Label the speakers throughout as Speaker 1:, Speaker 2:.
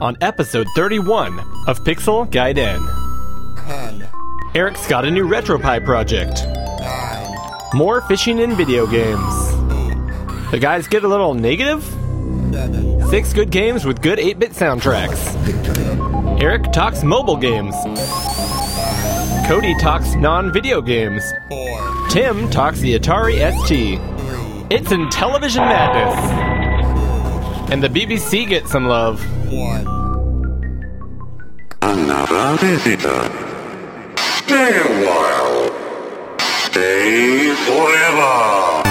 Speaker 1: on episode 31 of Pixel Gaiden.
Speaker 2: Ten.
Speaker 1: Eric's got a new RetroPie project.
Speaker 2: Nine.
Speaker 1: More fishing in video games.
Speaker 2: Eight.
Speaker 1: The guys get a little negative?
Speaker 2: Seven.
Speaker 1: Six good games with good 8 bit soundtracks. Eric talks mobile games. Cody talks non video games.
Speaker 2: Four.
Speaker 1: Tim talks the Atari ST.
Speaker 2: Three.
Speaker 1: It's in television madness. And the BBC gets some love.
Speaker 2: One.
Speaker 3: Another visitor. Stay a while. Stay forever.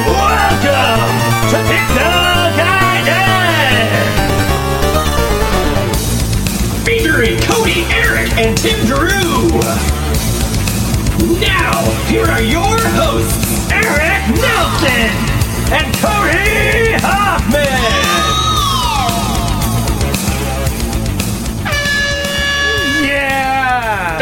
Speaker 4: Welcome to Pixel Gaiden! Featuring Cody, Eric, and Tim Drew! Now, here are your hosts, Eric Nelson and Cody Hoffman! Yeah!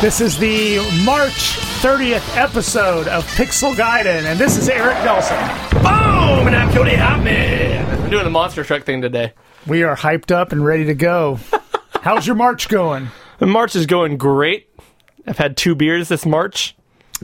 Speaker 5: This is the March 30th episode of Pixel Gaiden, and this is Eric Nelson.
Speaker 4: Boom! And I'm Cody Hoffman!
Speaker 1: We're doing the monster truck thing today.
Speaker 5: We are hyped up and ready to go. How's your March going?
Speaker 1: And March is going great. I've had two beers this March.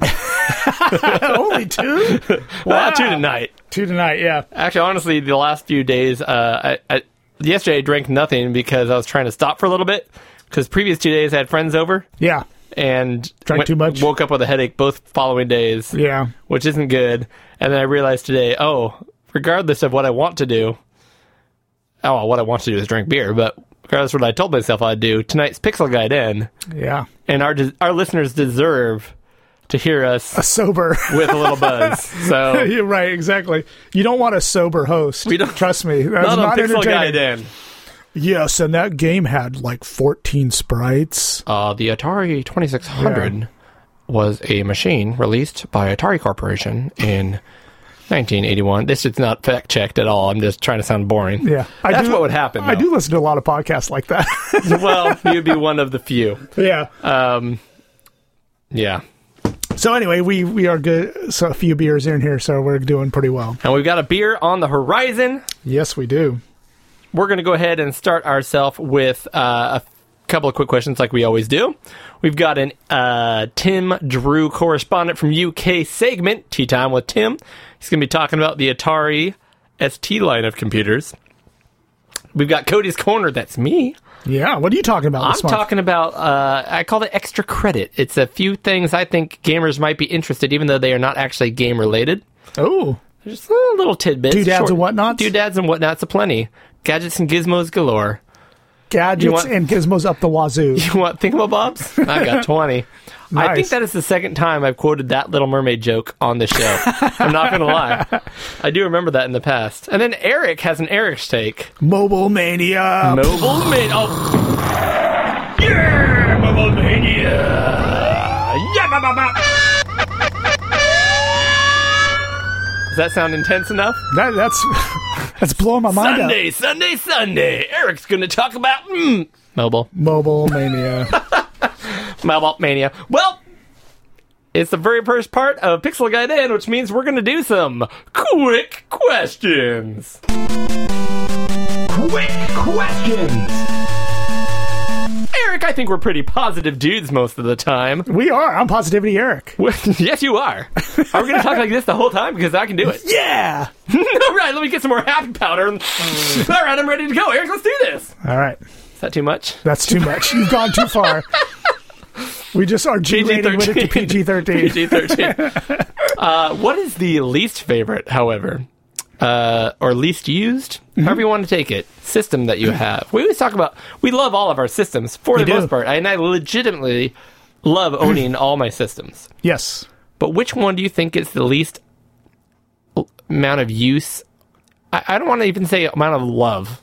Speaker 5: Only two?
Speaker 1: Well, not two tonight.
Speaker 5: Two tonight, yeah.
Speaker 1: Actually, honestly, the last few days, uh, I, I, yesterday I drank nothing because I was trying to stop for a little bit. Because previous two days I had friends over
Speaker 5: Yeah,
Speaker 1: and
Speaker 5: Drank too much?
Speaker 1: Woke up with a headache both following days,
Speaker 5: yeah.
Speaker 1: which isn't good. And then I realized today, oh, regardless of what I want to do, oh, well, what I want to do is drink beer. But regardless of what I told myself I'd do, tonight's Pixel Guide in,
Speaker 5: Yeah.
Speaker 1: and our des- our listeners deserve to hear us
Speaker 5: A sober.
Speaker 1: with a little buzz. So
Speaker 5: You're right, exactly. You don't want a sober host.
Speaker 1: We don't-
Speaker 5: Trust me. That's
Speaker 1: not on
Speaker 5: not
Speaker 1: Pixel Guide
Speaker 5: entertaining.
Speaker 1: in.
Speaker 5: Yes, and that game had like 14 sprites.
Speaker 1: Uh, the Atari 2600 was a machine released by Atari Corporation in 1981. This is not fact checked at all. I'm just trying to sound boring.
Speaker 5: Yeah. I
Speaker 1: That's
Speaker 5: do-
Speaker 1: what would happen.
Speaker 5: I do listen to a lot of podcasts like that.
Speaker 1: do. well, you'd be one of the few.
Speaker 5: yeah.
Speaker 1: Um, yeah.
Speaker 5: So anyway, we we are good. So a few beers in here, so we're doing pretty well.
Speaker 1: And we've got a beer on the horizon.
Speaker 5: Yes, we do.
Speaker 1: We're going to go ahead and start ourselves with uh, a couple of quick questions, like we always do. We've got an uh, Tim Drew correspondent from UK segment, Tea Time with Tim. He's going to be talking about the Atari ST line of computers. We've got Cody's Corner, that's me.
Speaker 5: Yeah. What are you talking about?
Speaker 1: I'm
Speaker 5: this month?
Speaker 1: talking about, uh, I call it extra credit. It's a few things I think gamers might be interested, even though they are not actually game related.
Speaker 5: Oh,
Speaker 1: Just a little tidbits.
Speaker 5: Doodads
Speaker 1: short-
Speaker 5: and whatnots?
Speaker 1: Doodads and whatnots aplenty. Gadgets and gizmos galore. You
Speaker 5: gadgets
Speaker 1: want-
Speaker 5: and gizmos up the wazoo.
Speaker 1: You want Thingamabobs? I got 20. I think
Speaker 5: Nice.
Speaker 1: that is the second time I've quoted that Little Mermaid joke on the show. I'm not going to lie. I do remember that in the past. And then Eric has an Eric's take.
Speaker 5: Mobile mania.
Speaker 1: Mobile Mania. Oh,
Speaker 4: Yeah! Mobile Mania! Yeah! ba, ba, ba.
Speaker 1: does that sound intense enough?
Speaker 5: That, that's that's blowing my mind. out.
Speaker 1: Sunday, Sunday, Sunday. Eric's going to talk about mm, mobile.
Speaker 5: Mobile mania.
Speaker 1: Mobile Mania. Well, it's the very first part of Pixel Guide In, which means we're going to do some quick questions.
Speaker 4: Quick questions!
Speaker 1: Eric, I think we're pretty positive dudes most of the time.
Speaker 5: we are. I'm positivity Eric.
Speaker 1: yes, you are. Are we going to talk like this the whole time? Because I can do it.
Speaker 5: Yeah.
Speaker 1: All right, let me get some more happy powder. and- All right, I'm ready to go. Eric, let's do this.
Speaker 5: All right.
Speaker 1: Is that too much?
Speaker 5: That's too much. You've gone too far. We just are G rated with it to PG thirteen.
Speaker 1: PG 13. Uh, what is the least favorite, however? Uh, or least used,
Speaker 5: Mm-hmm.
Speaker 1: however you want to take it, system that you have. We always talk about, we love all of our systems for the
Speaker 5: do.
Speaker 1: most part, and I legitimately love owning all my systems.
Speaker 5: Yes.
Speaker 1: But which one do you think is the least l- amount of use? I, I don't want to even say amount of love.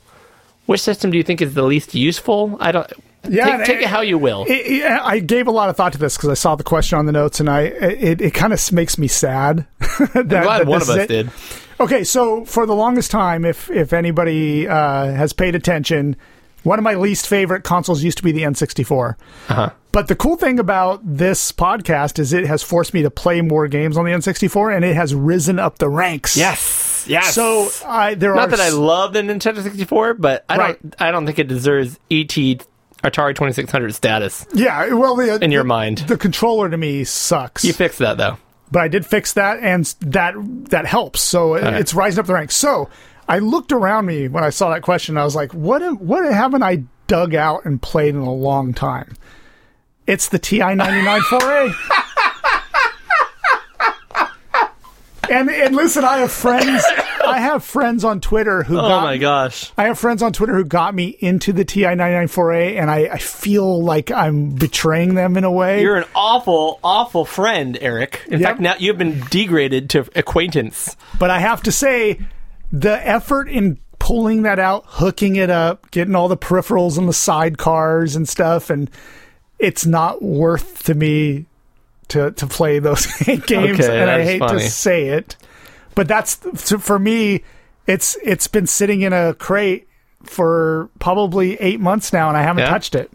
Speaker 1: Which system do you think is the least useful? I don't.
Speaker 5: Yeah,
Speaker 1: take,
Speaker 5: and-
Speaker 1: take it how you will.
Speaker 5: It- it- I gave a lot of thought to this because I saw the question on the notes, and I it, it kind of makes me sad. that,
Speaker 1: I'm glad
Speaker 5: that
Speaker 1: one
Speaker 5: this
Speaker 1: of
Speaker 5: is
Speaker 1: us
Speaker 5: it.
Speaker 1: did.
Speaker 5: Okay, so for the longest time, if if anybody uh, has paid attention, one of my least favorite consoles used to be the N64.
Speaker 1: Uh-huh.
Speaker 5: But the cool thing about this podcast is it has forced me to play more games on the N64, and it has risen up the ranks.
Speaker 1: Yes. Yes, yes.
Speaker 5: So I there are
Speaker 1: not that I
Speaker 5: s-
Speaker 1: love the Nintendo 64, but I
Speaker 5: Right.
Speaker 1: don't. I don't think it deserves ET Atari 2600 status.
Speaker 5: yeah. Well, the,
Speaker 1: In your
Speaker 5: the-
Speaker 1: mind.
Speaker 5: the controller to me sucks.
Speaker 1: You fix that though.
Speaker 5: but I did fix that, and s- that that helps. So it-
Speaker 1: right.
Speaker 5: it's rising up the ranks. So I looked around me when I saw that question. I was like, what? am- What haven't I dug out and played in a long time? It's the TI ninety nine four A. And and listen, I have friends. I have friends on Twitter who
Speaker 1: Oh
Speaker 5: got
Speaker 1: my gosh.
Speaker 5: I have friends on Twitter who got me into the TI 994A, and I, I feel like I'm betraying them in a way.
Speaker 1: You're an awful, awful friend, Eric. In
Speaker 5: Yeah.
Speaker 1: fact, now you've been degraded to acquaintance.
Speaker 5: but I have to say, the effort in pulling that out, hooking it up, getting all the peripherals and the sidecars and stuff, and it's not worth to me to to play those games.
Speaker 1: Okay,
Speaker 5: and
Speaker 1: that
Speaker 5: I
Speaker 1: is
Speaker 5: hate
Speaker 1: funny.
Speaker 5: to say it, but that's so for me. It's it's been sitting in a crate for probably eight months now, and I haven't
Speaker 1: Yeah.
Speaker 5: touched it.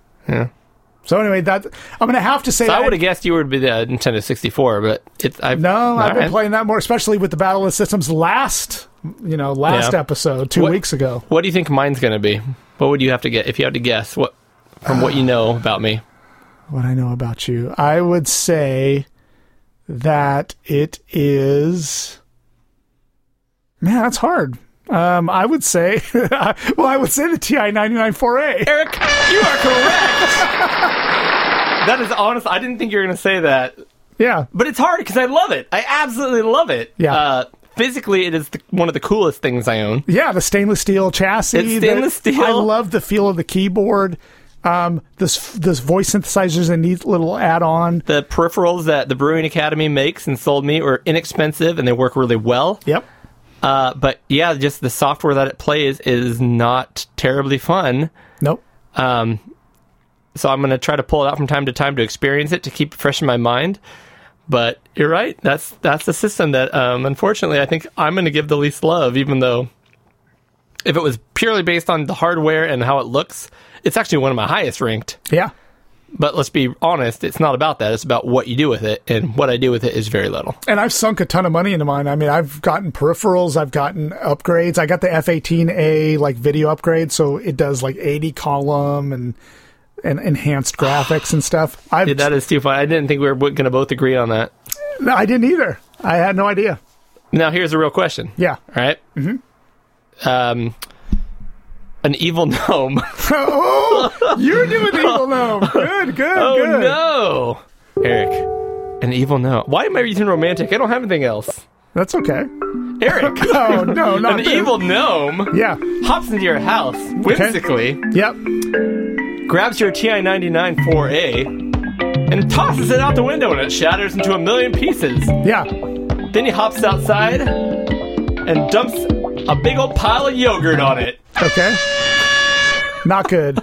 Speaker 5: So anyway, that I'm gonna have to say
Speaker 1: So I
Speaker 5: that-
Speaker 1: would have guessed you would be the Nintendo 64, but it's I've
Speaker 5: no, I've been
Speaker 1: Alright.
Speaker 5: playing that more, especially with the Battle of the Systems last, you know, last
Speaker 1: Yeah.
Speaker 5: episode two
Speaker 1: What-
Speaker 5: weeks ago.
Speaker 1: What do you think mine's going to be? What would you have to get if you had to guess? What from what you know about me?
Speaker 5: What I know about you, I would say that it is. Man, that's hard. Um, I would say, well, I would say the TI 994A.
Speaker 1: Eric, you are correct. that is honest. I didn't think you were going to say that,
Speaker 5: Yeah,
Speaker 1: but it's hard because I love it. I absolutely love it.
Speaker 5: Yeah.
Speaker 1: Uh, physically, it is the, one of the coolest things I own.
Speaker 5: yeah, the stainless steel chassis.
Speaker 1: It's
Speaker 5: the-
Speaker 1: stainless steel.
Speaker 5: I love the feel of the keyboard. Um, this this voice synthesizers a neat little add on.
Speaker 1: The peripherals that the Brewing Academy makes and sold me are inexpensive and they work really well.
Speaker 5: Yep.
Speaker 1: Uh, but yeah, just the software that it plays is not terribly fun.
Speaker 5: Nope.
Speaker 1: Um, so I'm going to try to pull it out from time to time to experience it to keep it fresh in my mind. But you're right. That's that's the system that um, unfortunately I think I'm going to give the least love, even though if it was purely based on the hardware and how it looks, it's actually one of my highest ranked.
Speaker 5: Yeah.
Speaker 1: But let's be honest, it's not about that. It's about what you do with it, and what I do with it is very little.
Speaker 5: And I've sunk a ton of money into mine. I mean, I've gotten peripherals, I've gotten upgrades. I got the F18A like video upgrade, so it does like 80 column and and enhanced graphics and stuff. I've,
Speaker 1: Dude, that is too fun. I didn't think we were going to both agree on that.
Speaker 5: no, I didn't either. I had no idea.
Speaker 1: Now here's a real question.
Speaker 5: Yeah.
Speaker 1: All right. Um, an evil gnome.
Speaker 5: oh, you're doing evil now. Good, good,
Speaker 1: Oh
Speaker 5: good.
Speaker 1: no, Eric, an evil no. Why am I using romantic? I don't have anything else.
Speaker 5: That's okay.
Speaker 1: Eric,
Speaker 5: Oh no, not
Speaker 1: an
Speaker 5: this.
Speaker 1: evil gnome
Speaker 5: Yeah.
Speaker 1: hops into your house whimsically,
Speaker 5: Yep.
Speaker 1: grabs your TI 99 4A, and tosses it out the window, and it shatters into a million pieces.
Speaker 5: Yeah.
Speaker 1: Then he hops outside and dumps a big old pile of yogurt on it.
Speaker 5: Okay. Not good.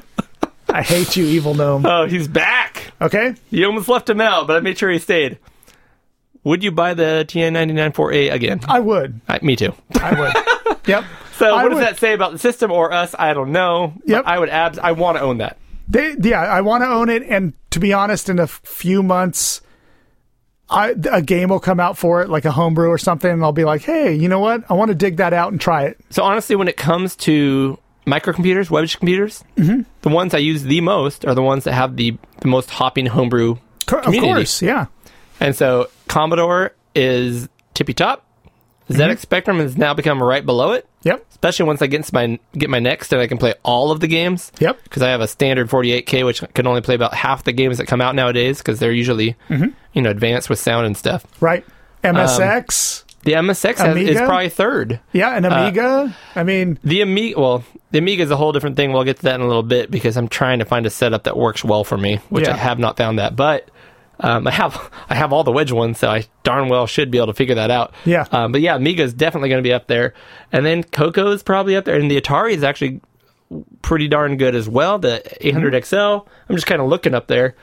Speaker 5: I hate you, evil gnome.
Speaker 1: Oh, he's back.
Speaker 5: Okay.
Speaker 1: You almost left him out, but I made sure he stayed. Would you buy the TI 99 4A again?
Speaker 5: I would.
Speaker 1: I, me too.
Speaker 5: I would. yep.
Speaker 1: So
Speaker 5: I
Speaker 1: what does
Speaker 5: would-
Speaker 1: that say about the system or us? I don't know. But
Speaker 5: Yep.
Speaker 1: I would abs. I want to own that.
Speaker 5: They, yeah, I want to own it. And to be honest, in a f- few months, I a game will come out for it, like a homebrew or something, and I'll be like, hey, you know what? I want to dig that out and try it.
Speaker 1: So honestly, when it comes to microcomputers, wedge computers,
Speaker 5: Mm-hmm.
Speaker 1: the ones I use the most are the ones that have the, the most hopping homebrew.
Speaker 5: Co- Of
Speaker 1: Community.
Speaker 5: course, yeah,
Speaker 1: And so Commodore is tippy top. ZX Spectrum has now become right below it.
Speaker 5: Mm-hmm. yep,
Speaker 1: Especially once I get into my get my next and I can play all of the games.
Speaker 5: Yep.
Speaker 1: Because I have a standard 48K, which can only play about half the games that come out nowadays because they're usually
Speaker 5: Mm-hmm.
Speaker 1: you know advanced with sound and stuff.
Speaker 5: right. MSX,
Speaker 1: The MSX has, is
Speaker 5: Amiga?
Speaker 1: probably third.
Speaker 5: yeah, an Amiga. I mean,
Speaker 1: The Amiga, well, the Amiga is a whole different thing. We'll get to that in a little bit because I'm trying to find a setup that works well for me, which
Speaker 5: Yeah.
Speaker 1: I have not found that. But um, I have I have all the wedge ones, so I darn well should be able to figure that out.
Speaker 5: Yeah.
Speaker 1: Um, but yeah, Amiga is definitely going to be up there, and then Coco is probably up there, and the Atari is actually pretty darn good as well. The
Speaker 5: Mm-hmm.
Speaker 1: 800 XL. I'm just kind of looking up there.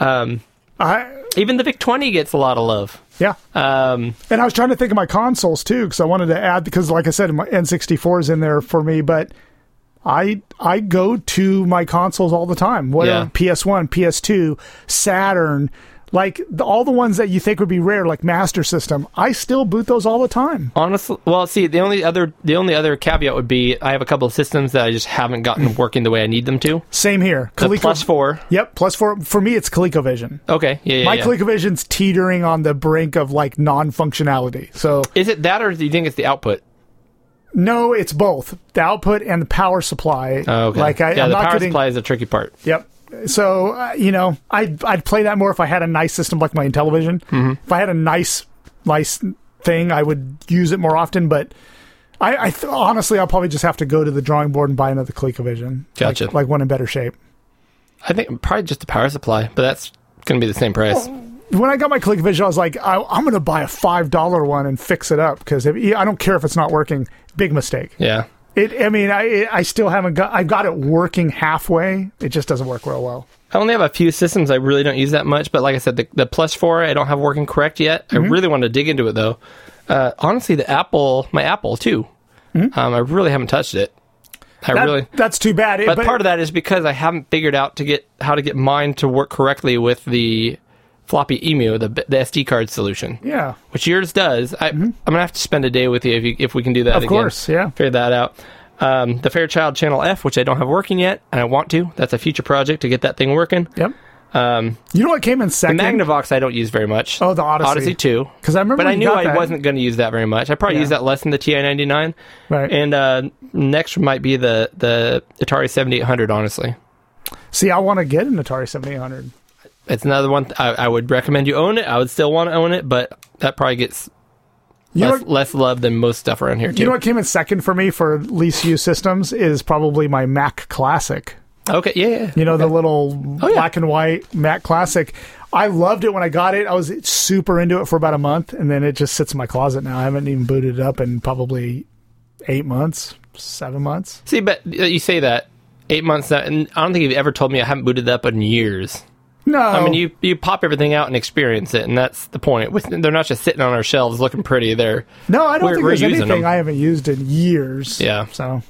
Speaker 1: Um,
Speaker 5: I
Speaker 1: even the VIC 20 gets a lot of love.
Speaker 5: yeah.
Speaker 1: Um,
Speaker 5: And I was trying to think of my consoles too, because I wanted to add because, like I said, my N64 is in there for me, but. I I go to my consoles all the time. Whatever
Speaker 1: Yeah.
Speaker 5: PS1, PS2, Saturn, Like the, all the ones that you think would be rare, like Master System, I still boot those all the time.
Speaker 1: Honestly, well, see, the only other the only other caveat would be I have a couple of systems that I just haven't gotten working the way I need them to.
Speaker 5: Same here.
Speaker 1: The plus four.
Speaker 5: Yep, plus four for me. It's ColecoVision.
Speaker 1: Okay, yeah, yeah.
Speaker 5: My
Speaker 1: yeah.
Speaker 5: ColecoVision's teetering on the brink of like non-functionality. So
Speaker 1: Is it that, or do you think it's the output?
Speaker 5: no, it's both the output and the power supply.
Speaker 1: Oh, okay.
Speaker 5: Like I,
Speaker 1: yeah,
Speaker 5: I'm
Speaker 1: the
Speaker 5: not
Speaker 1: power
Speaker 5: getting.
Speaker 1: supply is a tricky part.
Speaker 5: Yep. So uh, you know, I'd I'd play that more if I had a nice system like my Intellivision.
Speaker 1: Mm-hmm.
Speaker 5: If I had a nice nice thing, I would use it more often. But I, I th- honestly, I'll probably just have to go to the drawing board and buy another ColecoVision.
Speaker 1: Gotcha.
Speaker 5: Like, like one in better shape.
Speaker 1: I think probably just the power supply, but that's going to be the same price.
Speaker 5: Oh. When I got my ColecoVision, I was like, I, I'm going to buy a five dollar one and fix it up because I don't care if it's not working. Big mistake.
Speaker 1: Yeah.
Speaker 5: It. I mean, I I still haven't got. I got it working halfway. It just doesn't work real well.
Speaker 1: I only have a few systems I really don't use that much, but like I said, the, the plus four I don't have working correct yet. I
Speaker 5: Mm-hmm.
Speaker 1: really want to dig into it though. Uh, honestly, the Apple, my Apple too. Um, I really haven't touched it. I
Speaker 5: Mm-hmm. That-
Speaker 1: Oh, really.
Speaker 5: That's too bad. It-
Speaker 1: But, part of that is because I haven't figured out to get how to get mine to work correctly with the floppy emu, the the SD card solution.
Speaker 5: yeah.
Speaker 1: which yours does. I, I'm gonna have to spend a day with you if you, if we can do that.
Speaker 5: Mm-hmm. Of
Speaker 1: again.
Speaker 5: course, yeah.
Speaker 1: Figure that out. Um, the Fairchild Channel F, which I don't have working yet, and I want to. That's a future project to get that thing working.
Speaker 5: Yep.
Speaker 1: Um,
Speaker 5: You know what came in
Speaker 1: the
Speaker 5: second?
Speaker 1: Magnavox I don't use very much.
Speaker 5: Oh, the Odyssey.
Speaker 1: Odyssey two.
Speaker 5: 'Cause I remember
Speaker 1: but I
Speaker 5: you
Speaker 1: knew
Speaker 5: got
Speaker 1: I
Speaker 5: that.
Speaker 1: wasn't going to use that very much. I probably
Speaker 5: Yeah.
Speaker 1: used that less than the TI ninety nine.
Speaker 5: Right.
Speaker 1: And uh, next might be the the Atari seventy eight hundred. Honestly,
Speaker 5: See, I want to get an Atari 7800.
Speaker 1: it's another one th- I, I would recommend you own it. I would still want to own it, but that probably gets
Speaker 5: You know,
Speaker 1: less,
Speaker 5: what,
Speaker 1: less love than most stuff around here. Too.
Speaker 5: you know what came in second for me for least used systems is probably my Mac Classic.
Speaker 1: Okay. Yeah. yeah. Oh,
Speaker 5: You know, the little
Speaker 1: yeah.
Speaker 5: black and white Mac Classic. I loved it when I got it. I was super into it for about a month, and then it just sits in my closet now. I haven't even booted it up in probably eight months, seven months.
Speaker 1: See, but uh, you say that eight months, now, and I don't think you've ever told me I haven't booted that up in years.
Speaker 5: No.
Speaker 1: I mean, you you pop everything out and experience it, and that's the point. With, they're not just sitting on our shelves looking pretty. They're
Speaker 5: No, I don't
Speaker 1: We're-
Speaker 5: think
Speaker 1: we're
Speaker 5: there's
Speaker 1: using
Speaker 5: anything
Speaker 1: them.
Speaker 5: I haven't used in years.
Speaker 1: Yeah.
Speaker 5: So,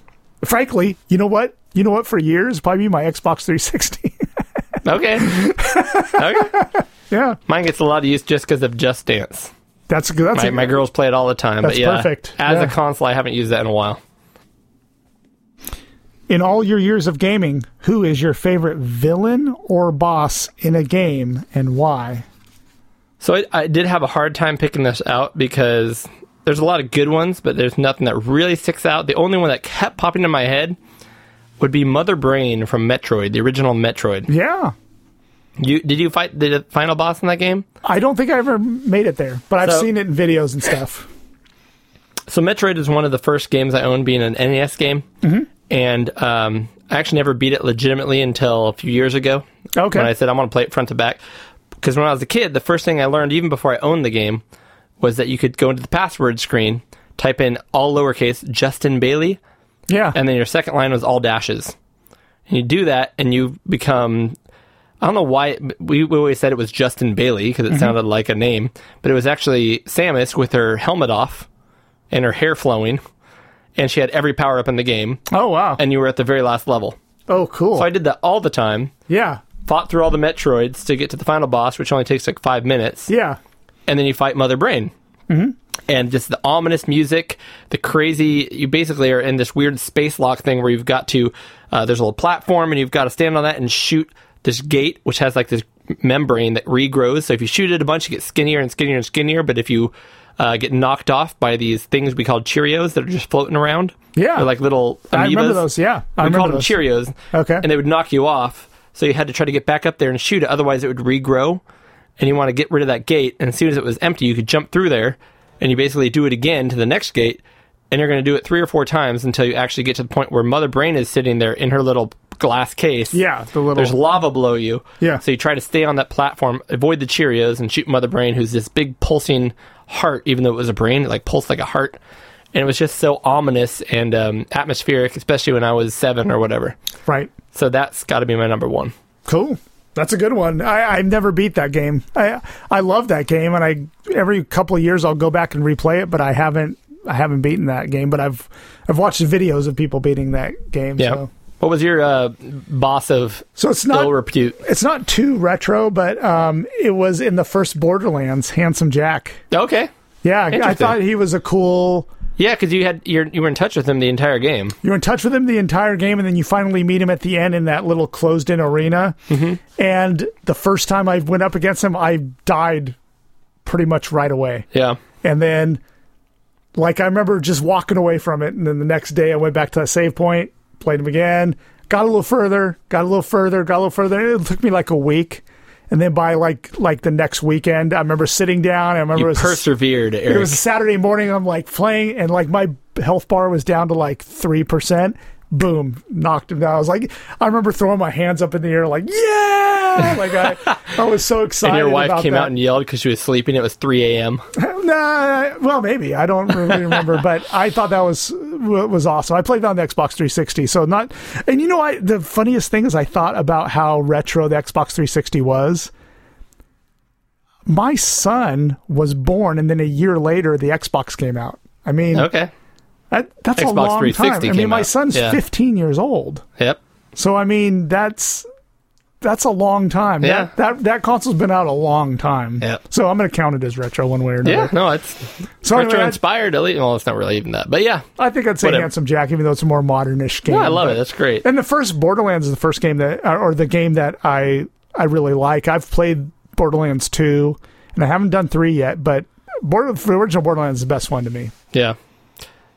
Speaker 5: frankly, you know what? You know what? For years, probably my Xbox 360.
Speaker 1: okay. okay.
Speaker 5: yeah,
Speaker 1: Mine gets a lot of use just because of Just Dance.
Speaker 5: that's good. That's
Speaker 1: My,
Speaker 5: a-
Speaker 1: my girls play it all the time.
Speaker 5: That's
Speaker 1: but yeah,
Speaker 5: perfect.
Speaker 1: As
Speaker 5: Yeah.
Speaker 1: a console, I haven't used that in a while.
Speaker 5: in all your years of gaming. Who is your favorite villain or boss in a game, and why?
Speaker 1: So I, I did have a hard time picking this out because there's a lot of good ones, but there's nothing that really sticks out. The only one that kept popping in my head would be Mother Brain from Metroid, the original Metroid.
Speaker 5: Yeah,
Speaker 1: You did you fight the final boss in that game?
Speaker 5: I don't think I ever made it there, but I've
Speaker 1: So-
Speaker 5: seen it in videos and stuff.
Speaker 1: So Metroid is one of the first games I owned, being an NES game, and um, I actually never beat it legitimately until a few years ago.
Speaker 5: Okay.
Speaker 1: when I said I want to play it front to back, because when I was a kid, the first thing I learned, even before I owned the game, was that you could go into the password screen, type in all lowercase Justin Bailey,
Speaker 5: Yeah,
Speaker 1: and then your second line was all dashes. And you do that, and you become. I don't know why it, but we, we always said it was Justin Bailey because it sounded like a name, but it was actually Samus with her helmet off and her hair flowing, and she had every power up in the game,
Speaker 5: oh wow,
Speaker 1: and you were at the very last level.
Speaker 5: oh cool.
Speaker 1: So I did that all the time,
Speaker 5: yeah,
Speaker 1: fought through all the Metroids to get to the final boss, which only takes like five minutes
Speaker 5: yeah,
Speaker 1: and then you fight Mother Brain. Mm-hmm. And just the ominous music, the crazy. You basically are in this weird space lock thing where you've got to. Uh, there's a little platform, and you've got to stand on that and shoot this gate, which has like this membrane that regrows. So if you shoot it a bunch, you get skinnier and skinnier and skinnier. But if you uh, get knocked off by these things we call Cheerios that are just floating around.
Speaker 5: Yeah.
Speaker 1: They're like little amoebas.
Speaker 5: I remember those. Yeah, I
Speaker 1: we
Speaker 5: remember
Speaker 1: called
Speaker 5: those.
Speaker 1: them Cheerios.
Speaker 5: Okay.
Speaker 1: And they would knock you off. So you had to try to get back up there and shoot it. Otherwise, it would regrow. And you want to get rid of that gate. And as soon as it was empty, you could jump through there and you basically do it again to the next gate. And you're going to do it three or four times until you actually get to the point where Mother Brain is sitting there in her little glass case.
Speaker 5: Yeah, the little-
Speaker 1: There's lava below you.
Speaker 5: Yeah.
Speaker 1: So you try to stay on that platform, avoid the Cheerios, and shoot Mother Brain, who's this big pulsing heart, even though it was a brain, it like pulsed like a heart. And it was just so ominous and um, atmospheric, especially when I was seven or whatever.
Speaker 5: right.
Speaker 1: So that's got to be my number one.
Speaker 5: Cool. That's a good one. I, I never beat that game. I I love that game, and I every couple of years I'll go back and replay it, but I haven't I haven't beaten that game. But I've I've watched videos of people beating that game.
Speaker 1: Yeah.
Speaker 5: So.
Speaker 1: What was your uh, boss of
Speaker 5: So it's not
Speaker 1: ill repute?
Speaker 5: it's not too retro, but um, it was in the first Borderlands, Handsome Jack.
Speaker 1: Okay.
Speaker 5: Yeah, I
Speaker 1: Interesting.
Speaker 5: thought he was a cool.
Speaker 1: Yeah, because you had you're, you were in touch with him the entire game.
Speaker 5: You're in touch with him the entire game, and then you finally meet him at the end in that little closed-in arena.
Speaker 1: Mm-hmm.
Speaker 5: And the first time I went up against him, I died pretty much right away.
Speaker 1: Yeah.
Speaker 5: And then, like, I remember just walking away from it. And then the next day, I went back to that save point, played him again, got a little further, got a little further, got a little further. It took me like a week. And then by like like the next weekend, I remember sitting down. I remember
Speaker 1: You
Speaker 5: it was, a-
Speaker 1: persevered, Eric.
Speaker 5: it was a Saturday morning. I'm like playing, and like my health bar was down to like three percent. Boom, knocked him down. I was like, I remember throwing my hands up in the air, like yeah, like I, I was so excited.
Speaker 1: and your wife
Speaker 5: about
Speaker 1: came
Speaker 5: that.
Speaker 1: out and yelled because she was sleeping. It was 3 a.m.
Speaker 5: Nah, well, maybe I don't really remember, but I thought that was was awesome. I played it on the Xbox 360, so not. And you know, I the funniest thing is I thought about how retro the Xbox 360 was. My son was born, and then a year later, the Xbox came out. I mean,
Speaker 1: Okay.
Speaker 5: that, that's a
Speaker 1: Xbox
Speaker 5: long
Speaker 1: 360
Speaker 5: time. I mean,
Speaker 1: came
Speaker 5: my
Speaker 1: out.
Speaker 5: son's
Speaker 1: Yeah.
Speaker 5: 15 years old,
Speaker 1: Yep.
Speaker 5: so I mean, that's that's a long time.
Speaker 1: Yeah.
Speaker 5: That, that that console's been out a long time.
Speaker 1: Yep.
Speaker 5: So I'm going to count it as retro one way or another.
Speaker 1: Yeah. No, it's
Speaker 5: So anyway,
Speaker 1: retro
Speaker 5: I-
Speaker 1: inspired. At least, well, it's not really even that, but yeah,
Speaker 5: I think I'd say
Speaker 1: Whatever.
Speaker 5: Handsome Jack, even though it's a more modernish game.
Speaker 1: yeah I love
Speaker 5: but-
Speaker 1: it. That's great.
Speaker 5: And the first Borderlands is the first game that, or the game that I I really like. I've played Borderlands two, and I haven't done three yet, but Border, the original Borderlands is the best one to me.
Speaker 1: Yeah.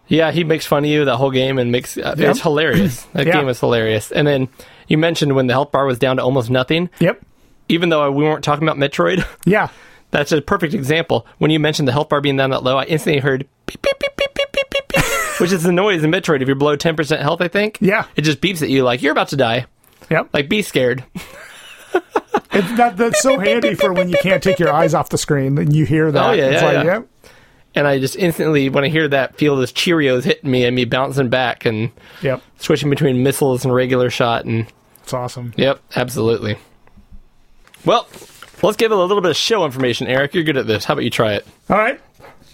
Speaker 1: Yeah, he makes fun of you that whole game and makes uh,
Speaker 5: Yeah.
Speaker 1: it's hilarious. That
Speaker 5: Yeah.
Speaker 1: game is hilarious. And then you mentioned when the health bar was down to almost nothing,
Speaker 5: Yep.
Speaker 1: even though we weren't talking about Metroid.
Speaker 5: Yeah.
Speaker 1: That's a perfect example. When you mentioned the health bar being down that low, I instantly heard beep beep beep beep beep beep beep, beep which is the noise in Metroid if you're below 10% health, I think.
Speaker 5: Yeah.
Speaker 1: It just beeps at you like you're about to die.
Speaker 5: Yep.
Speaker 1: Like be scared.
Speaker 5: It, that, that's so handy for when you can't take your eyes off the screen and you hear that.
Speaker 1: Oh, yeah,
Speaker 5: it's
Speaker 1: yeah,
Speaker 5: like,
Speaker 1: yeah.
Speaker 5: yep.
Speaker 1: And I just instantly when I hear that feel those Cheerios hitting me and me bouncing back and
Speaker 5: Yep.
Speaker 1: switching between missiles and regular shot and
Speaker 5: It's awesome.
Speaker 1: Yep, absolutely. Well, let's give it a little bit of show information, Eric. You're good at this. How about you try it?
Speaker 5: All right.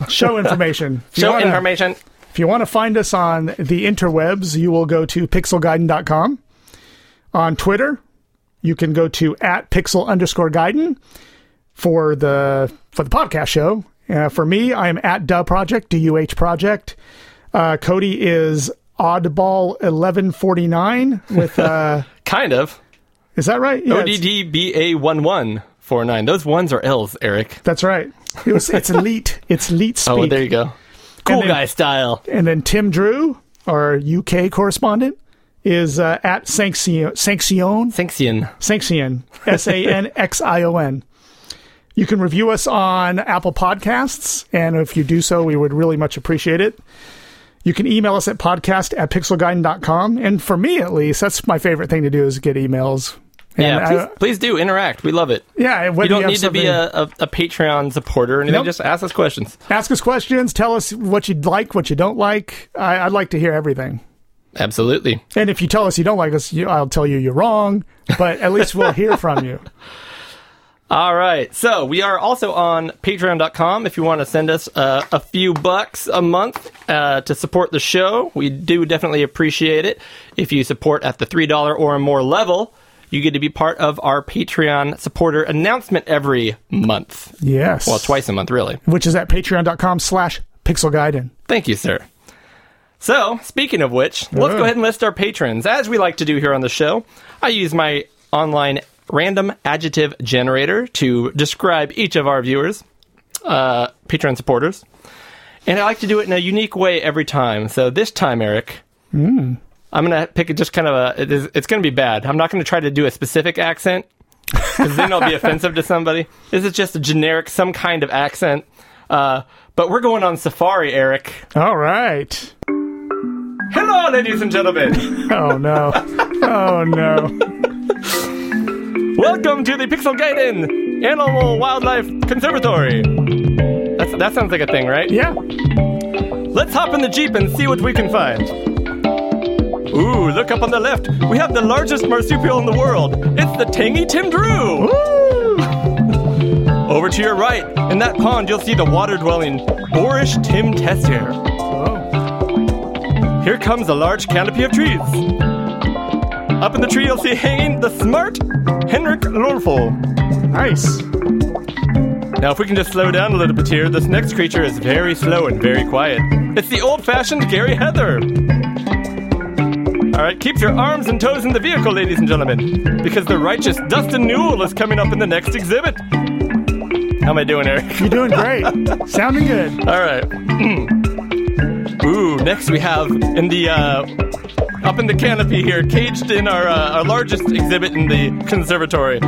Speaker 5: Show information. If you
Speaker 1: Show
Speaker 5: wanna-
Speaker 1: information.
Speaker 5: If you want to find us on the interwebs, you will go to pixelguiden.com. On Twitter, you can go to at pixel underscore guiden for the for the podcast show. Uh, for me, I am at Duh Project, D U H Project. Uh, Cody is Oddball eleven forty nine with uh,
Speaker 1: Kind of.
Speaker 5: is that right?
Speaker 1: Oh,
Speaker 5: Yeah, it's-
Speaker 1: ODDBA1149. Those ones are L's, Eric.
Speaker 5: That's right. It was, it's elite. It's elite speak.
Speaker 1: Oh, there you go. Cool
Speaker 5: then-
Speaker 1: guy style.
Speaker 5: And then Tim Drew, our UK correspondent, is uh, at Sanction Sanction
Speaker 1: Sanction.
Speaker 5: Sanxion, S A N X I O N. You can review us on Apple Podcasts, and if you do so, we would really much appreciate it. You can email us at podcast at pixelguiden.com. And for me, at least, that's my favorite thing to do is get emails. And
Speaker 1: Yeah,
Speaker 5: I-
Speaker 1: please, please do interact. We love it.
Speaker 5: yeah, whether
Speaker 1: You don't
Speaker 5: have
Speaker 1: need to be uh,
Speaker 5: something-
Speaker 1: a, a, a Patreon supporter or anything.
Speaker 5: Nope.
Speaker 1: Just ask us questions.
Speaker 5: Ask us questions, tell us what you like, what you don't like. I, I'd like to hear everything.
Speaker 1: Absolutely.
Speaker 5: And if you tell us you don't like us, you, I'll tell you you're wrong, but at least we'll hear from you.
Speaker 1: All right. So we are also on patreon.com if you want to send us uh, a few bucks a month uh, to support the show. We do definitely appreciate it. If you support at the $3 or more level, you get to be part of our Patreon supporter announcement every month.
Speaker 5: Yes.
Speaker 1: Well, twice a month, really.
Speaker 5: Which is at patreon.com slash pixelguiden.
Speaker 1: Thank you, sir. So, speaking of which, let's go ahead and list our patrons, as we like to do here on the show. I use my online random adjective generator to describe each of our viewers, uh, Patreon supporters. And I like to do it in a unique way every time. So, this time, Eric, I'm going to pick just kind of a. It is, it's going to be bad. I'm not going to try to do a specific accent, because then I'll be offensive to somebody. This is just a generic, some kind of accent. Uh, but we're going on safari, Eric.
Speaker 5: All right.
Speaker 1: Hello, ladies and gentlemen.
Speaker 5: Oh no. Oh no.
Speaker 1: Welcome to the Pixel Gaiden Animal Wildlife Conservatory. That's, that sounds like a thing, right?
Speaker 5: Yeah.
Speaker 1: Let's hop in the Jeep and see what we can find. Ooh, look up on the left. We have the largest marsupial in the world. It's the tangy Tim Drew. Over to your right, in that pond, you'll see the water dwelling boarish Tim
Speaker 5: Oh,
Speaker 1: Tessier. Here comes a large canopy of trees. Up in the tree, you'll see hanging the smart Henrik Lorful.
Speaker 5: Nice.
Speaker 1: Now, if we can just slow down a little bit here, this next creature is very slow and very quiet. It's the old fashioned Gary Heather. All right, keep your arms and toes in the vehicle, ladies and gentlemen, because the righteous Dustin Newell is coming up in the next exhibit. How am I doing, Eric?
Speaker 5: You're doing great. Sounding good.
Speaker 1: All right. Ooh, next we have in the uh, up in the canopy here, caged in our uh, our largest exhibit in the conservatory.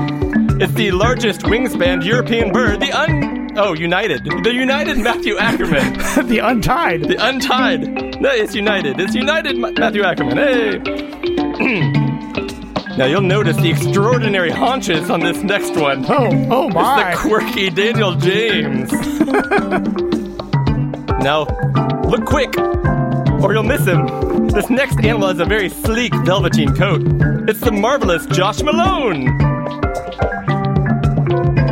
Speaker 1: It's the largest wingspanned European bird, the un oh United, the United Matthew Ackerman,
Speaker 5: the untied.
Speaker 1: the untied. No, it's United. It's United Ma- Matthew Ackerman. Hey. Now you'll notice the extraordinary haunches on this next one.
Speaker 5: Oh, oh my.
Speaker 1: It's the quirky Daniel James. now, look quick, or you'll miss him. This next animal has a very sleek velveteen coat. It's the marvelous Josh Malone.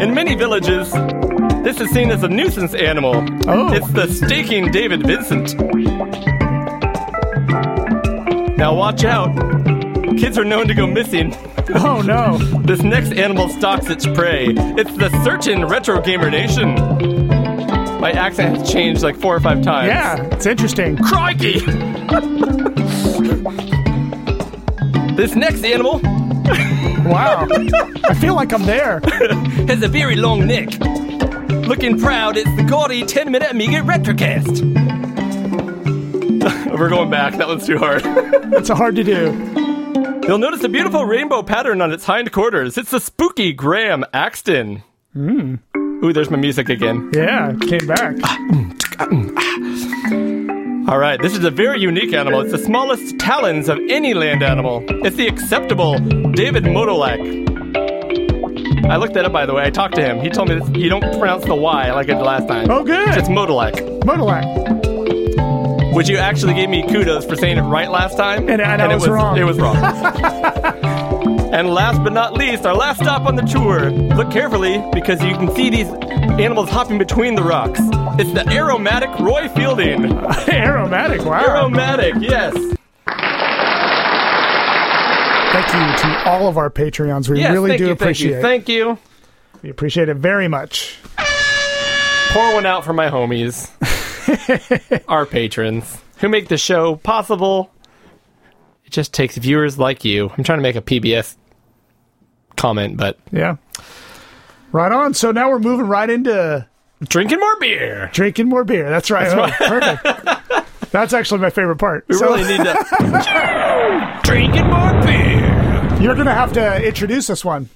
Speaker 1: In many villages, this is seen as a nuisance animal.
Speaker 5: Oh.
Speaker 1: It's the staking David Vincent. Now, watch out. Kids are known to go missing.
Speaker 5: oh no.
Speaker 1: This next animal stalks its prey. It's the certain retro gamer nation. My accent has changed like four or five times.
Speaker 5: Yeah, it's interesting.
Speaker 1: Crikey! this next animal
Speaker 5: Wow. I feel like I'm there.
Speaker 1: has a very long neck. Looking proud, it's the gaudy 10 minute Amiga Retrocast. We're going back. That one's too hard.
Speaker 5: It's hard to do.
Speaker 1: You'll notice a beautiful rainbow pattern on its hindquarters. It's the spooky Graham Axton. Mm. Ooh, there's my music again.
Speaker 5: Yeah, it came back.
Speaker 1: All right, this is a very unique animal. It's the smallest talons of any land animal. It's the acceptable David Modolak. I looked that up, by the way. I talked to him. He told me this, you don't pronounce the Y like I did last time.
Speaker 5: Oh, good.
Speaker 1: It's just Modolak,
Speaker 5: Modalak.
Speaker 1: which you actually gave me kudos for saying it right last time.
Speaker 5: And- and I
Speaker 1: it
Speaker 5: was wrong.
Speaker 1: It was wrong. and last but not least, our last stop on the tour. Look carefully because you can see these animals hopping between the rocks. It's the aromatic Roy Fielding.
Speaker 5: Aromatic. Wow.
Speaker 1: Aromatic, yes.
Speaker 5: Thank you to all of our Patreons. We
Speaker 1: Yes,
Speaker 5: really
Speaker 1: thank
Speaker 5: do
Speaker 1: you,
Speaker 5: appreciate it.
Speaker 1: Thank you. Thank
Speaker 5: we appreciate it very much.
Speaker 1: you. Pour one out for my homies, our patrons who make the show possible. It just takes viewers like you. I'm trying to make a PBS comment, but
Speaker 5: Yeah. Right on. So now we're moving right into
Speaker 1: drinking more beer.
Speaker 5: drinking more beer. That's right. Oh, Perfect. That's actually my favorite part.
Speaker 1: We
Speaker 5: So
Speaker 1: really need to drinking more beer.
Speaker 5: you're going to have to introduce this one.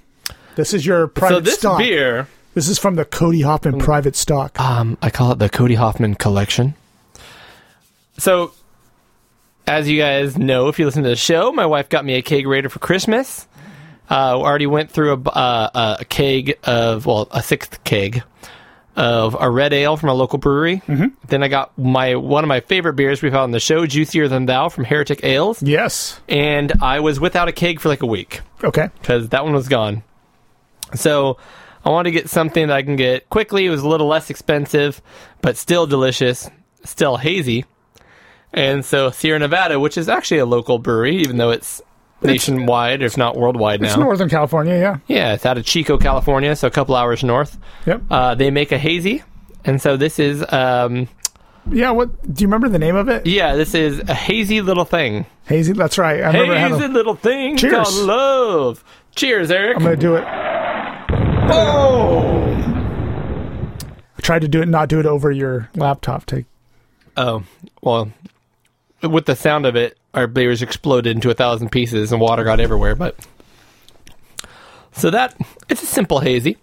Speaker 5: This is your private
Speaker 1: So this
Speaker 5: stock.
Speaker 1: beer, Hmm.
Speaker 5: This is from the Cody Hoffman private stock.
Speaker 1: um, I call it the Cody Hoffman collection. So, as you guys know, if you listen to the show, my wife got me a kegerator for Christmas. Uh, already went through a, b- uh, a keg of, well, a sixth keg of a red ale from a local brewery. Mm-hmm. Then I got my one of my favorite beers we've had on the show, Juicier Than Thou from Heretic Ales.
Speaker 5: yes.
Speaker 1: And I was without a keg for like a week
Speaker 5: Okay.
Speaker 1: because that one was gone. So I wanted to get something that I can get quickly. It was a little less expensive, but still delicious, still hazy. And so Sierra Nevada, which is actually a local brewery, even though it's nationwide, if not worldwide now.
Speaker 5: It's Northern California. Yeah.
Speaker 1: Yeah, it's out of Chico, California, so a couple hours north.
Speaker 5: Yep.
Speaker 1: Uh, they make a hazy. And so this is, um,
Speaker 5: yeah. What? Do you remember the name of it?
Speaker 1: yeah, this is a hazy little thing.
Speaker 5: Hazy. That's right. I remember having.
Speaker 1: Hazy little thing
Speaker 5: Cheers.
Speaker 1: called love. Cheers, Eric.
Speaker 5: I'm going to do it. I
Speaker 1: oh!
Speaker 5: tried to do it, not do it over your laptop. To
Speaker 1: Oh well, with the sound of it, our beers exploded into a thousand pieces and water got everywhere. But so that it's a simple hazy.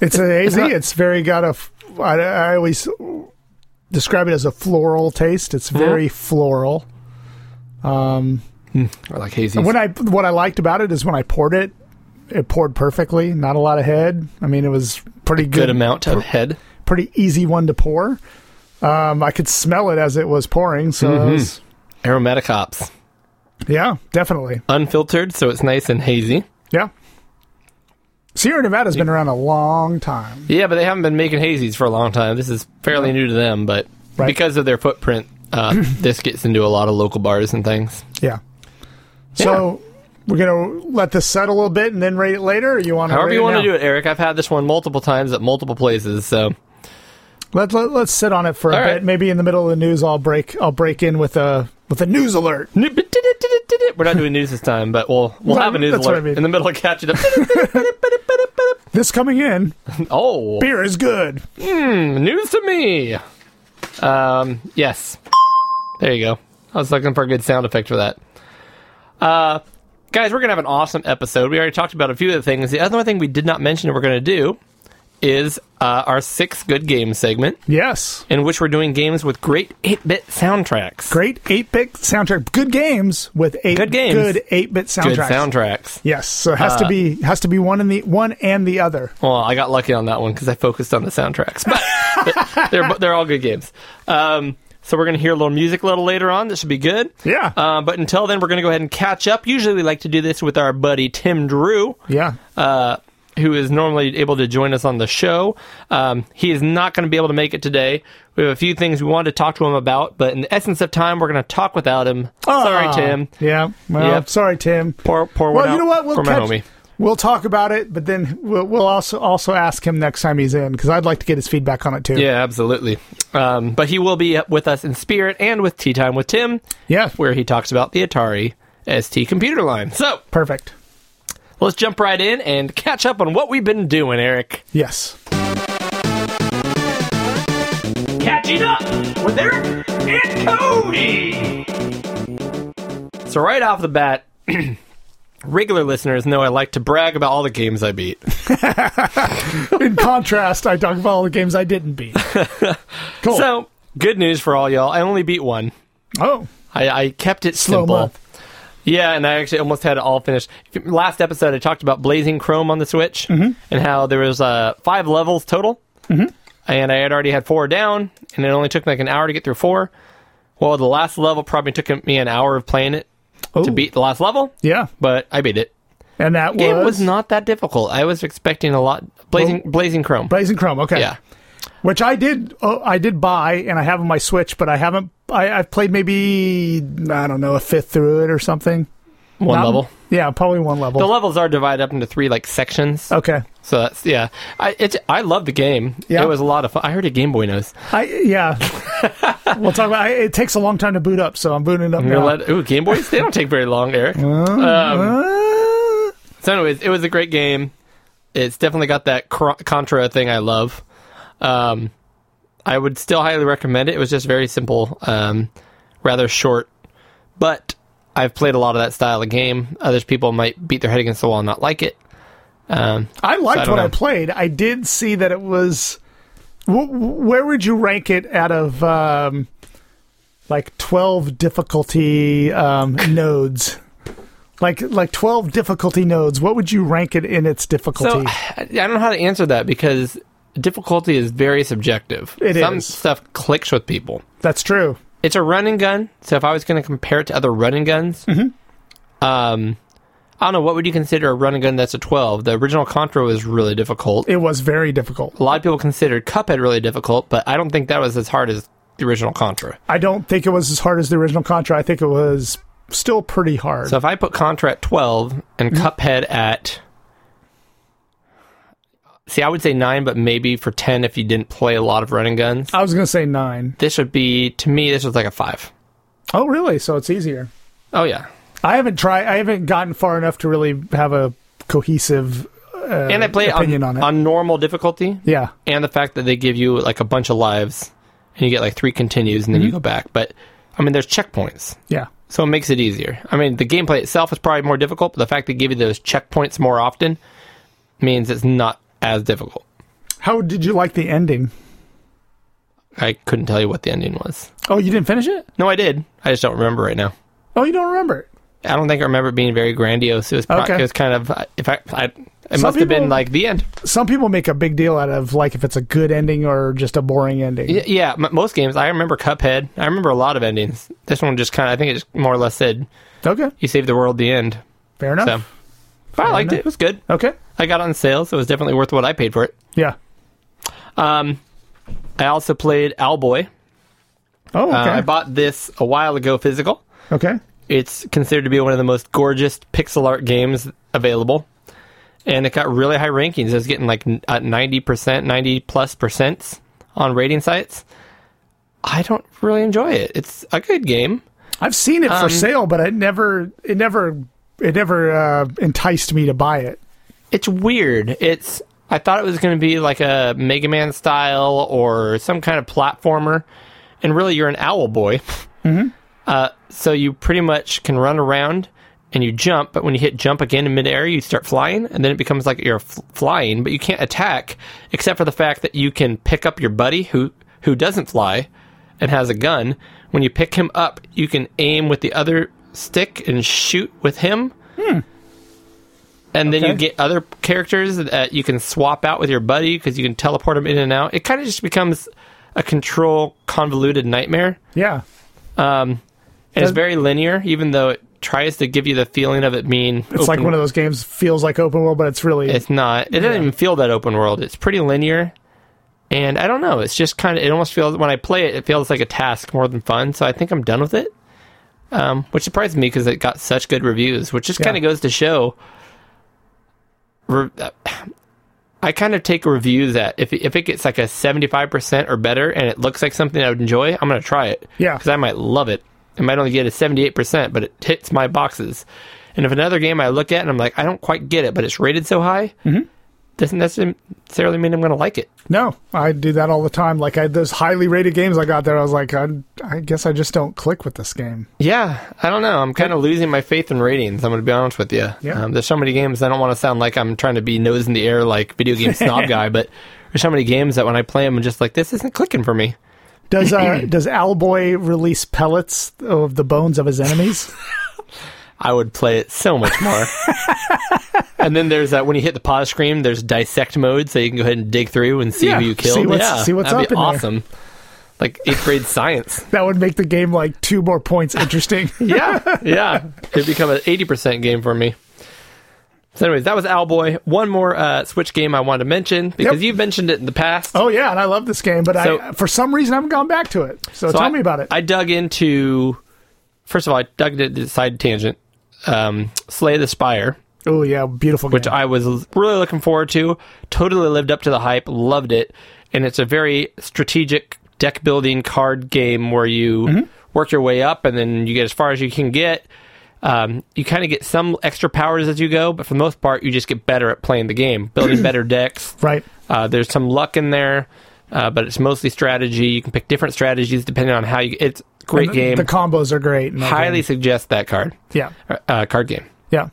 Speaker 5: It's a hazy.
Speaker 1: not-
Speaker 5: It's very got a. f- I, I always describe it as a floral taste. It's
Speaker 1: Uh-huh.
Speaker 5: very floral.
Speaker 1: Or like hazy.
Speaker 5: When I what I liked about it is when I poured it, it poured perfectly. Not a lot of head. I mean, it was pretty
Speaker 1: good
Speaker 5: good,
Speaker 1: amount of head.
Speaker 5: pretty easy one to pour. Um, I could smell it as it was pouring. So it
Speaker 1: Mm-hmm.
Speaker 5: was-
Speaker 1: Aromatic hops,
Speaker 5: yeah, definitely,
Speaker 1: unfiltered, so it's nice and hazy.
Speaker 5: yeah. Sierra Nevada's been around a long time.
Speaker 1: Yeah, but they haven't been making hazies for a long time. This is fairly new to them, but
Speaker 5: Right.
Speaker 1: because of their footprint, uh, this gets into a lot of local bars and things.
Speaker 5: Yeah. So We're gonna let this settle a little bit and then rate it later. Or you want to?
Speaker 1: However
Speaker 5: rate
Speaker 1: you
Speaker 5: it
Speaker 1: want
Speaker 5: now?
Speaker 1: to do it, Eric. I've had this one multiple times at multiple places, so
Speaker 5: Let, let let's sit on it for a
Speaker 1: All
Speaker 5: bit.
Speaker 1: right.
Speaker 5: Maybe in the middle of the news, I'll break. I'll break in with a with a news alert.
Speaker 1: we're not doing news this time, but we'll we'll
Speaker 5: Well,
Speaker 1: have a news
Speaker 5: that's what I
Speaker 1: alert
Speaker 5: mean.
Speaker 1: in the middle of catching up.
Speaker 5: This coming in,
Speaker 1: oh,
Speaker 5: beer is good.
Speaker 1: news to me. Um, yes. There you go. I was looking for a good sound effect for that. Uh, guys, we're going to have an awesome episode. We already talked about a few of the things. The other thing we did not mention that we're going to do is uh, our sixth good game segment,
Speaker 5: Yes,
Speaker 1: in which we're doing games with great 8 bit soundtracks.
Speaker 5: great eight bit soundtrack. Good games with eight
Speaker 1: Good games.
Speaker 5: eight bit soundtracks.
Speaker 1: Good Uh, soundtracks.
Speaker 5: Yes, so it has to be has to be one in the one and the other.
Speaker 1: Well, I got lucky on that one because I focused on the soundtracks, but they're they're all good games. Um, so we're gonna hear a little music a little later on. That should be good.
Speaker 5: Yeah.
Speaker 1: Uh, but until then, we're gonna go ahead and catch up. Usually, we like to do this with our buddy Tim Drew,
Speaker 5: Yeah,
Speaker 1: uh, who is normally able to join us on the show. Um, he is not gonna be able to make it today. We have a few things we wanted to talk to him about, but in the essence of time, we're gonna talk without him. Sorry,
Speaker 5: Ah,
Speaker 1: Tim.
Speaker 5: Yeah. Well,
Speaker 1: Yep.
Speaker 5: sorry, Tim.
Speaker 1: Pour pour one
Speaker 5: well,
Speaker 1: out
Speaker 5: you know what? We'll
Speaker 1: for my
Speaker 5: catch-
Speaker 1: homie.
Speaker 5: We'll talk about it, but then we'll, we'll also also ask him next time he's in because I'd like to get his feedback on it too.
Speaker 1: Yeah, absolutely. Um, but he will be with us in spirit and with Tea Time with Tim,
Speaker 5: Yeah.
Speaker 1: where he talks about the Atari ST computer line. So
Speaker 5: Perfect.
Speaker 1: let's jump right in and catch up on what we've been doing, Eric.
Speaker 5: Yes.
Speaker 4: Catching up with Eric and Cody.
Speaker 1: So, right off the bat, regular listeners know I like to brag about all the games I beat.
Speaker 5: In contrast, I talk about all the games I didn't beat. Cool.
Speaker 1: So, good news for all y'all. I only beat one.
Speaker 5: oh,
Speaker 1: I, I kept it
Speaker 5: Slow
Speaker 1: simple.
Speaker 5: month.
Speaker 1: Yeah, and I actually almost had it all finished. If you- Last episode, I talked about Blazing Chrome on the Switch
Speaker 5: Mm-hmm.
Speaker 1: and how there was uh, five levels total, and I had already had four down, and it only took me like an hour to get through four. Well, the last level probably took me an hour of playing it
Speaker 5: oh
Speaker 1: to beat the last level,
Speaker 5: Yeah,
Speaker 1: but I beat it.
Speaker 5: and that
Speaker 1: Game
Speaker 5: was,
Speaker 1: was not that difficult. I was expecting a lot. Blazing Blazing Chrome.
Speaker 5: Blazing Chrome. Okay.
Speaker 1: yeah.
Speaker 5: Which I did. Oh, I did buy, and I have on my Switch, but I haven't. I, I've played maybe I don't know a fifth through it or something.
Speaker 1: One
Speaker 5: Not-
Speaker 1: level.
Speaker 5: Yeah, probably one level.
Speaker 1: The levels are divided up into three like sections.
Speaker 5: okay.
Speaker 1: So that's yeah. I it's I love the game.
Speaker 5: Yeah.
Speaker 1: It was a lot of fun. I heard a Game Boy nose.
Speaker 5: I yeah. we'll talk about. I, it takes a long time to boot up, so I'm booting it up
Speaker 1: You're
Speaker 5: now.
Speaker 1: allowed- ooh, Game Boys? they don't take very long, Eric. Um,
Speaker 5: Uh,
Speaker 1: so, anyways, it was a great game. It's definitely got that cr- Contra thing I love. Um, I would still highly recommend it. It was just very simple, um, rather short, but I've played a lot of that style of game. Others people might beat their head against the wall and not like it. Um,
Speaker 5: I liked
Speaker 1: I don't
Speaker 5: what I
Speaker 1: know.
Speaker 5: played. I did see that it was. Wh- wh- where would you rank it out of um, like twelve difficulty um, nodes? Like like twelve difficulty nodes. What would you rank it in its
Speaker 1: so
Speaker 5: difficulty?
Speaker 1: I, I don't know how to answer that because difficulty is very subjective.
Speaker 5: It
Speaker 1: Some
Speaker 5: is.
Speaker 1: stuff clicks with people.
Speaker 5: That's true.
Speaker 1: it's a run and gun. So if I was going to compare it to other run and guns,
Speaker 5: Mm-hmm.
Speaker 1: um, I don't know what would you consider a run and gun that's a twelve. The original Contra was really difficult.
Speaker 5: It was very difficult.
Speaker 1: A lot of people considered Cuphead really difficult, but I don't think that was as hard as the original Contra.
Speaker 5: I don't think it was as hard as the original Contra. I think it was still pretty hard.
Speaker 1: So if I put Contra at twelve and
Speaker 5: Mm-hmm.
Speaker 1: Cuphead at See, I would say nine, but maybe for ten if you didn't play a lot of run and guns.
Speaker 5: I was gonna say nine.
Speaker 1: This would be to me. This was like a five.
Speaker 5: Oh really? So it's easier.
Speaker 1: Oh yeah,
Speaker 5: I haven't tried. I haven't gotten far enough to really have a cohesive.
Speaker 1: and I played it on,
Speaker 5: Uh, opinion on it.
Speaker 1: on normal difficulty.
Speaker 5: Yeah.
Speaker 1: and the fact that they give you like a bunch of lives and you get like three continues and then you
Speaker 5: Mm-hmm.
Speaker 1: go back but i mean there's checkpoints
Speaker 5: Yeah.
Speaker 1: so it makes it easier i mean the gameplay itself is probably more difficult but the fact they give you those checkpoints more often means it's not as difficult
Speaker 5: How did you like the ending?
Speaker 1: i couldn't tell you what the ending was
Speaker 5: Oh, you didn't finish it?
Speaker 1: no i did i just don't remember right now
Speaker 5: Oh, you don't remember it?
Speaker 1: i don't think i remember it being very grandiose it was, pro-
Speaker 5: Okay.
Speaker 1: it was kind of if i, I it
Speaker 5: Some
Speaker 1: must have
Speaker 5: people-
Speaker 1: been like the end
Speaker 5: Some people make a big deal out of like if it's a good ending or just a boring ending.
Speaker 1: Y- Yeah, m- most games. I remember Cuphead. I remember a lot of endings. This one just kind of, I think it just more or less said,
Speaker 5: Okay,
Speaker 1: you save the world, the end.
Speaker 5: fair enough.
Speaker 1: So, but I liked it.
Speaker 5: enough.
Speaker 1: It was good.
Speaker 5: Okay,
Speaker 1: I got it on sale, so it was definitely worth what I paid for it.
Speaker 5: yeah.
Speaker 1: Um, I also played Owlboy.
Speaker 5: Oh, okay.
Speaker 1: Uh, I bought this a while ago physical,
Speaker 5: okay.
Speaker 1: It's considered to be one of the most gorgeous pixel art games available. And it got really high rankings. It was getting like n- at 90%, 90 plus percents on rating sites. I don't really enjoy it. It's a good game.
Speaker 5: I've seen it for sale, but it never, it never, it never uh, enticed me to buy it.
Speaker 1: it's weird. It's I thought it was going to be like a Mega Man style or some kind of platformer, and really you're an owl boy. Mm-hmm. Uh, so you pretty much can run around and you jump, but when you hit jump again in midair, you start flying, and then it becomes like you're f- flying, but you can't attack except for the fact that you can pick up your buddy who who doesn't fly and has a gun. When you pick him up, you can aim with the other stick and shoot with him and then you
Speaker 5: Okay.
Speaker 1: get other characters that you can swap out with your buddy because you can teleport them in and out. It kind of just becomes a control convoluted nightmare,
Speaker 5: Yeah,
Speaker 1: and it's
Speaker 5: Does-
Speaker 1: very linear, even though it tries to give you the feeling of it being.
Speaker 5: it's like one of those games feels like open world, but it's really
Speaker 1: It's not. It doesn't even feel that open world. It's pretty linear, and I don't know. It's just kind of. It almost feels when I play it, it feels like a task more than fun. So I think I'm done with it, um, which surprised me because it got such good reviews, which just
Speaker 5: Yeah.
Speaker 1: kind of goes to show. Re- uh, I kind of take a review that if if it gets like a seventy five percent or better, and it looks like something I would enjoy, I'm gonna try it.
Speaker 5: Yeah.
Speaker 1: because I might love it. It might only get a seventy eight percent, but it hits my boxes. And if another game I look at and I'm like, I don't quite get it, but it's rated so high,
Speaker 5: Mm-hmm.
Speaker 1: doesn't necessarily mean I'm gonna like it.
Speaker 5: no. I do that all the time. Like I, those highly rated games I got there, I was like, I, I guess I just don't click with this game.
Speaker 1: Yeah, I don't know. I'm kind of losing my faith in ratings. I'm going to be honest with you.
Speaker 5: Yeah.
Speaker 1: Um, there's so many games. I don't want to sound like I'm trying to be nose in the air like video game snob guy, but there's so many games that when I play them, I'm just like, this isn't clicking for me.
Speaker 5: Does uh, does Owlboy release pellets of the bones of his enemies?
Speaker 1: I would play it so much more. and then there's that when you hit the pause screen, there's dissect mode, so you can go ahead and dig through and see
Speaker 5: Yeah,
Speaker 1: who you
Speaker 5: see
Speaker 1: killed.
Speaker 5: what's-
Speaker 1: yeah,
Speaker 5: see what's
Speaker 1: that'd
Speaker 5: up
Speaker 1: be
Speaker 5: in there.
Speaker 1: awesome. Like eighth grade science.
Speaker 5: that would make the game like two more points interesting.
Speaker 1: yeah, yeah. It'd become an eighty percent game for me. So, anyways, that was Owlboy. One more uh, Switch game I wanted to mention because
Speaker 5: Yep.
Speaker 1: you've mentioned it in the past.
Speaker 5: oh yeah, and I love this game, but I
Speaker 1: So-
Speaker 5: for some reason I haven't gone back to it. So,
Speaker 1: So
Speaker 5: tell
Speaker 1: I-
Speaker 5: me about it.
Speaker 1: I dug into. First of all, I dug into the side tangent. Um, Slay the Spire,
Speaker 5: oh yeah, beautiful game.
Speaker 1: which I was l- really looking forward to. Totally lived up to the hype. Loved it, and it's a very strategic deck building card game where you
Speaker 5: Mm-hmm.
Speaker 1: work your way up and then you get as far as you can get. um, you kind of get some extra powers as you go, but for the most part, you just get better at playing the game, building better decks.
Speaker 5: right.
Speaker 1: Uh, there's some luck in there, uh, but it's mostly strategy. You can pick different strategies depending on how you. It's a great
Speaker 5: And the-
Speaker 1: game.
Speaker 5: The combos are great. in that
Speaker 1: Highly
Speaker 5: game.
Speaker 1: suggest that card,
Speaker 5: Yeah.
Speaker 1: uh, card game.
Speaker 5: Yeah.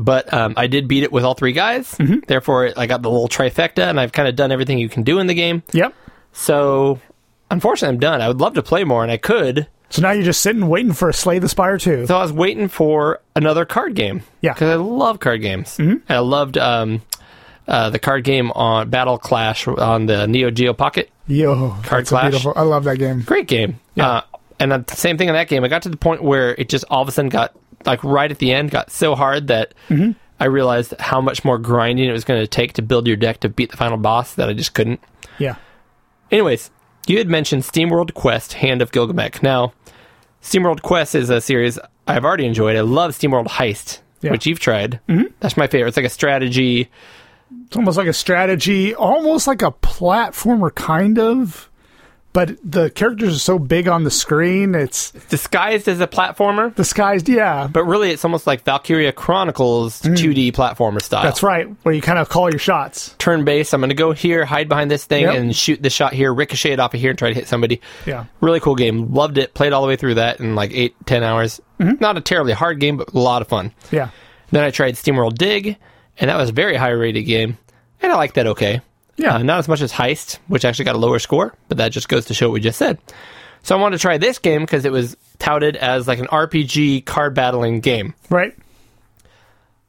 Speaker 1: But um, I did beat it with all three guys. Therefore, I got the little trifecta, and I've kind of done everything you can do in the game.
Speaker 5: Yep.
Speaker 1: So, unfortunately, I'm done. I would love to play more, and I could.
Speaker 5: So now you're just sitting waiting for a Slay the Spire 2.
Speaker 1: So I was waiting for another card game.
Speaker 5: Yeah.
Speaker 1: because I love card games. And I loved um, uh, the card game on Battle Clash on the Neo Geo Pocket.
Speaker 5: Yo,
Speaker 1: Card
Speaker 5: that's a
Speaker 1: Clash.
Speaker 5: beautiful. I love that game.
Speaker 1: Great game. Uh, and the same thing in that game. I got to the point where it just all of a sudden got like right at the end got so hard that
Speaker 5: Mm-hmm.
Speaker 1: I realized how much more grinding it was going to take to build your deck to beat the final boss that I just couldn't.
Speaker 5: Yeah.
Speaker 1: Anyways, you had mentioned SteamWorld Quest Hand of Gilgamesh. Now, SteamWorld Quest is a series I've already enjoyed. I love SteamWorld Heist,
Speaker 5: Yeah.
Speaker 1: which you've tried. Mm-hmm. That's my favorite. It's like a strategy.
Speaker 5: It's almost like a strategy, almost like a platformer kind of, but the characters are so big on the screen, it's
Speaker 1: It's disguised as a platformer,
Speaker 5: disguised, yeah.
Speaker 1: but really it's almost like Valkyria Chronicles 2D platformer style.
Speaker 5: Mm. That's right, where you kind of call your shots.
Speaker 1: turn based. I'm going to go here, hide behind this thing,
Speaker 5: Yep.
Speaker 1: and shoot this shot here, ricochet it off of here, and try to hit somebody.
Speaker 5: Yeah.
Speaker 1: Really cool game. Loved it. Played all the way through that in like eight, ten hours.
Speaker 5: Mm-hmm.
Speaker 1: Not a terribly hard game, but a lot of fun.
Speaker 5: Yeah.
Speaker 1: Then I tried SteamWorld Dig, and that was a very high rated game, and I liked that okay.
Speaker 5: Yeah.
Speaker 1: Uh, not as much as Heist, which actually got a lower score, but that just goes to show what we just said. So I wanted to try this game because it was touted as like an RPG card battling game.
Speaker 5: Right?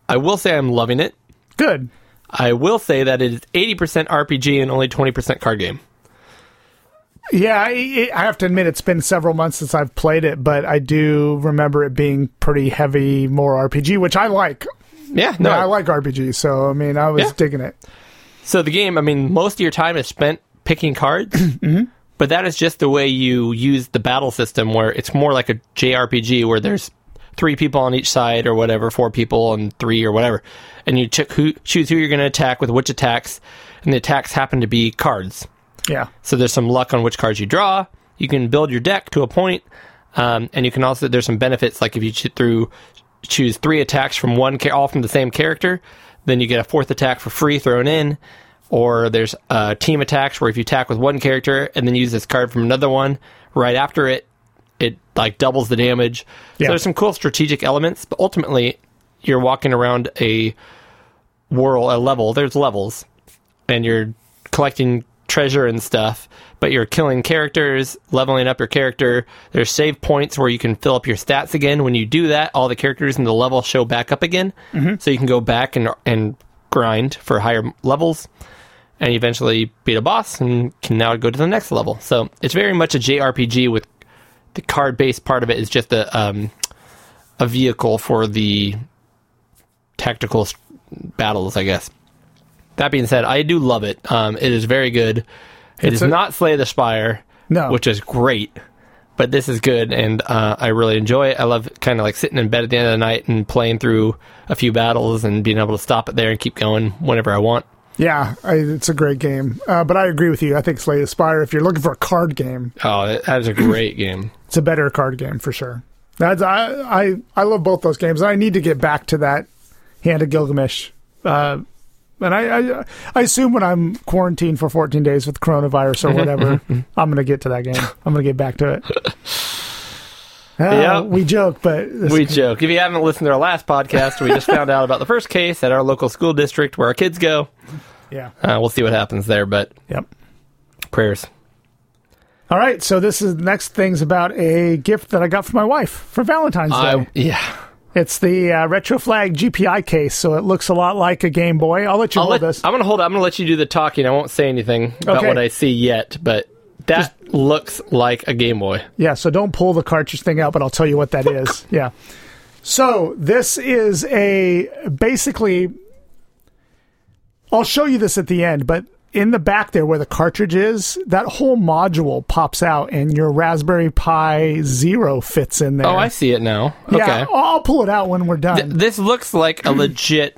Speaker 1: I will say I'm loving it.
Speaker 5: Good.
Speaker 1: I will say that it is 80% RPG and only 20% card game.
Speaker 5: Yeah, I, I have to admit it's been several months since I've played it, but I do remember it being pretty heavy, more RPG, which I like.
Speaker 1: Yeah, no,
Speaker 5: I like RPG, so I mean, I was
Speaker 1: Yeah.
Speaker 5: digging it.
Speaker 1: So the game, I mean, most of your time is spent picking cards, but that is just the way you use the battle system, where it's more like a JRPG, where there's three people on each side or whatever, four people and three or whatever, and you check who choose who you're going to attack with which attacks, and the attacks happen to be cards.
Speaker 5: Yeah.
Speaker 1: So there's some luck on which cards you draw. You can build your deck to a point, um, and you can also there's some benefits like if you ch- through choose three attacks from one cha- all from the same character, then you get a fourth attack for free thrown in. Or there's uh, team attacks where if you attack with one character and then use this card from another one right after it, it like doubles the damage.
Speaker 5: Yeah.
Speaker 1: So there's some cool strategic elements, but ultimately you're walking around a world, a level. There's levels, and you're collecting treasure and stuff, but you're killing characters, leveling up your character. There's save points where you can fill up your stats again. When you do that, all the characters in the level show back up again, so you can go back and and grind for higher levels. And eventually beat a boss and can now go to the next level. So it's very much a JRPG with the card based part of it is just a um, a vehicle for the tactical s- battles, I guess. That being said, I do love it. Um, it is very good. It does
Speaker 5: a-
Speaker 1: not slay the spire,
Speaker 5: No.
Speaker 1: which is great. But this is good, and uh, I really enjoy it. I love kind of like sitting in bed at the end of the night and playing through a few battles and being able to stop it there and keep going whenever I want.
Speaker 5: Yeah, I, it's a great game. Uh, but I agree with you. I think Slay the Spire, if you're looking for a card game,
Speaker 1: Oh, that that is a great game.
Speaker 5: it's a better card game for sure. That's I I, I love both those games. I need to get back to that Hand of Gilgamesh. Uh, and I, I I assume when I'm quarantined for 14 days with coronavirus or whatever, I'm gonna get to that game. I'm gonna get back to it. Uh,
Speaker 1: Yep.
Speaker 5: we joke, but this-
Speaker 1: We joke. If you haven't listened to our last podcast, we just found out about the first case at our local school district where our kids go.
Speaker 5: yeah,
Speaker 1: Uh, we'll see what happens there, but
Speaker 5: yep.
Speaker 1: prayers.
Speaker 5: All right, so this is next thing's about a gift that I got for my wife for Valentine's Day.
Speaker 1: I, yeah.
Speaker 5: It's the uh, retro flag GPI case, so it looks a lot like a Game Boy. I'll let you
Speaker 1: I'll
Speaker 5: hold
Speaker 1: let,
Speaker 5: this.
Speaker 1: I'm gonna hold. I'm gonna let you do the talking. I won't say anything about
Speaker 5: Okay.
Speaker 1: what I see yet, but that looks like a Game Boy.
Speaker 5: Yeah, so don't pull the cartridge thing out, but I'll tell you what that is. Yeah. So this is a basically. I'll show you this at the end, but in the back there where the cartridge is, that whole module pops out, and your Raspberry Pi Zero fits in there.
Speaker 1: Oh, I see it now.
Speaker 5: Yeah,
Speaker 1: Okay,
Speaker 5: I'll- I'll pull it out when we're done.
Speaker 1: this looks like a legit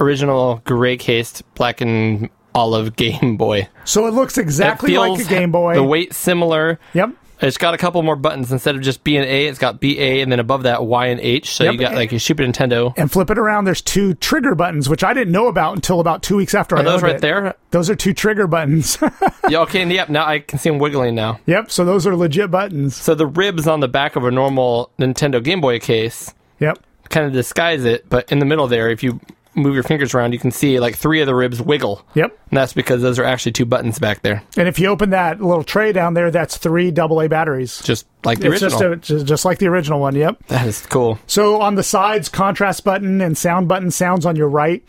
Speaker 1: original gray cased black and olive Game Boy.
Speaker 5: so it looks exactly
Speaker 1: it
Speaker 5: like a
Speaker 1: feels-
Speaker 5: Game Boy.
Speaker 1: The weight similar.
Speaker 5: Yep.
Speaker 1: It's got a couple more buttons instead of just B and A. It's got B A, and then above that Y and H. So
Speaker 5: Yep.
Speaker 1: you got like your Super Nintendo.
Speaker 5: and flip it around. There's two trigger buttons, which I didn't know about until about two weeks after I
Speaker 1: Are those
Speaker 5: owned
Speaker 1: right
Speaker 5: it.
Speaker 1: there?
Speaker 5: Those are two trigger buttons.
Speaker 1: Yeah. Okay. And yep. Now I can see them wiggling now.
Speaker 5: yep. So those are legit buttons.
Speaker 1: So the ribs on the back of a normal Nintendo Game Boy case
Speaker 5: Yep.
Speaker 1: kind of disguise it, but in the middle there, if you move your fingers around, you can see like three of the ribs wiggle.
Speaker 5: Yep.
Speaker 1: And that's because those are actually two buttons back there,
Speaker 5: And if you open that little tray down there, that's three AA batteries.
Speaker 1: just like the
Speaker 5: It's
Speaker 1: original.
Speaker 5: just, a, just just like the original one. Yep.
Speaker 1: that is cool.
Speaker 5: So on the sides, contrast button and sound button. Sounds on your right,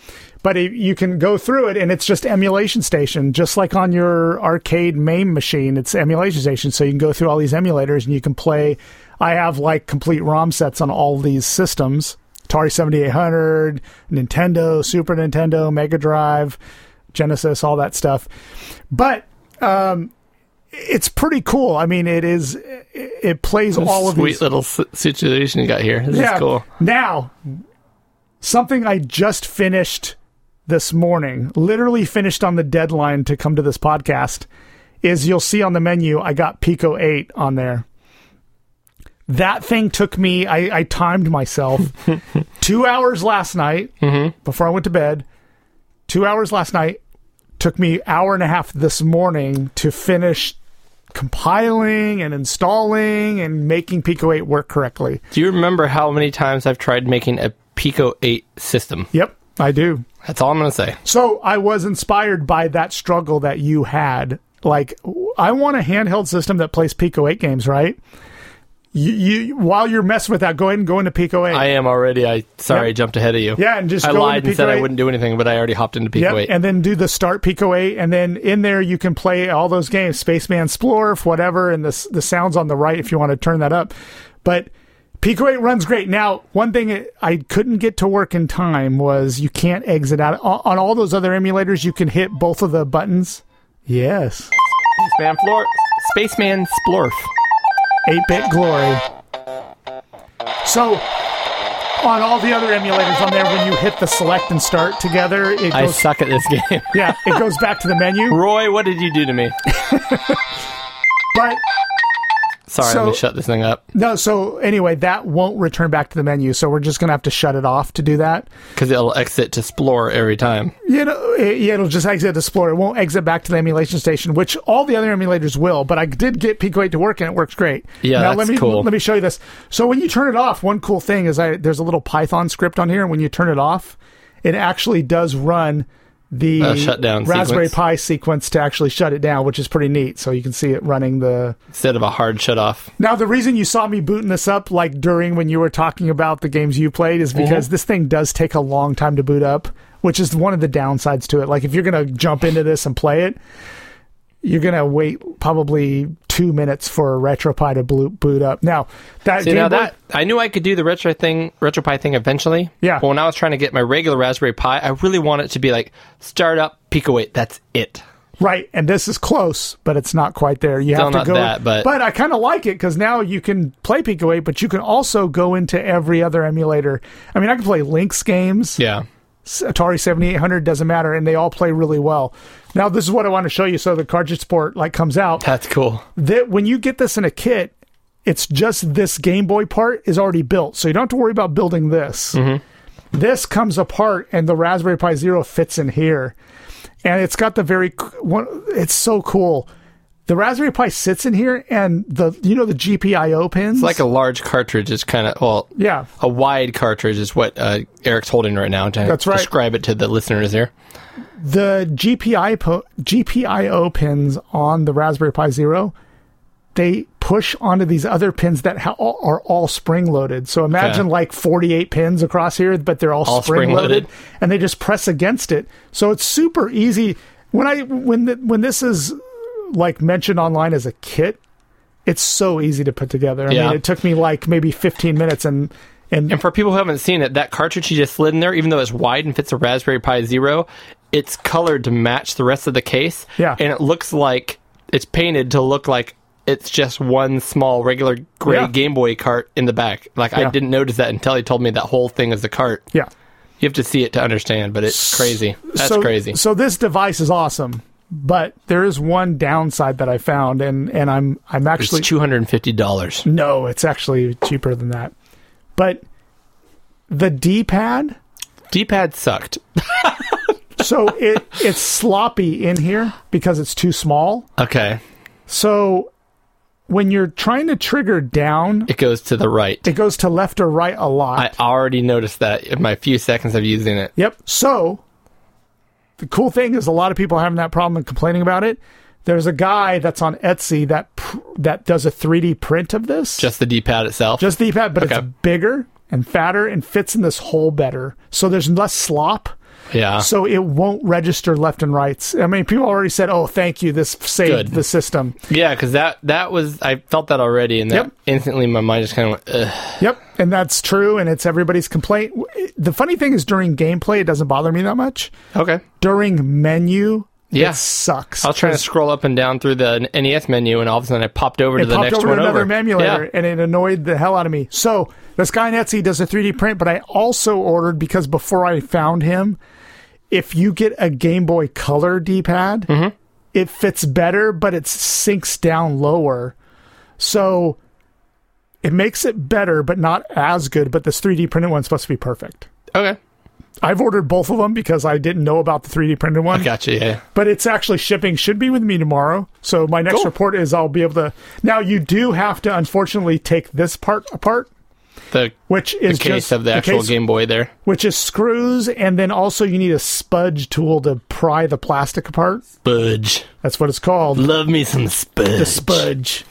Speaker 5: but it, you can go through it, and it's just emulation station, just like on your arcade main machine. It's emulation station, so you can go through all these emulators and you can play. I have like complete ROM sets on all these systems: Atari seventy eight hundred, Nintendo, Super Nintendo, Mega Drive, Genesis, all that stuff. But um, it's pretty cool. I mean, it is. It, it plays all of
Speaker 1: Sweet
Speaker 5: these
Speaker 1: little s- situation you got here. This is cool.
Speaker 5: now, something I just finished this morning, literally finished on the deadline to come to this podcast, is you'll see on the menu, I got Pico 8 on there. That thing took me, I, I timed myself two hours last night
Speaker 1: Mm-hmm.
Speaker 5: before I went to bed. Two hours last night took me hour and a half this morning to finish compiling and installing and making Pico 8 work correctly.
Speaker 1: Do you remember how many times I've tried making a Pico 8 system?
Speaker 5: Yep, I do.
Speaker 1: That's all I'm going to say.
Speaker 5: So I was inspired by that struggle that you had. Like, I want a handheld system that plays Pico 8 games, right? You, you while you're messing with that, go ahead and go into Pico 8.
Speaker 1: I am already. I sorry,
Speaker 5: Yep.
Speaker 1: I jumped ahead of you.
Speaker 5: Yeah, and just
Speaker 1: I
Speaker 5: go
Speaker 1: lied
Speaker 5: into
Speaker 1: and said
Speaker 5: Pico
Speaker 1: I
Speaker 5: 8.
Speaker 1: wouldn't do anything, but I already hopped into Pico
Speaker 5: Yep,
Speaker 1: 8.
Speaker 5: and then do the start Pico 8, and then in there you can play all those games, Spaceman Splorf, whatever, and the, s- the sounds on the right if you want to turn that up. But Pico 8 runs great. Now, one thing it- I couldn't get to work in time was you can't exit out. On on all those other emulators, you can hit both of the buttons. Yes.
Speaker 1: Spaceman Flor- Spaceman Splorf.
Speaker 5: 8 bit glory. So on all the other emulators on there, when you hit the select and start together, it
Speaker 1: I
Speaker 5: goes.
Speaker 1: suck at this game.
Speaker 5: yeah, it goes back to the menu.
Speaker 1: Roy, what did you do to me?
Speaker 5: But
Speaker 1: Sorry,
Speaker 5: So-
Speaker 1: let me shut this thing up
Speaker 5: no, so anyway, that won't return back to the menu. So we're just gonna have to shut it off to do that.
Speaker 1: because it'll exit to explore every time.
Speaker 5: You know, it, yeah, it'll just exit Explorer. It won't exit back to the emulation station, which all the other emulators will. But I did get Pico 8 to work, and it works great.
Speaker 1: Yeah,
Speaker 5: now, let
Speaker 1: that's
Speaker 5: me
Speaker 1: cool.
Speaker 5: let me show you this. So when you turn it off, one cool thing is I there's a little Python script on here, and when you turn it off, it actually does run the
Speaker 1: Uh, shutdown
Speaker 5: Raspberry
Speaker 1: sequence.
Speaker 5: Pi sequence to actually shut it down, which is pretty neat. So you can see it running the
Speaker 1: Instead of a hard shut off.
Speaker 5: now, the reason you saw me booting this up, like during when you were talking about the games you played, is
Speaker 1: Mm-hmm.
Speaker 5: because this thing does take a long time to boot up, which is one of the downsides to it. Like, if you're going to jump into this and play it, you're going to wait probably two minutes for RetroPie to blo- boot up. Now, that
Speaker 1: See
Speaker 5: Game
Speaker 1: now
Speaker 5: Boy-
Speaker 1: that I knew I could do the retro thing, RetroPie thing eventually.
Speaker 5: Yeah.
Speaker 1: But when I was trying to get my regular Raspberry Pi, I really want it to be like start up, pico eight. That's it.
Speaker 5: Right, and this is close, but it's not quite there. You
Speaker 1: Still
Speaker 5: have to
Speaker 1: not
Speaker 5: go,
Speaker 1: that, but-
Speaker 5: I kind of like it because now you can play Pico Eight, but you can also go into every other emulator. I mean, I can play Lynx games.
Speaker 1: Yeah.
Speaker 5: Atari 7800 doesn't matter and they all play really well. Now this is what I want to show you so the cartridge sport like comes out
Speaker 1: That's cool.
Speaker 5: that when you get this in a kit it's just this Game Boy part is already built so you don't have to worry about building this.
Speaker 1: Mm-hmm.
Speaker 5: This comes apart and the Raspberry Pi Zero fits in here. And it's got the very c- one it's so cool. The Raspberry Pi sits in here and the you know the GPIO pins
Speaker 1: Like a large cartridge is kind of well,
Speaker 5: yeah.
Speaker 1: a wide cartridge is what uh, Eric's holding right now to
Speaker 5: That's right.
Speaker 1: describe it to the listeners here.
Speaker 5: the GPI po- GPIO pins on the Raspberry Pi Zero, they push onto these other pins that ha- all, are all spring loaded. So imagine
Speaker 1: Okay.
Speaker 5: like 48 pins across here, but they're all,
Speaker 1: All
Speaker 5: spring loaded,
Speaker 1: spring-loaded.
Speaker 5: and they just press against it. So it's super easy. When I when the, when this is like mentioned online as a kit, it's so easy to put together. I
Speaker 1: Yeah.
Speaker 5: mean, it took me like maybe 15 minutes and. And
Speaker 1: And for people who haven't seen it, that cartridge you just slid in there, even though it's wide and fits a Raspberry Pi Zero, it's colored to match the rest of the case.
Speaker 5: Yeah.
Speaker 1: And it looks like it's painted to look like it's just one small regular gray
Speaker 5: Yeah.
Speaker 1: Game Boy cart in the back. Like
Speaker 5: Yeah.
Speaker 1: I didn't notice that until he told me that whole thing is a cart.
Speaker 5: yeah,
Speaker 1: You have to see it to understand, but it's crazy. That's
Speaker 5: so,
Speaker 1: crazy.
Speaker 5: So this device is awesome, but there is one downside that I found, and and I'm I'm
Speaker 1: It's
Speaker 5: actually
Speaker 1: two hundred and fifty dollars.
Speaker 5: no, it's actually cheaper than that, but the D-pad.
Speaker 1: D pad sucked.
Speaker 5: So it it's sloppy in here because it's too small.
Speaker 1: Okay.
Speaker 5: So when you're trying to trigger down,
Speaker 1: It goes to the right.
Speaker 5: it goes to left or right a lot.
Speaker 1: I already noticed that in my few seconds of using it.
Speaker 5: Yep. So the cool thing is a lot of people having that problem and complaining about it. There's a guy that's on Etsy that pr- that does a 3D print of this.
Speaker 1: Just the D pad itself.
Speaker 5: just the pad, but it's
Speaker 1: Okay.
Speaker 5: bigger and fatter and fits in this hole better. So there's less slop.
Speaker 1: yeah.
Speaker 5: So it won't register left and rights. I mean, people already said, "Oh, thank you. This saved
Speaker 1: Good.
Speaker 5: the system."
Speaker 1: Yeah, because that that was I felt that already, and that
Speaker 5: Yep.
Speaker 1: instantly my mind just kind of went. Ugh.
Speaker 5: Yep, and that's true, and it's everybody's complaint. The funny thing is, during gameplay, it doesn't bother me that much.
Speaker 1: Okay,
Speaker 5: During menu,
Speaker 1: Yeah.
Speaker 5: it sucks.
Speaker 1: I was trying to scroll up and down through the NES menu, and all of a sudden I popped over to
Speaker 5: it
Speaker 1: the
Speaker 5: popped
Speaker 1: next
Speaker 5: over
Speaker 1: one
Speaker 5: another
Speaker 1: over.
Speaker 5: emulator
Speaker 1: Yeah.
Speaker 5: and it annoyed the hell out of me. So this guy on Etsy does a 3D print, but I also ordered because before I found him, if you get a Game Boy Color D pad,
Speaker 1: Mm-hmm.
Speaker 5: it fits better, but it sinks down lower. So it makes it better, but not as good. But this 3D printed one's supposed to be perfect.
Speaker 1: Okay,
Speaker 5: I've ordered both of them because I didn't know about the 3D printed one
Speaker 1: gotcha. Yeah,
Speaker 5: but it's actually shipping should be with me tomorrow so my next
Speaker 1: Cool.
Speaker 5: report is i'll be able to now you do have to unfortunately take this part apart
Speaker 1: the
Speaker 5: which is
Speaker 1: case
Speaker 5: just
Speaker 1: of the actual
Speaker 5: case,
Speaker 1: Game Boy there.
Speaker 5: which is screws and then also you need a spudge tool to pry the plastic apart
Speaker 1: Spudge,
Speaker 5: that's what it's called
Speaker 1: love me some spudge.
Speaker 5: the spudge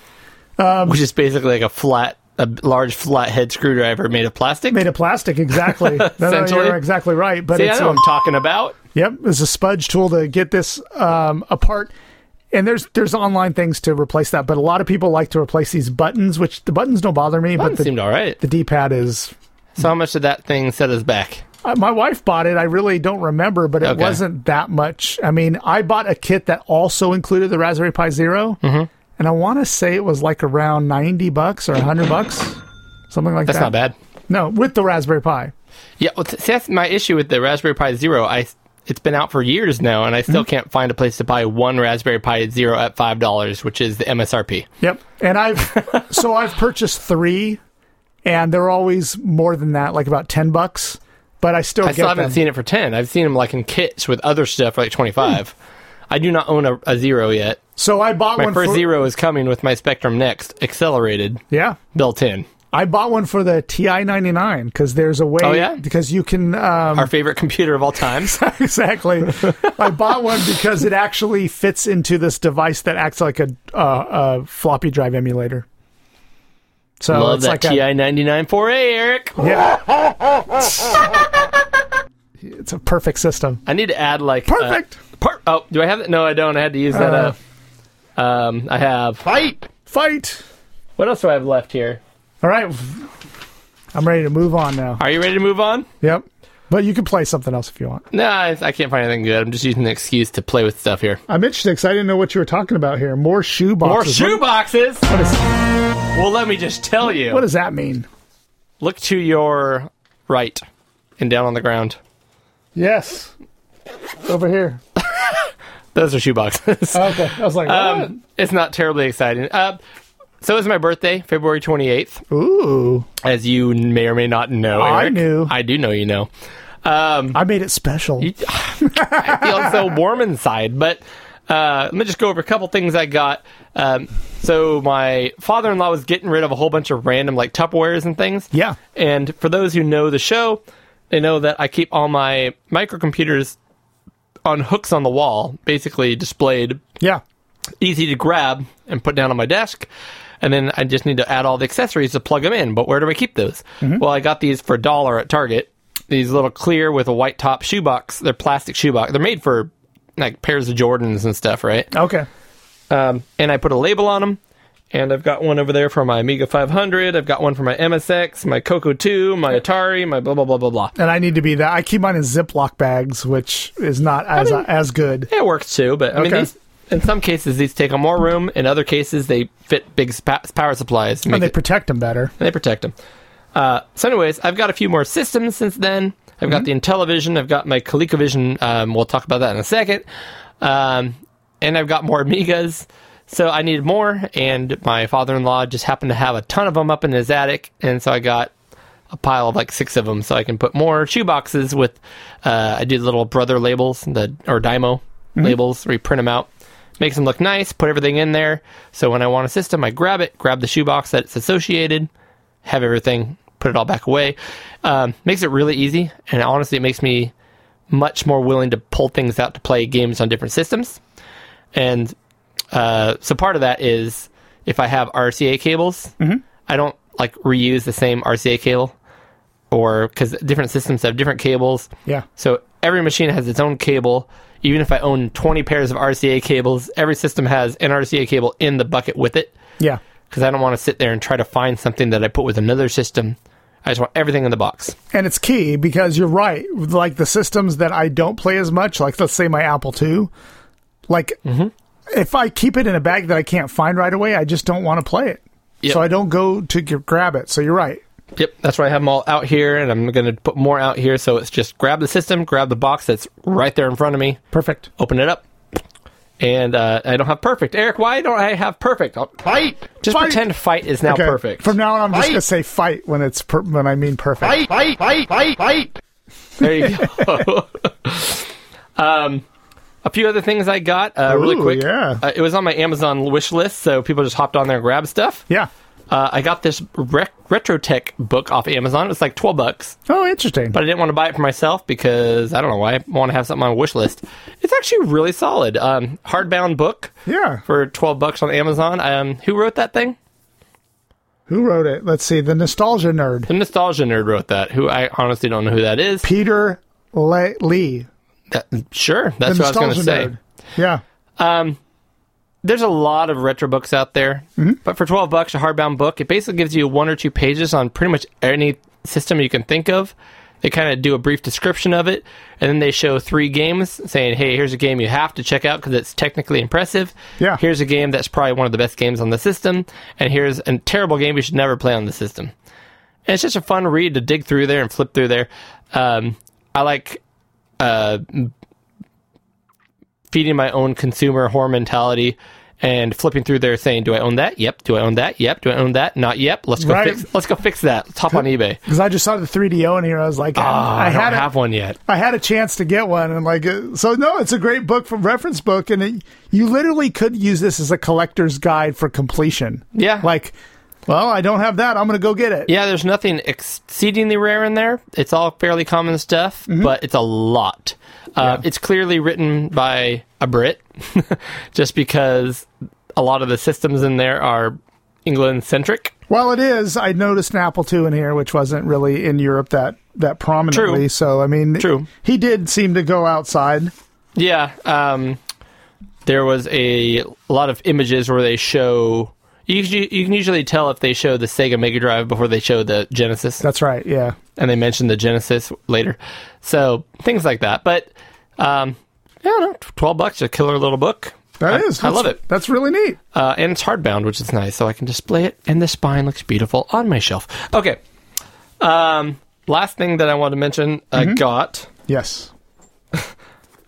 Speaker 1: Um, which is basically like a flat, a large flat head screwdriver made of plastic.
Speaker 5: made of plastic exactly No, no,
Speaker 1: Essentially.
Speaker 5: you're exactly right but
Speaker 1: See, I
Speaker 5: it's
Speaker 1: know
Speaker 5: um,
Speaker 1: what I'm talking about.
Speaker 5: Yep, it's a spudge tool to get this um, apart. And there's there's online things to replace that, but a lot of people like to replace these buttons, which the buttons don't bother me,
Speaker 1: That
Speaker 5: but the,
Speaker 1: seemed all right.
Speaker 5: the D-pad is.
Speaker 1: So how much did that thing set us back?
Speaker 5: Uh, my wife bought it. I really don't remember, but it
Speaker 1: Okay.
Speaker 5: wasn't that much. I mean, I bought a kit that also included the Raspberry Pi 0
Speaker 1: Mm-hmm.
Speaker 5: and I want to say it was like around ninety bucks or hundred bucks, something like
Speaker 1: That's
Speaker 5: that.
Speaker 1: not bad.
Speaker 5: No, with the Raspberry Pi.
Speaker 1: Yeah, well, th- see, that's my issue with the Raspberry Pi Zero. I it's been out for years now, and I still can't find a place to buy one Raspberry Pi Zero at five dollars, which is the MSRP.
Speaker 5: Yep. And I've so I've purchased three, and they're always more than that, like about ten bucks. But I still
Speaker 1: I
Speaker 5: get
Speaker 1: still haven't
Speaker 5: them.
Speaker 1: seen it for ten. I've seen them like in kits with other stuff for like twenty five. I do not own a, a Zero yet.
Speaker 5: so I bought
Speaker 1: My
Speaker 5: one
Speaker 1: first
Speaker 5: for
Speaker 1: Zero is coming with my Spectrum Next accelerated
Speaker 5: Yeah,
Speaker 1: built in.
Speaker 5: I bought one for the TI ninety nine because there's a way.
Speaker 1: Oh, yeah?
Speaker 5: because you can. Um,
Speaker 1: Our favorite computer of all time.
Speaker 5: exactly. I bought one because it actually fits into this device that acts like a, uh, a floppy drive emulator. So
Speaker 1: Love
Speaker 5: it's
Speaker 1: that
Speaker 5: like a,
Speaker 1: TI ninety nine four A, Eric.
Speaker 5: yeah. it's a perfect system.
Speaker 1: I need to add like uh,
Speaker 5: Perfect.
Speaker 1: part. Oh, do I have that? No, I don't. I had to use that
Speaker 5: Uh.
Speaker 1: up. Um, I have.
Speaker 5: Fight.
Speaker 1: What else do I have left here?
Speaker 5: All right. I'm ready to move on now.
Speaker 1: Are you ready to move on?
Speaker 5: Yep. But you can play something else if you want.
Speaker 1: No, I, I can't find anything good. I'm just using the excuse to play with stuff here.
Speaker 5: I'm interested because I didn't know what you were talking about here. More shoe
Speaker 1: More
Speaker 5: boxes.
Speaker 1: shoe boxes.
Speaker 5: What, is,
Speaker 1: Well, let me just tell you.
Speaker 5: what does that mean?
Speaker 1: Look to your right and down on the ground.
Speaker 5: Yes. Over here.
Speaker 1: Those are shoe boxes.
Speaker 5: Okay. I was like,
Speaker 1: Um, it's not terribly exciting. Uh, so it's my birthday, February 28th,
Speaker 5: what? Ooh.
Speaker 1: as you may or may not know.
Speaker 5: I
Speaker 1: Eric.
Speaker 5: knew.
Speaker 1: I do know you know.
Speaker 5: I made it special.
Speaker 1: feels so warm inside. But uh, let me just go over a couple things I got. Um, so my father-in-law was getting rid of a whole bunch of random like Tupperwares and things.
Speaker 5: Yeah.
Speaker 1: And for those who know the show, they know that I keep all my microcomputers on hooks on the wall, basically displayed,
Speaker 5: Yeah.
Speaker 1: easy to grab and put down on my desk. And then I just need to add all the accessories to plug them in. But where do I keep those?
Speaker 5: Mm-hmm.
Speaker 1: Well, I got these for a dollar at Target. These little clear with a white top shoebox. They're plastic shoebox. They're made for like pairs of Jordans and stuff, right?
Speaker 5: Okay.
Speaker 1: Um, and I put a label on them. And I've got one over there for my Amiga 500. I've got one for my MSX, my Coco 2, my Atari, my blah, blah, blah, blah, blah.
Speaker 5: And I need to be that. I keep mine in Ziploc bags, which is not as
Speaker 1: mean-
Speaker 5: as good.
Speaker 1: It works too, but I mean,
Speaker 5: Okay.
Speaker 1: these, in some cases, these take up more room. In other cases, they fit big spa- power supplies.
Speaker 5: And
Speaker 1: make
Speaker 5: they
Speaker 1: it-
Speaker 5: protect them better.
Speaker 1: They protect them. Uh, so, anyways, I've got a few more systems since then. I've got the Intellivision. I've got my ColecoVision. Um, we'll talk about that in a second. Um, and I've got more Amigas. So I needed more, and my father-in-law just happened to have a ton of them up in his attic, and so I got a pile of like six of them, so I can put more shoe boxes with. Uh, I do the little brother labels, the or Dymo labels, reprint them out, makes them look nice. Put everything in there, so when I want a system, I grab it, grab the shoe box that it's associated, have everything, put it all back away. Um, makes it really easy, and honestly, it makes me much more willing to pull things out to play games on different systems. And uh, so part of that is if I have RCA cables, I don't like reuse the same RCA cable, or because different systems have different cables.
Speaker 5: Yeah.
Speaker 1: So every machine has its own cable. Even if I own 20 pairs of RCA cables, every system has an RCA cable in the bucket with it
Speaker 5: Yeah.
Speaker 1: because I don't want to sit there and try to find something that I put with another system. I just want everything in the box.
Speaker 5: And it's key because you're right. Like the systems that I don't play as much, like let's say my Apple II, like
Speaker 1: Mm-hmm.
Speaker 5: if I keep it in a bag that I can't find right away, I just don't want to play it.
Speaker 1: Yep.
Speaker 5: So I don't go to g- grab it. So you're right.
Speaker 1: Yep, that's why I have them all out here, and I'm going to put more out here. So it's just grab the system, grab the box that's right there in front of me,
Speaker 5: Perfect.
Speaker 1: open it up, and uh, I don't have perfect. Eric, why don't I have perfect? I'll, fight. Just
Speaker 5: Fight.
Speaker 1: pretend fight is now
Speaker 5: Okay.
Speaker 1: perfect.
Speaker 5: From now on, I'm just gonna say fight when it's per- when I mean perfect.
Speaker 1: There you go. um, a few other things I got uh, really
Speaker 5: Ooh,
Speaker 1: quick.
Speaker 5: yeah.
Speaker 1: Uh, it was on my Amazon wish list, so people just hopped on there and grabbed stuff.
Speaker 5: Yeah.
Speaker 1: Uh, I got this rec- RetroTech book off Amazon. It was like 12 bucks,
Speaker 5: Oh, interesting.
Speaker 1: but I didn't want to buy it for myself because I don't know why. I want to have something on a wish list. It's actually really solid. Um, hardbound book
Speaker 5: yeah.
Speaker 1: for 12 bucks on Amazon. Um, who wrote that thing?
Speaker 5: Who wrote it? Let's see. The nostalgia nerd,
Speaker 1: The Nostalgia Nerd wrote that, who I honestly don't know who that is.
Speaker 5: Peter Le- Lee.
Speaker 1: That- sure,
Speaker 5: The
Speaker 1: that's what I was
Speaker 5: nostalgia
Speaker 1: going to say.
Speaker 5: nerd. Yeah.
Speaker 1: there's a lot of retro books out there, but for 12 bucks, a hardbound book, it basically gives you one or two pages on pretty much any system you can think of. They kind of do a brief description of it, and then they show three games saying, hey, here's a game you have to check out because it's technically impressive.
Speaker 5: Yeah.
Speaker 1: Here's a game that's probably one of the best games on the system, and here's a terrible game you should never play on the system. And it's just a fun read to dig through there and flip through there. Um, I like uh, m- feeding my own consumer whore mentality and flipping through there saying, "Do I own that? Yep. Do I own that? Yep. Do I own that? Not yep. Let's go
Speaker 5: Right.
Speaker 1: fix. Let's go fix that. Let's hop on eBay.
Speaker 5: Because I just saw the 3DO in here. I was like, I,
Speaker 1: Ah, I,
Speaker 5: had
Speaker 1: don't
Speaker 5: it-
Speaker 1: have one yet.
Speaker 5: I had a chance to get one, and like, uh, so no, it's a great book from reference book, and it, you literally could use this as a collector's guide for completion.
Speaker 1: Yeah.
Speaker 5: like, well, I don't have that. I'm gonna go get it.
Speaker 1: Yeah, there's nothing exceedingly rare in there. It's all fairly common stuff, but it's a lot. Uh, It's clearly written by a Brit, just because a lot of the systems in there are England centric.
Speaker 5: Well, it is. I noticed an Apple II in here, which wasn't really in Europe that that prominently.
Speaker 1: True.
Speaker 5: So I mean,
Speaker 1: True.
Speaker 5: He did seem to go outside.
Speaker 1: Yeah, um, there was a lot of images where they show. You, can- you can usually tell if they show the Sega Mega Drive before they show the Genesis.
Speaker 5: That's right. Yeah.
Speaker 1: and they mentioned the Genesis later. So things like that. But um, I don't know, twelve bucks a killer little book.
Speaker 5: that
Speaker 1: I-
Speaker 5: is.
Speaker 1: I
Speaker 5: That's-
Speaker 1: love it,
Speaker 5: That's really neat.
Speaker 1: uh, and it's hardbound, which is nice, so I can display it, and the spine looks beautiful on my shelf. Okay. Um, last thing that I want to mention,
Speaker 5: Mm-hmm.
Speaker 1: I got
Speaker 5: Yes.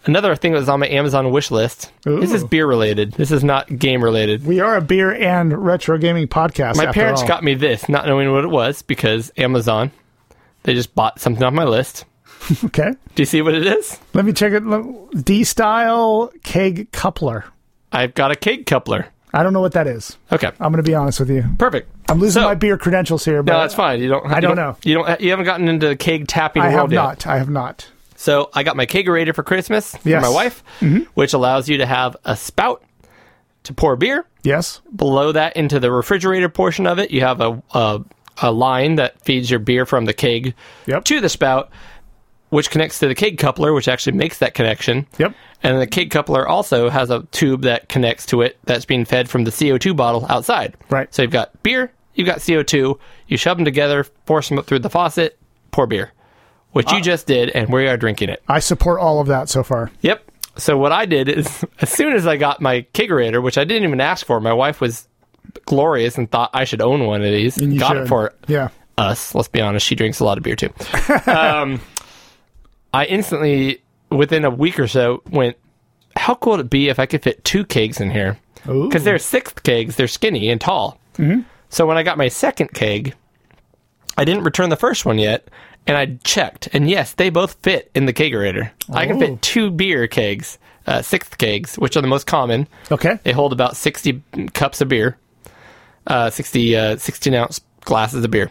Speaker 1: another thing that was on my Amazon wish list. This is
Speaker 5: Ooh.
Speaker 1: beer related. This is not game related.
Speaker 5: We are a beer and retro gaming podcast.
Speaker 1: My
Speaker 5: after
Speaker 1: parents
Speaker 5: all.
Speaker 1: got me this, not knowing what it was, because Amazon. They just bought something off my list.
Speaker 5: okay.
Speaker 1: Do you see what it is?
Speaker 5: Let me check it. D style keg coupler.
Speaker 1: I've got a cake coupler.
Speaker 5: I don't know what that is.
Speaker 1: Okay.
Speaker 5: I'm going to be honest with you.
Speaker 1: Perfect.
Speaker 5: I'm losing
Speaker 1: So-
Speaker 5: my beer credentials here, but
Speaker 1: No, that's fine. You don't.
Speaker 5: I
Speaker 1: you
Speaker 5: don't know.
Speaker 1: You don't. You haven't gotten into the keg tapping
Speaker 5: I have
Speaker 1: world yet.
Speaker 5: not. I have not.
Speaker 1: So I got my kegerator for Christmas
Speaker 5: Yes. Mm-hmm.
Speaker 1: for my wife, which allows you to have a spout to pour beer.
Speaker 5: Yes.
Speaker 1: Below that, into the refrigerator portion of it, you have a a, a line that feeds your beer from the keg
Speaker 5: Yep.
Speaker 1: to the spout, which connects to the keg coupler, which actually makes that connection.
Speaker 5: Yep.
Speaker 1: And the keg coupler also has a tube that connects to it that's being fed from the CO2 bottle outside.
Speaker 5: Right.
Speaker 1: So you've got beer, you've got CO2, you shove them together, force them up through the faucet, pour beer, which
Speaker 5: Uh,
Speaker 1: you just did, and we are drinking it.
Speaker 5: I support all of that so far.
Speaker 1: Yep. So what I did is, as soon as I got my kegerator, which I didn't even ask for, my wife was glorious and thought I should own one of these.
Speaker 5: You
Speaker 1: got
Speaker 5: should.
Speaker 1: it for
Speaker 5: Yeah.
Speaker 1: us. Let's be honest, she drinks a lot of beer too. um, I instantly, within a week or so, went, "How cool would it be if I could fit two kegs in here?"
Speaker 5: Ooh.
Speaker 1: Because they're sixth kegs, they're skinny and tall. Mm-hmm. So when I got my second keg, I didn't return the first one yet, and I checked, and yes, they both fit in the kegerator. I can
Speaker 5: Oh.
Speaker 1: fit two beer kegs, uh, sixth kegs, which are the most common.
Speaker 5: Okay.
Speaker 1: They hold about 60 cups of beer, uh, 60, uh, 16 ounce glasses of beer.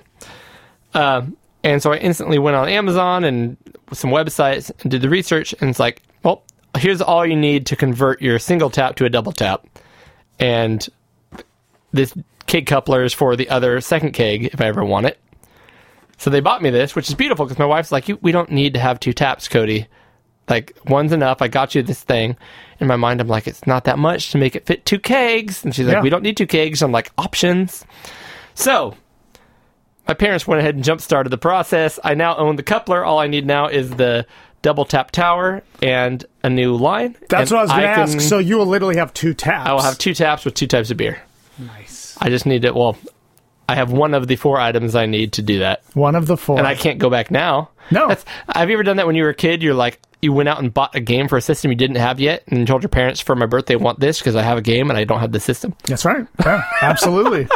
Speaker 1: Um, and so I instantly went on Amazon and some websites and did the research, and it's like, well, here's all you need to convert your single tap to a double tap. And this keg coupler is for the other second keg if I ever want it. So they bought me this, which is beautiful because my wife's like, you, we don't need to have two taps, Cody. Like, one's enough. I got you this thing. In my mind, I'm like, it's not that much to make it fit two kegs. And she's like,
Speaker 5: Yeah.
Speaker 1: we don't need two kegs. I'm like, options. So my parents went ahead and jump started the process. I now own the coupler. All I need now is the double tap tower and a new line.
Speaker 5: That's
Speaker 1: And
Speaker 5: what I was going to
Speaker 1: can-
Speaker 5: ask. So you will literally have two taps.
Speaker 1: I will have two taps with two types of beer.
Speaker 5: Nice.
Speaker 1: I just need to, well, I have one of the four items I need to do that.
Speaker 5: One of the four.
Speaker 1: And I can't go back now.
Speaker 5: No.
Speaker 1: That's, have you ever done that when you were a kid? You're like, you went out and bought a game for a system you didn't have yet and told your parents for my birthday, I want this because I have a game and I don't have the system.
Speaker 5: That's right. Yeah, absolutely.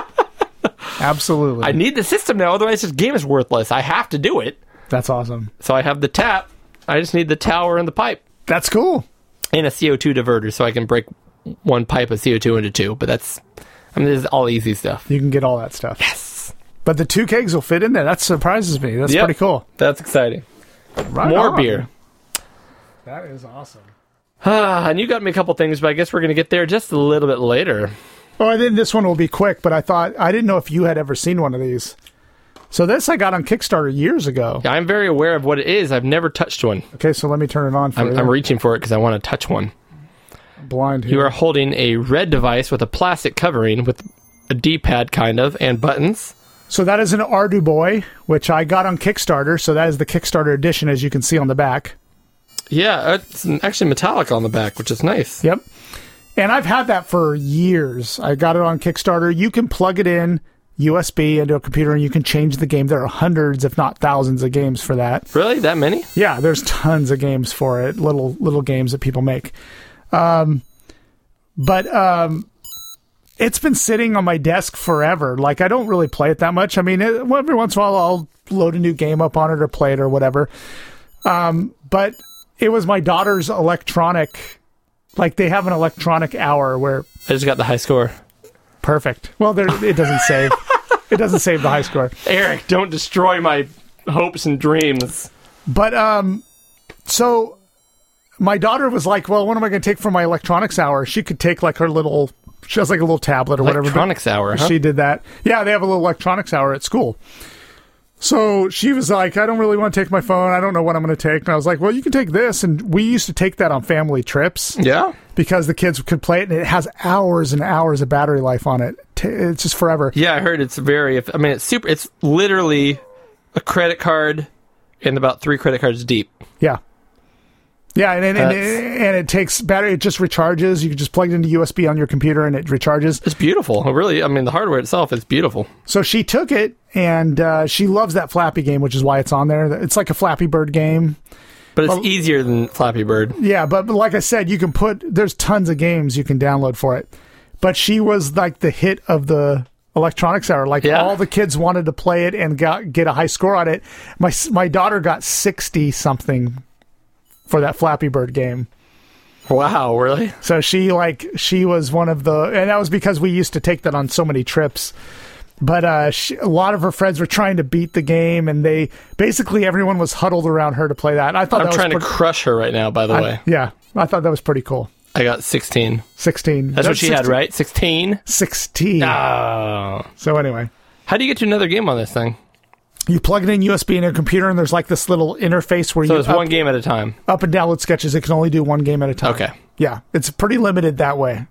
Speaker 5: absolutely.
Speaker 1: I need the system now, otherwise, this game is worthless. I have to do it.
Speaker 5: That's awesome.
Speaker 1: So I have the tap. I just need the tower and the pipe
Speaker 5: That's cool.
Speaker 1: and a CO2 diverter so I can break one pipe of CO2 into two. But that's, I mean, this is all easy stuff.
Speaker 5: You can get all that stuff. Yes. But the two kegs will fit in there. That surprises me. That's
Speaker 1: Yep.
Speaker 5: pretty cool.
Speaker 1: That's exciting.
Speaker 5: Right
Speaker 1: More
Speaker 5: on.
Speaker 1: beer.
Speaker 5: That is awesome.
Speaker 1: Ah, and you got me a couple things, but I guess we're going to get there just a little bit later.
Speaker 5: Oh, I think this one will be quick, but I thought I didn't know if you had ever seen one of these. So this I got on Kickstarter years ago.
Speaker 1: I'm very aware of what it is. I've never touched one.
Speaker 5: Okay, so let me turn it on for
Speaker 1: I'm,
Speaker 5: you.
Speaker 1: I'm reaching for it because I want to touch one.
Speaker 5: blind here.
Speaker 1: You are holding a red device with a plastic covering with a D-pad kind of and buttons.
Speaker 5: so that is an Ardu Boy, which I got on Kickstarter. So that is the Kickstarter edition, as you can see on the back.
Speaker 1: Yeah, uh, it's actually metallic on the back, which is nice.
Speaker 5: Yep. And I've had that for years. I got it on Kickstarter. You can plug it in USB into a computer and you can change the game. There are hundreds, if not thousands, of games for that.
Speaker 1: Really? That many?
Speaker 5: Yeah, there's tons of games for it, little little games that people make. Um, but um, it's been sitting on my desk forever. Like I don't really play it that much. I mean, it, every once in a while I'll load a new game up on it or play it or whatever. Um, but it was my daughter's electronic. Like they have an electronic hour where
Speaker 1: I just got the high score.
Speaker 5: perfect. Well, there it doesn't say. It doesn't save the high score.
Speaker 1: Eric, don't destroy my hopes and dreams.
Speaker 5: But um, so my daughter was like, "Well, what am I going to take for my electronics hour?" She could take like her little. She has like a little tablet or whatever. but
Speaker 1: Electronics hour, huh?
Speaker 5: She did that. Yeah, they have a little electronics hour at school. So she was like, I don't really want to take my phone. I don't know what I'm going to take. And I was like, well, you can take this. And we used to take that on family trips
Speaker 1: yeah.
Speaker 5: because the kids could play it and it has hours and hours of battery life on it. T- It's just forever.
Speaker 1: Yeah, I heard it's very. I mean, it's super. It's literally a credit card and about three credit cards deep.
Speaker 5: Yeah. Yeah, and and, and,
Speaker 1: That's-
Speaker 5: and it takes battery. It just recharges. You can just plug it into USB on your computer, and it recharges.
Speaker 1: It's beautiful. It Really, I mean, the hardware itself is beautiful.
Speaker 5: So she took it, and uh, she loves that Flappy game, which is why it's on there. It's like a Flappy Bird game.
Speaker 1: But it's easier than Flappy Bird.
Speaker 5: Yeah, but but like I said, you can put there's tons of games you can download for it. But she was like the hit of the electronics hour. Like
Speaker 1: Yeah.
Speaker 5: all the kids wanted to play it and got get a high score on it. My s- my daughter got sixty something for that Flappy Bird game.
Speaker 1: Wow, really?
Speaker 5: So she like she was one of the, and that was because we used to take that on so many trips. But uh, she, a lot of her friends were trying to beat the game, and they basically everyone was huddled around her to play that. I thought
Speaker 1: I'm
Speaker 5: that
Speaker 1: trying to
Speaker 5: was
Speaker 1: crush her right now. By the way,
Speaker 5: yeah, I thought that was pretty cool.
Speaker 1: I got 16.
Speaker 5: Sixteen.
Speaker 1: That's what she had,
Speaker 5: 16.
Speaker 1: right? 16.
Speaker 5: Sixteen.
Speaker 1: Oh.
Speaker 5: So anyway,
Speaker 1: How do you get to another game on this thing?
Speaker 5: you plug it in USB in a computer, and there's like this little interface where
Speaker 1: So
Speaker 5: you
Speaker 1: it's
Speaker 5: up, Uh-huh.
Speaker 1: one game at a time.
Speaker 5: up and download sketches. It can only do one game at a time.
Speaker 1: Okay.
Speaker 5: Yeah, it's pretty limited that way.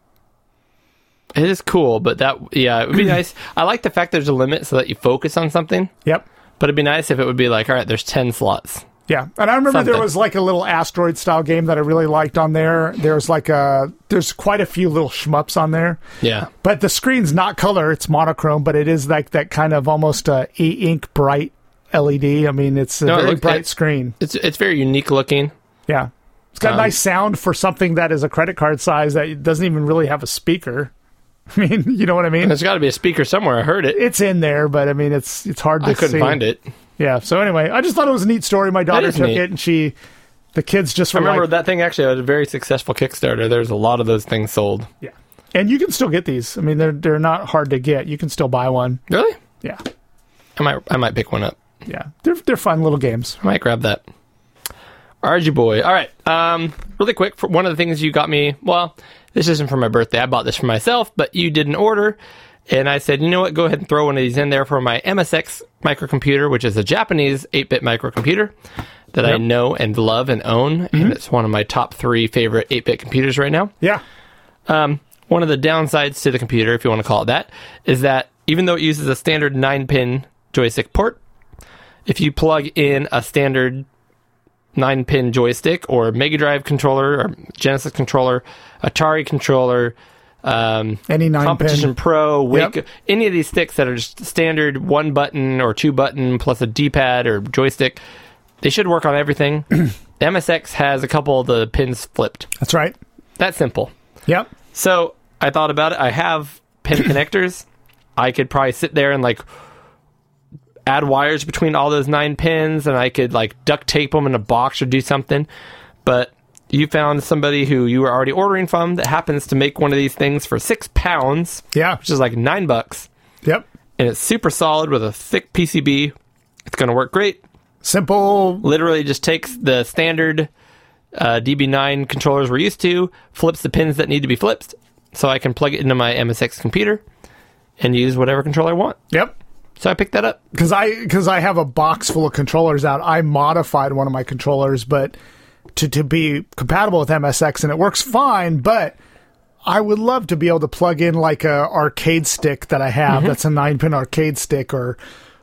Speaker 1: It is cool, but that yeah, it would be nice. I like the fact there's a limit so that you focus on something.
Speaker 5: Yep.
Speaker 1: But it'd be nice if it would be like, all right, there's 10 slots.
Speaker 5: Yeah, and I remember there
Speaker 1: Something.
Speaker 5: was like a little asteroid style game that I really liked on there. There's like a there's quite a few little shmups on there,
Speaker 1: Yeah.
Speaker 5: but the screen's not color; it's monochrome, but it is like that kind of almost uh, e ink bright LED. I mean, it's a
Speaker 1: No, it
Speaker 5: very
Speaker 1: looks-
Speaker 5: bright
Speaker 1: it-
Speaker 5: screen.
Speaker 1: It's it's very unique looking.
Speaker 5: Yeah, it's
Speaker 1: Um,
Speaker 5: got a nice sound for something that is a credit card size that doesn't even really have a speaker. I mean, you know what I mean?
Speaker 1: There's got to be a speaker somewhere. I heard it.
Speaker 5: It's in there, but I mean, it's it's hard to
Speaker 1: I couldn't
Speaker 5: see.
Speaker 1: find it.
Speaker 5: Yeah. So anyway, I just thought it was a neat story. My daughter
Speaker 1: is
Speaker 5: took
Speaker 1: neat.
Speaker 5: it, and she. The kids just
Speaker 1: I
Speaker 5: were
Speaker 1: remember
Speaker 5: like,
Speaker 1: that thing actually had a very successful Kickstarter. There's a lot of those things sold.
Speaker 5: Yeah. And you can still get these. I mean, they're they're not hard to get. You can still buy one.
Speaker 1: Really?
Speaker 5: Yeah.
Speaker 1: I might I might pick one up.
Speaker 5: Yeah. They're they're fun little games.
Speaker 1: I might grab that. RG boy. All right. Um, really quick. For one of the things you got me. Well, this isn't for my birthday. I bought this for myself, but you did an order, and I said, you know what? Go ahead and throw one of these in there for my MSX microcomputer, which is a Japanese 8-bit microcomputer that I know and love and own, and it's one of my top three favorite 8-bit computers right now
Speaker 5: Yeah.
Speaker 1: one of the downsides to the computer, if you want to call it that, is that even though it uses a standard 9 pin joystick port, if you plug in a standard 9 pin joystick or Mega Drive controller or Genesis controller, Atari controller, um,
Speaker 5: Any nine
Speaker 1: Competition
Speaker 5: pin.
Speaker 1: Pro, Wake,
Speaker 5: Yep.
Speaker 1: any of these sticks that are just standard one button or two button plus a D pad or joystick, they should work on everything. the MSX has a couple of the pins flipped.
Speaker 5: That's right.
Speaker 1: That simple.
Speaker 5: Yep.
Speaker 1: So I thought about it. I have pin connectors. I could probably sit there and like add wires between all those nine pins, and I could like duct tape them in a box or do something. But you found somebody who you were already ordering from that happens to make one of these things for six pounds,
Speaker 5: Yeah.
Speaker 1: which is like nine bucks,
Speaker 5: Yep.
Speaker 1: and it's super solid with a thick PCB. It's going to work great
Speaker 5: Simple.
Speaker 1: literally just takes the standard uh, DB9 controllers we're used to, flips the pins that need to be flipped, so I can plug it into my MSX computer and use whatever controller I want.
Speaker 5: Yep.
Speaker 1: So I picked that up.
Speaker 5: Because I because I have a box full of controllers out. I modified one of my controllers, but to to be compatible with MSX, and it works fine. But I would love to be able to plug in like a arcade stick that I have. That's a nine pin arcade stick, or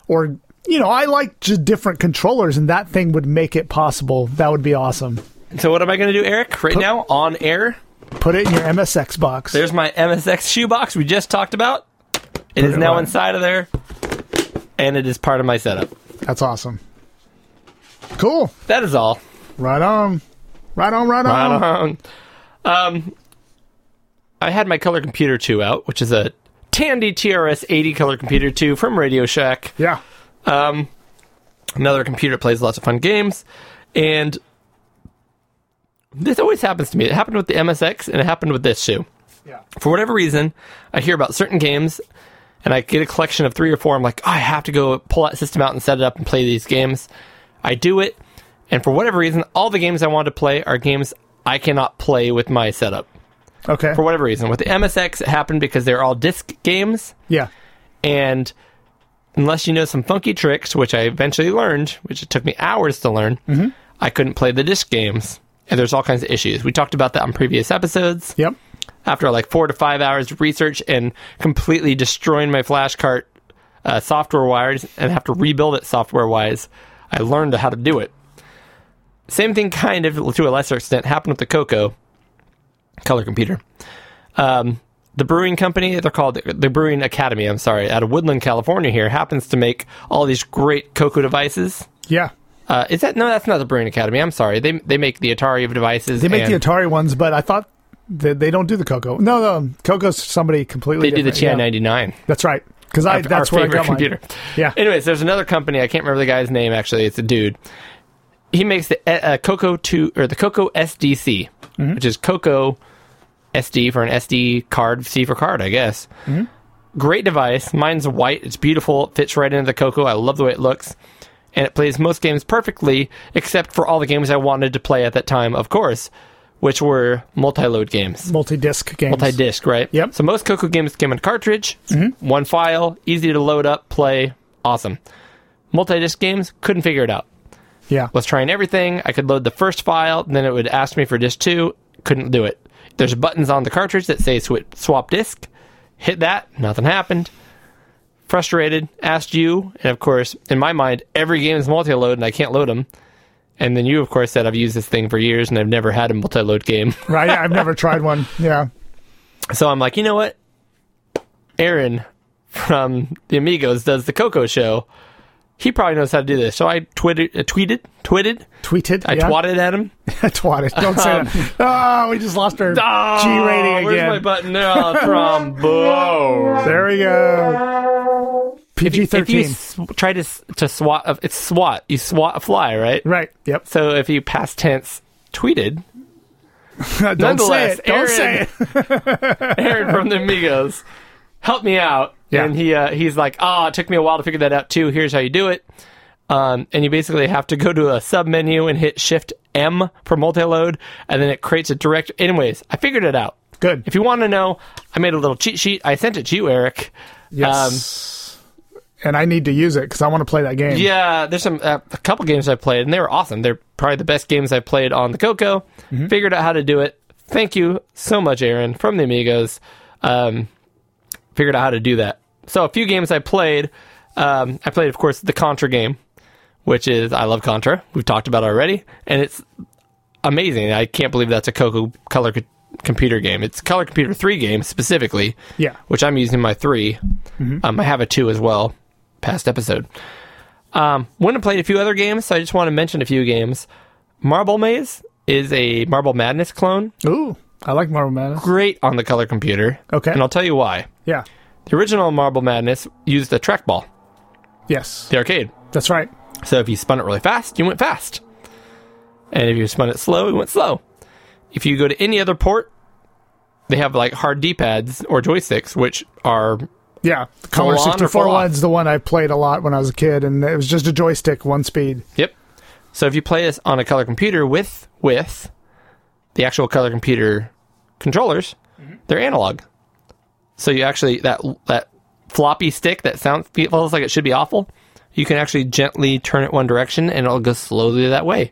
Speaker 5: or you know, I like just different controllers, and that thing would make it possible. That would be awesome.
Speaker 1: So what am I going to do, Eric? Right now on air,
Speaker 5: Put it in your MSX box.
Speaker 1: there's my MSX shoebox we just talked about. It is
Speaker 5: it
Speaker 1: now
Speaker 5: right.
Speaker 1: inside of there, and it is part of my setup.
Speaker 5: That's awesome. Cool.
Speaker 1: That is all.
Speaker 5: Right on. Right on, right on.
Speaker 1: Um, I had my color computer two out, which is a Tandy TRS 80 color computer two from Radio Shack.
Speaker 5: Yeah.
Speaker 1: another computer that plays lots of fun games and this always happens to me it happened with the msx and it happened with this too
Speaker 5: Yeah.
Speaker 1: for whatever reason i hear about certain games and i get a collection of three or four i'm like oh, i have to go pull that system out and set it up and play these games i do it and for whatever reason all the games i want to play are games i cannot play with my setup
Speaker 5: Okay.
Speaker 1: for whatever reason with the msx it happened because they're all disc games
Speaker 5: Yeah.
Speaker 1: and unless you know some funky tricks, which I eventually learned, which it took me hours to learn, I couldn't play the disc games. And there's all kinds of issues. We talked about that on previous episodes.
Speaker 5: Yep.
Speaker 1: After like four to five hours of research and completely destroying my flash cart uh, software wires and have to rebuild it software wise, I learned how to do it. Same thing, kind of to a lesser extent, happened with the Coco color computer Um, the brewing company they're called the brewing academy i'm sorry out of woodland california here happens to make all these great cocoa devices
Speaker 5: Yeah.
Speaker 1: uh, is that no that's not the brewing academy i'm sorry they they make the atari of devices
Speaker 5: They make
Speaker 1: and
Speaker 5: the Atari ones, but I thought that they don't do the Coco. No, no. Coco's somebody completely
Speaker 1: they do the
Speaker 5: different. Yeah.
Speaker 1: ti-99
Speaker 5: That's right. Because I
Speaker 1: our-
Speaker 5: that's
Speaker 1: our
Speaker 5: where I
Speaker 1: favorite
Speaker 5: got mine.
Speaker 1: computer.
Speaker 5: Yeah.
Speaker 1: Anyways, there's another company. I can't remember the guy's name. Actually, it's a dude. He makes the uh, uh, Coco two or the Coco SDC,
Speaker 5: Mm-hmm.
Speaker 1: which is Coco SD for an SD card, C for card, I guess.
Speaker 5: Mm-hmm.
Speaker 1: Great device. Mine's white. It's beautiful. It fits right into the Coco. I love the way it looks. And it plays most games perfectly, except for all the games I wanted to play at that time, of course, which were multi load games
Speaker 5: Multi-disc games.
Speaker 1: multi disc, right?
Speaker 5: Yep.
Speaker 1: So most Coco games came in cartridge, one file, easy to load up, play, awesome. Multi disc games, couldn't figure it out.
Speaker 5: Yeah.
Speaker 1: Was trying everything. I could load the first file, then it would ask me for disc two, couldn't do it. There's buttons on the cartridge that say swi- swap disc, hit that, nothing happened. Frustrated, asked you, and of course, in my mind, every game is multi load and I can't load them. And then you, of course, said, I've used this thing for years and I've never had a multi load game.
Speaker 5: Right. I've never tried one. Yeah.
Speaker 1: So I'm like, you know what? Aaron from the Amigos does the Coco show. He probably knows how to do this. So I tweeted, uh, tweeted, tweeted.
Speaker 5: Tweeted.
Speaker 1: I
Speaker 5: yeah.
Speaker 1: twatted at him.
Speaker 5: I twatted. Don't say that. Oh, we just lost our G rating
Speaker 1: Oh, Where's my
Speaker 5: Oh, again.
Speaker 1: button? No, from below.
Speaker 5: There we go. PG
Speaker 1: If you
Speaker 5: thirteen.
Speaker 1: s- try to s- to swat, uh, it's swat. You swat a fly, right?
Speaker 5: Right. Yep.
Speaker 1: So if you past tense tweeted,
Speaker 5: Don't say
Speaker 1: Nonetheless,
Speaker 5: it. Don't
Speaker 1: Aaron-
Speaker 5: say it.
Speaker 1: Aaron from the Amigos helped me out.
Speaker 5: Yeah.
Speaker 1: And he uh, he's like, oh, it took me a while to figure that out too. Here's how you do it. Um, and you basically have to go to a sub menu and hit Shift M for multi-load, and then it creates a direct. Anyways, I figured it out.
Speaker 5: Good.
Speaker 1: If you want to know, I made a little cheat sheet. I sent it to you, Eric. Um,
Speaker 5: Yes. and I need to use it because I want to play that game.
Speaker 1: Yeah, there's some uh, a couple games I played, and they were awesome. They're probably the best games I played on the Coco.
Speaker 5: Mm-hmm.
Speaker 1: Figured out how to do it. Thank you so much, Aaron from the Amigos. Um, figured out how to do that. So a few games I played. Um, I played, of course, the Contra game, which is I love Contra. We've talked about it already, and it's amazing. I can't believe that's a Coco color co- computer game. It's a color computer three game specifically.
Speaker 5: Yeah.
Speaker 1: which I'm using my 3 Um, I have a two as well. Past episode. Um, went and played a few other games, so I just want to mention a few games. Marble Maze is a Marble Madness clone.
Speaker 5: Ooh, I like Marvel Madness.
Speaker 1: Great on the color computer.
Speaker 5: Okay.
Speaker 1: And I'll tell you why.
Speaker 5: Yeah.
Speaker 1: The original Marble Madness used a trackball,
Speaker 5: Yes.
Speaker 1: the arcade.
Speaker 5: That's right.
Speaker 1: So if you spun it really fast, you went fast. And if you spun it slow, you went slow. If you go to any other port, they have like hard D pads or joysticks, which are
Speaker 5: Yeah. The Color
Speaker 1: on or
Speaker 5: 64
Speaker 1: full off?
Speaker 5: one's the one I played a lot when I was a kid, and it was just a joystick, one speed.
Speaker 1: Yep. So if you play this on a color computer with with the actual color computer controllers,
Speaker 5: Mm-hmm.
Speaker 1: they're analog. So you actually that that floppy stick that sounds feels like it should be awful. You can actually gently turn it one direction and it'll go slowly that way,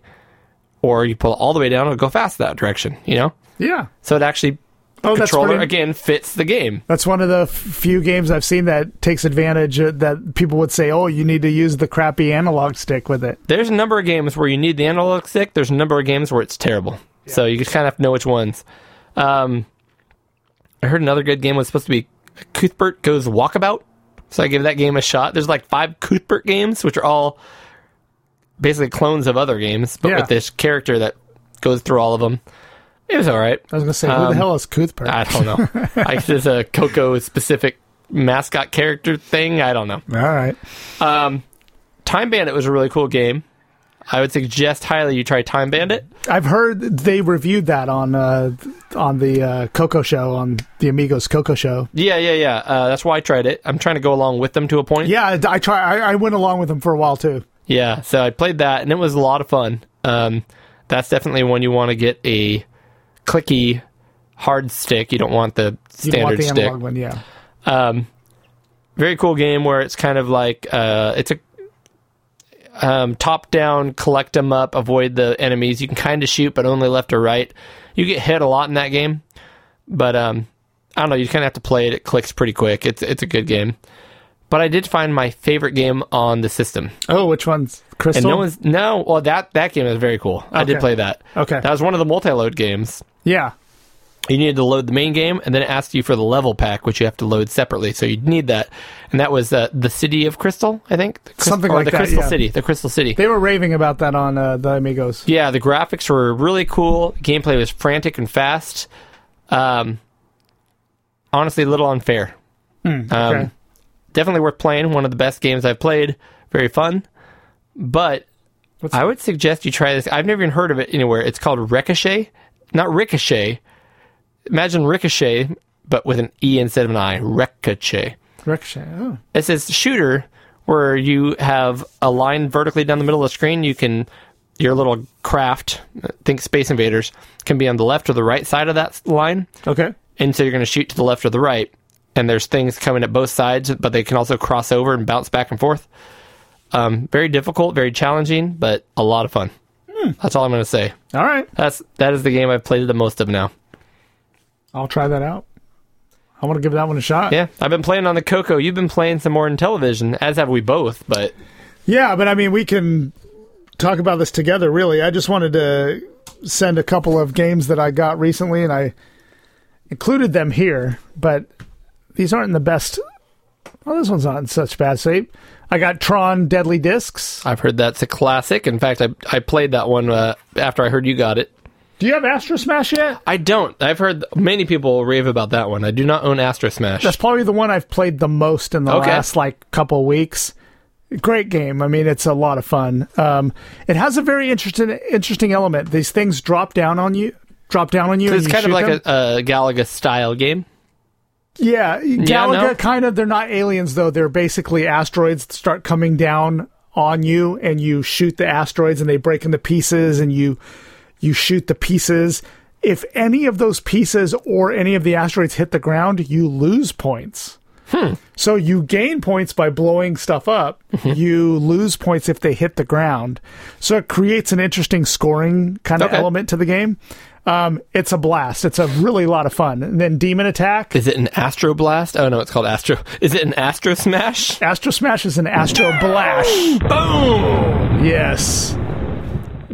Speaker 1: or you pull it all the way down it'll go fast that direction. You know,
Speaker 5: Yeah.
Speaker 1: so it actually
Speaker 5: Oh, that's
Speaker 1: controller
Speaker 5: pretty,
Speaker 1: again fits the game.
Speaker 5: That's one of the f- few games I've seen that takes advantage uh, that people would say, "Oh, you need to use the crappy analog stick with it."
Speaker 1: there's a number of games where you need the analog stick. There's a number of games where it's terrible. So you just kind of have to know which ones. Um, I heard another good game was supposed to be Cuthbert Goes Walkabout. So I give that game a shot. There's like five Cuthbert games, which are all basically clones of other games, but
Speaker 5: Yeah.
Speaker 1: with this character that goes through all of them. It was all right.
Speaker 5: I was gonna say, who the
Speaker 1: Um,
Speaker 5: hell is Cuthbert?
Speaker 1: I don't know. I, there's a Coco specific mascot character thing. I don't know.
Speaker 5: All right,
Speaker 1: Time Bandit was a really cool game. I would suggest highly you try Time Bandit.
Speaker 5: I've heard they reviewed that on uh, on the uh, Coco show on the Amigos Coco show.
Speaker 1: Yeah, yeah, yeah. Uh, that's why I tried it. I'm trying to go along with them to a point.
Speaker 5: Yeah, I, I try. I, I went along with them for a while too.
Speaker 1: Yeah, so I played that and it was a lot of fun. Um, that's definitely one you want to get a clicky hard stick. You don't want the
Speaker 5: You don't
Speaker 1: standard
Speaker 5: want the
Speaker 1: stick.
Speaker 5: analog one, yeah.
Speaker 1: Very cool game where it's kind of like uh, it's a um, top down, collect them up, avoid the enemies. You can kind of shoot, but only left or right. You get hit a lot in that game, but um, I don't know. You kind of have to play it. It clicks pretty quick. It's it's a good game. But I did find my favorite game on the system.
Speaker 5: Oh, which one's
Speaker 1: And
Speaker 5: Crystal?
Speaker 1: no one's no. Well, that that game is very cool. I did
Speaker 5: Okay.
Speaker 1: play that.
Speaker 5: Okay.
Speaker 1: that was one of the multi-load games.
Speaker 5: yeah,
Speaker 1: You needed to load the main game, and then it asked you for the level pack, which you have to load separately. So you'd need that, and that was uh, the City of Crystal, I think. The Crys-
Speaker 5: Something
Speaker 1: or
Speaker 5: like
Speaker 1: the
Speaker 5: that,
Speaker 1: Crystal
Speaker 5: yeah.
Speaker 1: City, the Crystal City.
Speaker 5: they were raving about that on uh, the Amigos.
Speaker 1: yeah, the graphics were really cool. Gameplay was frantic and fast. Um, honestly, a little unfair. Um,
Speaker 5: okay.
Speaker 1: Definitely worth playing. One of the best games I've played. Very fun, but
Speaker 5: What's
Speaker 1: I would suggest you try this. I've never even heard of it anywhere. It's called Ricochet, not Ricochet. Imagine Ricochet, but with an E instead of an I. Ricochet.
Speaker 5: Ricochet. Oh.
Speaker 1: It says shooter, where you have a line vertically down the middle of the screen. You can your little craft, think Space Invaders, can be on the left or the right side of that s- line,
Speaker 5: Okay.
Speaker 1: and so you're going to shoot to the left or the right. And there's things coming at both sides, but they can also cross over and bounce back and forth. Um, very difficult, very challenging, but a lot of fun.
Speaker 5: Hmm.
Speaker 1: That's all I'm going to say.
Speaker 5: All right.
Speaker 1: That's that is the game I've played the most of now.
Speaker 5: I'll try that out. I want to give that one a shot.
Speaker 1: Yeah, I've been playing on the Coco. You've been playing some more in television, as have we both. But
Speaker 5: Yeah, but I mean, we can talk about this together, really. I just wanted to send a couple of games that I got recently, and I included them here, but these aren't in the best. Well, this one's not in such bad shape. I got Tron Deadly Discs.
Speaker 1: I've heard that's a classic. In fact, I I played that one uh, after I heard you got it.
Speaker 5: Do you have Astro Smash yet?
Speaker 1: I don't. I've heard many people rave about that one. I do not own Astro Smash.
Speaker 5: That's probably the one I've played the most in the
Speaker 1: Okay.
Speaker 5: last like couple weeks. Great game. I mean, it's a lot of fun. Um, it has a very interesting interesting element. These things drop down on you, drop down on you. and
Speaker 1: it's
Speaker 5: you
Speaker 1: kind of
Speaker 5: shoot
Speaker 1: like
Speaker 5: them.
Speaker 1: a, a Galaga style game.
Speaker 5: Yeah, Galaga
Speaker 1: no.
Speaker 5: kind of. They're not aliens though. They're basically asteroids that start coming down on you, and you shoot the asteroids, and they break into pieces, and you you shoot the pieces. If any of those pieces or any of the asteroids hit the ground, you lose points.
Speaker 1: Hmm.
Speaker 5: So you gain points by blowing stuff up.
Speaker 1: Mm-hmm.
Speaker 5: You lose points if they hit the ground. So it creates an interesting scoring kind of
Speaker 1: Okay.
Speaker 5: element to the game. Um, it's a blast. It's a really lot of fun. And then Demon Attack.
Speaker 1: Is it an Astro Blast? Oh no, it's called Astro. Is it an Astro Smash?
Speaker 5: Astro Smash is an Astro Blash.
Speaker 1: Boom!
Speaker 5: Yes.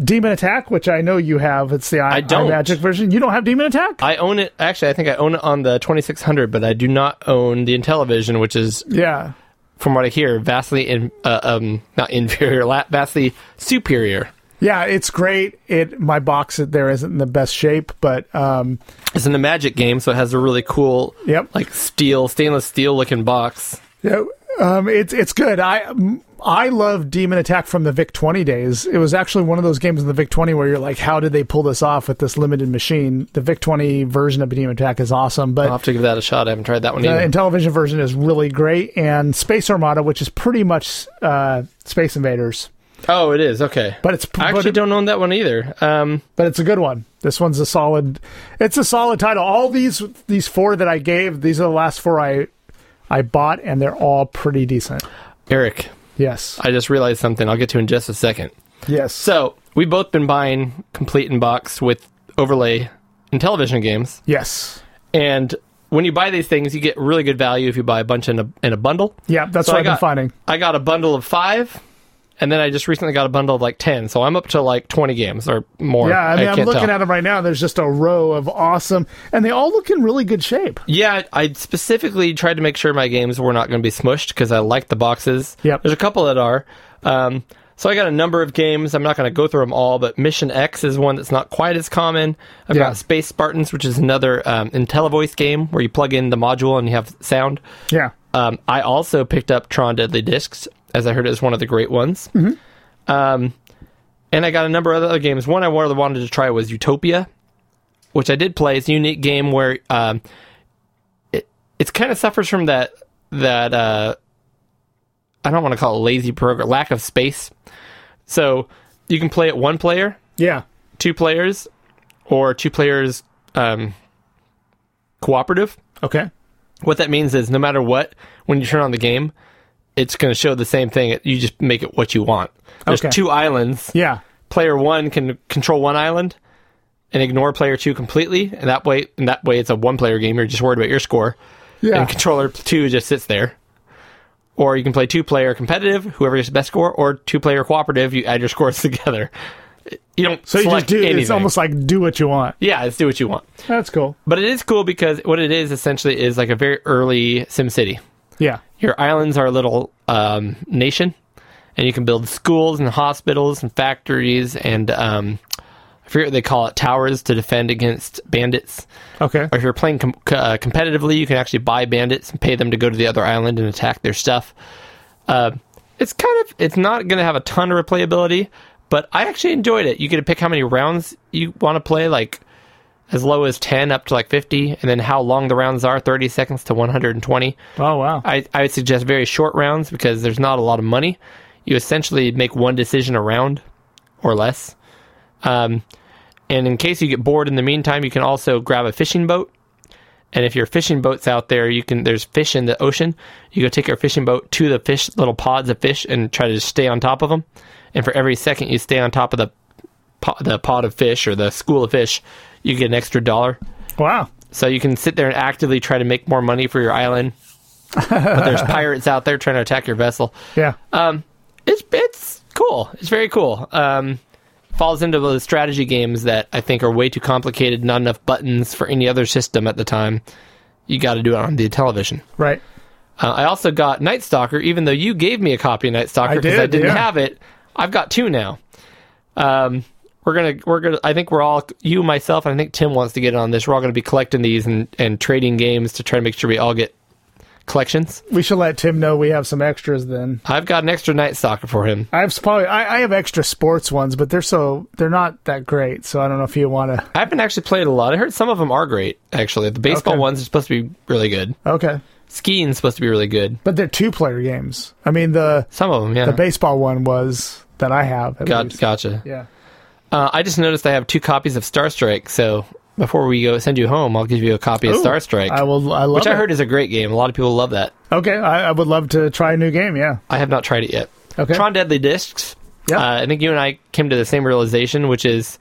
Speaker 5: Demon Attack, which I know you have. It's the I,
Speaker 1: I don't.
Speaker 5: Magic version. You don't have Demon Attack?
Speaker 1: I own it. Actually, I think I own it on the 2600, but I do not own the Intellivision, which is
Speaker 5: yeah.
Speaker 1: from what I hear, vastly in, uh, um, not inferior, la- vastly superior.
Speaker 5: Yeah, it's great. It my box it there isn't in the best shape, but um,
Speaker 1: It's in the Magic game, so it has a really cool,
Speaker 5: Yep.
Speaker 1: like steel, stainless steel looking box.
Speaker 5: yeah, um, it's it's good. I m- I love Demon Attack from the Vic Twenty days. It was actually one of those games in the Vic Twenty where you're like, how did they pull this off with this limited machine? The Vic Twenty version of Demon Attack is awesome, but
Speaker 1: I'll have to give that a shot. I haven't tried that one
Speaker 5: The
Speaker 1: either.
Speaker 5: Intellivision version is really great, and Space Armada, which is pretty much uh, Space Invaders,
Speaker 1: oh, it is okay.
Speaker 5: but it's
Speaker 1: I
Speaker 5: but,
Speaker 1: actually
Speaker 5: it-
Speaker 1: don't own that one either. Um,
Speaker 5: but it's a good one. This one's a solid. It's a solid title. All these these four that I gave, these are the last four I I bought, and they're all pretty decent.
Speaker 1: Eric,
Speaker 5: Yes,
Speaker 1: I just realized something. I'll get to in just a second.
Speaker 5: yes.
Speaker 1: So we've both been buying complete in box with overlay Intellivision games,
Speaker 5: yes,
Speaker 1: and when you buy these things, you get really good value if you buy a bunch in a in a bundle.
Speaker 5: yeah. That's
Speaker 1: So
Speaker 5: what
Speaker 1: I
Speaker 5: I've been
Speaker 1: got-
Speaker 5: finding.
Speaker 1: I got a bundle of five, and then I just recently got a bundle of like ten, so I'm up to like twenty games or more.
Speaker 5: Yeah, I mean, I am
Speaker 1: can't
Speaker 5: looking
Speaker 1: tell.
Speaker 5: at them right now. There's just a row of awesome, and they all look in really good shape.
Speaker 1: Yeah, I specifically tried to make sure my games were not going to be smushed because I like the boxes.
Speaker 5: Yep.
Speaker 1: There's a couple that are. Um, so I got a number of games. I'm not going to go through them all, but Mission X is one that's not quite as common. I've
Speaker 5: Yeah.
Speaker 1: got Space Spartans, which is another um, IntelliVoice game where you plug in the module and you have sound.
Speaker 5: Yeah,
Speaker 1: Um, I also picked up Tron Deadly Discs, as I heard it was one of the great ones. Um, and I got a number of other games. One I really wanted to try was Utopia, which I did play. It's a unique game where um, it it kind of suffers from that that uh, I don't want to call it lazy program lack of space. So you can play it one player,
Speaker 5: yeah,
Speaker 1: two players, or two players um, cooperative
Speaker 5: okay,
Speaker 1: what that means is no matter what, when you turn on the game, it's going to show the same thing. You just make it what you want. There's
Speaker 5: Okay.
Speaker 1: two islands.
Speaker 5: yeah,
Speaker 1: Player one can control one island and ignore player two completely. And that way, and that way, it's a one-player game. You're just worried about your score.
Speaker 5: yeah.
Speaker 1: And controller two just sits there. Or you can play two-player competitive, whoever gets the best score, or two-player cooperative. You add your scores together. You don't.
Speaker 5: so you just
Speaker 1: select
Speaker 5: do. It's
Speaker 1: anything.
Speaker 5: almost like do what you want.
Speaker 1: yeah. It's do what you want.
Speaker 5: That's cool.
Speaker 1: But it is cool because what it is essentially is like a very early SimCity
Speaker 5: Yeah,
Speaker 1: your islands are a little um, nation, and you can build schools and hospitals and factories and um, I forget what they call it towers to defend against bandits.
Speaker 5: okay,
Speaker 1: Or if you're playing com- co- uh, competitively, you can actually buy bandits and pay them to go to the other island and attack their stuff. Uh, it's kind of it's not going to have a ton of replayability, but I actually enjoyed it. You get to pick how many rounds you want to play, like as low as ten up to like fifty, and then how long the rounds are thirty seconds to one hundred and twenty.
Speaker 5: oh wow,
Speaker 1: I, I would suggest very short rounds because there's not a lot of money. You essentially make one decision a round or less. Um, and in case you get bored in the meantime, you can also grab a fishing boat. And if your fishing boat's out there, you can there's fish in the ocean. You go take your fishing boat to the fish little pods of fish and try to just stay on top of them. And for every second you stay on top of the po- the pod of fish or the school of fish, you get an extra dollar.
Speaker 5: wow.
Speaker 1: So you can sit there and actively try to make more money for your island. but there's pirates out there trying to attack your vessel.
Speaker 5: Yeah,
Speaker 1: It's it's cool. It's very cool. Um, falls into those strategy games that I think are way too complicated. Not enough buttons for any other system at the time. You got to do it on the television.
Speaker 5: right.
Speaker 1: Uh, I also got Night Stalker, even though you gave me a copy of Night Stalker
Speaker 5: I
Speaker 1: because I,
Speaker 5: did,
Speaker 1: did, not
Speaker 5: yeah.
Speaker 1: have it. I've got two now. Um, we're gonna we're gonna. I think we're all you, myself, and I think Tim wants to get on this. We're all gonna be collecting these and and trading games to try to make sure we all get collections.
Speaker 5: We should let Tim know we have some extras then.
Speaker 1: I've got an extra Night Stalker for him.
Speaker 5: I have s- probably I, I have extra sports ones, but they're so they're not that great. So I don't know if you want to.
Speaker 1: I haven't actually played a lot. I heard some of them are great. Actually, the baseball
Speaker 5: Okay.
Speaker 1: ones are supposed to be really good.
Speaker 5: Okay,
Speaker 1: Skiing's supposed to be really good.
Speaker 5: but they're two player games. I mean the
Speaker 1: Some of them, yeah.
Speaker 5: the baseball one was that I have. at
Speaker 1: Uh-huh. Got,
Speaker 5: least.
Speaker 1: gotcha.
Speaker 5: Yeah.
Speaker 1: Uh, I just noticed I have two copies of Star Strike. So before we go send you home, I'll give you a copy of
Speaker 5: Ooh,
Speaker 1: Star Strike,
Speaker 5: I will. I love
Speaker 1: which I
Speaker 5: it.
Speaker 1: heard is a great game. A lot of people love that.
Speaker 5: Okay, I, I would love to try a new game. Yeah.
Speaker 1: I have not tried it yet.
Speaker 5: Okay.
Speaker 1: Tron Deadly Discs.
Speaker 5: Yeah.
Speaker 1: Uh, I think you and I came to the same realization, which is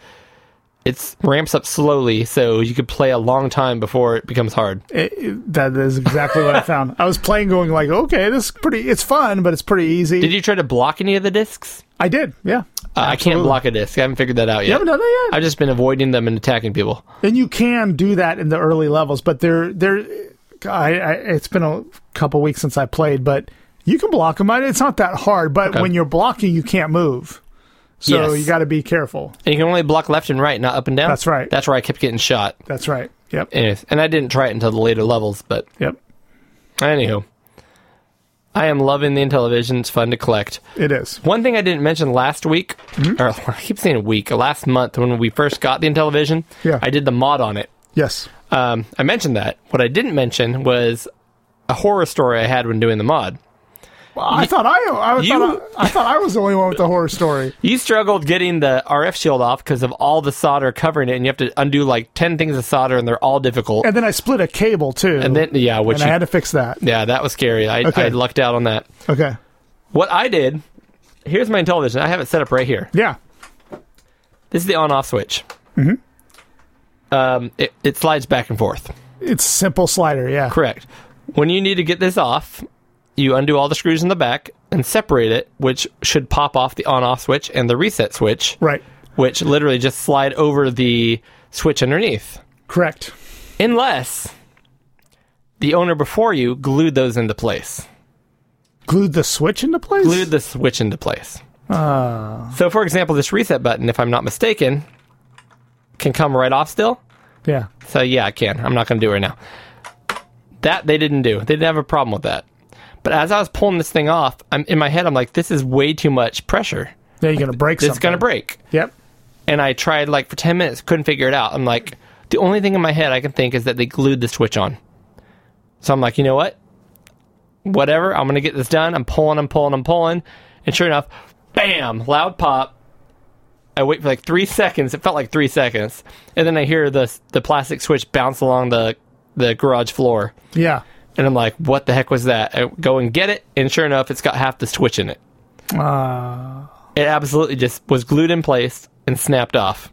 Speaker 1: it ramps up slowly, so you could play a long time before it becomes hard.
Speaker 5: It- it- that is exactly what I found. I was playing, going like, okay, this is pretty. It's fun, but it's pretty easy.
Speaker 1: Did you try to block any of the discs?
Speaker 5: I did. Yeah.
Speaker 1: Uh, I can't
Speaker 5: Absolutely.
Speaker 1: block a disc. I haven't figured that out yet.
Speaker 5: You haven't done that yet.
Speaker 1: I've just been avoiding them and attacking people.
Speaker 5: and you can do that in the early levels, but there, there, I, I it's been a couple weeks since I played, but you can block them. It's not that hard, but
Speaker 1: Okay.
Speaker 5: when you're blocking, you can't move. So
Speaker 1: Yes.
Speaker 5: you got to be careful.
Speaker 1: And you can only block left and right, not up and down.
Speaker 5: That's right.
Speaker 1: That's where I kept getting shot.
Speaker 5: That's right. Yep.
Speaker 1: Anyways, and I didn't try it until the later levels, but
Speaker 5: Yep.
Speaker 1: anywho. I am loving the Intellivision. It's fun to collect.
Speaker 5: It is.
Speaker 1: One thing I didn't mention last week,
Speaker 5: Hmm?
Speaker 1: or I keep saying week, last month when we first got the Intellivision,
Speaker 5: Yeah.
Speaker 1: I did the mod on it.
Speaker 5: Yes.
Speaker 1: Um, I mentioned that. What I didn't mention was a horror story I had when doing the mod.
Speaker 5: Well, I thought I, I,
Speaker 1: you-
Speaker 5: thought I, I thought I was the only one with the horror story.
Speaker 1: You struggled getting the RF shield off because of all the solder covering it, and you have to undo like 10 things of solder, and they're all difficult.
Speaker 5: And then I split a cable too.
Speaker 1: And then, yeah, which
Speaker 5: and I
Speaker 1: you-
Speaker 5: had to fix that.
Speaker 1: yeah, that was scary. I,
Speaker 5: Okay.
Speaker 1: I lucked out on that.
Speaker 5: Okay.
Speaker 1: What I did, here's my television. I have it set up right here.
Speaker 5: Yeah.
Speaker 1: This is the on-off switch. Mm-hmm. Um, it, it slides back and forth.
Speaker 5: It's simple slider. Yeah.
Speaker 1: Correct. When you need to get this off, you undo all the screws in the back, and separate it, which should pop off the on off switch and the reset switch,
Speaker 5: Right.
Speaker 1: which literally just slide over the switch underneath.
Speaker 5: Correct.
Speaker 1: Unless the owner before you glued those into place,
Speaker 5: Glued the switch into place?
Speaker 1: glued the switch into place. So, for example, this reset button, if I'm not mistaken, can come right off still.
Speaker 5: yeah.
Speaker 1: So yeah, I can. I'm not going to do it right now. That they didn't do. They didn't have a problem with that. But as I was pulling this thing off, I'm in my head. I'm like, this is way too much pressure.
Speaker 5: Yeah, you're going to break
Speaker 1: This is
Speaker 5: something.
Speaker 1: going to break.
Speaker 5: Yep.
Speaker 1: And I tried like for ten minutes, couldn't figure it out. I'm like, the only thing in my head I can think is that they glued the switch on. So I'm like, you know what? Whatever. I'm going to get this done. I'm pulling. I'm pulling. I'm pulling. And sure enough, bam! Loud pop. I wait for like three seconds. It felt like three seconds, and then I hear the the plastic switch bounce along the the garage floor,
Speaker 5: Yeah.
Speaker 1: and I'm like, "What the heck was that?" I go and get it, and sure enough, it's got half the switch in it. It absolutely just was glued in place and snapped off.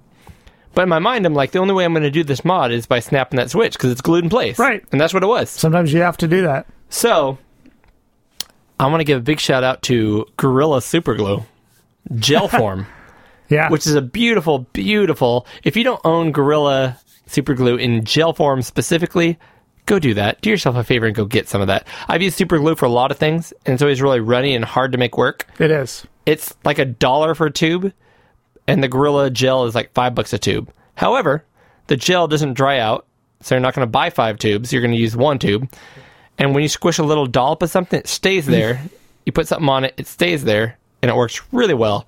Speaker 1: But in my mind, I'm like, the only way I'm going to do this mod is by snapping that switch because it's glued in place,
Speaker 5: Right.
Speaker 1: And that's what it was.
Speaker 5: Sometimes you have to do that.
Speaker 1: So, I want to give a big shout out to Gorilla Super Glue, gel form.
Speaker 5: Yeah.
Speaker 1: which is a beautiful, beautiful. If you don't own Gorilla Super Glue in gel form specifically, go do that. Do yourself a favor and go get some of that. I've used Super Glue for a lot of things, and it's always really runny and hard to make work.
Speaker 5: it is.
Speaker 1: It's like a dollar for a tube, and the Gorilla gel is like five bucks a tube. However, the gel doesn't dry out, so you're not going to buy five tubes. You're going to use one tube. And when you squish a little dollop of something, it stays there. you put something on it, it stays there, and it works really well.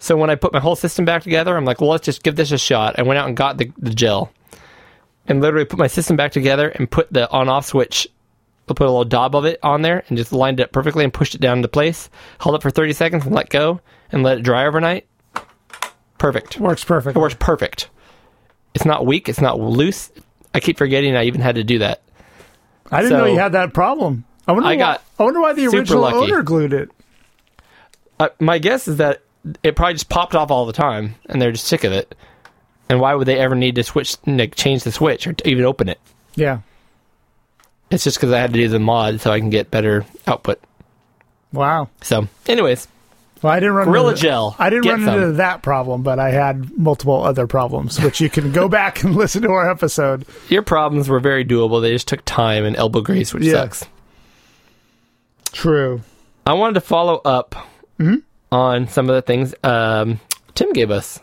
Speaker 1: So when I put my whole system back together, I'm like, well, let's just give this a shot. I went out and got the, the gel and literally put my system back together and put the on off switch, I put a little daub of it on there and just lined it up perfectly and pushed it down into place. Held it for 30 seconds and let go and let it dry overnight. Perfect.
Speaker 5: Works perfect.
Speaker 1: It works perfect. It's not weak, it's not loose. I keep forgetting I even had to do that.
Speaker 5: I didn't know
Speaker 1: so-
Speaker 5: you had that problem. I wonder.
Speaker 1: I
Speaker 5: why,
Speaker 1: got
Speaker 5: I wonder why the
Speaker 1: super
Speaker 5: original
Speaker 1: lucky.
Speaker 5: owner glued it.
Speaker 1: Uh, my guess is that it probably just popped off all the time, and they're just sick of it. And why would they ever need to switch, like, change the switch or to even open it?
Speaker 5: Yeah.
Speaker 1: It's just because I had to do the mod so I can get better output.
Speaker 5: Wow.
Speaker 1: So, anyways,
Speaker 5: Well, I didn't run
Speaker 1: Gorilla
Speaker 5: into,
Speaker 1: Gel.
Speaker 5: I didn't
Speaker 1: Get
Speaker 5: run into
Speaker 1: some.
Speaker 5: that problem, but I had multiple other problems, which you can go back and listen to our episode.
Speaker 1: your problems were very doable. They just took time and elbow grease, which
Speaker 5: Yeah.
Speaker 1: sucks.
Speaker 5: True.
Speaker 1: I wanted to follow up on some of the things um, Tim gave us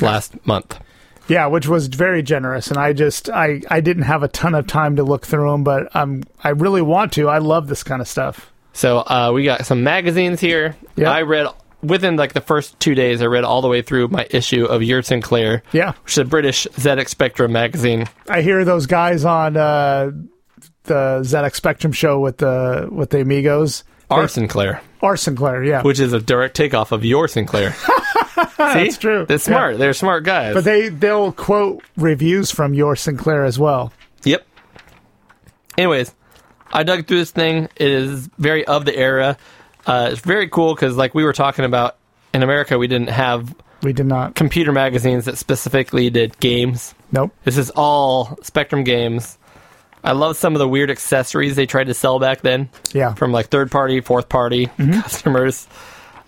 Speaker 1: last month.
Speaker 5: Yeah, which was very generous, and I just I I didn't have a ton of time to look through them, but um I really want to. I love this kind of stuff.
Speaker 1: So uh, we got some magazines here.
Speaker 5: Yeah.
Speaker 1: I read within like the first two days. I read all the way through my issue of Yurt Sinclair,
Speaker 5: Yeah,
Speaker 1: which is a British ZX Spectrum magazine.
Speaker 5: I hear those guys on uh the ZX Spectrum show with the with the Amigos
Speaker 1: R Sinclair,
Speaker 5: or Sinclair. Yeah,
Speaker 1: which is a direct takeoff of Your Sinclair. See, that's
Speaker 5: true.
Speaker 1: They're
Speaker 5: Yeah.
Speaker 1: smart. They're smart guys.
Speaker 5: but they they'll quote reviews from your Sinclair as well.
Speaker 1: Yep. Anyways, I dug through this thing. It is very of the era. Uh, it's very cool because, like we were talking about, in America we didn't have
Speaker 5: We did not.
Speaker 1: computer magazines that specifically did games.
Speaker 5: Nope.
Speaker 1: This is all Spectrum games. I love some of the weird accessories they tried to sell back then
Speaker 5: Yeah. Mm-hmm.
Speaker 1: from like third party, fourth party customers.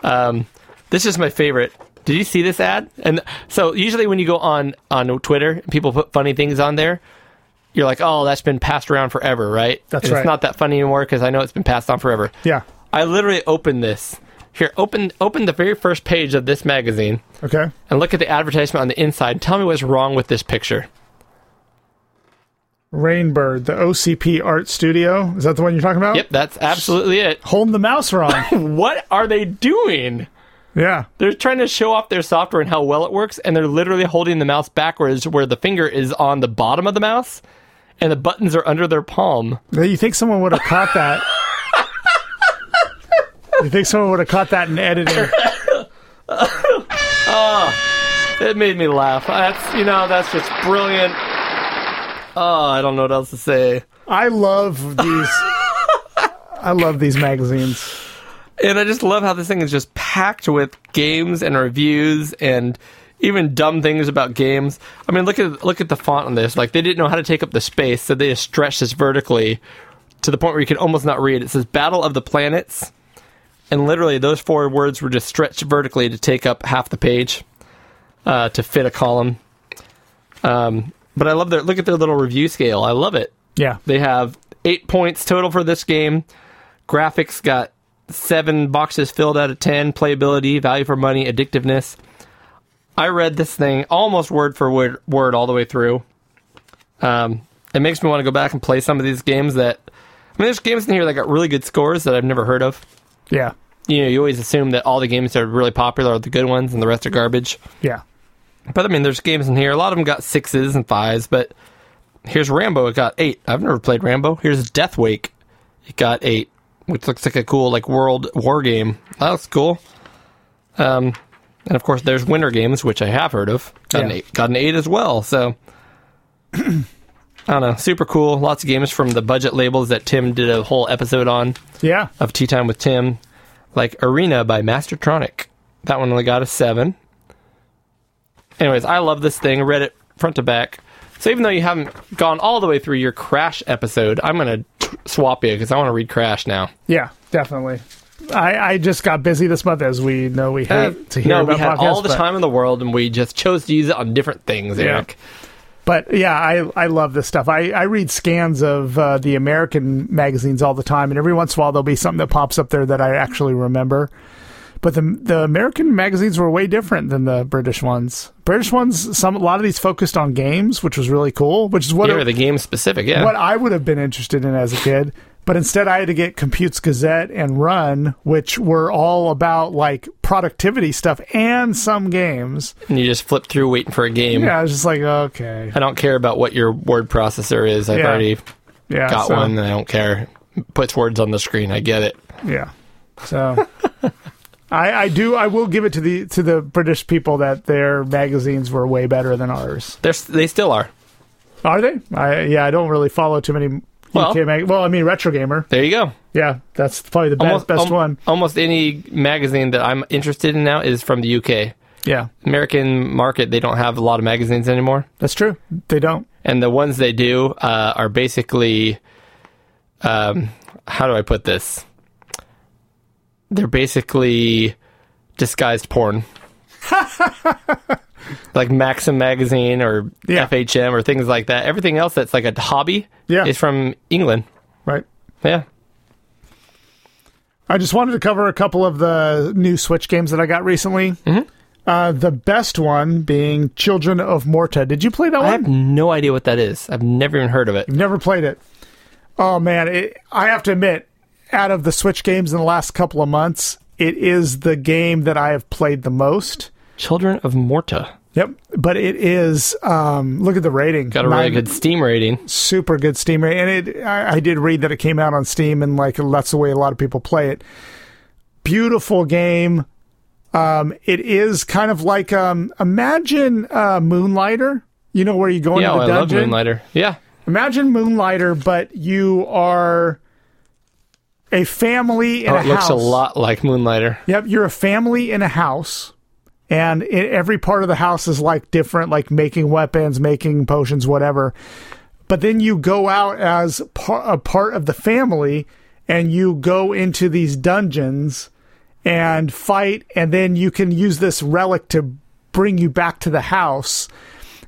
Speaker 1: Um, this is my favorite. Did you see this ad? And so usually when you go on on Twitter and people put funny things on there, you're like, "Oh, that's been passed around forever, right?"
Speaker 5: That's
Speaker 1: And
Speaker 5: right.
Speaker 1: It's not that funny anymore because I know it's been passed on forever.
Speaker 5: yeah.
Speaker 1: I literally opened this. Here, open open the very first page of this magazine
Speaker 5: Okay.
Speaker 1: and look at the advertisement on the inside. Tell me what's wrong with this picture.
Speaker 5: Rainbird, the OCP Art Studio. Is that the one you're talking about?
Speaker 1: Yep, that's absolutely it.
Speaker 5: Holding the mouse wrong.
Speaker 1: What are they doing?
Speaker 5: yeah.
Speaker 1: They're trying to show off their software and how well it works, and they're literally holding the mouse backwards where the finger is on the bottom of the mouse and the buttons are under their palm.
Speaker 5: Yeah, You think someone would have caught that? you think someone would have caught that in editing?
Speaker 1: It made me laugh. That's, you know, that's just brilliant. Oh, I don't know what else to say.
Speaker 5: I love these. I love these magazines.
Speaker 1: And I just love how this thing is just packed with games and reviews and even dumb things about games. I mean, look at look at the font on this. Like they didn't know how to take up the space, so they just stretched this vertically to the point where you can almost not read. It says Battle of the Planets and literally those four words were just stretched vertically to take up half the page uh, to fit a column. Um, but I love their look at their little review scale. I love it.
Speaker 5: Yeah.
Speaker 1: They have eight points total for this game. Graphics got seven boxes filled out of ten. Playability, value for money, addictiveness. I read this thing almost word for word, word all the way through. Um, it makes me want to go back and play some of these games that. I mean, there's games in here that got really good scores that I've never heard of.
Speaker 5: Yeah.
Speaker 1: You know, you always assume that all the games that are really popular are the good ones and the rest are garbage.
Speaker 5: Yeah.
Speaker 1: But I mean, there's games in here. A lot of them got sixes and fives, but here's Rambo. It got eight. I've never played Rambo. Here's Death Wake. It got eight, which looks like a cool like world war game. That looks cool. Um, and of course, there's Winter Games, which I have heard of. Got an
Speaker 5: Yeah.
Speaker 1: eight. Got an eight as well. So. I don't know. Super cool. Lots of games from the budget labels that Tim did a whole episode on
Speaker 5: Yeah.
Speaker 1: of Tea Time with Tim, like Arena by Mastertronic. That one only got a seven. Anyways, I love this thing. Read it front to back. So even though you haven't gone all the way through your Crash episode, I'm gonna t- swap you because I want to read Crash now.
Speaker 5: Yeah. Definitely. I, I just got busy this month, as we know we hate to hear
Speaker 1: Uh, no,
Speaker 5: about
Speaker 1: we had
Speaker 5: podcasts,
Speaker 1: all the
Speaker 5: but-
Speaker 1: time in the world, and we just chose to use it on different things,
Speaker 5: Yeah.
Speaker 1: Eric.
Speaker 5: But yeah, I, I love this stuff. I, I read scans of uh, the American magazines all the time, and every once in a while there'll be something that pops up there that I actually remember. But the the American magazines were way different than the British ones. British ones, some a lot of these focused on games, which was really cool. Which is what
Speaker 1: Yeah, the game specific. Yeah,
Speaker 5: what I would have been interested in as a kid. But instead, I had to get Computes Gazette and Run, which were all about like productivity stuff and some games.
Speaker 1: and you just flip through waiting for a game.
Speaker 5: Yeah, I was just like, okay,
Speaker 1: I don't care about what your word processor is. I've
Speaker 5: Yeah.
Speaker 1: already
Speaker 5: yeah,
Speaker 1: got
Speaker 5: so-
Speaker 1: one, and I don't care. Puts words on the screen. I get it.
Speaker 5: Yeah. So I, I do I will give it to the to the British people that their magazines were way better than ours.
Speaker 1: They're, s- they still are.
Speaker 5: Are they? I yeah, I don't really follow too many UK
Speaker 1: Well-
Speaker 5: mag- well, I mean Retro Gamer.
Speaker 1: There you go.
Speaker 5: Yeah, that's probably the best best
Speaker 1: al-
Speaker 5: one.
Speaker 1: Almost any magazine that I'm interested in now is from the UK.
Speaker 5: Yeah.
Speaker 1: American market, they don't have a lot of magazines anymore,
Speaker 5: That's true. They don't.
Speaker 1: and the ones they do uh, are basically, um, how do I put this? They're basically disguised porn, like Maxim magazine or
Speaker 5: Yeah.
Speaker 1: FHM or things like that. Everything else that's like a hobby
Speaker 5: Yeah.
Speaker 1: is from England.
Speaker 5: Right.
Speaker 1: Yeah,
Speaker 5: I just wanted to cover a couple of the new Switch games that I got recently.
Speaker 1: Mm-hmm.
Speaker 5: Uh, the best one being Children of Morta. Did you play that
Speaker 1: I
Speaker 5: one?
Speaker 1: have no idea what that is. I've never even heard of it.
Speaker 5: Never played it. Oh man, it, I have to admit, out of the Switch games in the last couple of months, it is the game that I have played the most.
Speaker 1: Children of Morta.
Speaker 5: Yep, but it is. Um, look at the rating.
Speaker 1: Got a really
Speaker 5: Nine-
Speaker 1: good Steam rating.
Speaker 5: super good Steam rating. And it, I, I did read that it came out on Steam, and like that's the way a lot of people play it. Beautiful game. Um, it is kind of like um, imagine uh, Moonlighter. You know where you go
Speaker 1: Yeah, oh,
Speaker 5: into
Speaker 1: I
Speaker 5: the
Speaker 1: love
Speaker 5: dungeon.
Speaker 1: Moonlighter. Yeah,
Speaker 5: Imagine Moonlighter, but you are a family in
Speaker 1: oh,
Speaker 5: a
Speaker 1: it looks
Speaker 5: house.
Speaker 1: a lot like Moonlighter.
Speaker 5: Yep, you're a family in a house, and i every part of the house is like different, like making weapons, making potions, whatever. But then you go out as par- a part of the family, and you go into these dungeons and fight, and then you can use this relic to bring you back to the house.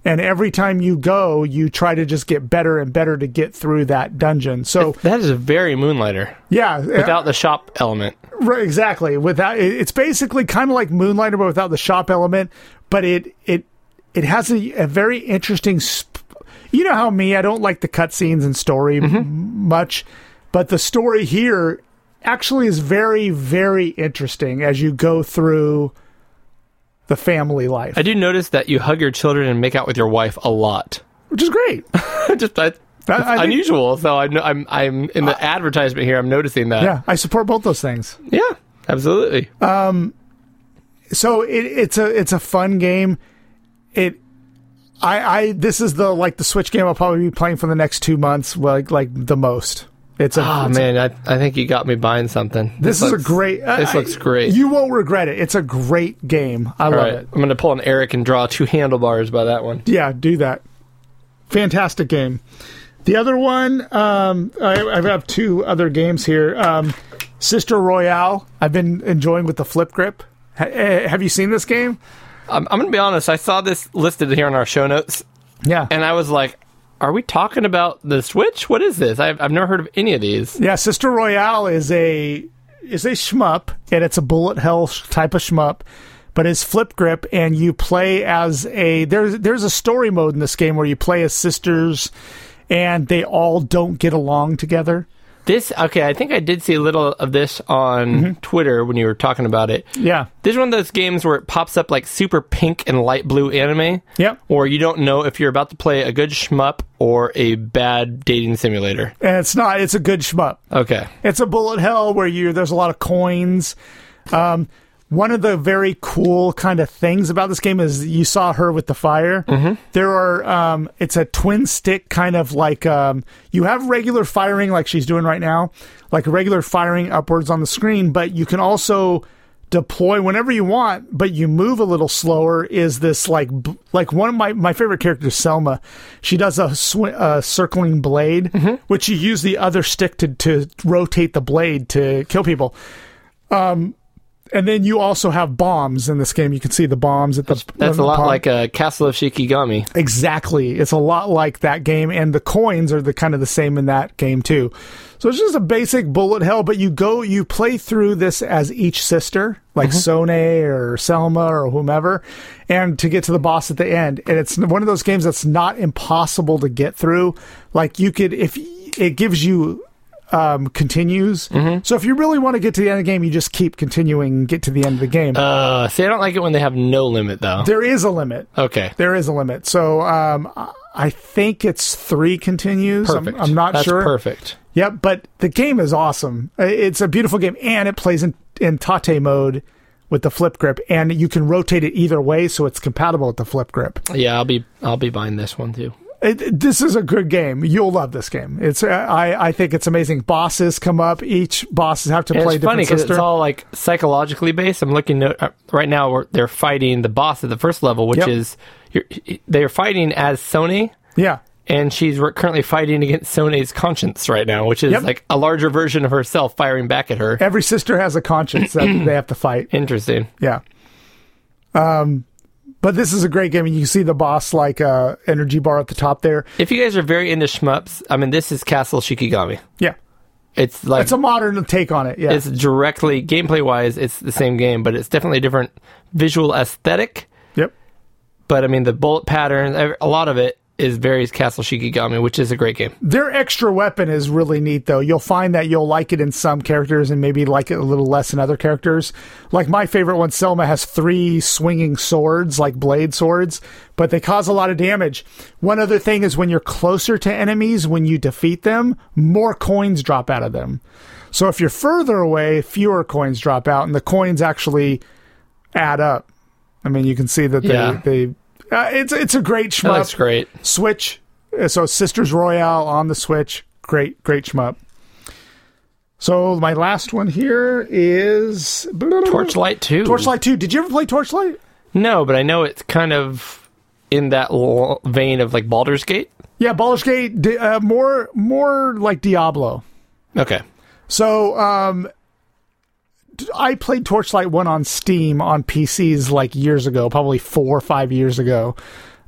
Speaker 5: And every time you go, you try to just get better and better to get through that dungeon. So,
Speaker 1: That is a very Moonlighter
Speaker 5: yeah,
Speaker 1: without the shop element.
Speaker 5: Right, exactly. Without it- it's basically kind of like Moonlighter, but without the shop element. But it it it has a, a very interesting. Sp- you know how me, I don't like the cutscenes and story m- much, but the story here actually is very very interesting as you go through the family life,
Speaker 1: I do notice that you hug your children and make out with your wife a lot.
Speaker 5: which is great.
Speaker 1: Just I,
Speaker 5: I
Speaker 1: that's
Speaker 5: think-
Speaker 1: unusual. So I, know- I'm I'm in the advertisement here. I'm noticing that.
Speaker 5: yeah, Oh, I support both those things.
Speaker 1: Yeah, absolutely.
Speaker 5: so it, it's a it's a fun game. It I I this is the like the Switch game I'll probably be playing for the next two months. Like like the most. It's a
Speaker 1: oh
Speaker 5: it's a-
Speaker 1: man, I, I think you got me buying something.
Speaker 5: this is
Speaker 1: looks-
Speaker 5: a great.
Speaker 1: this looks great.
Speaker 5: You won't regret it. It's a great game. I
Speaker 1: All
Speaker 5: love
Speaker 1: right,
Speaker 5: it.
Speaker 1: I'm gonna pull an Eric and draw two handlebars by that one.
Speaker 5: Yeah, do that. Fantastic game. The other one, um, I, I have two other games here. Um, Sister Royale, I've been enjoying with the flip grip. Ha- eh, have you seen this game?
Speaker 1: I'm, I'm going to be honest. I saw this listed here in our show notes,
Speaker 5: Yeah.
Speaker 1: and I was like, "Are we talking about the Switch? What is this? I've, I've never heard of any of these."
Speaker 5: Yeah, Sister Royale is a is a shmup, and it's a bullet hell sh- type of shmup, but it's flip grip, and you play as a there's there's a story mode in this game where you play as sisters, and they all don't get along together.
Speaker 1: This okay. I think I did see a little of this on
Speaker 5: Mm-hmm.
Speaker 1: Twitter when you were talking about it.
Speaker 5: Yeah,
Speaker 1: This is one of those games where it pops up like super pink and light blue anime.
Speaker 5: Yep.
Speaker 1: Or you don't know if you're about to play a good shmup or a bad dating simulator.
Speaker 5: and it's not it's a good shmup.
Speaker 1: Okay.
Speaker 5: It's a bullet hell where you there's a lot of coins. Um, one of the very cool kind of things about this game is you saw her with the fire. There are um, it's a twin stick kind of like um, you have regular firing like she's doing right now, like regular firing upwards on the screen, but you can also deploy whenever you want, but you move a little slower. Is this like b- like one of my my favorite characters, Selma? She does a, sw- a circling blade,
Speaker 1: Mm-hmm.
Speaker 5: which you use the other stick to to rotate the blade to kill people. Um, and then you also have bombs in this game. You can see the bombs at the.
Speaker 1: That's a
Speaker 5: the
Speaker 1: lot
Speaker 5: pond.
Speaker 1: like a Castle of Shikigami.
Speaker 5: Exactly. It's a lot like that game, and the coins are the kind of the same in that game too. So it's just a basic bullet hell, but you go you play through this as each sister, like Sone or Selma or whomever, and to get to the boss at the end. And it's one of those games that's not impossible to get through. Like you could if it gives you um, continues. So if you really want to get to the end of the game, you just keep continuing and get to the end of the game.
Speaker 1: Uh, see, I don't like it when they have no limit though.
Speaker 5: there is a limit.
Speaker 1: Okay.
Speaker 5: There is a limit. So um, I- I think it's three continues. I'm-
Speaker 1: Perfect.
Speaker 5: I'm, not
Speaker 1: That's
Speaker 5: sure.
Speaker 1: Perfect.
Speaker 5: Yep, but the game is awesome. I- It's a beautiful game, and it plays in, in Tate mode with the flip grip, and you can rotate it either way, so it's compatible with the flip grip.
Speaker 1: Yeah, I'll be I'll be buying this one too.
Speaker 5: It, this is a good game. You'll love this game. It's uh, I I think it's amazing. Bosses come up. Each bosses have to
Speaker 1: And
Speaker 5: play a
Speaker 1: it's funny
Speaker 5: different
Speaker 1: because
Speaker 5: sister.
Speaker 1: it's all like psychologically based. I'm looking at, uh, right now. We're, they're fighting the boss at the first level, which
Speaker 5: Yep.
Speaker 1: is you're, they're fighting as Sony,
Speaker 5: yeah.
Speaker 1: and she's re- currently fighting against Sone's conscience right now, which is
Speaker 5: Yep.
Speaker 1: like a larger version of herself firing back at her.
Speaker 5: Every sister has a conscience that they have to fight.
Speaker 1: Interesting.
Speaker 5: Yeah. Um, but this is a great game, and you can see the boss like uh, energy bar at the top there.
Speaker 1: If you guys are very into shmups, I mean, this is Castle Shikigami.
Speaker 5: Yeah,
Speaker 1: It's like
Speaker 5: it's a modern take on it. Yeah,
Speaker 1: it's directly gameplay wise, it's the same game, but it's definitely a different visual aesthetic.
Speaker 5: yep.
Speaker 1: But I mean, the bullet patterns, ev- a lot of it is very Castle Shikigami, which is a great game.
Speaker 5: Their extra weapon is really neat, though. You'll find that you'll like it in some characters, and maybe like it a little less in other characters. Like my favorite one, Selma has three swinging swords, like blade swords, but they cause a lot of damage. One other thing is when you're closer to enemies, when you defeat them, more coins drop out of them. So if you're further away, fewer coins drop out, and the coins actually add up. I mean, you can see that they.
Speaker 1: Yeah.
Speaker 5: they uh, it's it's a great
Speaker 1: That
Speaker 5: shmup.
Speaker 1: looks great.
Speaker 5: Switch. uh, So Sisters Royale on the Switch. Great, great shmup. So my last one here is
Speaker 1: Torchlight 2.
Speaker 5: Torchlight Two. Did you ever play Torchlight?
Speaker 1: No, but I know it's kind of in that l- vein of like Baldur's Gate.
Speaker 5: Yeah, Baldur's Gate. di- Uh, more, more like Diablo.
Speaker 1: Okay.
Speaker 5: So um, d- I played Torchlight One on Steam on PCs like years ago, probably four or five years ago.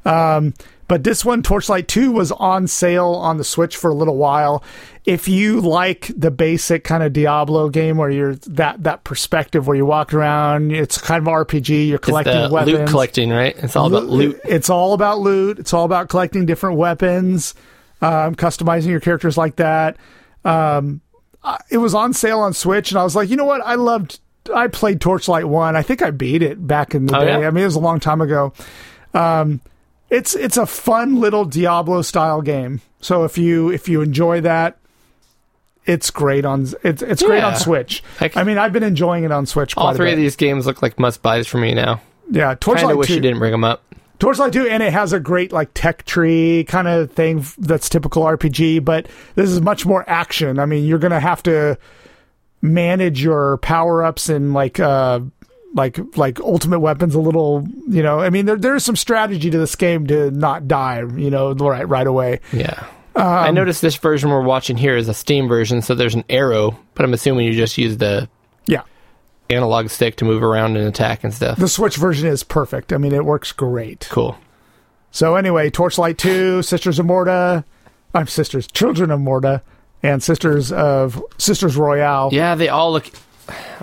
Speaker 5: Um, but this one, Torchlight 2, was on sale on the Switch for a little while. If you like the basic kind of Diablo game where you're that that perspective where you walk around, it's kind of RPG, you're
Speaker 1: It's
Speaker 5: collecting
Speaker 1: the
Speaker 5: weapons.
Speaker 1: loot collecting, right? It's all about loot.
Speaker 5: It's all about loot. It's all about collecting different weapons, um, customizing your characters like that. Um, I- it was on sale on Switch, and I was like, you know what? I loved. I played Torchlight One. I think I beat it back in the
Speaker 1: Oh,
Speaker 5: day.
Speaker 1: yeah?
Speaker 5: I mean, it was a long time ago. Um, it's it's a fun little Diablo style game. So if you if you enjoy that, it's great on it's it's great
Speaker 1: Yeah.
Speaker 5: on Switch.
Speaker 1: I
Speaker 5: I,
Speaker 1: c-
Speaker 5: mean, I've been enjoying it on Switch. Quite
Speaker 1: All three
Speaker 5: a
Speaker 1: of
Speaker 5: bit.
Speaker 1: these games look like must buys for me now.
Speaker 5: yeah.
Speaker 1: Kind
Speaker 5: Torchlight
Speaker 1: of wish
Speaker 5: Two.
Speaker 1: you didn't bring them up.
Speaker 5: Torchlight 2, and it has a great like tech tree kind of thing f- that's typical RPG, but this is much more action. I mean, you're gonna have to manage your power ups and like uh like like ultimate weapons a little. You know, I mean, there there's some strategy to this game to not die. You know, right right away.
Speaker 1: Yeah. I
Speaker 5: Um,
Speaker 1: noticed this version we're watching here is a Steam version, so there's an arrow, but I'm assuming you just use the
Speaker 5: Yeah.
Speaker 1: analog stick to move around and attack and stuff.
Speaker 5: The Switch version is perfect. I mean, it works great.
Speaker 1: Cool.
Speaker 5: So anyway, Torchlight 2, Sisters of Morta, I'm Sisters, Children of Morta, and Sisters of Sisters Royale.
Speaker 1: Yeah, they all look.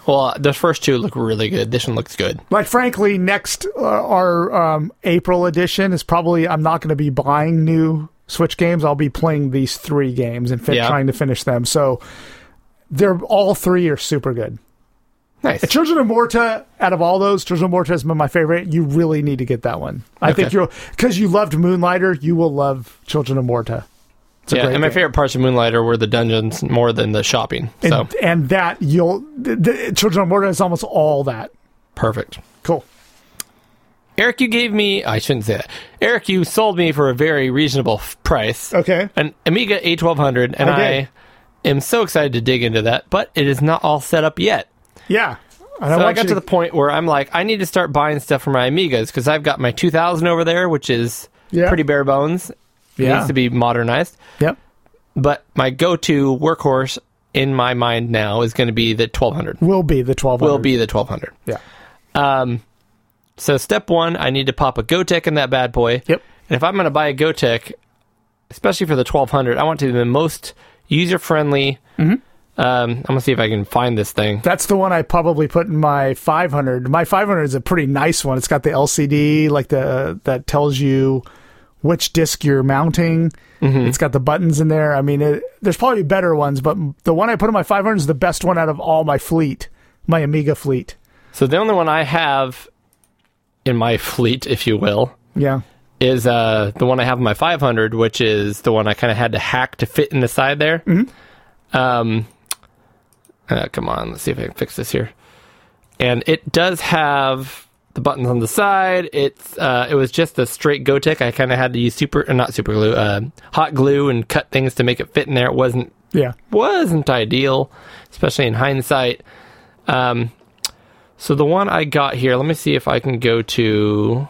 Speaker 1: Well, the first two look really good. This one looks good.
Speaker 5: Like frankly, next uh, our um, April edition is probably I'm not going to be buying new Switch games. I'll be playing these three games and fin-
Speaker 1: Yeah.
Speaker 5: trying to finish them. So they're all three are super good.
Speaker 1: Nice.
Speaker 5: Children of Morta, out of all those, Children of Morta has been my favorite. You really need to get that one. I think
Speaker 1: Okay.
Speaker 5: you'll because you loved Moonlighter, you will love Children of Morta. It's a
Speaker 1: Yeah,
Speaker 5: great
Speaker 1: and my
Speaker 5: game.
Speaker 1: favorite parts of Moonlighter were the dungeons more than the shopping.
Speaker 5: and,
Speaker 1: So
Speaker 5: and that you'll the, the, Children of Morta is almost all that.
Speaker 1: perfect.
Speaker 5: Cool.
Speaker 1: Eric, you gave me. I shouldn't say that. Eric, you sold me for a very reasonable f- price.
Speaker 5: Okay.
Speaker 1: An Amiga A1200, and
Speaker 5: I
Speaker 1: I,
Speaker 5: did.
Speaker 1: am so excited to dig into that, but it is not all set up yet.
Speaker 5: Yeah. And
Speaker 1: So I
Speaker 5: want
Speaker 1: got
Speaker 5: you
Speaker 1: to the point where I'm like, I need to start buying stuff for my Amigas because I've got my 2000 over there, which is
Speaker 5: Yeah.
Speaker 1: pretty bare bones. It
Speaker 5: Yeah.
Speaker 1: needs to be modernized.
Speaker 5: Yep.
Speaker 1: But my go to workhorse in my mind now is going to be the 1200.
Speaker 5: Will be the twelve.
Speaker 1: Will be the 1200.
Speaker 5: Yeah.
Speaker 1: Um, so step one, I need to pop a GoTech in that bad boy.
Speaker 5: Yep.
Speaker 1: And if I'm going to buy a GoTech, especially for the 1200, I want to be the most user friendly.
Speaker 5: Mm-hmm.
Speaker 1: Um, I'm going to see if I can find this thing.
Speaker 5: That's the one I probably put in my 500. My 500 is a pretty nice one. It's got the LCD like the that tells you which disc you're mounting.
Speaker 1: Mm-hmm.
Speaker 5: It's got the buttons in there. I mean, it, there's probably better ones, but the one I put in my 500 is the best one out of all my fleet, my Amiga fleet.
Speaker 1: So the only one I have in my fleet, if you will,
Speaker 5: Yeah.
Speaker 1: is uh, the one I have in my 500, which is the one I kind of had to hack to fit in the side there. Mm-hmm. Um, uh, come on, let's see if I can fix this here. And it does have the buttons on the side. It's uh, it was just a straight GoTech. I kind of had to use super, or not super glue, uh, hot glue and cut things to make it fit in there. It wasn't
Speaker 5: Yeah.
Speaker 1: wasn't ideal, especially in hindsight. Um, so the one I got here, let me see if I can go to.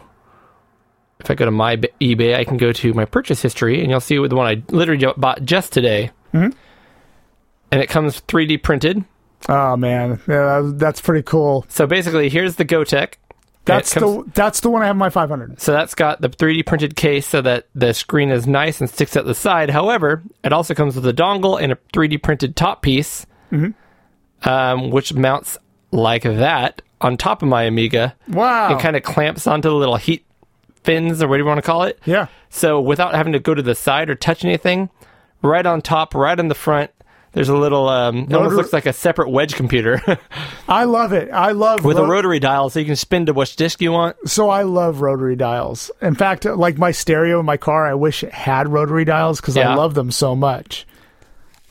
Speaker 1: If I go to my b- eBay, I can go to my purchase history, and you'll see the one I literally ju- bought just today. And it comes 3D printed.
Speaker 5: Oh man, yeah, that- that's pretty cool.
Speaker 1: So basically, here's the GoTech. And it
Speaker 5: That's
Speaker 1: comes-
Speaker 5: the that's the one I have in my 500.
Speaker 1: So that's got the 3D printed case so that the screen is nice and sticks out the side. However, it also comes with a dongle and a 3D printed top piece,
Speaker 5: Mm-hmm.
Speaker 1: um, which mounts like that on top of my Amiga.
Speaker 5: Wow.
Speaker 1: It kind of clamps onto the little heat fins or whatever you want to call it.
Speaker 5: yeah.
Speaker 1: So without having to go to the side or touch anything, right on top, right on the front, there's a little, um, it almost
Speaker 5: Rotor-
Speaker 1: looks like a separate wedge computer
Speaker 5: I love it. I love
Speaker 1: with a
Speaker 5: ro-
Speaker 1: rotary dial so you can spin to which disc you want.
Speaker 5: So I love rotary dials. In fact, like my stereo in my car, I wish it had rotary dials because I
Speaker 1: Yeah.
Speaker 5: love them so much.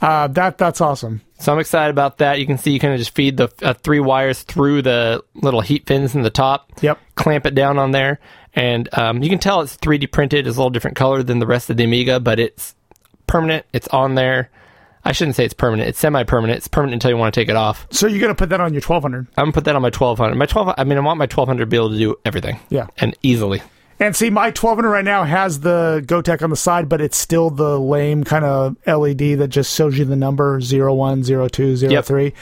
Speaker 5: Uh, that that's awesome.
Speaker 1: So I'm excited about that. You can see you kind of just feed the uh, three wires through the little heat fins in the top.
Speaker 5: Yep.
Speaker 1: Clamp it down on there, and um, you can tell it's 3D printed. It's a little different color than the rest of the Amiga, but it's permanent. It's on there. I shouldn't say it's permanent. It's semi-permanent. It's permanent until you want to take it off.
Speaker 5: So you're gonna put that on your 1200.
Speaker 1: I'm gonna put that on my 1200. My 12. I mean, I want my 1200 to be able to do everything.
Speaker 5: Yeah.
Speaker 1: And easily.
Speaker 5: And see, my 1200 right now has the GoTech on the side, but it's still the lame kind of LED that just shows you the number 010203,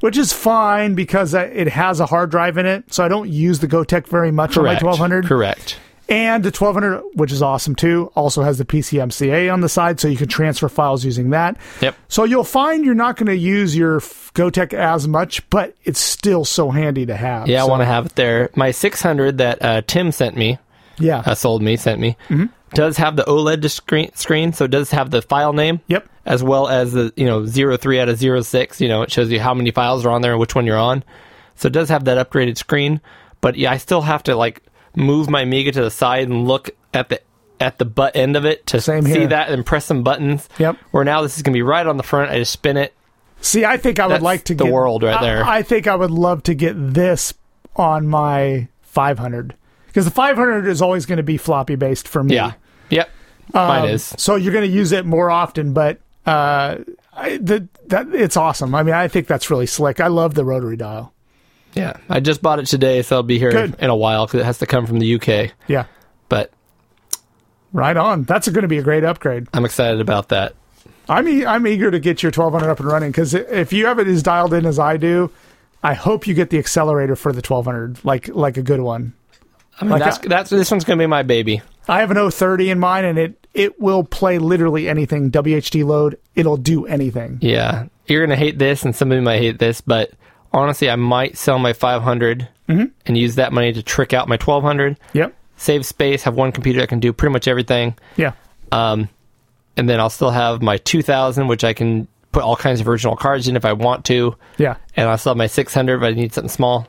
Speaker 5: which is fine because I- it has a hard drive in it. So I don't use the GoTech very much
Speaker 1: Correct.
Speaker 5: on my 1200.
Speaker 1: Correct.
Speaker 5: And the 1200, which is awesome too, also has the PCMCA on the side, so you can transfer files using that.
Speaker 1: Yep.
Speaker 5: So you'll find you're not going to use your f- GoTech as much, but it's still so handy to have.
Speaker 1: Yeah,
Speaker 5: So-
Speaker 1: I want to have it there. My 600 that uh, Tim sent me.
Speaker 5: yeah.
Speaker 1: uh, sold me, sent me,
Speaker 5: Mm-hmm.
Speaker 1: does have the OLED dis- screen, screen, so it does have the file name.
Speaker 5: Yep.
Speaker 1: As well as the, you know, 03 out of 06. You know, it shows you how many files are on there and which one you're on. So it does have that upgraded screen, but yeah, I still have to, like, move my Amiga to the side and look at the at the butt end of it to
Speaker 5: Same
Speaker 1: see
Speaker 5: here.
Speaker 1: that and press some buttons.
Speaker 5: Yep.
Speaker 1: Where now this is going to be right on the front. I just spin it.
Speaker 5: See, I think I would
Speaker 1: That's
Speaker 5: like to
Speaker 1: the
Speaker 5: get
Speaker 1: world right
Speaker 5: I-
Speaker 1: there.
Speaker 5: I, think I would love to get this on my 500 because the 500 is always going to be floppy based for me.
Speaker 1: Yeah. Mm. Yep. Mine
Speaker 5: Um,
Speaker 1: is.
Speaker 5: So you're going to use it more often, but uh, I, the, that it's awesome. I mean, I think that's really slick. I love the rotary dial.
Speaker 1: Yeah. I just bought it today, so it'll be here
Speaker 5: Good.
Speaker 1: in a while because it has to come from the UK.
Speaker 5: Yeah.
Speaker 1: but
Speaker 5: Right on. That's going to be a great upgrade.
Speaker 1: I'm excited about that.
Speaker 5: I'm e- I'm eager to get your 1200 up and running because if you have it as dialed in as I do, I hope you get the accelerator for the 1200, like like a good one.
Speaker 1: I mean,
Speaker 5: Like
Speaker 1: that's,
Speaker 5: I-
Speaker 1: that's this one's gonna be my baby.
Speaker 5: I have an 030 in mine, and it it will play literally anything WHD load. It'll do anything.
Speaker 1: Yeah, you're gonna hate this, and somebody might hate this, but honestly, I might sell my 500 and use that money to trick out my 1200,
Speaker 5: Yep.
Speaker 1: save space, have one computer that can do pretty much everything,
Speaker 5: Yeah.
Speaker 1: um, and then I'll still have my 2000, which I can put all kinds of original cards in if I want to,
Speaker 5: Yeah.
Speaker 1: and I'll still have my 600, but I need something small.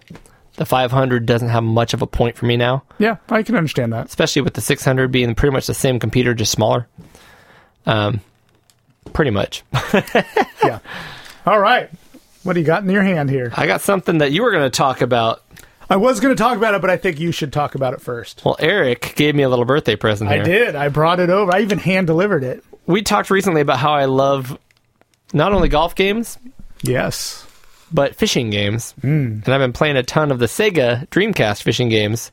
Speaker 1: The 500 doesn't have much of a point for me now,
Speaker 5: Yeah. I can understand that.
Speaker 1: especially with the 600 being pretty much the same computer, just smaller. Um, pretty much.
Speaker 5: Yeah. All right. What do you got in your hand here?
Speaker 1: I got something that you were going to talk about
Speaker 5: I was going to talk about it, but I think you should talk about it first.
Speaker 1: Well, Eric gave me a little birthday present here.
Speaker 5: I did. I brought it over. I even hand delivered it.
Speaker 1: We talked recently about how I love not only golf games,
Speaker 5: Yes.
Speaker 1: but fishing games. Mm. And I've been playing a ton of the Sega Dreamcast fishing games,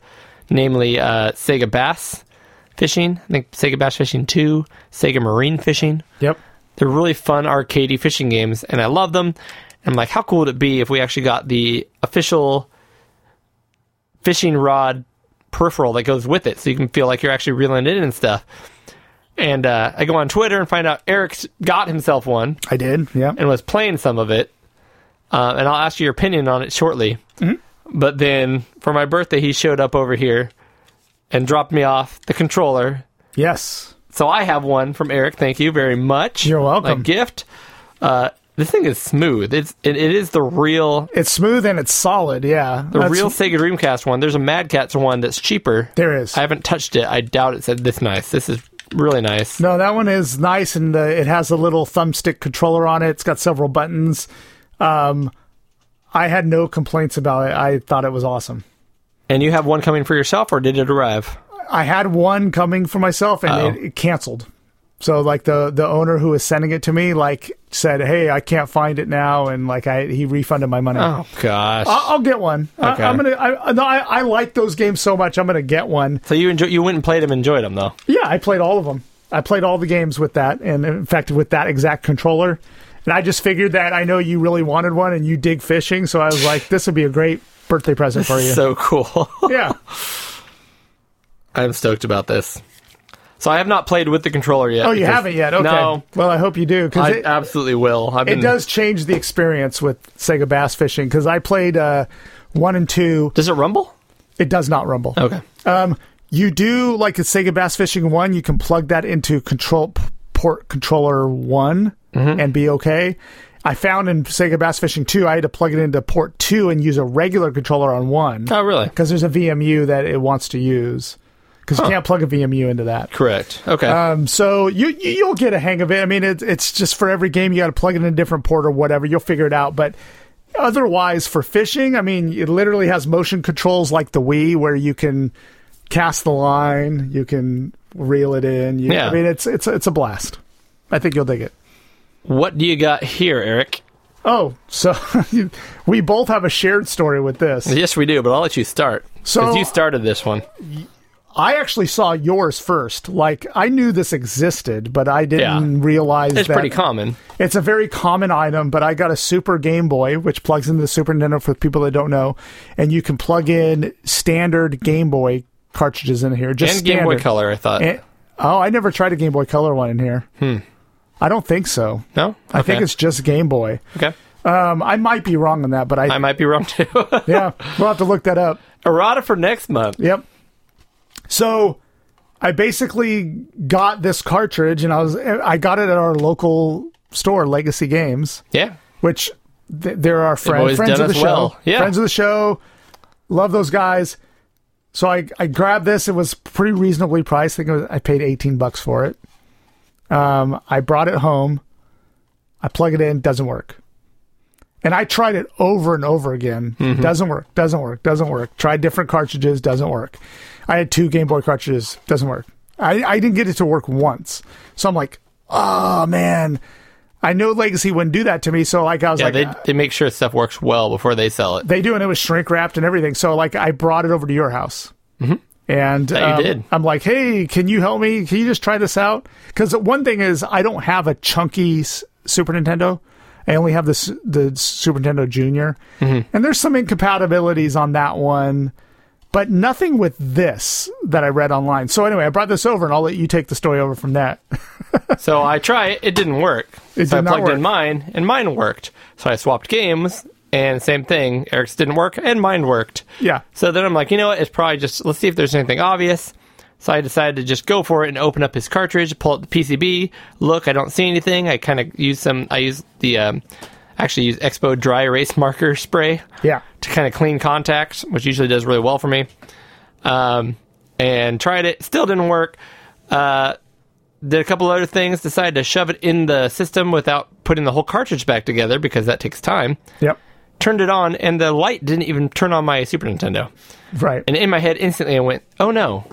Speaker 1: namely uh, Sega Bass Fishing, I think Sega Bass Fishing 2, Sega Marine Fishing.
Speaker 5: Yep.
Speaker 1: They're really fun arcadey fishing games, and I love them. And I'm like, how cool would it be if we actually got the official fishing rod peripheral that goes with it, so you can feel like you're actually reeling it in and stuff. And uh, I go on Twitter and find out Eric's got himself one
Speaker 5: I did. Yep.
Speaker 1: and was playing some of it. Uh, and I'll ask you your opinion on it shortly. But then for my birthday, he showed up over here and dropped me off the controller
Speaker 5: Yes.
Speaker 1: so I have one from Eric. Thank you very much.
Speaker 5: You're
Speaker 1: A
Speaker 5: welcome.
Speaker 1: gift. Uh, this thing is smooth. It's it, it is the real
Speaker 5: It's smooth and it's solid. Yeah.
Speaker 1: the real Sega Dreamcast one. There's a Mad Catz one that's cheaper.
Speaker 5: There is.
Speaker 1: I haven't touched it. I doubt it's this nice. This is really nice.
Speaker 5: No, that one is nice, and uh, it has a little thumbstick controller on it. It's got several buttons. Um, I had no complaints about it. I thought it was awesome.
Speaker 1: And you have one coming for yourself, or did it arrive?
Speaker 5: I had one coming for myself, and it, it canceled. So, like the the owner who was sending it to me, like said, "Hey, I can't find it now," and like I he refunded my money.
Speaker 1: Oh gosh.
Speaker 5: I- I'll get one.
Speaker 1: Okay.
Speaker 5: I, I'm gonna. I, no, I, I like those games so much. I'm gonna get one.
Speaker 1: so you enjoy you went and played them, enjoyed them though.
Speaker 5: Yeah, I played all of them. I played all the games with that, and in fact, with that exact controller. And I just figured that I know you really wanted one, and you dig fishing, so I was like, this would be a great birthday present for you.
Speaker 1: So cool.
Speaker 5: yeah,
Speaker 1: I'm stoked about this. So I have not played with the controller yet.
Speaker 5: oh, you
Speaker 1: because-
Speaker 5: haven't yet. Okay.
Speaker 1: No,
Speaker 5: Well, I hope you do
Speaker 1: I
Speaker 5: because it,
Speaker 1: absolutely will. I've
Speaker 5: it
Speaker 1: been-
Speaker 5: does change the experience with Sega Bass Fishing. Because I played uh, one and two.
Speaker 1: Does it rumble?
Speaker 5: It does not rumble.
Speaker 1: Okay.
Speaker 5: Um, you do like a Sega Bass Fishing One. You can plug that into control p- port controller one
Speaker 1: Mm-hmm.
Speaker 5: and be okay. I found in Sega Bass Fishing Two, I had to plug it into port two and use a regular controller on one
Speaker 1: Oh, really?
Speaker 5: because there's a VMU that it wants to use because you can't plug a VMU into that.
Speaker 1: Correct. Okay.
Speaker 5: Um, so you, you you'll get a hang of it. I mean, it's it's just for every game you got to plug it in a different port or whatever. You'll figure it out, but. Otherwise, for fishing, I mean, it literally has motion controls like the Wii, where you can cast the line, you can reel it in. You,
Speaker 1: Yeah.
Speaker 5: I mean, it's it's it's a blast. I think you'll dig it.
Speaker 1: what do you got here, Eric?
Speaker 5: Oh, so you- we both have a shared story with this.
Speaker 1: Yes, we do, but I'll let you start.
Speaker 5: So-
Speaker 1: Because you started this one.
Speaker 5: I actually saw yours first. Like I knew this existed, but I didn't
Speaker 1: Yeah.
Speaker 5: realize
Speaker 1: It's
Speaker 5: that
Speaker 1: pretty common.
Speaker 5: It's a very common item, but I got a Super Game Boy, which plugs into the Super Nintendo for people that don't know, and you can plug in standard Game Boy cartridges in here. Just
Speaker 1: And Game Boy
Speaker 5: standard.
Speaker 1: Color, I thought.
Speaker 5: And- oh, I never tried a Game Boy Color one in here. Hmm. I don't think so.
Speaker 1: no?
Speaker 5: I think it's just Game Boy.
Speaker 1: Okay.
Speaker 5: Um, I might be wrong on that, but I
Speaker 1: I might be wrong too.
Speaker 5: yeah, we'll have to look that up.
Speaker 1: Errata for next month.
Speaker 5: Yep. So I basically got this cartridge, and I was I got it at our local store, Legacy Games.
Speaker 1: Yeah.
Speaker 5: which th- they're our friends,
Speaker 1: always
Speaker 5: friends
Speaker 1: done
Speaker 5: of the
Speaker 1: us
Speaker 5: show,
Speaker 1: well. Yeah.
Speaker 5: friends of the show. Love those guys. So I, I grabbed this. It was pretty reasonably priced. I think it was, I paid eighteen bucks for it. Um, I brought it home. I plug it in, doesn't work. And I tried it over and over again.
Speaker 1: Mm-hmm.
Speaker 5: Doesn't work. Doesn't work. Doesn't work. Tried different cartridges. Doesn't work. I had two Game Boy cartridges. Doesn't work. I, I didn't get it to work once. So I'm like, oh man. I know Legacy wouldn't do that to me. So like I was
Speaker 1: Yeah,
Speaker 5: like, uh,
Speaker 1: they, they make sure stuff works well before they sell it.
Speaker 5: they do, and it was shrink wrapped and everything. So like, I brought it over to your house, And
Speaker 1: Mm-hmm. you
Speaker 5: um,
Speaker 1: did.
Speaker 5: I'm like, hey, can you help me? Can you just try this out? Because one thing is, I don't have a chunky S- Super Nintendo. I only have this the Super Nintendo junior
Speaker 1: Mm-hmm.
Speaker 5: and there's some incompatibilities on that one, but nothing with this that I read online. So anyway, I brought this over, and I'll let you take the story over from that.
Speaker 1: So I try it. It didn't work.
Speaker 5: It
Speaker 1: so
Speaker 5: did
Speaker 1: I
Speaker 5: not
Speaker 1: plugged
Speaker 5: work.
Speaker 1: in mine, and mine worked. So I swapped games, and same thing. Eric's didn't work, and mine worked.
Speaker 5: Yeah.
Speaker 1: So then I'm like, you know what? It's probably just let's see if there's anything obvious. So I decided to just go for it and open up his cartridge, pull out the PCB. Look, I don't see anything. I kind of use some. I use the um, actually use Expo dry erase marker spray
Speaker 5: Yeah.
Speaker 1: to kind of clean contacts, which usually does really well for me. Um, and tried it, still didn't work. Uh, did a couple other things, decided to shove it in the system without putting the whole cartridge back together because that takes time.
Speaker 5: Yep.
Speaker 1: Turned it on, and the light didn't even turn on my Super Nintendo.
Speaker 5: Right.
Speaker 1: And in my head, instantly, I went, "Oh no."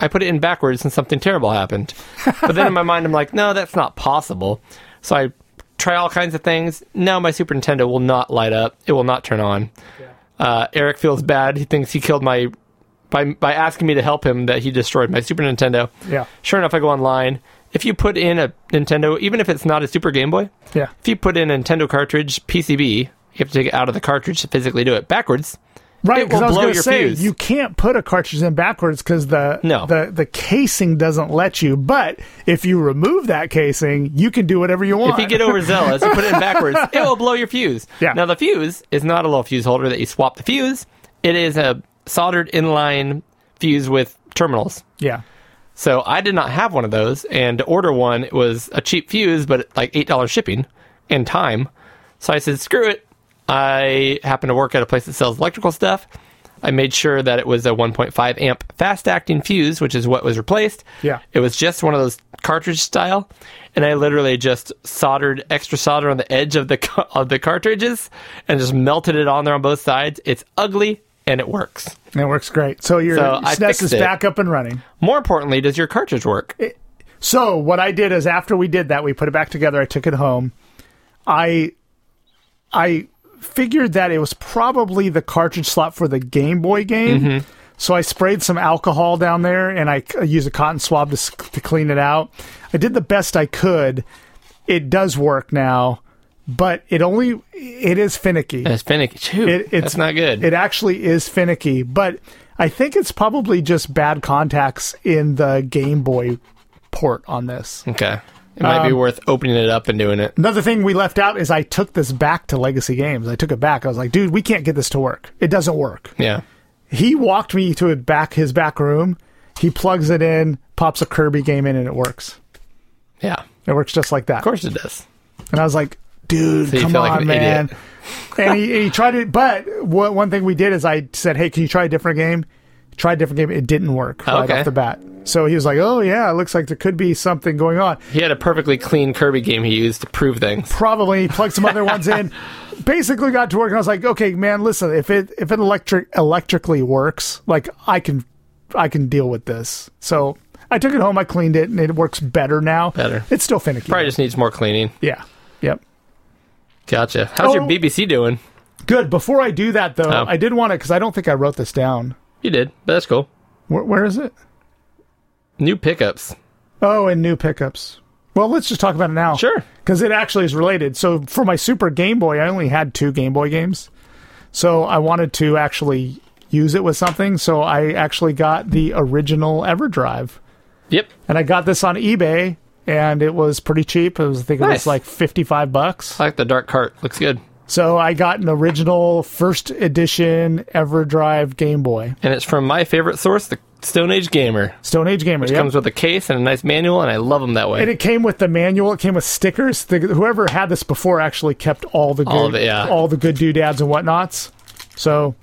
Speaker 1: I put it in backwards and something terrible happened. But then in my mind, I'm like, no, that's not possible. So I try all kinds of things. No, my Super Nintendo will not light up. It will not turn on. Uh, Eric feels bad. He thinks he killed my by by asking me to help him that he destroyed my Super Nintendo.
Speaker 5: Yeah.
Speaker 1: Sure enough, I go online. If you put in a Nintendo, even if it's not a Super Game Boy,
Speaker 5: yeah.
Speaker 1: if you put in a Nintendo cartridge PCB, you have to take it out of the cartridge to physically do it backwards.
Speaker 5: Right,
Speaker 1: it will
Speaker 5: because I was
Speaker 1: blow
Speaker 5: going to
Speaker 1: your
Speaker 5: say
Speaker 1: fuse.
Speaker 5: you can't put a cartridge in backwards because the
Speaker 1: No.
Speaker 5: the the casing doesn't let you. But if you remove that casing, you can do whatever you want.
Speaker 1: If you get overzealous and put it in backwards, it will blow your fuse.
Speaker 5: Yeah.
Speaker 1: Now the fuse is not a little fuse holder that you swap the fuse. It is a soldered inline fuse with terminals.
Speaker 5: yeah,
Speaker 1: So I did not have one of those, and to order one it was a cheap fuse, but like eight dollars shipping and time. So I said, screw it. I happen to work at a place that sells electrical stuff. I made sure that it was a 1.5 amp fast acting fuse, which is what was replaced.
Speaker 5: Yeah.
Speaker 1: It was just one of those cartridge style, and I literally just soldered extra solder on the edge of the ca- of the cartridges and just melted it on there on both sides. It's ugly and it works.
Speaker 5: and it works great. So your
Speaker 1: So I
Speaker 5: SNES
Speaker 1: fixed
Speaker 5: is
Speaker 1: it.
Speaker 5: back up and running.
Speaker 1: More importantly, does your cartridge work?
Speaker 5: So what I did is after we did that, we put it back together. I took it home. I I figured that it was probably the cartridge slot for the Game Boy game. So I sprayed some alcohol down there, and I c- used a cotton swab to, s- to clean it out. I did the best I could. It does work now, but it only it is finicky.
Speaker 1: That's finicky too.
Speaker 5: It-
Speaker 1: That's not good.
Speaker 5: It actually is finicky, but I think it's probably just bad contacts in the Game Boy port on this.
Speaker 1: Okay. It might
Speaker 5: Um,
Speaker 1: be worth opening it up and doing it.
Speaker 5: Another thing we left out is I took this back to Legacy Games. I took it back. I was like, dude, we can't get this to work. It doesn't work.
Speaker 1: Yeah.
Speaker 5: He walked me to a back his back room. He plugs it in, pops a Kirby game in, and it works.
Speaker 1: Yeah. Of
Speaker 5: It works just like that.
Speaker 1: course it does.
Speaker 5: And I was like, dude,
Speaker 1: you
Speaker 5: come
Speaker 1: feel
Speaker 5: on,
Speaker 1: like an
Speaker 5: man. and he, he tried it, but what, one thing we did is I said, hey, can you try a different game? Try a different game. It didn't work right
Speaker 1: Oh, Okay.
Speaker 5: off the bat. So he was like, oh, yeah, it looks like there could be something going on.
Speaker 1: He had a perfectly clean Kirby game he used to prove things.
Speaker 5: Probably plugged some other ones in. Basically got to work, and I was like, okay, man, listen, if it if it electric electrically works, like I can I can deal with this. So I took it home, I cleaned it, and it works better now.
Speaker 1: Better.
Speaker 5: It's still finicky.
Speaker 1: Probably just needs more cleaning.
Speaker 5: Yeah. Yep.
Speaker 1: Gotcha. How's your
Speaker 5: Oh.
Speaker 1: BBC doing?
Speaker 5: Good. Before I do that, though,
Speaker 1: Oh.
Speaker 5: I did want to because I don't think I wrote this down.
Speaker 1: You did, but that's cool.
Speaker 5: Where, where is it?
Speaker 1: New pickups.
Speaker 5: Oh, and new pickups. Well, let's just talk about it now.
Speaker 1: Sure.
Speaker 5: Because it actually is related. So for my Super Game Boy, I only had two Game Boy games. So I wanted to actually use it with something. So I actually got the original EverDrive.
Speaker 1: Yep.
Speaker 5: And I got this on eBay, and it was pretty cheap. It was, I think it was
Speaker 1: Nice.
Speaker 5: like 55 bucks.
Speaker 1: I like the dark cart. Looks good.
Speaker 5: So I got an original first edition EverDrive Game Boy.
Speaker 1: And it's from my favorite source, the Stone Age Gamer.
Speaker 5: Stone Age Gamer.
Speaker 1: Which
Speaker 5: yep.
Speaker 1: comes with a case and a nice manual, and I love them that way.
Speaker 5: And it came with the manual. It came with stickers. The, whoever had this before actually kept all the good,
Speaker 1: All of it, yeah.
Speaker 5: all the good doodads and whatnots. So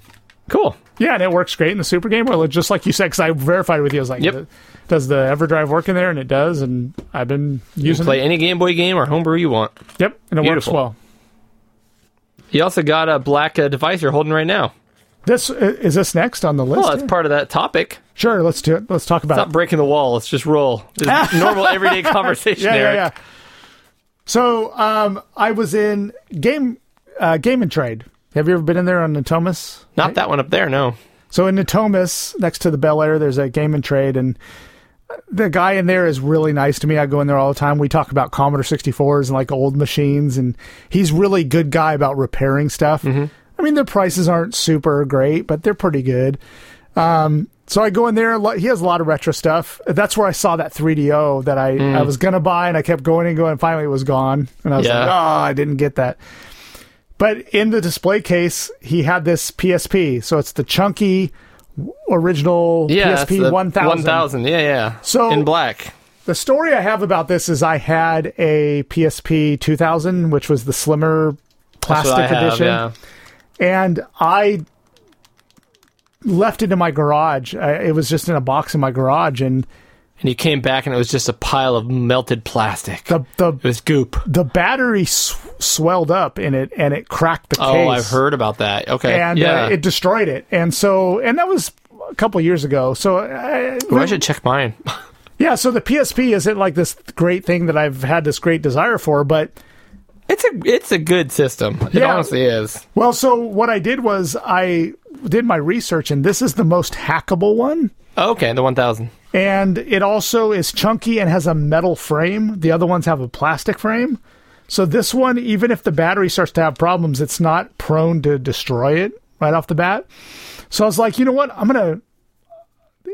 Speaker 1: cool.
Speaker 5: yeah, and it works great in the Super Game Boy, just like you said. Because I verified with you, I was like,
Speaker 1: Yep.
Speaker 5: does the EverDrive work in there? And it does. And I've been
Speaker 1: You can
Speaker 5: using
Speaker 1: play
Speaker 5: it.
Speaker 1: any Game Boy game or homebrew you want.
Speaker 5: Yep, and it
Speaker 1: Beautiful.
Speaker 5: works well.
Speaker 1: You also got a black uh, device you're holding right now.
Speaker 5: This is this next on the list.
Speaker 1: Well, it's part of that topic.
Speaker 5: sure, let's do it. Let's talk about it.
Speaker 1: Stop breaking the wall. Let's just roll. Just normal everyday conversation, Eric.
Speaker 5: yeah. So um, I was in game uh, game and trade. Have you ever been in there on Natomas?
Speaker 1: Not that one up there, no.
Speaker 5: So in Natomas, next to the Bel Air, there's a game and trade, and the guy in there is really nice to me. I go in there all the time. We talk about Commodore 64s and like old machines, and he's really good guy about repairing stuff. I mean, their prices aren't super great, but they're pretty good. Um, so I go in there. lo- He has a lot of retro stuff. That's where I saw that 3DO that I, I was gonna buy, and I kept going and going. And finally, it was gone, and I was
Speaker 1: Yeah.
Speaker 5: like, oh, I didn't get that. But in the display case, he had this PSP. So it's the chunky original
Speaker 1: Yeah, it's
Speaker 5: PSP
Speaker 1: the
Speaker 5: 1000.
Speaker 1: 1000, yeah, yeah.
Speaker 5: So-
Speaker 1: in black.
Speaker 5: The story I have about this is I had a PSP 2000, which was the slimmer
Speaker 1: That's what
Speaker 5: plastic
Speaker 1: I have,
Speaker 5: edition
Speaker 1: yeah.
Speaker 5: and I left it in my garage. I, it was just in a box in my garage, and
Speaker 1: And you came back and it was just a pile of melted plastic.
Speaker 5: the
Speaker 1: it
Speaker 5: the
Speaker 1: was goop.
Speaker 5: the battery sw- swelled up in it, and it cracked the
Speaker 1: Oh,
Speaker 5: case.
Speaker 1: I've heard about that. Okay.
Speaker 5: and
Speaker 1: yeah.
Speaker 5: uh, it destroyed it. And so, and that was a couple years ago. So, uh,
Speaker 1: Ooh, I should check mine.
Speaker 5: yeah. So the PSP isn't like this great thing that I've had this great desire for, but
Speaker 1: It's a it's a good system. It
Speaker 5: Yeah.
Speaker 1: honestly is.
Speaker 5: well, so what I did was I did my research, and this is the most hackable one.
Speaker 1: Okay, the 1000.
Speaker 5: and it also is chunky and has a metal frame. The other ones have a plastic frame. So this one, even if the battery starts to have problems, it's not prone to destroy it right off the bat. So I was like, you know what? I'm gonna.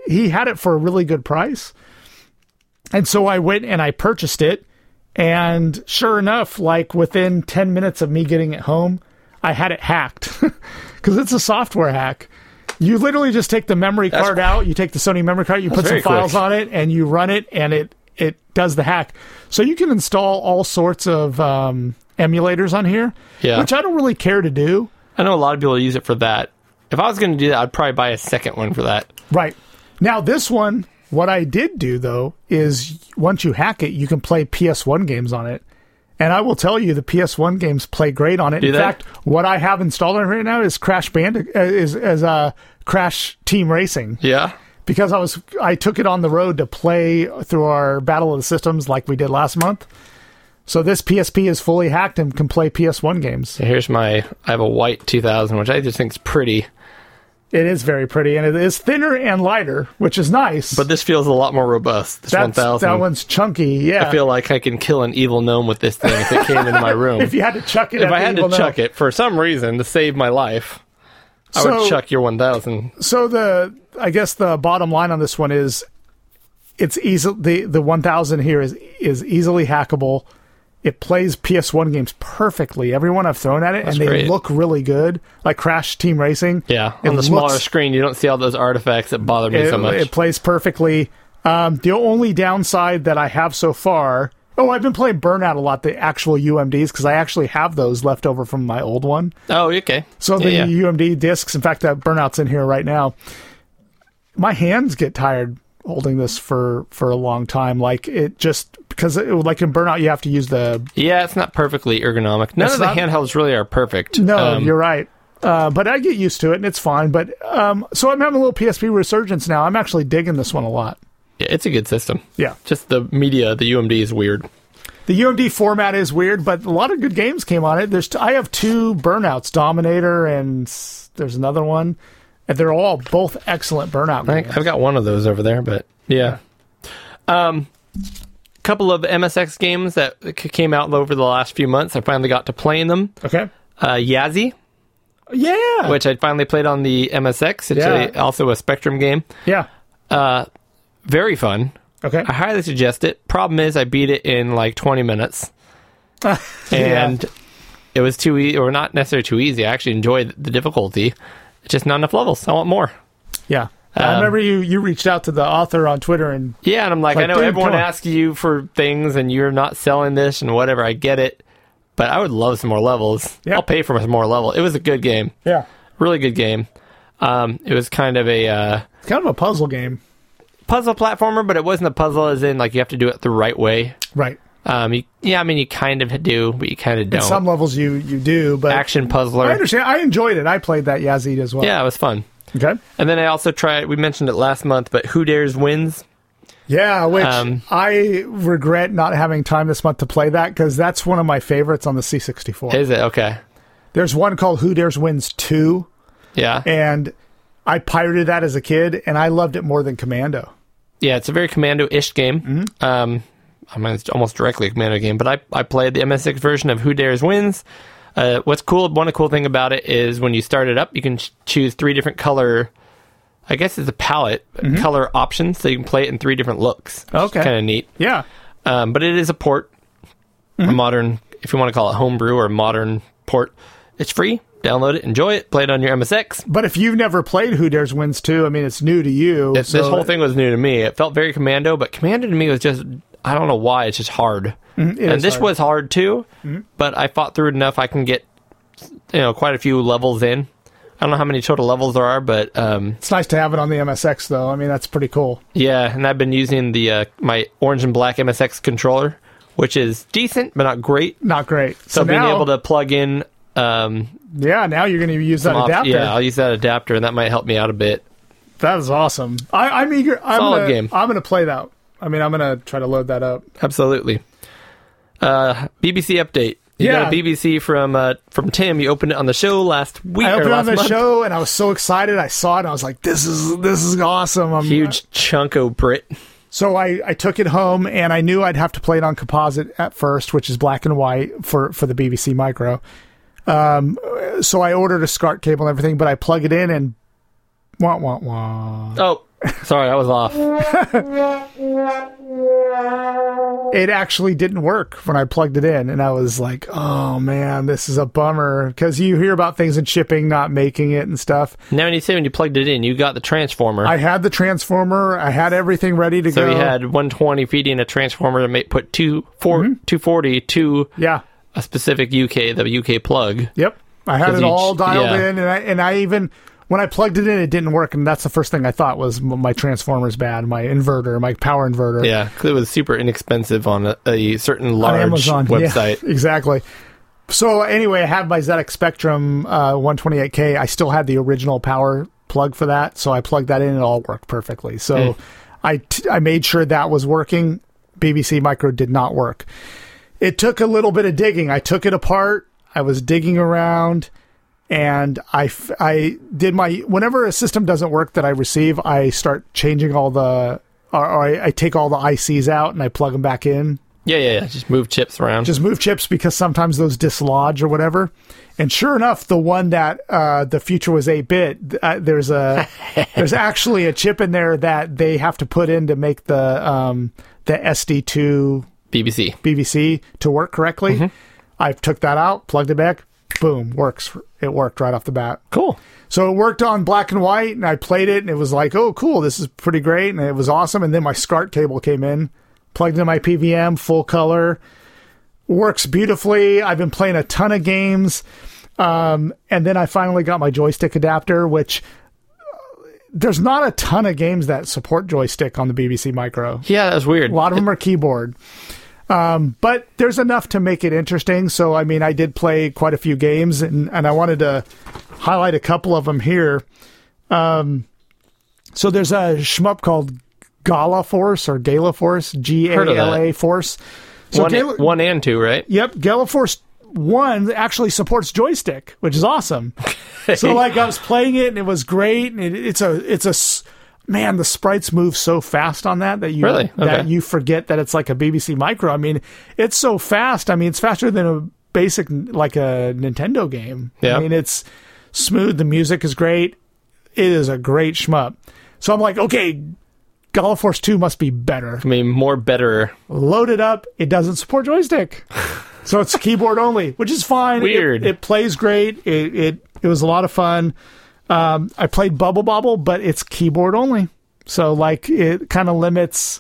Speaker 5: He had it for a really good price, and so I went and I purchased it. And sure enough, like within ten minutes of me getting it home, I had it hacked because it's a software hack. You literally just take the memory card out, you take the Sony memory card, you put some
Speaker 1: very quick.
Speaker 5: files on it, and you run it, and it it does the hack. So you can install all sorts of um, emulators on here,
Speaker 1: Yeah.
Speaker 5: which I don't really care to do.
Speaker 1: I know a lot of people use it for that. If I was going to do that, I'd probably buy a second one for that.
Speaker 5: Right. Now, this one, what I did do though is once you hack it, you can play PS1 games on it. And I will tell you, the PS1 games play great on it. In
Speaker 1: they?
Speaker 5: fact, what I have installed on it right now is Crash Bandic uh, is as uh, Crash Team Racing
Speaker 1: Yeah.
Speaker 5: because I was I took it on the road to play through our Battle of the Systems like we did last month. So this PSP is fully hacked and can play PS1 games.
Speaker 1: Here's my I have a white 2000, which I just think is pretty,
Speaker 5: It is very pretty and it is thinner and lighter, which is nice.
Speaker 1: but this feels a lot more robust. This
Speaker 5: that's,
Speaker 1: 1000.
Speaker 5: that one's chunky. Yeah.
Speaker 1: I feel like I can kill an evil gnome with this thing if it came into my room.
Speaker 5: if you had to chuck it,
Speaker 1: if I had to chuck it for some reason to save my life, I
Speaker 5: So-
Speaker 1: would chuck your 1000.
Speaker 5: So the I guess the bottom line on this one is, it's easy. The the one thousand here is is easily hackable. It plays PS1 games perfectly. Everyone I've thrown at it, and they
Speaker 1: great.
Speaker 5: look really good, like Crash Team Racing.
Speaker 1: Yeah,
Speaker 5: It
Speaker 1: on the smaller
Speaker 5: looks-
Speaker 1: screen, you don't see all those artifacts that bother me
Speaker 5: it,
Speaker 1: so much.
Speaker 5: it plays perfectly. Um, the only downside that I have so far. Oh, I've been playing Burnout a lot, the actual UMDs, because I actually have those left over from my old one.
Speaker 1: oh, okay.
Speaker 5: So the
Speaker 1: Yeah, yeah.
Speaker 5: UMD discs, in fact, that burnout's in here right now. My hands get tired holding this for for a long time. Like it just because it, like in burnout, you have to use the
Speaker 1: Yeah, it's not perfectly ergonomic. None
Speaker 5: It's
Speaker 1: of the
Speaker 5: not-
Speaker 1: handhelds really are perfect.
Speaker 5: no.
Speaker 1: Um,
Speaker 5: you're right. Uh, but I get used to it and it's fine. But um, so I'm having a little PSP resurgence now. I'm actually digging this one a lot.
Speaker 1: yeah, it's a good system.
Speaker 5: Yeah,
Speaker 1: Just the media, the UMD is weird.
Speaker 5: the UMD format is weird, but a lot of good games came on it. There's t- I have two burnouts, Dominator, and s- there's another one. And they're all both excellent burnout
Speaker 1: I,
Speaker 5: games.
Speaker 1: I've got one of those over there, but yeah. Um, couple of MSX games that c- came out over the last few months. I finally got to playing them.
Speaker 5: Okay.
Speaker 1: Uh, Yazzie,
Speaker 5: Yeah.
Speaker 1: which I finally played on the MSX. It's
Speaker 5: Yeah.
Speaker 1: a, also a Spectrum game.
Speaker 5: Yeah.
Speaker 1: Very fun.
Speaker 5: Okay.
Speaker 1: I highly suggest it. Problem is, I beat it in like 20 minutes, and it was too easy, or not necessarily too easy. I actually enjoyed the difficulty. It's just not enough levels. I want more.
Speaker 5: Yeah.
Speaker 1: Um,
Speaker 5: I remember you you reached out to the author on Twitter and
Speaker 1: Yeah, and I'm like,
Speaker 5: Like,
Speaker 1: I know
Speaker 5: dude,
Speaker 1: everyone
Speaker 5: come on.
Speaker 1: asks you for things, and you're not selling this and whatever. I get it, but I would love some more levels.
Speaker 5: Yeah.
Speaker 1: I'll pay for some more level. It was a good game,
Speaker 5: yeah,
Speaker 1: really good game. Um, it was kind of a uh,
Speaker 5: it's kind of a puzzle game,
Speaker 1: puzzle platformer, but it wasn't a puzzle as in like you have to do it the right way.
Speaker 5: right?
Speaker 1: Um, you, yeah, I mean you kind of do, but you kind of
Speaker 5: At
Speaker 1: don't.
Speaker 5: some levels you you do, but
Speaker 1: action
Speaker 5: I
Speaker 1: puzzler.
Speaker 5: understand. I enjoyed it. I played that Yazid as well.
Speaker 1: Yeah, it was fun.
Speaker 5: Okay.
Speaker 1: And then I also tried. We mentioned it last month, but Who Dares Wins.
Speaker 5: Yeah, which
Speaker 1: Um,
Speaker 5: I regret not having time this month to play that because that's one of my favorites on the C64.
Speaker 1: Is it okay?
Speaker 5: There's one called Who Dares Wins Two,
Speaker 1: Yeah,
Speaker 5: and I pirated that as a kid, and I loved it more than Commando.
Speaker 1: Yeah, it's a very commando-ish game. Um, I mean, it's almost directly a commando game, but I, I played the MSX version of Who Dares Wins. Uh, what's cool, one cool thing about it is when you start it up, you can ch- choose three different color. I guess it's a palette but color options, so you can play it in three different looks.
Speaker 5: Okay.
Speaker 1: kind of neat.
Speaker 5: Yeah,
Speaker 1: Um, but it is a port, a modern, if you want to call it homebrew or modern port. It's free. Download it, enjoy it, play it on your MSX.
Speaker 5: but if you've never played Who Dares Wins 2, I mean, it's new to you.
Speaker 1: This, this
Speaker 5: so-
Speaker 1: whole thing was new to me. It felt very commando, but commando to me was just I don't know why it's just hard.
Speaker 5: is
Speaker 1: and this
Speaker 5: Mm-hmm. hard. Mm-hmm.
Speaker 1: was hard too, but I fought through it enough. I can get you know quite a few levels in. I don't know how many total levels there are, but um,
Speaker 5: It's nice to have it on the MSX, though. I mean, that's pretty cool.
Speaker 1: yeah. And I've been using the uh, my orange and black MSX controller, which is decent but not great.
Speaker 5: Not great.
Speaker 1: So, being
Speaker 5: now,
Speaker 1: able to plug in um,
Speaker 5: yeah, now you're going to use that
Speaker 1: off-
Speaker 5: adapter.
Speaker 1: yeah, I'll use that adapter, and that might help me out a bit.
Speaker 5: That is awesome. I, I'm eager. I'm
Speaker 1: Solid
Speaker 5: gonna,
Speaker 1: game.
Speaker 5: I'm going to play that. I mean, I'm going to try to load that up.
Speaker 1: Absolutely. Uh, BBC update. You
Speaker 5: Yeah.
Speaker 1: got a BBC from uh, from Tim. You opened it on the show last week.
Speaker 5: I
Speaker 1: or
Speaker 5: opened it
Speaker 1: last
Speaker 5: on the
Speaker 1: month.
Speaker 5: show, and I was so excited. I saw it, and I was like, "This is this is awesome!" I'm
Speaker 1: Huge chunk of Brit.
Speaker 5: So I, I took it home and I knew I'd have to play it on composite at first, which is black and white for, for the BBC Micro. Um, so I ordered a SCART cable and everything, but I plug it in and wah wah wah.
Speaker 1: Oh, sorry, I was off.
Speaker 5: It actually didn't work when I plugged it in, and I was like, "Oh man, this is a bummer." Because you hear about things in shipping not making it and stuff.
Speaker 1: Now when you say when you plugged it in, you got the transformer.
Speaker 5: I had the transformer, I had everything ready to
Speaker 1: so
Speaker 5: go.
Speaker 1: you had 120 feeding a transformer to make, put two four
Speaker 5: Mm-hmm.
Speaker 1: 240 to
Speaker 5: yeah,
Speaker 1: a specific UK the UK plug.
Speaker 5: Yep. I had
Speaker 1: 'Cause
Speaker 5: it
Speaker 1: you
Speaker 5: all
Speaker 1: ch-
Speaker 5: dialed
Speaker 1: yeah.
Speaker 5: in and I and I even when I plugged it in it didn't work and that's the first thing I thought was "M- my transformer's bad, my inverter, my power inverter
Speaker 1: Yeah, 'cause it was super inexpensive on a, a certain large
Speaker 5: on Amazon Yeah,
Speaker 1: website.
Speaker 5: exactly. So anyway, I have my ZX Spectrum uh, 128K. I still had the original power plug for that, so I plugged that in and it all worked perfectly. So
Speaker 1: Hmm.
Speaker 5: I t- I made sure that was working. BBC Micro did not work. It took a little bit of digging. I took it apart. I was digging around and I, f- I did my whenever a system doesn't work that I receive, I start changing all the or, or I, I take all the ICs out and I plug them back in
Speaker 1: Yeah, yeah, yeah. Just move chips around.
Speaker 5: just move chips because sometimes those dislodge or whatever. And sure enough, the one that uh, the future was eight bit, uh, there's a there's actually a chip in there that they have to put in to make the um, the SD two
Speaker 1: BBC.
Speaker 5: BBC to work correctly. I took that out, plugged it back, boom, works. It worked right off the bat.
Speaker 1: Cool.
Speaker 5: So it worked on black and white, and I played it, and it was like, oh, cool, this is pretty great, and it was awesome. And then my SCART cable came in, plugged in my PVM, full color, works beautifully. I've been playing a ton of games, um, and then I finally got my joystick adapter, which uh, there's not a ton of games that support joystick on the BBC Micro.
Speaker 1: Yeah, that was weird.
Speaker 5: A lot of them are keyboard. Um, but there's enough to make it interesting. So, I mean, I did play quite a few games, and, and I wanted to highlight a couple of them here. Um, so there's a shmup called Gala Force or Gala Force, G A
Speaker 1: Heard of that.
Speaker 5: L A Force. So
Speaker 1: one,
Speaker 5: Gala-
Speaker 1: one and two, right?
Speaker 5: Yep, Gala Force One actually supports joystick, which is awesome. so like I was playing it and it was great, and it, it's a it's a s- man the sprites move so fast on that that you
Speaker 1: Really?
Speaker 5: that
Speaker 1: Okay.
Speaker 5: you forget that it's like a BBC Micro. I mean, it's so fast. I mean, it's faster than a basic like a Nintendo game.
Speaker 1: Yeah.
Speaker 5: I mean, it's smooth. The music is great. It is a great shmup. So I'm like, okay, Gala Force Two must be better
Speaker 1: I mean, more better.
Speaker 5: load it up. It doesn't support joystick, so it's keyboard only, which is fine. It-
Speaker 1: Weird.
Speaker 5: It, plays great. It, it it was a lot of fun. Um, I played Bubble Bobble, but it's keyboard only, so like it kind of limits.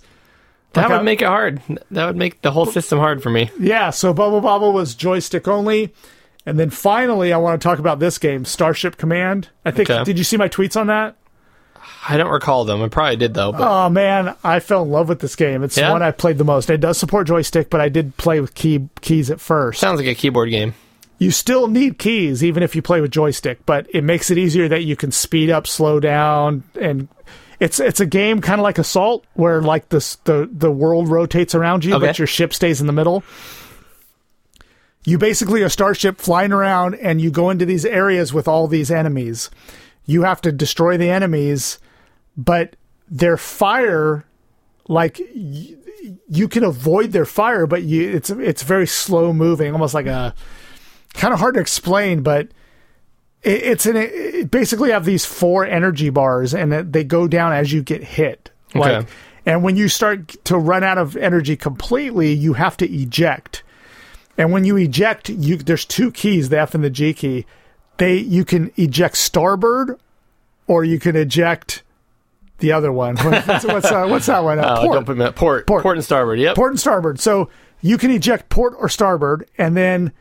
Speaker 1: That
Speaker 5: Like
Speaker 1: would
Speaker 5: a-
Speaker 1: make it hard. That would make the whole system hard for me.
Speaker 5: Yeah, so Bubble Bobble was joystick only. And then finally, I want to talk about this game, Starship Command. I think,
Speaker 1: Okay.
Speaker 5: did you see my tweets on that?
Speaker 1: I don't recall them. I probably did though. But
Speaker 5: Oh man, I fell in love with this game. It's
Speaker 1: Yeah?
Speaker 5: the one I played the most. It does support joystick, but I did play with key keys at first.
Speaker 1: sounds like a keyboard game.
Speaker 5: You still need keys even if you play with joystick, but it makes it easier that you can speed up, slow down, and it's it's a game kind of like Assault where like this the the world rotates around you,
Speaker 1: Okay.
Speaker 5: but your ship stays in the middle. You basically a starship flying around and you go into these areas with all these enemies. you have to destroy the enemies, but their fire, like y- you can avoid their fire, but you it's it's very slow moving, almost like a kind of hard to explain, but it, it's an it basically have these four energy bars and it- they go down as you get hit.
Speaker 1: Okay.
Speaker 5: Like, and when you start to run out of energy completely, you have to eject. And when you eject, you there's two keys, the F and the G key. They you can eject starboard, or you can eject the other one. What's, what's, uh, what's that one? Uh,
Speaker 1: Oh,
Speaker 5: port.
Speaker 1: don't put me port,
Speaker 5: Port.
Speaker 1: port, and starboard. Yep.
Speaker 5: port and starboard. So you can eject port or starboard, and then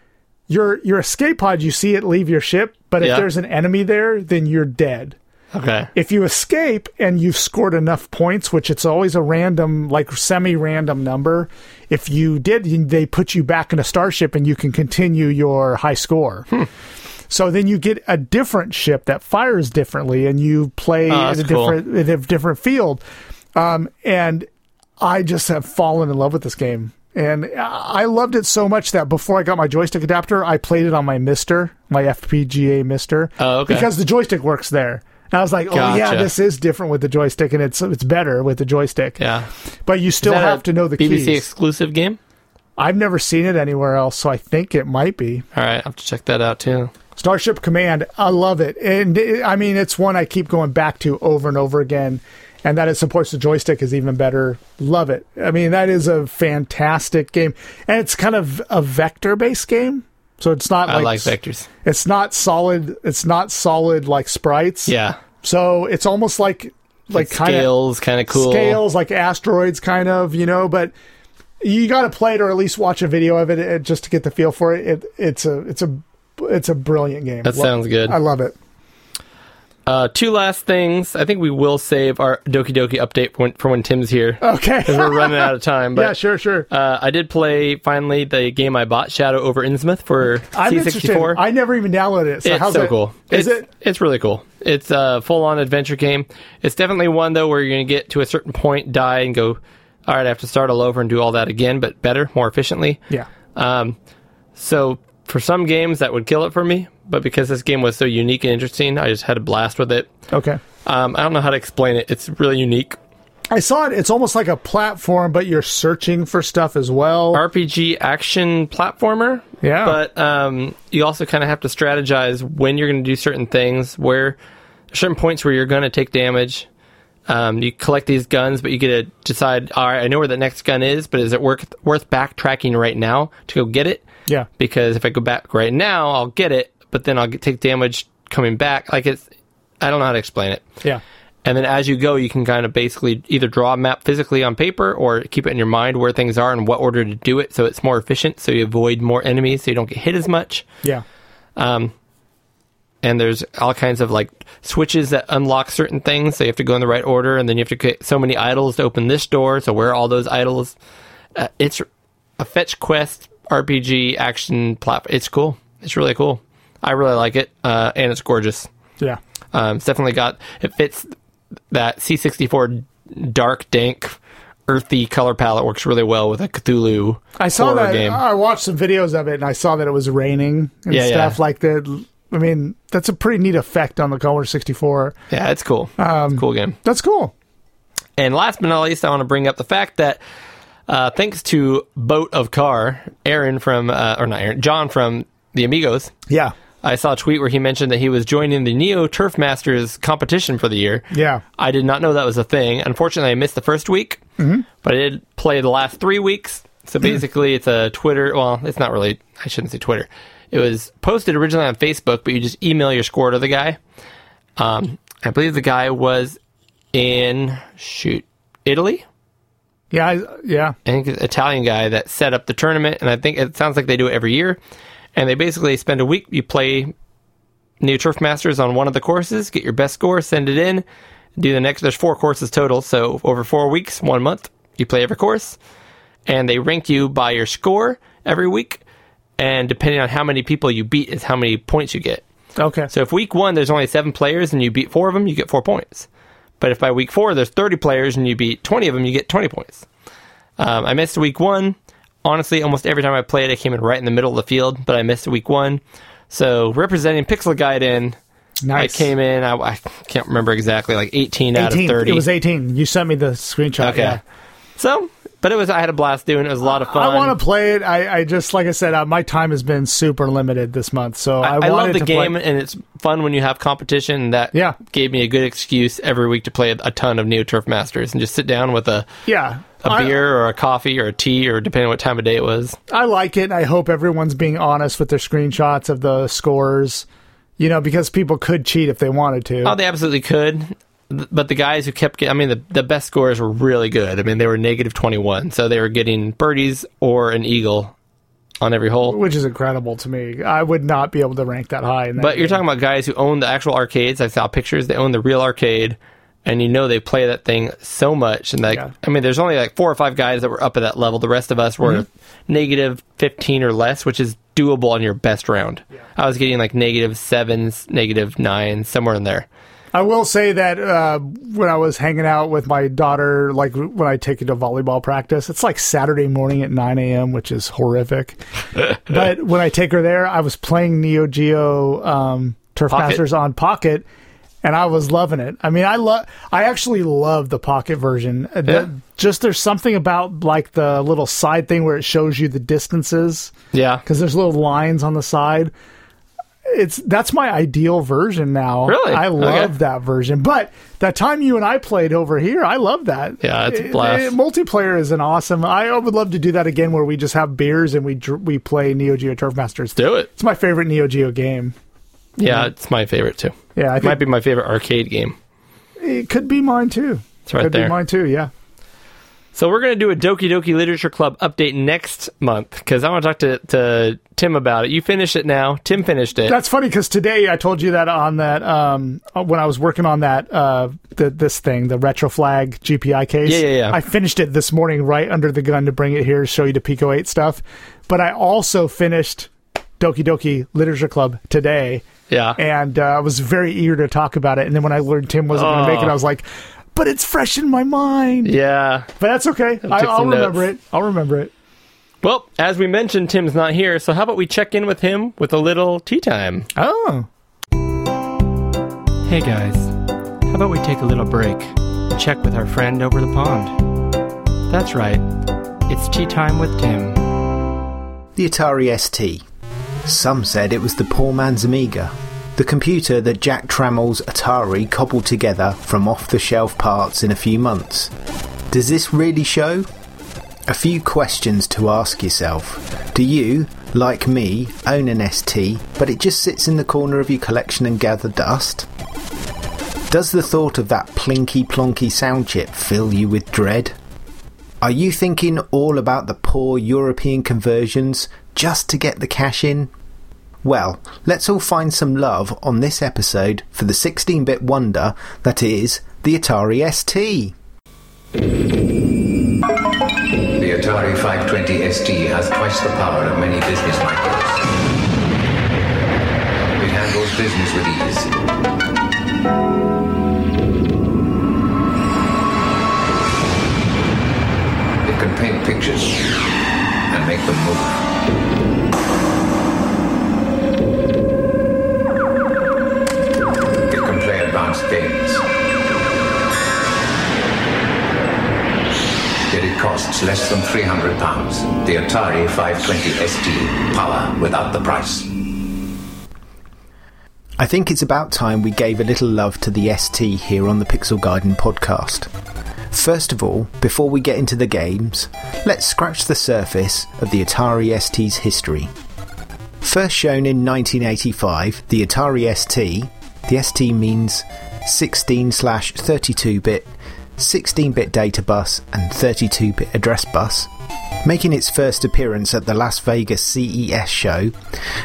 Speaker 5: your your escape pod. You see it leave your ship, but if
Speaker 1: Yeah.
Speaker 5: there's an enemy there, then you're dead
Speaker 1: Okay.
Speaker 5: if you escape and you've scored enough points, which it's always a random, like semi-random number, if you did, they put you back in a starship and you can continue your high score.
Speaker 1: Hmm.
Speaker 5: So then you get a different ship that fires differently, and you play
Speaker 1: Oh,
Speaker 5: at
Speaker 1: that's
Speaker 5: a
Speaker 1: cool.
Speaker 5: different at a different field. Um, and I just have fallen in love with this game, and I I loved it so much that before I got my joystick adapter, I played it on my Mister, my FPGA Mister,
Speaker 1: Oh, okay.
Speaker 5: because the joystick works there. And I was like, oh yeah,
Speaker 1: Gotcha.
Speaker 5: this is different with the joystick, and it's it's better with the joystick.
Speaker 1: Yeah.
Speaker 5: But you still
Speaker 1: Is that a
Speaker 5: have to know the
Speaker 1: BBC
Speaker 5: keys.
Speaker 1: exclusive game.
Speaker 5: I've never seen it anywhere else, so I think it might be.
Speaker 1: All right, I have to check that out too.
Speaker 5: Starship Command, I love it. And it- I mean, it's one I keep going back to over and over again. And that it supports the joystick is even better. Love it. I mean, that is a fantastic game. And it's kind of a vector based game. So it's not
Speaker 1: I
Speaker 5: like,
Speaker 1: like vectors.
Speaker 5: it's not solid it's not solid like sprites.
Speaker 1: Yeah.
Speaker 5: So it's almost like like kind of
Speaker 1: scales, kind of cool.
Speaker 5: scales like asteroids kind of you know but you got to play it or at least watch a video of it uh, just to get the feel for it, it it's a it's a it's a brilliant game
Speaker 1: That sounds good.
Speaker 5: i love it
Speaker 1: Uh, two last things. I think we will save our Doki Doki update for when, for when Tim's here.
Speaker 5: okay
Speaker 1: We're running out of time. But
Speaker 5: Oh. yeah sure sure
Speaker 1: Uh, I did play finally the game I bought, Shadow over Innsmouth for
Speaker 5: i'm
Speaker 1: C64.
Speaker 5: interested i never even downloaded it so
Speaker 1: it's
Speaker 5: how's
Speaker 1: so
Speaker 5: it?
Speaker 1: cool.
Speaker 5: is
Speaker 1: it's,
Speaker 5: it
Speaker 1: It's really cool. It's a full-on adventure game. It's definitely one though where you're going to get to a certain point, die, and go. All right, I have to start all over and do all that again, but better, more efficiently.
Speaker 5: yeah
Speaker 1: Um, so for some games that would kill it for me, but because this game was so unique and interesting, I just had a blast with it.
Speaker 5: okay
Speaker 1: Um, I don't know how to explain it. It's really unique.
Speaker 5: i saw it it's almost like a platform but you're searching for stuff as well
Speaker 1: RPG action platformer.
Speaker 5: Yeah.
Speaker 1: But um, you also kind of have to strategize when you're going to do certain things, where certain points where you're going to take damage. Um, you collect these guns, but you get to decide. All right, I know where the next gun is, but is it worth worth backtracking right now to go get it?
Speaker 5: yeah
Speaker 1: Because if I go back right now, I'll get it, but then I'll get, take damage coming back. Like it's, I don't know how to explain it.
Speaker 5: yeah
Speaker 1: And then as you go, you can kind of basically either draw a map physically on paper or keep it in your mind where things are and what order to do it so it's more efficient, so you avoid more enemies, so you don't get hit as much.
Speaker 5: yeah
Speaker 1: And there's all kinds of like switches that unlock certain things, so you have to go in the right order, and then you have to get so many idols to open this door, so where are all those idols? Uh, it's a fetch quest RPG action platform. It's cool. It's really cool. I really like it, uh, and it's gorgeous.
Speaker 5: yeah
Speaker 1: Um, it's definitely got it fits that C64 dark, dank, earthy color palette works really well with a Cthulhu
Speaker 5: I saw
Speaker 1: horror
Speaker 5: that. Oh.
Speaker 1: game.
Speaker 5: I watched some videos of it, and I saw that it was raining and
Speaker 1: Yeah,
Speaker 5: stuff
Speaker 1: yeah.
Speaker 5: like that. I mean, that's a pretty neat effect on the Commodore 64.
Speaker 1: yeah, it's cool. it's
Speaker 5: Um,
Speaker 1: a cool game.
Speaker 5: That's cool.
Speaker 1: And last but not least, I want to bring up the fact that uh, thanks to Boat of Car, Aaron from uh, or not Aaron, John from the Amigos.
Speaker 5: Yeah,
Speaker 1: I saw a tweet where he mentioned that he was joining the Neo Turf Masters competition for the year.
Speaker 5: yeah.
Speaker 1: I did not know that was a thing. Unfortunately, I missed the first week, but I did play the last three weeks. So basically, it's a Twitter. Well, it's not really. I shouldn't say Twitter. It was posted originally on Facebook, but you just email your score to the guy. Um, I believe the guy was in shoot Italy.
Speaker 5: Yeah, I, yeah,
Speaker 1: I think it's an Italian guy that set up the tournament, and I think it sounds like they do it every year. And they basically spend a week. You play new turf masters on one of the courses, get your best score, send it in, do the next. There's four courses total, so over four weeks, one month, you play every course, and they rank you by your score every week. And depending on how many people you beat, is how many points you get.
Speaker 5: Okay.
Speaker 1: So if week one there's only seven players and you beat four of them, you get four points. But if by week four there's 30 players and you beat 20 of them, you get 20 points. Um, I missed week one. Honestly, almost every time I played, I came in right in the middle of the field, but I missed week one. So representing Pixel Guide in, I
Speaker 5: Nice.
Speaker 1: came in. I, I can't remember exactly, like 18 out of
Speaker 5: 18.
Speaker 1: 30.
Speaker 5: It was 18. You sent me the screenshot.
Speaker 1: okay.
Speaker 5: yeah.
Speaker 1: So, but it was. I had a blast doing. it. It was a lot of fun.
Speaker 5: I want to play it. I, I just like I said, uh, my time has been super limited this month, so I,
Speaker 1: I, I
Speaker 5: wanted
Speaker 1: love the
Speaker 5: to play-
Speaker 1: game, and it's fun when you have competition. and That
Speaker 5: Yeah.
Speaker 1: gave me a good excuse every week to play a ton of Neo Turf Masters and just sit down with a,
Speaker 5: Yeah,
Speaker 1: a
Speaker 5: I-
Speaker 1: beer or a coffee or a tea or depending on what time of day it was.
Speaker 5: I like it. I hope everyone's being honest with their screenshots of the scores. You know, because people could cheat if they wanted to.
Speaker 1: Oh, they absolutely could. Th- But the guys who kept getting, I mean, the, the best scores were really good. I mean, they were negative 21, so they were getting birdies or an eagle on every hole.
Speaker 5: which is incredible to me. I would not be able to rank that high. In that
Speaker 1: But you're
Speaker 5: game.
Speaker 1: talking about guys who own the actual arcades. I saw pictures. They own the real arcade, and you know they play that thing so much. And like,
Speaker 5: Yeah.
Speaker 1: I mean, there's only like four or five guys that were up at that level. The rest of us were negative 15 or less, which is doable on your best round. I was getting like negative sevens, negative nine, somewhere in there.
Speaker 5: I will say that uh, when I was hanging out with my daughter, like when I take her to volleyball practice, it's like Saturday morning at 9 a.m., which is horrific. but when I take her there, I was playing Neo Geo um, Turf
Speaker 1: Pocket.
Speaker 5: Masters on Pocket, and I was loving it. I mean, I love, I actually love the Pocket version. Uh, the-
Speaker 1: Yeah.
Speaker 5: just there's something about like the little side thing where it shows you the distances
Speaker 1: Yeah.
Speaker 5: because there's little lines on the side. It's that's my ideal version now.
Speaker 1: Really?
Speaker 5: I
Speaker 1: Okay.
Speaker 5: love that version. But that time you and I played over here, I love that.
Speaker 1: Yeah, it's a
Speaker 5: It-
Speaker 1: blast.
Speaker 5: it- multiplayer is an awesome. I would love to do that again, where we just have beers and we dr- we play Neo Geo Turf Masters.
Speaker 1: Do it.
Speaker 5: It's my favorite Neo Geo game.
Speaker 1: Yeah, it's my favorite too.
Speaker 5: Yeah, I
Speaker 1: It might
Speaker 5: think
Speaker 1: be my favorite arcade game.
Speaker 5: it could be mine too.
Speaker 1: It's right
Speaker 5: could
Speaker 1: there.
Speaker 5: be mine too. Yeah.
Speaker 1: So we're going to do a Doki Doki Literature Club update next month because I want to talk to, to Tim about it. You finished it now. Tim finished it.
Speaker 5: That's funny because today I told you that on that um, when I was working on that uh, the, this thing the retro flag GPI case.
Speaker 1: Yeah, yeah, yeah.
Speaker 5: I finished it this morning right under the gun to bring it here, show you the Pico Eight stuff. But I also finished Doki Doki Literature Club today,
Speaker 1: yeah.
Speaker 5: and uh, I was very eager to talk about it. And then when I learned Tim wasn't going to make it, I was like, "But it's fresh in my mind."
Speaker 1: Oh. yeah.
Speaker 5: But that's okay. I,
Speaker 1: took
Speaker 5: I'll
Speaker 1: some
Speaker 5: remember
Speaker 1: notes.
Speaker 5: it. I'll remember it.
Speaker 1: Well, as we mentioned, Tim's not here, so how about we check in with him with a little tea time?
Speaker 5: Oh,
Speaker 1: Hey guys, how about we take a little break? Check with our friend over the pond. That's right, it's tea time with Tim.
Speaker 2: The Atari ST. Some said it was the poor man's Amiga, the computer that Jack Trammell's Atari cobbled together from off the shelf parts in a few months. Does this really show? A few questions to ask yourself. Do you, like me, own an ST, but it just sits in the corner of your collection and gather dust? Does the thought of that plinky plonky sound chip fill you with dread? Are you thinking all about the poor European conversions just to get the cash in? Well, let's all find some love on this episode for the 16 bit wonder that is the Atari ST.
Speaker 6: The Atari 520 ST has twice the power of many business micros. It handles business with ease. It can paint pictures and make them move. It can play advanced games. Yet it costs less than 300 pounds. The Atari 520 ST. Power without the price.
Speaker 2: I think it's about time we gave a little love to the ST here on the Pixel Garden podcast. First of all, before we get into the games, let's scratch the surface of the Atari ST's history. First shown in 1985, the Atari ST, the ST means 16 slash 32 bit, 16 bit data bus, and 32 bit address bus, Making its first appearance at the Las Vegas CES show,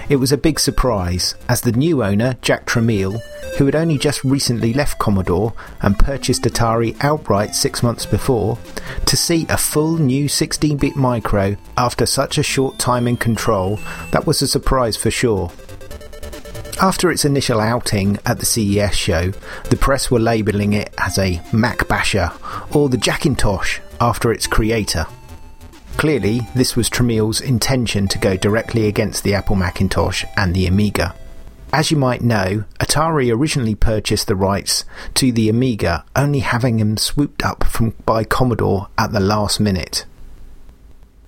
Speaker 2: it was a big surprise as the new owner, Jack Tramiel, who had only just recently left Commodore and purchased Atari outright six months before, to see a full new 16 bit micro after such a short time in control, that was a surprise for sure. After its initial outing at the CES show, the press were labelling it as a Mac Basher or the Jackintosh after its creator. Clearly, this was Tramiel's intention to go directly against the Apple Macintosh and the Amiga. As you might know, Atari originally purchased the rights to the Amiga, only having them swooped up from, by Commodore at the last minute.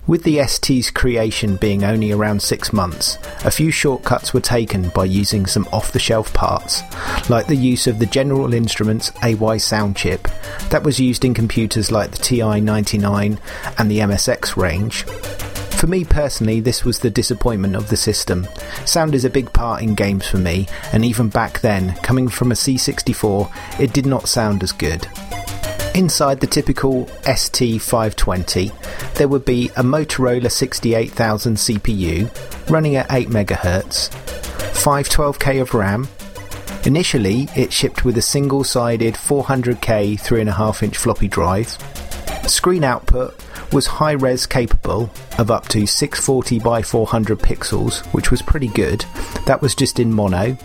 Speaker 2: With the ST's creation being only around six months, a few shortcuts were taken by using some off the shelf parts, like the use of the General Instruments AY sound chip that was used in computers like the TI 99 and the MSX range. For me personally, this was the disappointment of the system. Sound is a big part in games for me, and even back then, coming from a C64, it did not sound as good. Inside the typical ST520, there would be a Motorola 68000 CPU running at 8 MHz, 512K of RAM. Initially, it shipped with a single sided 400K 3.5 inch floppy drive. Screen output was high res capable of up to 640 by 400 pixels, which was pretty good. That was just in mono.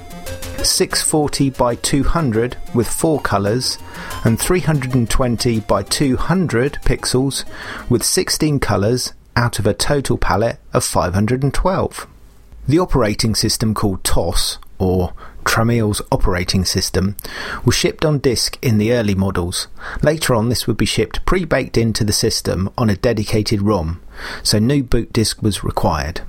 Speaker 2: 640 by 200 with four colors and 320 by 200 pixels with 16 colors out of a total palette of 512. The operating system called TOS or Trameil's operating system was shipped on disk in the early models. Later on this would be shipped pre-baked into the system on a dedicated ROM, so no boot disk was required.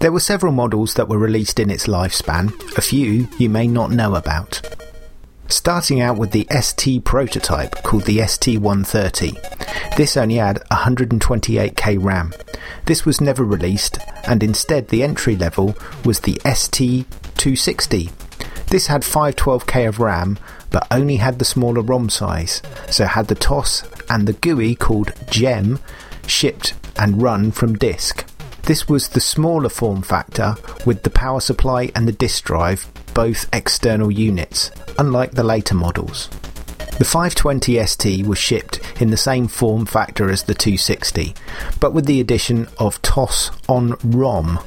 Speaker 2: There were several models that were released in its lifespan, a few you may not know about. Starting out with the ST prototype called the ST130. This only had 128k RAM. This was never released, and instead the entry level was the ST260. This had 512k of RAM, but only had the smaller ROM size, so had the TOS and the GUI called GEM shipped and run from disk. This was the smaller form factor with the power supply and the disk drive both external units, unlike the later models. The 520 ST was shipped in the same form factor as the 260, but with the addition of TOS on ROM.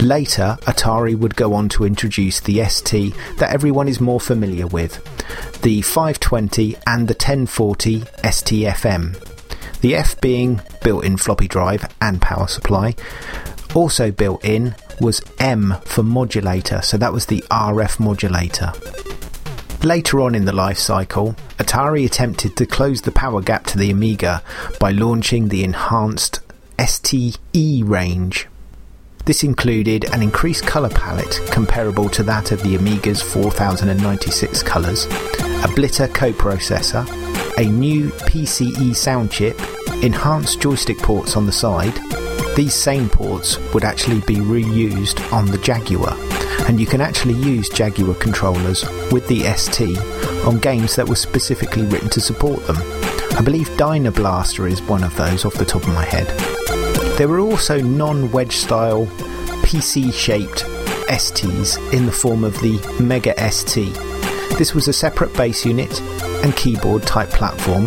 Speaker 2: Later, Atari would go on to introduce the ST that everyone is more familiar with the 520 and the 1040 STFM the F being built in floppy drive and power supply. Also built in was M for modulator, so that was the RF modulator. Later on in the life cycle, Atari attempted to close the power gap to the Amiga by launching the enhanced STE range. This included an increased colour palette comparable to that of the Amiga's 4096 colours, a Blitter coprocessor, a new PCE sound chip, enhanced joystick ports on the side. These same ports would actually be reused on the Jaguar, and you can actually use Jaguar controllers with the ST on games that were specifically written to support them. I believe Dino Blaster is one of those off the top of my head. There were also non wedge style PC shaped STs in the form of the Mega ST. This was a separate base unit and keyboard type platform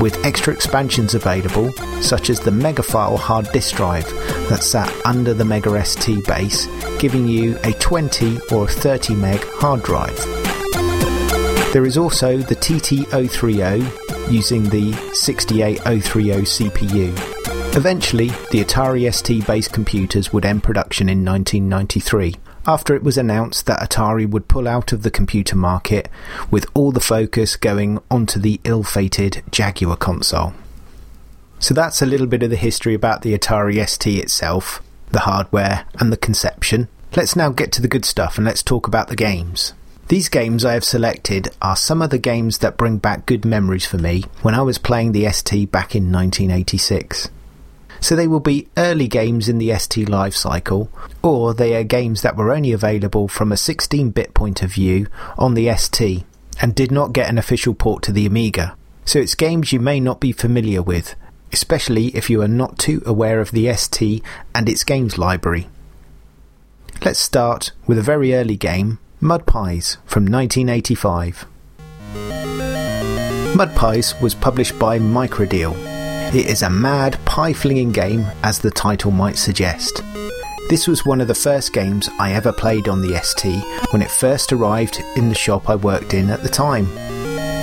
Speaker 2: with extra expansions available, such as the Megafile hard disk drive that sat under the Mega ST base, giving you a 20 or 30 meg hard drive. There is also the TT030 using the 68030 CPU. Eventually, the Atari ST based computers would end production in 1993 after it was announced that Atari would pull out of the computer market with all the focus going onto the ill fated Jaguar console. So that's a little bit of the history about the Atari ST itself, the hardware, and the conception. Let's now get to the good stuff and let's talk about the games. These games I have selected are some of the games that bring back good memories for me when I was playing the ST back in 1986. So they will be early games in the ST life cycle, or they are games that were only available from a 16 bit point of view on the ST and did not get an official port to the Amiga. So it's games you may not be familiar with, especially if you are not too aware of the ST and its games library. Let's start with a very early game, Mud Pies from 1985. Mud Pies was published by Microdeal. It is a mad, pie flinging game, as the title might suggest. This was one of the first games I ever played on the ST when it first arrived in the shop I worked in at the time.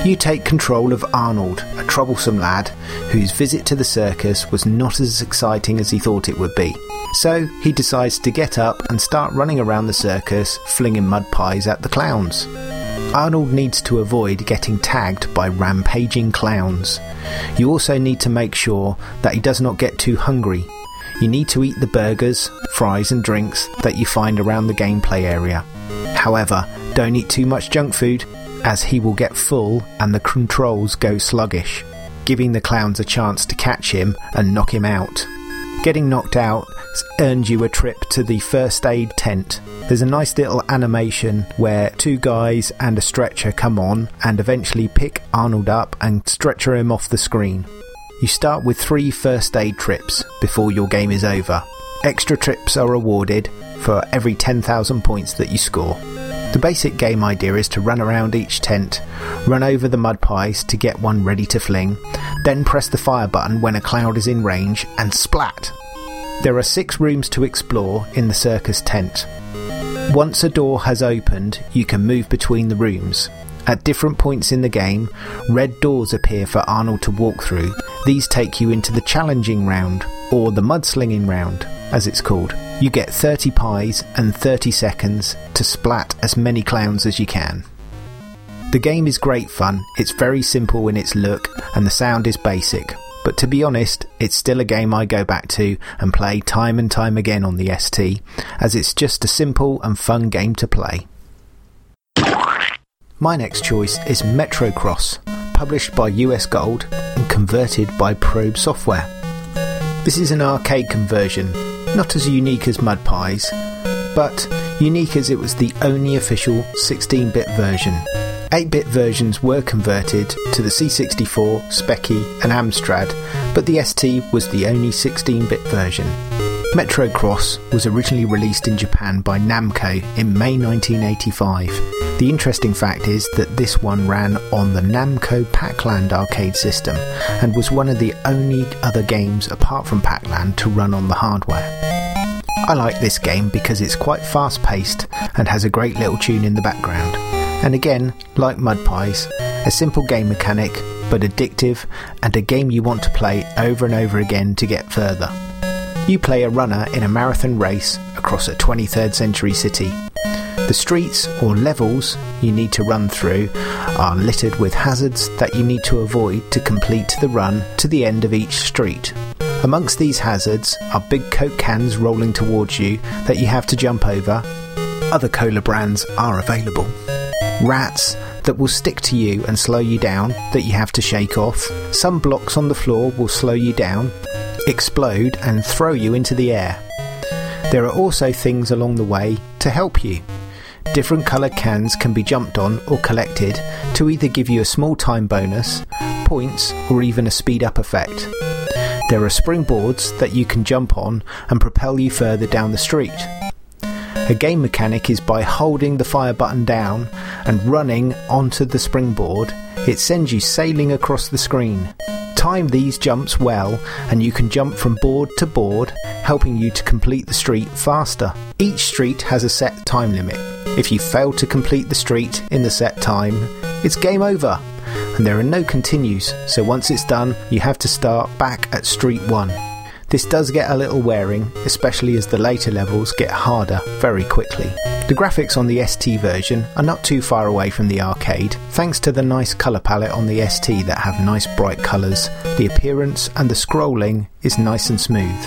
Speaker 2: You take control of Arnold, a troublesome lad whose visit to the circus was not as exciting as he thought it would be. So he decides to get up and start running around the circus, flinging mud pies at the clowns. Arnold needs to avoid getting tagged by rampaging clowns. You also need to make sure that he does not get too hungry. You need to eat the burgers, fries, and drinks that you find around the gameplay area. However, don't eat too much junk food, as he will get full and the controls go sluggish, giving the clowns a chance to catch him and knock him out. Getting knocked out has earned you a trip to the first aid tent. There's a nice little animation where two guys and a stretcher come on and eventually pick Arnold up and stretcher him off the screen. You start with three first aid trips before your game is over. Extra trips are awarded for every 10,000 points that you score. The basic game idea is to run around each tent, run over the mud pies to get one ready to fling, then press the fire button when a cloud is in range, and splat! There are six rooms to explore in the circus tent. Once a door has opened, you can move between the rooms. At different points in the game, red doors appear for Arnold to walk through. These take you into the challenging round, or the mudslinging round, as it's called. You get 30 pies and 30 seconds to splat as many clowns as you can. The game is great fun, it's very simple in its look, and the sound is basic. But to be honest, it's still a game I go back to and play time and time again on the ST, as it's just a simple and fun game to play. My next choice is Metrocross, published by US Gold and converted by Probe Software. This is an arcade conversion, not as unique as Mud Pies, but unique as it was the only official 16 bit version. 8 bit versions were converted to the C64, Speccy, and Amstrad, but the ST was the only 16 bit version. Metro Cross was originally released in Japan by Namco in May 1985. The interesting fact is that this one ran on the Namco Pac-Land arcade system and was one of the only other games apart from Pac-Land to run on the hardware. I like this game because it's quite fast paced and has a great little tune in the background. And again, like Mud Pies, a simple game mechanic, but addictive, and a game you want to play over and over again to get further. You play a runner in a marathon race across a 23rd century city. The streets or levels you need to run through are littered with hazards that you need to avoid to complete the run to the end of each street. Amongst these hazards are big Coke cans rolling towards you that you have to jump over. Other cola brands are available. Rats that will stick to you and slow you down that you have to shake off. Some blocks on the floor will slow you down, explode, and throw you into the air. There are also things along the way to help you. Different coloured cans can be jumped on or collected to either give you a small time bonus, points, or even a speed up effect. There are springboards that you can jump on and propel you further down the street. A game mechanic is by holding the fire button down and running onto the springboard, it sends you sailing across the screen. Time these jumps well, and you can jump from board to board, helping you to complete the street faster. Each street has a set time limit. If you fail to complete the street in the set time, it's game over and there are no continues, so once it's done, you have to start back at Street 1. This does get a little wearing, especially as the later levels get harder very quickly. The graphics on the ST version are not too far away from the arcade, thanks to the nice colour palette on the ST that have nice bright colours. The appearance and the scrolling is nice and smooth.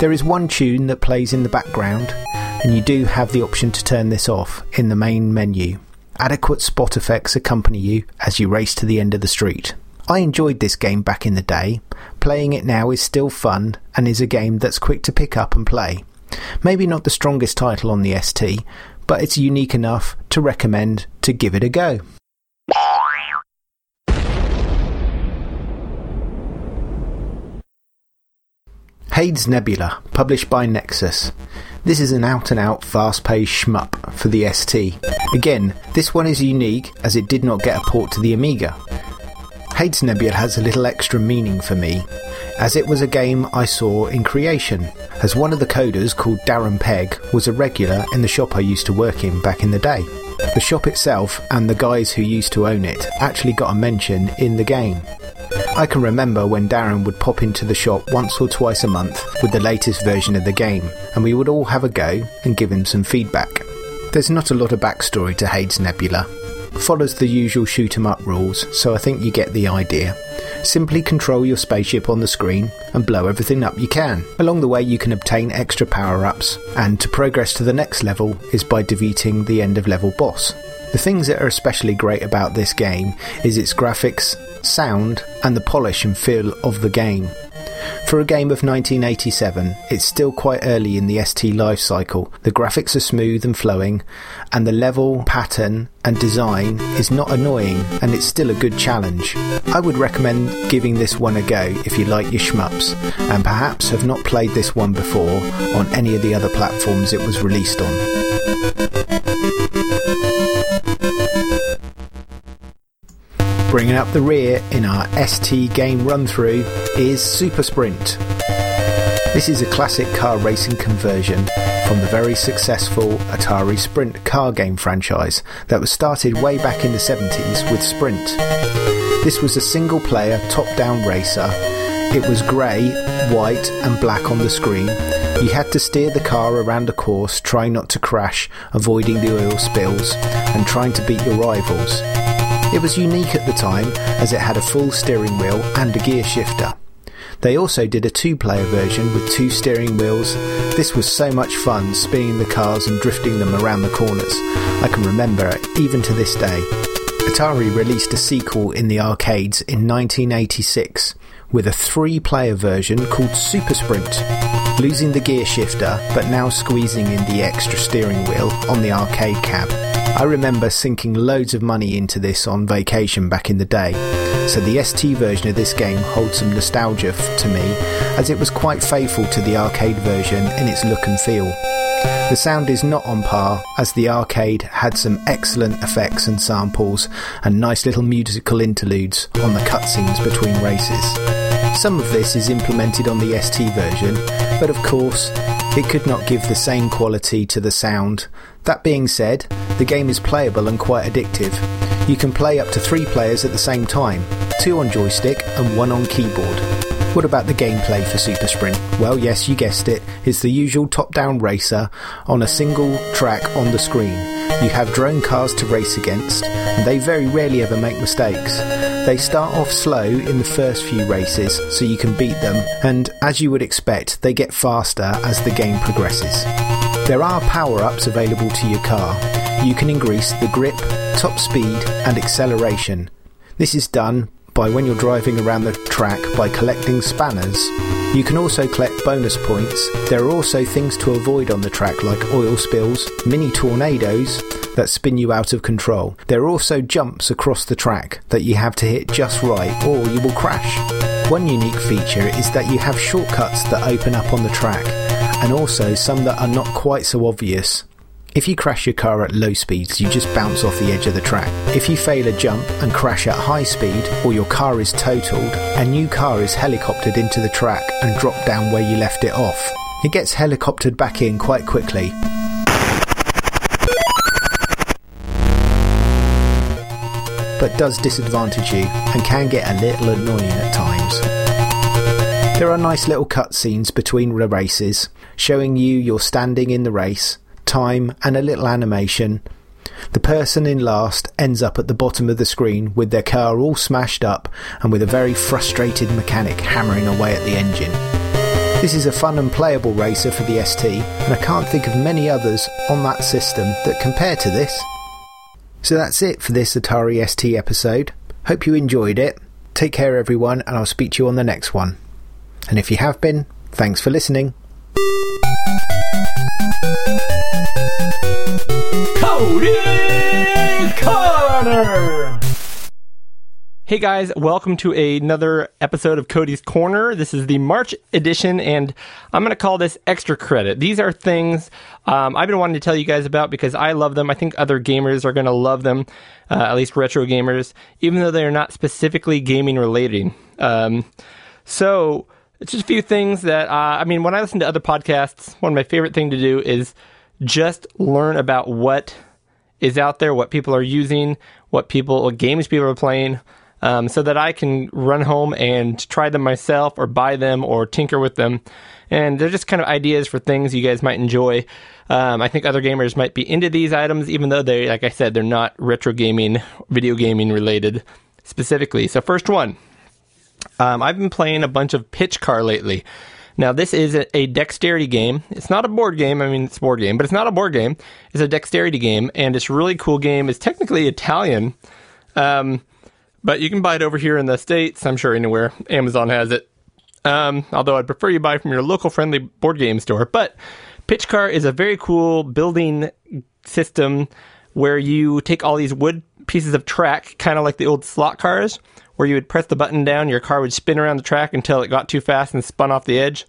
Speaker 2: There is one tune that plays in the background, and you do have the option to turn this off in the main menu adequate spot effects accompany you as you race to the end of the street. I enjoyed this game back in the day. Playing it now is still fun and is a game that's quick to pick up and play. Maybe not the strongest title on the ST, but it's unique enough to recommend to give it a go. Hades Nebula, published by Nexus. This is an out and out fast paced shmup for the ST. Again, this one is unique as it did not get a port to the Amiga. Hades Nebula has a little extra meaning for me, as it was a game I saw in creation, as one of the coders called Darren Pegg was a regular in the shop I used to work in back in the day. The shop itself and the guys who used to own it actually got a mention in the game. I can remember when Darren would pop into the shop once or twice a month with the latest version of the game, and we would all have a go and give him some feedback. There's not a lot of backstory to Hades Nebula. Follows the usual shoot 'em up rules, so I think you get the idea. Simply control your spaceship on the screen and blow everything up you can. Along the way, you can obtain extra power ups, and to progress to the next level is by defeating the end of level boss. The things that are especially great about this game is its graphics, sound, and the polish and feel of the game. For a game of 1987, it's still quite early in the ST life cycle. The graphics are smooth and flowing, and the level, pattern, and design is not annoying, and it's still a good challenge. I would recommend giving this one a go if you like your shmups, and perhaps have not played this one before on any of the other platforms it was released on. Bringing up the rear in our ST game run through is Super Sprint. This is a classic car racing conversion from the very successful Atari Sprint car game franchise that was started way back in the 70s with Sprint. This was a single player top down racer. It was grey, white, and black on the screen. You had to steer the car around a course, trying not to crash, avoiding the oil spills, and trying to beat your rivals. It was unique at the time as it had a full steering wheel and a gear shifter. They also did a two player version with two steering wheels. This was so much fun spinning the cars and drifting them around the corners. I can remember it even to this day. Atari released a sequel in the arcades in 1986 with a three player version called Super Sprint, losing the gear shifter but now squeezing in the extra steering wheel on the arcade cab. I remember sinking loads of money into this on vacation back in the day, so the ST version of this game holds some nostalgia f- to me, as it was quite faithful to the arcade version in its look and feel. The sound is not on par, as the arcade had some excellent effects and samples, and nice little musical interludes on the cutscenes between races. Some of this is implemented on the ST version, but of course, it could not give the same quality to the sound. That being said, the game is playable and quite addictive. You can play up to three players at the same time two on joystick and one on keyboard. What about the gameplay for Super Sprint? Well, yes, you guessed it. It's the usual top down racer on a single track on the screen. You have drone cars to race against, and they very rarely ever make mistakes. They start off slow in the first few races so you can beat them, and as you would expect, they get faster as the game progresses. There are power ups available to your car. You can increase the grip, top speed, and acceleration. This is done by when you're driving around the track by collecting spanners. You can also collect bonus points. There are also things to avoid on the track like oil spills, mini tornadoes that spin you out of control. There are also jumps across the track that you have to hit just right or you will crash. One unique feature is that you have shortcuts that open up on the track and also some that are not quite so obvious if you crash your car at low speeds, you just bounce off the edge of the track. If you fail a jump and crash at high speed, or your car is totaled, a new car is helicoptered into the track and dropped down where you left it off. It gets helicoptered back in quite quickly. But does disadvantage you and can get a little annoying at times. There are nice little cutscenes between the races, showing you your standing in the race, time, and a little animation. The person in last ends up at the bottom of the screen with their car all smashed up and with a very frustrated mechanic hammering away at the engine. This is a fun and playable racer for the ST, and I can't think of many others on that system that compare to this. So that's it for this Atari ST episode. Hope you enjoyed it. Take care, everyone, and I'll speak to you on the next one. And if you have been, thanks for listening.
Speaker 1: Cody Corner. Hey guys, welcome to another episode of Cody's Corner. This is the March edition, and I'm going to call this extra credit. These are things um, I've been wanting to tell you guys about because I love them. I think other gamers are going to love them, uh, at least retro gamers, even though they are not specifically gaming related. Um, so it's just a few things that uh, I mean. When I listen to other podcasts, one of my favorite thing to do is just learn about what is out there, what people are using, what people, what games people are playing, um, so that I can run home and try them myself or buy them or tinker with them. And they're just kind of ideas for things you guys might enjoy. Um, I think other gamers might be into these items, even though they, like I said, they're not retro gaming, video gaming related specifically. So, first one. Um, I've been playing a bunch of Pitch Car lately. Now, this is a, a dexterity game. It's not a board game. I mean, it's a board game, but it's not a board game. It's a dexterity game, and it's a really cool game. It's technically Italian, um, but you can buy it over here in the States. I'm sure anywhere. Amazon has it. Um, although I'd prefer you buy from your local friendly board game store. But Pitch Car is a very cool building system where you take all these wood pieces of track, kind of like the old slot cars, where you would press the button down, your car would spin around the track until it got too fast and spun off the edge.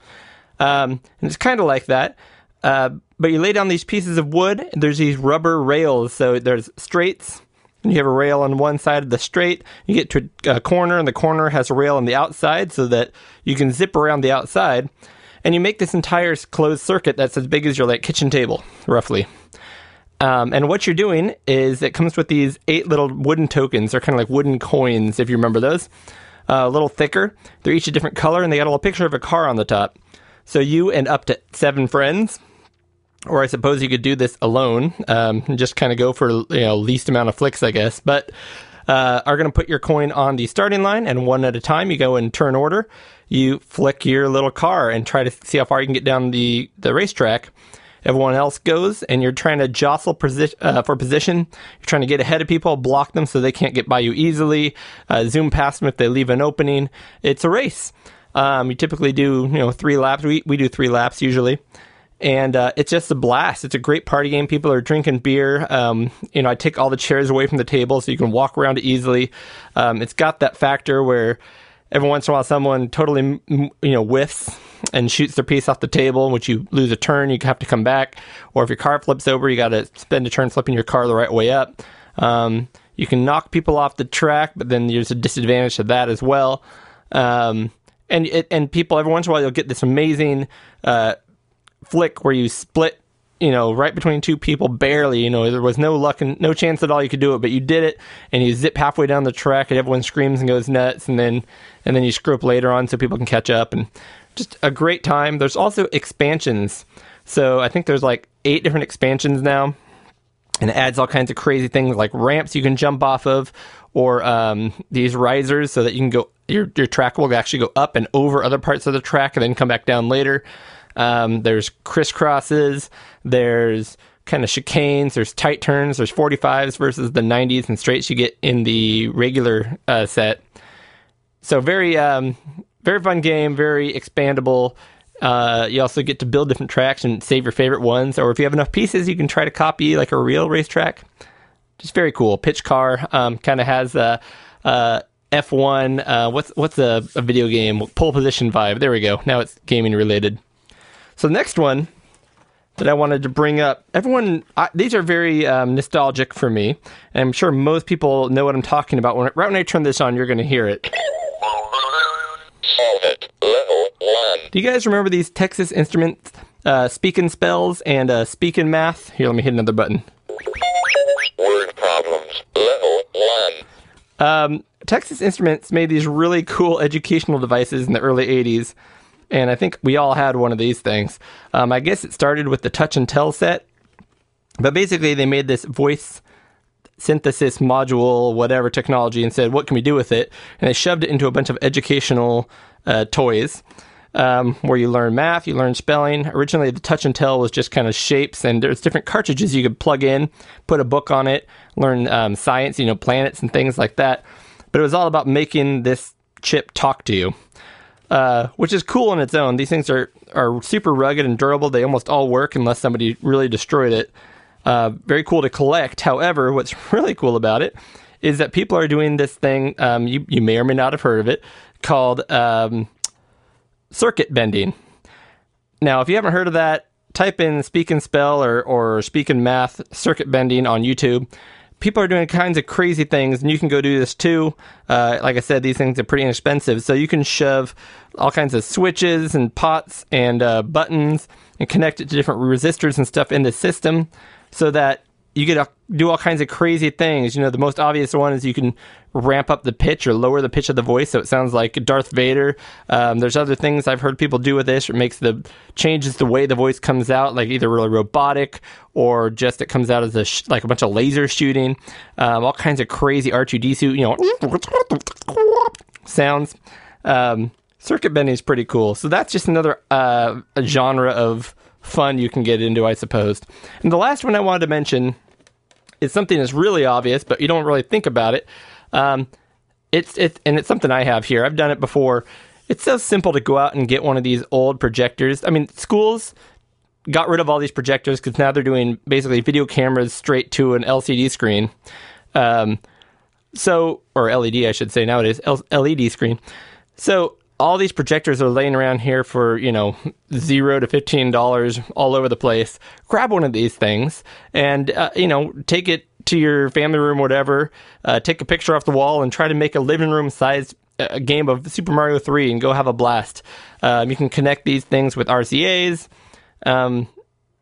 Speaker 1: Um, and it's kind of like that. Uh, but you lay down these pieces of wood, and there's these rubber rails. So there's straights, and you have a rail on one side of the straight. You get to a, a corner, and the corner has a rail on the outside so that you can zip around the outside. And you make this entire s- closed circuit that's as big as your like kitchen table, roughly. Um, and what you're doing is it comes with these eight little wooden tokens. They're kind of like wooden coins, if you remember those. Uh, a little thicker. They're each a different color, and they got a little picture of a car on the top. So you and up to seven friends, or I suppose you could do this alone, um, and just kind of go for you know least amount of flicks, I guess. But uh, are going to put your coin on the starting line, and one at a time, you go in turn order. You flick your little car and try to see how far you can get down the the racetrack. Everyone else goes, and you're trying to jostle posi- uh, for position. You're trying to get ahead of people, block them so they can't get by you easily, uh, zoom past them if they leave an opening. It's a race. Um, you typically do you know three laps. We we do three laps usually and uh, it's just a blast. It's a great party game. People are drinking beer. Um, you know, I take all the chairs away from the table so you can walk around it easily. Um, it's got that factor where every once in a while someone totally mm, you know whiffs and shoots their piece off the table, which you lose a turn. You have to come back, or if your car flips over, you got to spend a turn flipping your car the right way up. Um, you can knock people off the track, but then there's a disadvantage to that as well. Um, and it, and people every once in a while you'll get this amazing uh, flick where you split, you know, right between two people barely. You know, there was no luck and no chance at all you could do it, but you did it, and you zip halfway down the track, and everyone screams and goes nuts, and then and then you screw up later on so people can catch up, and just a great time. There's also expansions, so I think there's like eight different expansions now and it adds all kinds of crazy things like ramps you can jump off of or um, these risers so that you can go your, your track will actually go up and over other parts of the track and then come back down later um, there's crisscrosses there's kind of chicanes there's tight turns there's 45s versus the 90s and straights you get in the regular uh, set so very um, very fun game very expandable uh, you also get to build different tracks and save your favorite ones or if you have enough pieces you can try to copy like a real racetrack just very cool pitch car um, kind of has a, uh f1 uh, what's what's a, a video game pole position vibe there we go now it's gaming related so the next one that I wanted to bring up. Everyone, I, these are very um, nostalgic for me, and I'm sure most people know what I'm talking about. When right when I turn this on, you're going to hear it. Do you guys remember these Texas Instruments uh, speaking spells and uh, speaking math? Here, let me hit another button.
Speaker 7: Word problems. Level 1.
Speaker 1: um, Texas Instruments made these really cool educational devices in the early 80s, and I think we all had one of these things. Um, I guess it started with the Touch and Tell set, but basically they made this voice synthesis module, whatever technology, and said, What can we do with it? And they shoved it into a bunch of educational uh, toys. Um, where you learn math, you learn spelling. Originally, the touch and tell was just kind of shapes, and there's different cartridges you could plug in, put a book on it, learn um, science, you know, planets and things like that. But it was all about making this chip talk to you uh, which is cool on its own. These things are are super rugged and durable. They almost all work unless somebody really destroyed it. Uh, very cool to collect. However, what's really cool about it is that people are doing this thing. Um, you you may or may not have heard of it called um, circuit bending. Now, if you haven't heard of that, type in speak and spell or, or speak and math circuit bending on YouTube. People are doing kinds of crazy things, and you can go do this too. Uh, like I said, these things are pretty inexpensive, so you can shove all kinds of switches and pots and uh, buttons and connect it to different resistors and stuff in the system so that you could uh, do all kinds of crazy things. You know, the most obvious one is you can ramp up the pitch or lower the pitch of the voice so it sounds like Darth Vader. Um, there's other things I've heard people do with this. It makes the changes the way the voice comes out, like either really robotic or just it comes out as a sh- like a bunch of laser shooting. Um, all kinds of crazy R2D2, you know, sounds. Um, circuit bending is pretty cool. So that's just another uh, a genre of fun you can get into, I suppose. And the last one I wanted to mention is something that's really obvious, but you don't really think about it. Um, it's it's and it's something I have here. I've done it before. It's so simple to go out and get one of these old projectors. I mean, schools got rid of all these projectors because now they're doing basically video cameras straight to an LCD screen. Um, so, or LED, I should say nowadays, L- LED screen. So, all these projectors are laying around here for, you know, zero to $15 all over the place. Grab one of these things and, uh, you know, take it to your family room, whatever. Uh, take a picture off the wall and try to make a living room sized uh, game of Super Mario 3 and go have a blast. Um, you can connect these things with RCAs. Um,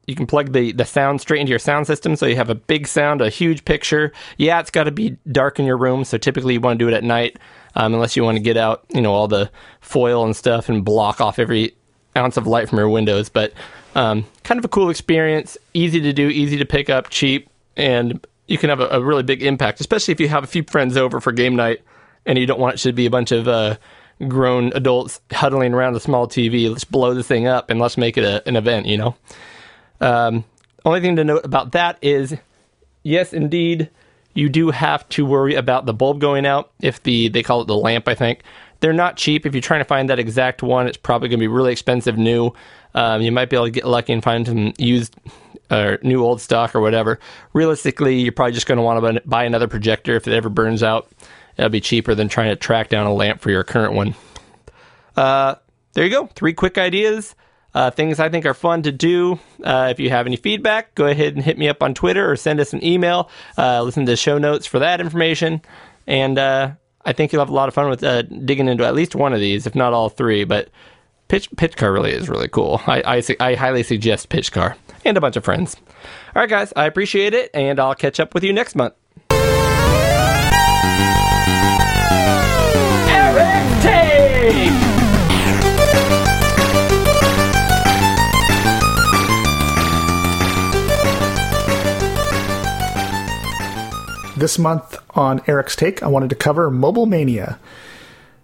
Speaker 1: you can plug the, the sound straight into your sound system so you have a big sound, a huge picture. Yeah, it's got to be dark in your room, so typically you want to do it at night um, unless you want to get out, you know, all the foil and stuff and block off every ounce of light from your windows. But um, kind of a cool experience, easy to do, easy to pick up, cheap, and you can have a, a really big impact, especially if you have a few friends over for game night and you don't want it to be a bunch of uh, grown adults huddling around a small TV. Let's blow this thing up and let's make it a, an event, you know? Um, only thing to note about that is, yes, indeed, you do have to worry about the bulb going out. If the they call it the lamp, I think they're not cheap. If you're trying to find that exact one, it's probably going to be really expensive new. Um, you might be able to get lucky and find some used or new old stock or whatever. Realistically, you're probably just going to want to buy another projector if it ever burns out. It'll be cheaper than trying to track down a lamp for your current one. Uh, there you go. Three quick ideas uh, things I think are fun to do. Uh, if you have any feedback, go ahead and hit me up on Twitter or send us an email. Uh, listen to the show notes for that information. And uh, I think you'll have a lot of fun with uh, digging into at least one of these, if not all three. But Pitch, pitch Car really is really cool. I, I, su- I highly suggest Pitch Car and a bunch of friends. All right, guys, I appreciate it, and I'll catch up with you next month. Eric Tate!
Speaker 5: This month on Eric's Take, I wanted to cover Mobile Mania.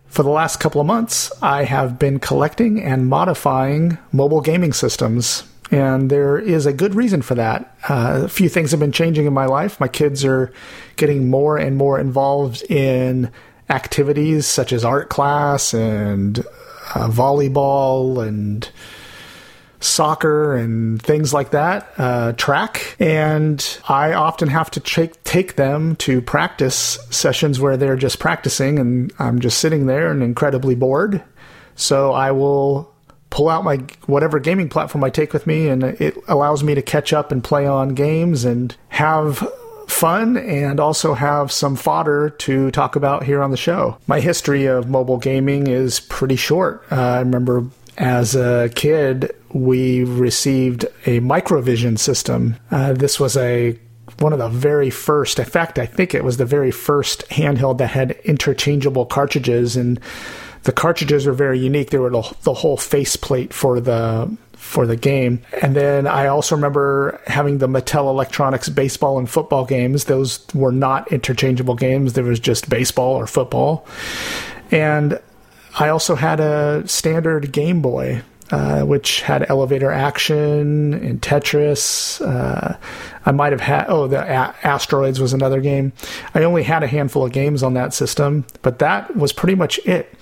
Speaker 5: For the last couple of months, I have been collecting and modifying mobile gaming systems, and there is a good reason for that. Uh, a few things have been changing in my life. My kids are getting more and more involved in activities such as art class and uh, volleyball and soccer and things like that, uh, track. And I often have to take take them to practice sessions where they're just practicing and I'm just sitting there and incredibly bored. So I will pull out my whatever gaming platform I take with me and it allows me to catch up and play on games and have fun and also have some fodder to talk about here on the show. My history of mobile gaming is pretty short. Uh, I remember as a kid, we received a microvision system. Uh, this was a one of the very first. In fact, I think it was the very first handheld that had interchangeable cartridges, and the cartridges were very unique. They were the, the whole faceplate for the for the game. And then I also remember having the Mattel Electronics baseball and football games. Those were not interchangeable games. There was just baseball or football, and I also had a standard Game Boy, uh, which had elevator action and Tetris. Uh, I might have had, oh, the a- Asteroids was another game. I only had a handful of games on that system, but that was pretty much it.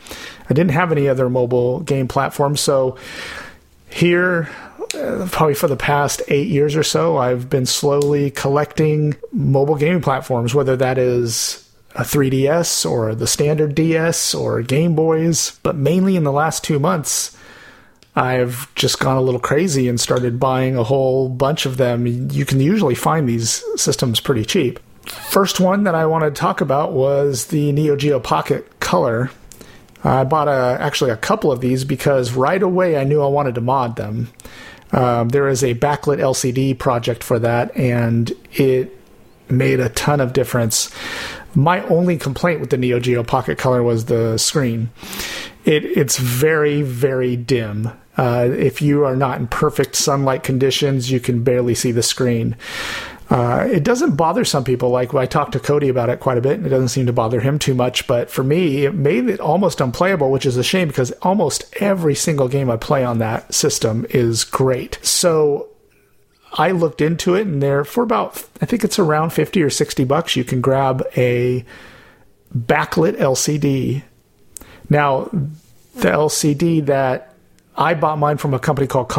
Speaker 5: I didn't have any other mobile game platforms, so here uh, probably for the past eight years or so i've been slowly collecting mobile gaming platforms whether that is a 3ds or the standard ds or game boys but mainly in the last two months i've just gone a little crazy and started buying a whole bunch of them you can usually find these systems pretty cheap first one that i wanted to talk about was the neo geo pocket color I bought a, actually a couple of these because right away I knew I wanted to mod them. Um, there is a backlit LCD project for that, and it made a ton of difference. My only complaint with the Neo Geo Pocket Color was the screen. It it's very very dim. Uh, if you are not in perfect sunlight conditions, you can barely see the screen. Uh, it doesn't bother some people. Like I talked to Cody about it quite a bit, and it doesn't seem to bother him too much. But for me, it made it almost unplayable, which is a shame because almost every single game I play on that system is great. So I looked into it, and there for about I think it's around fifty or sixty bucks, you can grab a backlit LCD. Now, the LCD that I bought mine from a company called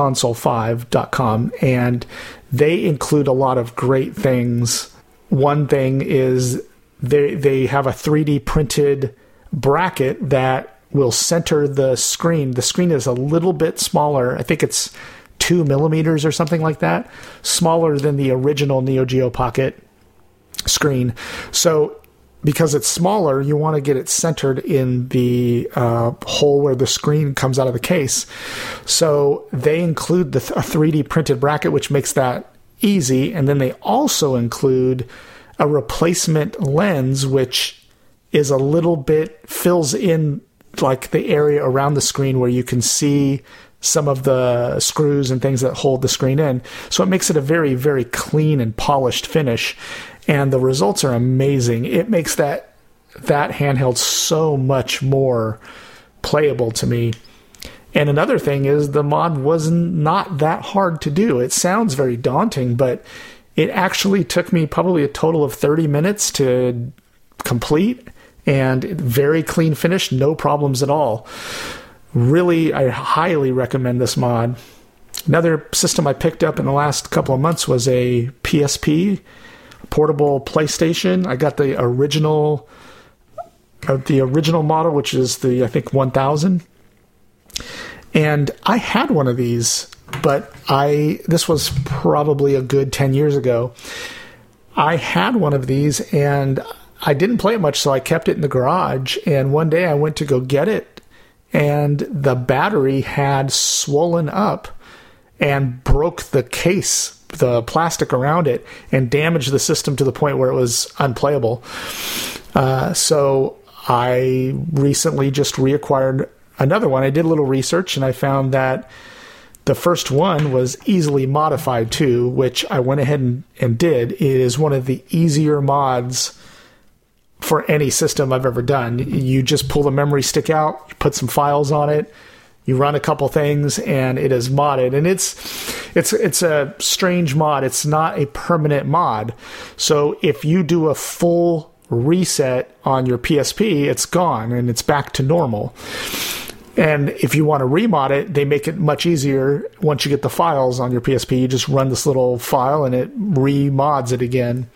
Speaker 5: Console5.com, and they include a lot of great things. One thing is they they have a 3D printed bracket that will center the screen. The screen is a little bit smaller. I think it's two millimeters or something like that, smaller than the original Neo Geo Pocket screen. So because it's smaller, you want to get it centered in the uh, hole where the screen comes out of the case. So they include the th- a 3D printed bracket, which makes that easy. And then they also include a replacement lens, which is a little bit fills in like the area around the screen where you can see some of the screws and things that hold the screen in. So it makes it a very, very clean and polished finish. And the results are amazing. It makes that that handheld so much more playable to me. And another thing is the mod was not that hard to do. It sounds very daunting, but it actually took me probably a total of 30 minutes to complete and very clean finish, no problems at all really i highly recommend this mod another system i picked up in the last couple of months was a psp portable playstation i got the original uh, the original model which is the i think 1000 and i had one of these but i this was probably a good 10 years ago i had one of these and i didn't play it much so i kept it in the garage and one day i went to go get it and the battery had swollen up and broke the case, the plastic around it, and damaged the system to the point where it was unplayable. Uh, so I recently just reacquired another one. I did a little research and I found that the first one was easily modified too, which I went ahead and, and did. It is one of the easier mods for any system I've ever done. You just pull the memory stick out, you put some files on it, you run a couple things, and it is modded. And it's it's it's a strange mod. It's not a permanent mod. So if you do a full reset on your PSP, it's gone and it's back to normal. And if you want to remod it, they make it much easier. Once you get the files on your PSP, you just run this little file and it remods it again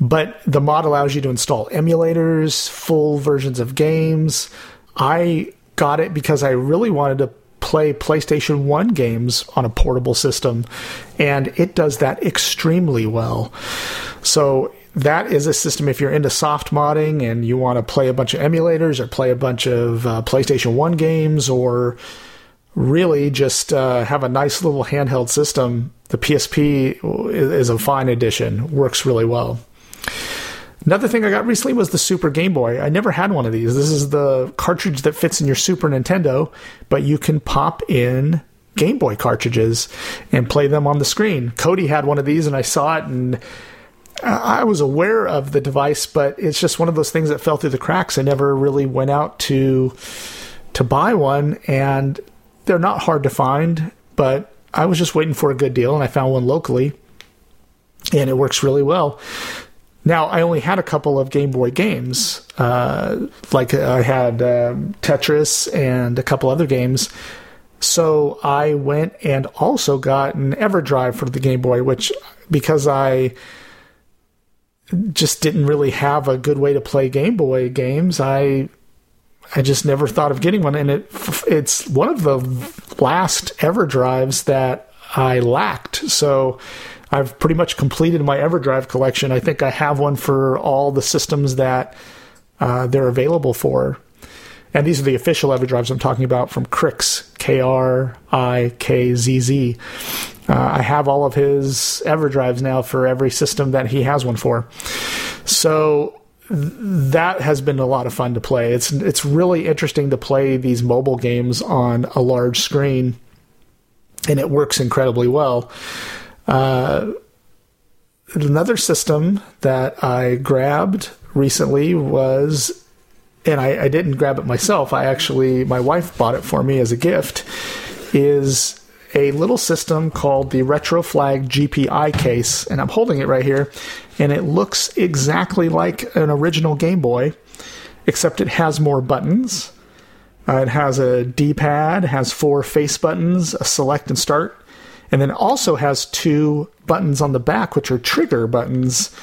Speaker 5: but the mod allows you to install emulators, full versions of games. I got it because I really wanted to play PlayStation 1 games on a portable system, and it does that extremely well. So, that is a system if you're into soft modding and you want to play a bunch of emulators or play a bunch of uh, PlayStation 1 games or really just uh, have a nice little handheld system. The PSP is a fine addition, works really well. Another thing I got recently was the Super Game Boy. I never had one of these. This is the cartridge that fits in your Super Nintendo, but you can pop in Game Boy cartridges and play them on the screen. Cody had one of these, and I saw it, and I was aware of the device, but it's just one of those things that fell through the cracks. I never really went out to to buy one, and they're not hard to find. But I was just waiting for a good deal, and I found one locally, and it works really well. Now, I only had a couple of Game Boy games. Uh, like I had um, Tetris and a couple other games. So I went and also got an EverDrive for the Game Boy, which, because I just didn't really have a good way to play Game Boy games, I. I just never thought of getting one, and it it's one of the last EverDrives that I lacked. So I've pretty much completed my EverDrive collection. I think I have one for all the systems that uh, they're available for. And these are the official EverDrives I'm talking about from Crix, K R I K Z Z. Uh, I have all of his EverDrives now for every system that he has one for. So th- that has been a lot of fun to play. It's it's really interesting to play these mobile games on a large screen, and it works incredibly well. Uh, another system that I grabbed recently was, and I, I didn't grab it myself. I actually my wife bought it for me as a gift. Is a little system called the Retroflag GPI case, and I'm holding it right here, and it looks exactly like an original Game Boy, except it has more buttons. Uh, it has a D-pad, has four face buttons, a select and start, and then also has two buttons on the back, which are trigger buttons.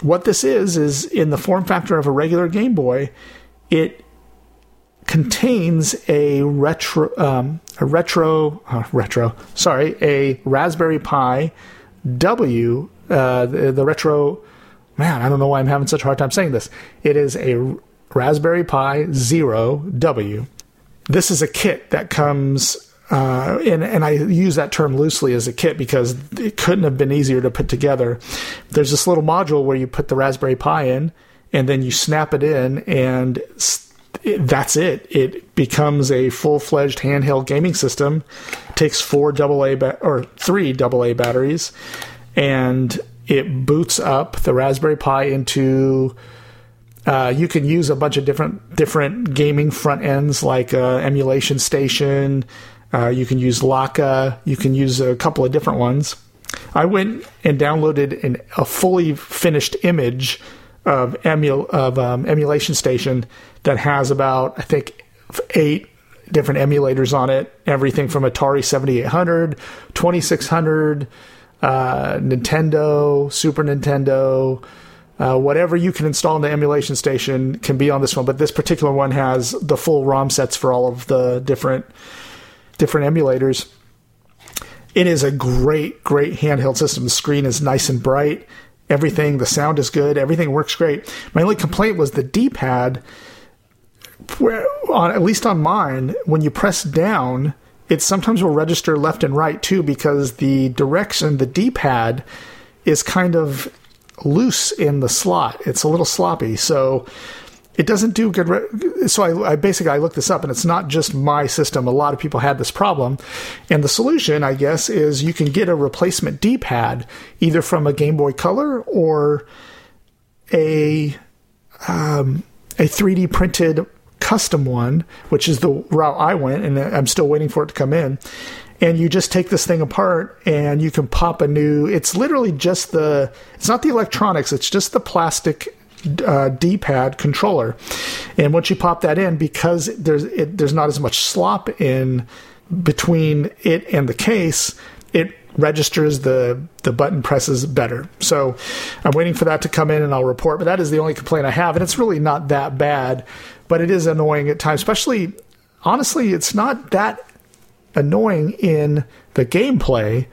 Speaker 5: What this is is in the form factor of a regular Game Boy, it contains a retro um, a retro uh, retro sorry a Raspberry Pi W uh, the, the retro man I don't know why I'm having such a hard time saying this it is a Raspberry Pi Zero W this is a kit that comes uh, and and I use that term loosely as a kit because it couldn't have been easier to put together. There's this little module where you put the Raspberry Pi in, and then you snap it in, and s- it, that's it. It becomes a full-fledged handheld gaming system. Takes four AA ba- or three AA batteries, and it boots up the Raspberry Pi into uh, you can use a bunch of different different gaming front ends like uh, emulation station uh, you can use laka you can use a couple of different ones i went and downloaded an, a fully finished image of, emu- of um, emulation station that has about i think f- eight different emulators on it everything from atari 7800 2600 uh, nintendo super nintendo uh, whatever you can install in the emulation station can be on this one, but this particular one has the full ROM sets for all of the different different emulators. It is a great, great handheld system. The screen is nice and bright. Everything, the sound is good. Everything works great. My only complaint was the D-pad. Where, on at least on mine, when you press down, it sometimes will register left and right too because the direction, the D-pad, is kind of loose in the slot. It's a little sloppy, so it doesn't do good. Re- so I, I basically I looked this up, and it's not just my system. A lot of people had this problem, and the solution, I guess, is you can get a replacement D-pad either from a Game Boy Color or a um, a 3D printed custom one, which is the route I went, and I'm still waiting for it to come in. And you just take this thing apart, and you can pop a new. It's literally just the. It's not the electronics. It's just the plastic uh, D-pad controller. And once you pop that in, because there's it, there's not as much slop in between it and the case, it registers the the button presses better. So I'm waiting for that to come in and I'll report. But that is the only complaint I have, and it's really not that bad, but it is annoying at times. Especially, honestly, it's not that annoying in the gameplay.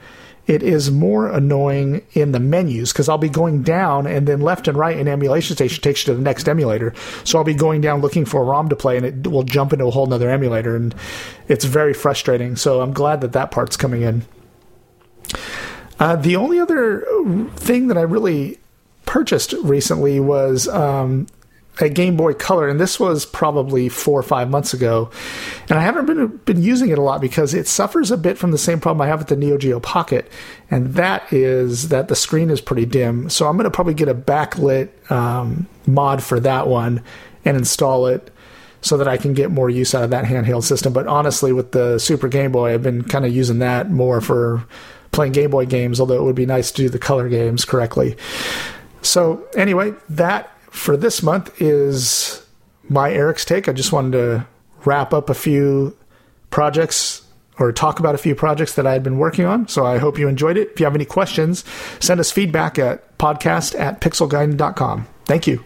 Speaker 5: It is more annoying in the menus because I'll be going down and then left and right in emulation station takes you to the next emulator. So I'll be going down looking for a ROM to play and it will jump into a whole nother emulator and it's very frustrating. So I'm glad that that part's coming in. Uh, the only other uh, thing that I really purchased recently was um, a Game Boy Color, and this was probably four or five months ago. And I haven't been been using it a lot because it suffers a bit from the same problem I have with the Neo Geo Pocket, and that is that the screen is pretty dim. So I'm going to probably get a backlit um, mod for that one and install it so that I can get more use out of that handheld system. But honestly, with the Super Game Boy, I've been kind of using that more for playing Game Boy games, although it would be nice to do the color games correctly. So, anyway, that for this month is my Eric's take. I just wanted to wrap up a few projects or talk about a few projects that I had been working on. So I hope you enjoyed it. If you have any questions, send us feedback at podcast at pixelguiden.com. Thank you.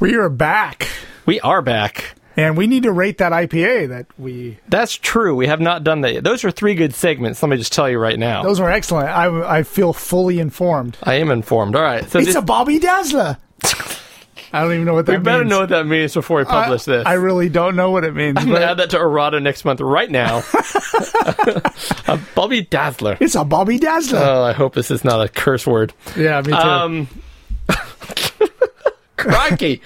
Speaker 5: We are back,
Speaker 1: We are back.
Speaker 5: and we need to rate that IPA that we.
Speaker 1: That's true. We have not done that yet. Those are three good segments. Let me just tell you right now.
Speaker 5: Those were excellent. I, I feel fully informed.
Speaker 1: I am informed. All right. So
Speaker 5: It's
Speaker 1: this-
Speaker 5: a Bobby Dazzler. I don't even know what that
Speaker 1: We better
Speaker 5: means.
Speaker 1: know what that means before we publish
Speaker 5: I,
Speaker 1: this.
Speaker 5: I really don't know what it means.
Speaker 1: I'm gonna
Speaker 5: but
Speaker 1: add that to errata next month right now. a Bobby Dazzler.
Speaker 5: it's a Bobby Dazzler.
Speaker 1: Oh, I hope this is not a curse word.
Speaker 5: yeah, me too.
Speaker 1: Um, crikey,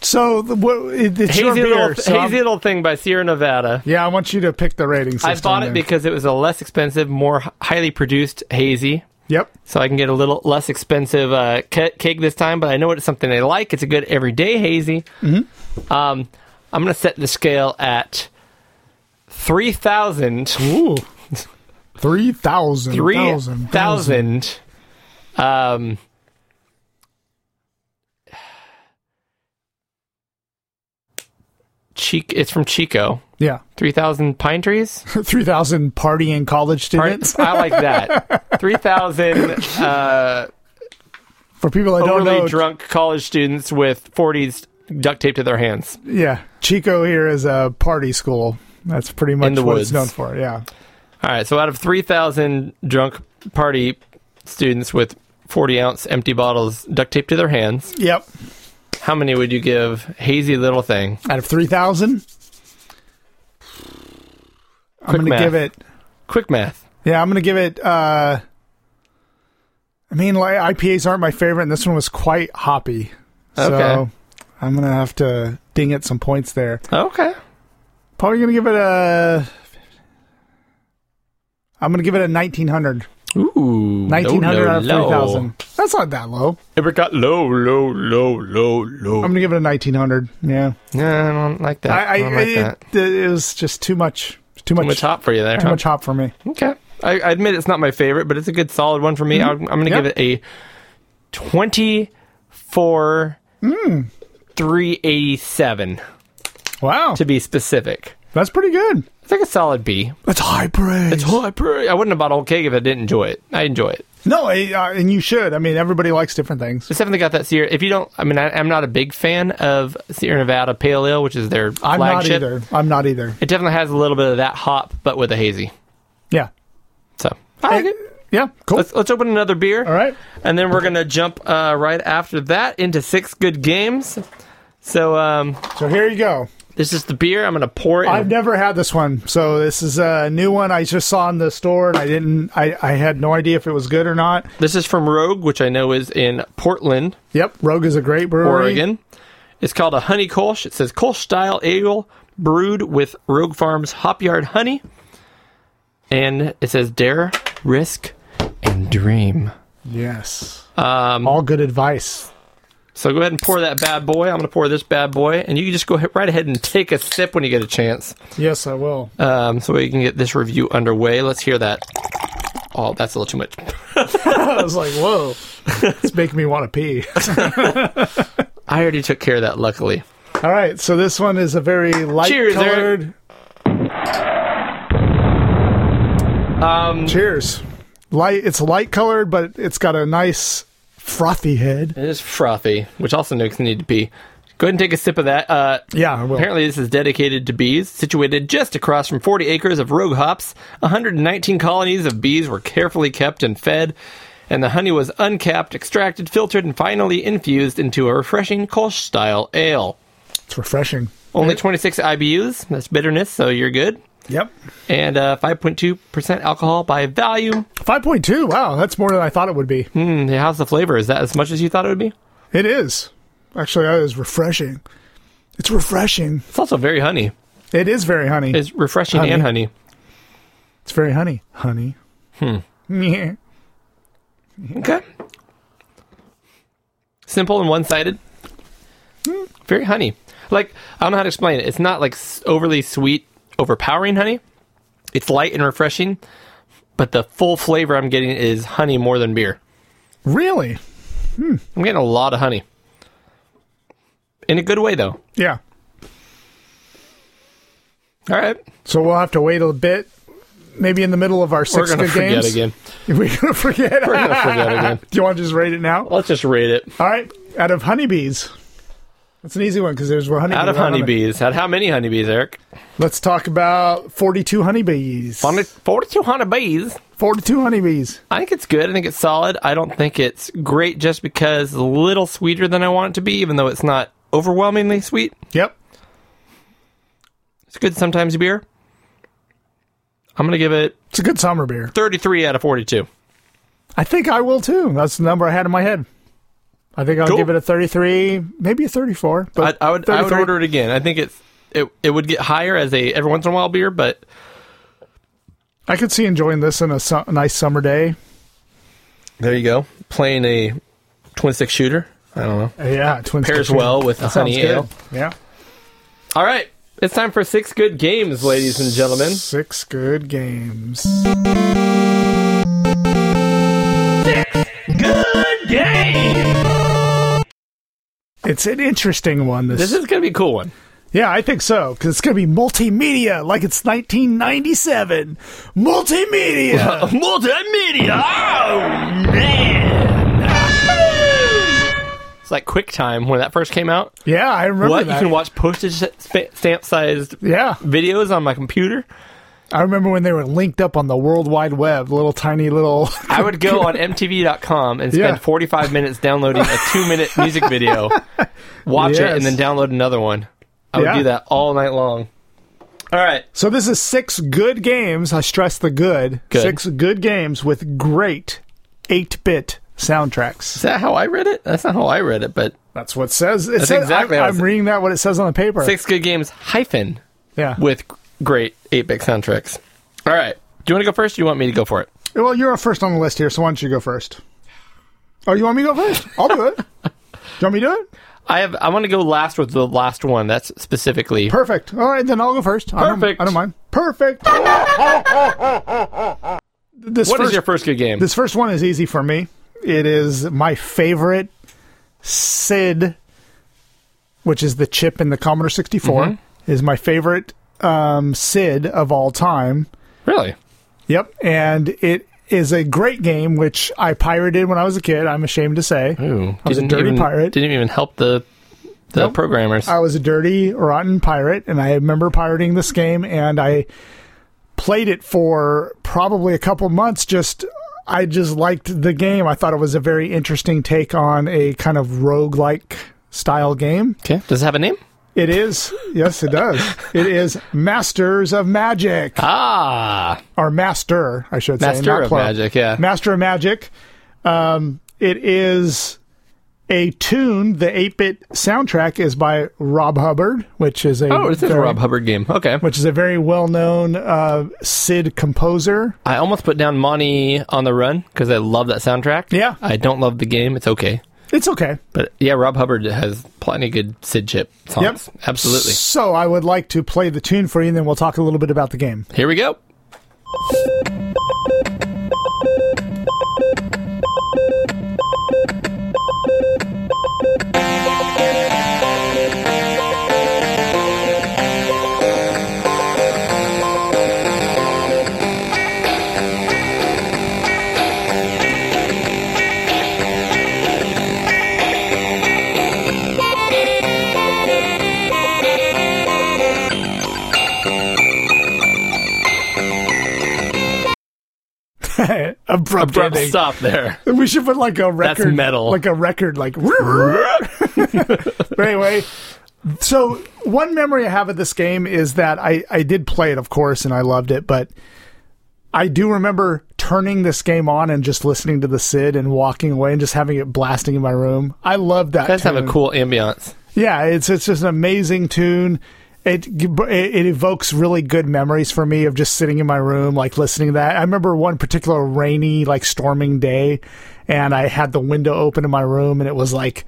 Speaker 5: so the, what, it, it's
Speaker 1: hazy
Speaker 5: your beer.
Speaker 1: little,
Speaker 5: so I'm-
Speaker 1: hazy little thing by Sierra Nevada.
Speaker 5: yeah, I want you to pick the rating system.
Speaker 1: I bought it
Speaker 5: then.
Speaker 1: because it was a less expensive, more h- highly produced hazy,
Speaker 5: Yep.
Speaker 1: so I can get a little less expensive uh, ca- cake this time. But I know it's something I like. It's a good everyday hazy. Um, I'm gonna set the scale at three thousand.
Speaker 5: Ooh. 3,000.
Speaker 1: three
Speaker 5: 1,000.
Speaker 1: thousand. Um, Cheek. It's from Chico.
Speaker 5: Yeah.
Speaker 1: Three thousand pine trees.
Speaker 5: 3,000 partying college students.
Speaker 1: I like that. Three thousand uh,
Speaker 5: For people that don't
Speaker 1: overly
Speaker 5: know,
Speaker 1: drunk college students with forties duct taped to their hands.
Speaker 5: yeah, Chico here is a party school. That's pretty much
Speaker 1: In the
Speaker 5: what
Speaker 1: woods.
Speaker 5: it's known for. Yeah.
Speaker 1: All right. So out of three thousand drunk party students with forty ounce empty bottles duct taped to their hands,
Speaker 5: Yep.
Speaker 1: how many would you give Hazy Little Thing?
Speaker 5: Out of 3,000, I'm
Speaker 1: Quick
Speaker 5: going to
Speaker 1: math.
Speaker 5: give it
Speaker 1: Quick math.
Speaker 5: Yeah, I'm gonna give it. uh I mean, like IPAs aren't my favorite, and this one was quite hoppy.
Speaker 1: Okay.
Speaker 5: So I'm gonna have to ding it some points there.
Speaker 1: Okay.
Speaker 5: Probably gonna give it a. I'm gonna give it a 1900.
Speaker 1: Ooh,
Speaker 5: 1900 out of
Speaker 1: low, low.
Speaker 5: 3000. That's not that low.
Speaker 1: Apricot low, low, low, low, low.
Speaker 5: I'm gonna give it a 1900. Yeah.
Speaker 1: no, I don't like that.
Speaker 5: I, I,
Speaker 1: I, don't like
Speaker 5: it,
Speaker 1: that.
Speaker 5: it- it was just too much. Too much.
Speaker 1: Too much hop for you there.
Speaker 5: too much hop for me.
Speaker 1: Okay. I, I admit it's not my favorite, but it's a good solid one for me. I'm, I'm going to
Speaker 5: Mm-hmm. Yeah.
Speaker 1: give it a 24 387
Speaker 5: Wow.
Speaker 1: to be specific.
Speaker 5: That's pretty good.
Speaker 1: It's like a solid B.
Speaker 5: That's high praise.
Speaker 1: It's whole- I pr- I wouldn't have bought a whole cake if I didn't enjoy it. I enjoy it.
Speaker 5: no, it, uh, and you should. I mean, everybody likes different things.
Speaker 1: It's definitely got that Sierra. If you don't, I mean, I, I'm not a big fan of Sierra Nevada Pale Ale, which is their
Speaker 5: I'm
Speaker 1: flagship.
Speaker 5: not either. I'm not either.
Speaker 1: It definitely has a little bit of that hop, but with a hazy.
Speaker 5: Yeah.
Speaker 1: So I like it.
Speaker 5: Yeah. Cool.
Speaker 1: Let's, let's open another beer.
Speaker 5: All right.
Speaker 1: And then we're going to jump uh, right after that into six good games. So um,
Speaker 5: So here you go.
Speaker 1: this is the beer. I'm going to pour it. in-
Speaker 5: I've never had this one, so this is a new one I just saw in the store, and I didn't. I, I had no idea if it was good or not.
Speaker 1: this is from Rogue, which I know is in Portland,
Speaker 5: Yep. Rogue is a great brewery.
Speaker 1: Oregon. It's called a Honey Kolsch. It says Kolsch style ale brewed with Rogue Farms Hop Yard honey. And it says dare, risk, and dream.
Speaker 5: Yes. Um, All good advice.
Speaker 1: So go ahead and pour that bad boy. I'm going to pour this bad boy, and you can just go ahead- right ahead and take a sip when you get a chance,
Speaker 5: Yes, I will.
Speaker 1: um, so we can get this review underway. Let's hear that. Oh, that's a little too much.
Speaker 5: I was like, whoa, it's making me want to pee.
Speaker 1: I already took care of that, luckily.
Speaker 5: All right, so this one is a very light
Speaker 1: Cheers,
Speaker 5: colored. Um, Cheers. Light. It's light colored, but it's got a nice frothy head.
Speaker 1: It is frothy, which also makes me need to pee. Go ahead and take a sip of that. Uh,
Speaker 5: Yeah. I will.
Speaker 1: Apparently, this is dedicated to bees. Situated just across from 40 acres of rogue hops, 119 colonies of bees were carefully kept and fed, and the honey was uncapped, extracted, filtered, and finally infused into a refreshing Kolsch style ale.
Speaker 5: It's refreshing.
Speaker 1: Only 26 IBUs. That's bitterness, so you're good.
Speaker 5: Yep.
Speaker 1: And uh, 5.2% alcohol by value.
Speaker 5: Five point two. Wow, that's more than I thought it would be.
Speaker 1: Hmm, how's the flavor? Is that as much as you thought it would be?
Speaker 5: It is. Actually, that is refreshing. It's refreshing.
Speaker 1: It's also very honey.
Speaker 5: It is very honey. It's,
Speaker 1: It's refreshing
Speaker 5: Honey.
Speaker 1: and honey.
Speaker 5: very honey. Honey. Hmm. Yeah.
Speaker 1: Okay. Simple and one sided. Very honey. Like, I don't know how to explain it. It's not like s- overly sweet, overpowering honey. It's light and refreshing, but the full flavor I'm getting is honey more than beer.
Speaker 5: Really?
Speaker 1: I'm getting a lot of honey. In a good way, though.
Speaker 5: Yeah.
Speaker 1: All right.
Speaker 5: So we'll have to wait a bit. Maybe in the middle of our
Speaker 1: We're
Speaker 5: 6
Speaker 1: going to
Speaker 5: good
Speaker 1: forget
Speaker 5: games.
Speaker 1: again.
Speaker 5: We're gonna forget.
Speaker 1: We're going to forget again.
Speaker 5: Do you want to just rate it now?
Speaker 1: Let's just rate it.
Speaker 5: All right. Out of honeybees. That's an easy one because there's honeybees.
Speaker 1: Out of
Speaker 5: I don't know.
Speaker 1: honeybees. Out of how many honeybees, Eric?
Speaker 5: Let's talk about 42 honeybees.
Speaker 1: On it, 4,200 bees.
Speaker 5: 42 honeybees.
Speaker 1: I think it's good. I think it's solid. I don't think it's great just because it's a little sweeter than I want it to be, even though it's not overwhelmingly sweet.
Speaker 5: Yep.
Speaker 1: It's good sometimes beer. I'm going to give it
Speaker 5: It's a good summer beer.
Speaker 1: 33 out of 42.
Speaker 5: I think I will too. That's the number I had in my head. I think I'll
Speaker 1: Cool.
Speaker 5: give it a 33, maybe a 34.
Speaker 1: I,
Speaker 5: But
Speaker 1: I would I would
Speaker 5: 33
Speaker 1: order it again. I think it's it it would get higher as a every once in a while beer, but
Speaker 5: I could see enjoying this in a, su- a nice summer day.
Speaker 1: there you go. Playing a twin stick shooter. I don't know.
Speaker 5: Uh, Yeah, twins
Speaker 1: Pairs
Speaker 5: Kitchen.
Speaker 1: well with a
Speaker 5: That sounds
Speaker 1: honey
Speaker 5: good.
Speaker 1: ale.
Speaker 5: Yeah,
Speaker 1: All right. It's time for six good games, ladies and gentlemen.
Speaker 5: six good games.
Speaker 4: Good game!
Speaker 5: It's an interesting one. This,
Speaker 1: This is going to be a cool one.
Speaker 5: yeah, I think so because it's gonna be multimedia, like it's 1997. Multimedia.
Speaker 1: Multimedia. Oh, It's like QuickTime when that first came out.
Speaker 5: yeah, I remember
Speaker 1: What? You
Speaker 5: that.
Speaker 1: can watch postage stamp sized
Speaker 5: yeah,
Speaker 1: videos on my computer?
Speaker 5: I remember when they were linked up on the World Wide Web. Little tiny little.
Speaker 1: I would go on MTV.com and spend
Speaker 5: Yeah.
Speaker 1: 45 minutes downloading a two minute music video, watch it, and
Speaker 5: Yes.
Speaker 1: then download another one. I would
Speaker 5: Yeah.
Speaker 1: do that all night long. All right.
Speaker 5: So this is six good games. I stress the good.
Speaker 1: Good.
Speaker 5: Six good games with great eight-bit soundtracks.
Speaker 1: Is that how I read it? That's not how I read it, but
Speaker 5: That's what it says. It
Speaker 1: That's
Speaker 5: says-
Speaker 1: exactly
Speaker 5: I,
Speaker 1: how it
Speaker 5: I'm
Speaker 1: says.
Speaker 5: reading that what it says on the paper.
Speaker 1: Six Good Games hyphen
Speaker 5: Yeah.
Speaker 1: with great 8 bit soundtracks. All right. Do you want to go first or do you want me to go for it?
Speaker 5: Well, you're first on the list here, so why don't you go first? Oh, you want me to go first? I'll do it. Do you want me to do it?
Speaker 1: I have. I want to go last with the last one. That's specifically.
Speaker 5: Perfect. All right, then I'll go first. I don't,
Speaker 1: Perfect.
Speaker 5: I don't mind. Perfect. this
Speaker 1: What is
Speaker 5: first,
Speaker 1: your first good game?
Speaker 5: This first one is easy for me. It is my favorite Sid, which is the chip in the Commodore 64,
Speaker 1: Mm-hmm.
Speaker 5: is my favorite um, Sid of all time.
Speaker 1: really?
Speaker 5: Yep, and it is a great game which I pirated when I was a kid. I'm ashamed to say.
Speaker 1: Ooh,
Speaker 5: I was a dirty
Speaker 1: even,
Speaker 5: pirate.
Speaker 1: Didn't even help the the programmers.
Speaker 5: I was a dirty, rotten pirate, and I remember pirating this game, and I played it for probably a couple months. Just I just liked the game. I thought it was a very interesting take on a kind of roguelike style game.
Speaker 1: okay. Does it have a name?
Speaker 5: It is, yes, it does. It is Masters of Magic,
Speaker 1: Ah,
Speaker 5: or Master, I should say.
Speaker 1: Master
Speaker 5: not
Speaker 1: of
Speaker 5: plural.
Speaker 1: Magic. Yeah.
Speaker 5: Master of Magic. Um, it is a tune. The 8 bit soundtrack is by Rob Hubbard, which is a
Speaker 1: oh, this is a
Speaker 5: very-
Speaker 1: Rob Hubbard game. Okay.
Speaker 5: which is a very well known uh, Sid composer.
Speaker 1: I almost put down Monty on the Run because I love that soundtrack.
Speaker 5: Yeah.
Speaker 1: I don't love the game. It's okay.
Speaker 5: It's okay.
Speaker 1: But yeah, Rob Hubbard has plenty of good Sid Chip songs. Absolutely.
Speaker 5: So I would like to play the tune for you, and then we'll talk a little bit about the game.
Speaker 1: Here we go.
Speaker 5: Abrupt,
Speaker 1: Abrupt
Speaker 5: ending.
Speaker 1: stop there.
Speaker 5: We should put like a record,
Speaker 1: metal.
Speaker 5: like a record, like. but anyway, so one memory I have of this game is that I I did play it, of course, and I loved it, but I do remember turning this game on and just listening to the Sid and walking away and just having it blasting in my room. I love that.
Speaker 1: Let's have a
Speaker 5: tune.
Speaker 1: cool ambiance.
Speaker 5: Yeah, it's it's just an amazing tune. It it evokes really good memories for me of just sitting in my room, like listening to that. I remember one particular rainy, like storming day, and I had the window open in my room, and it was like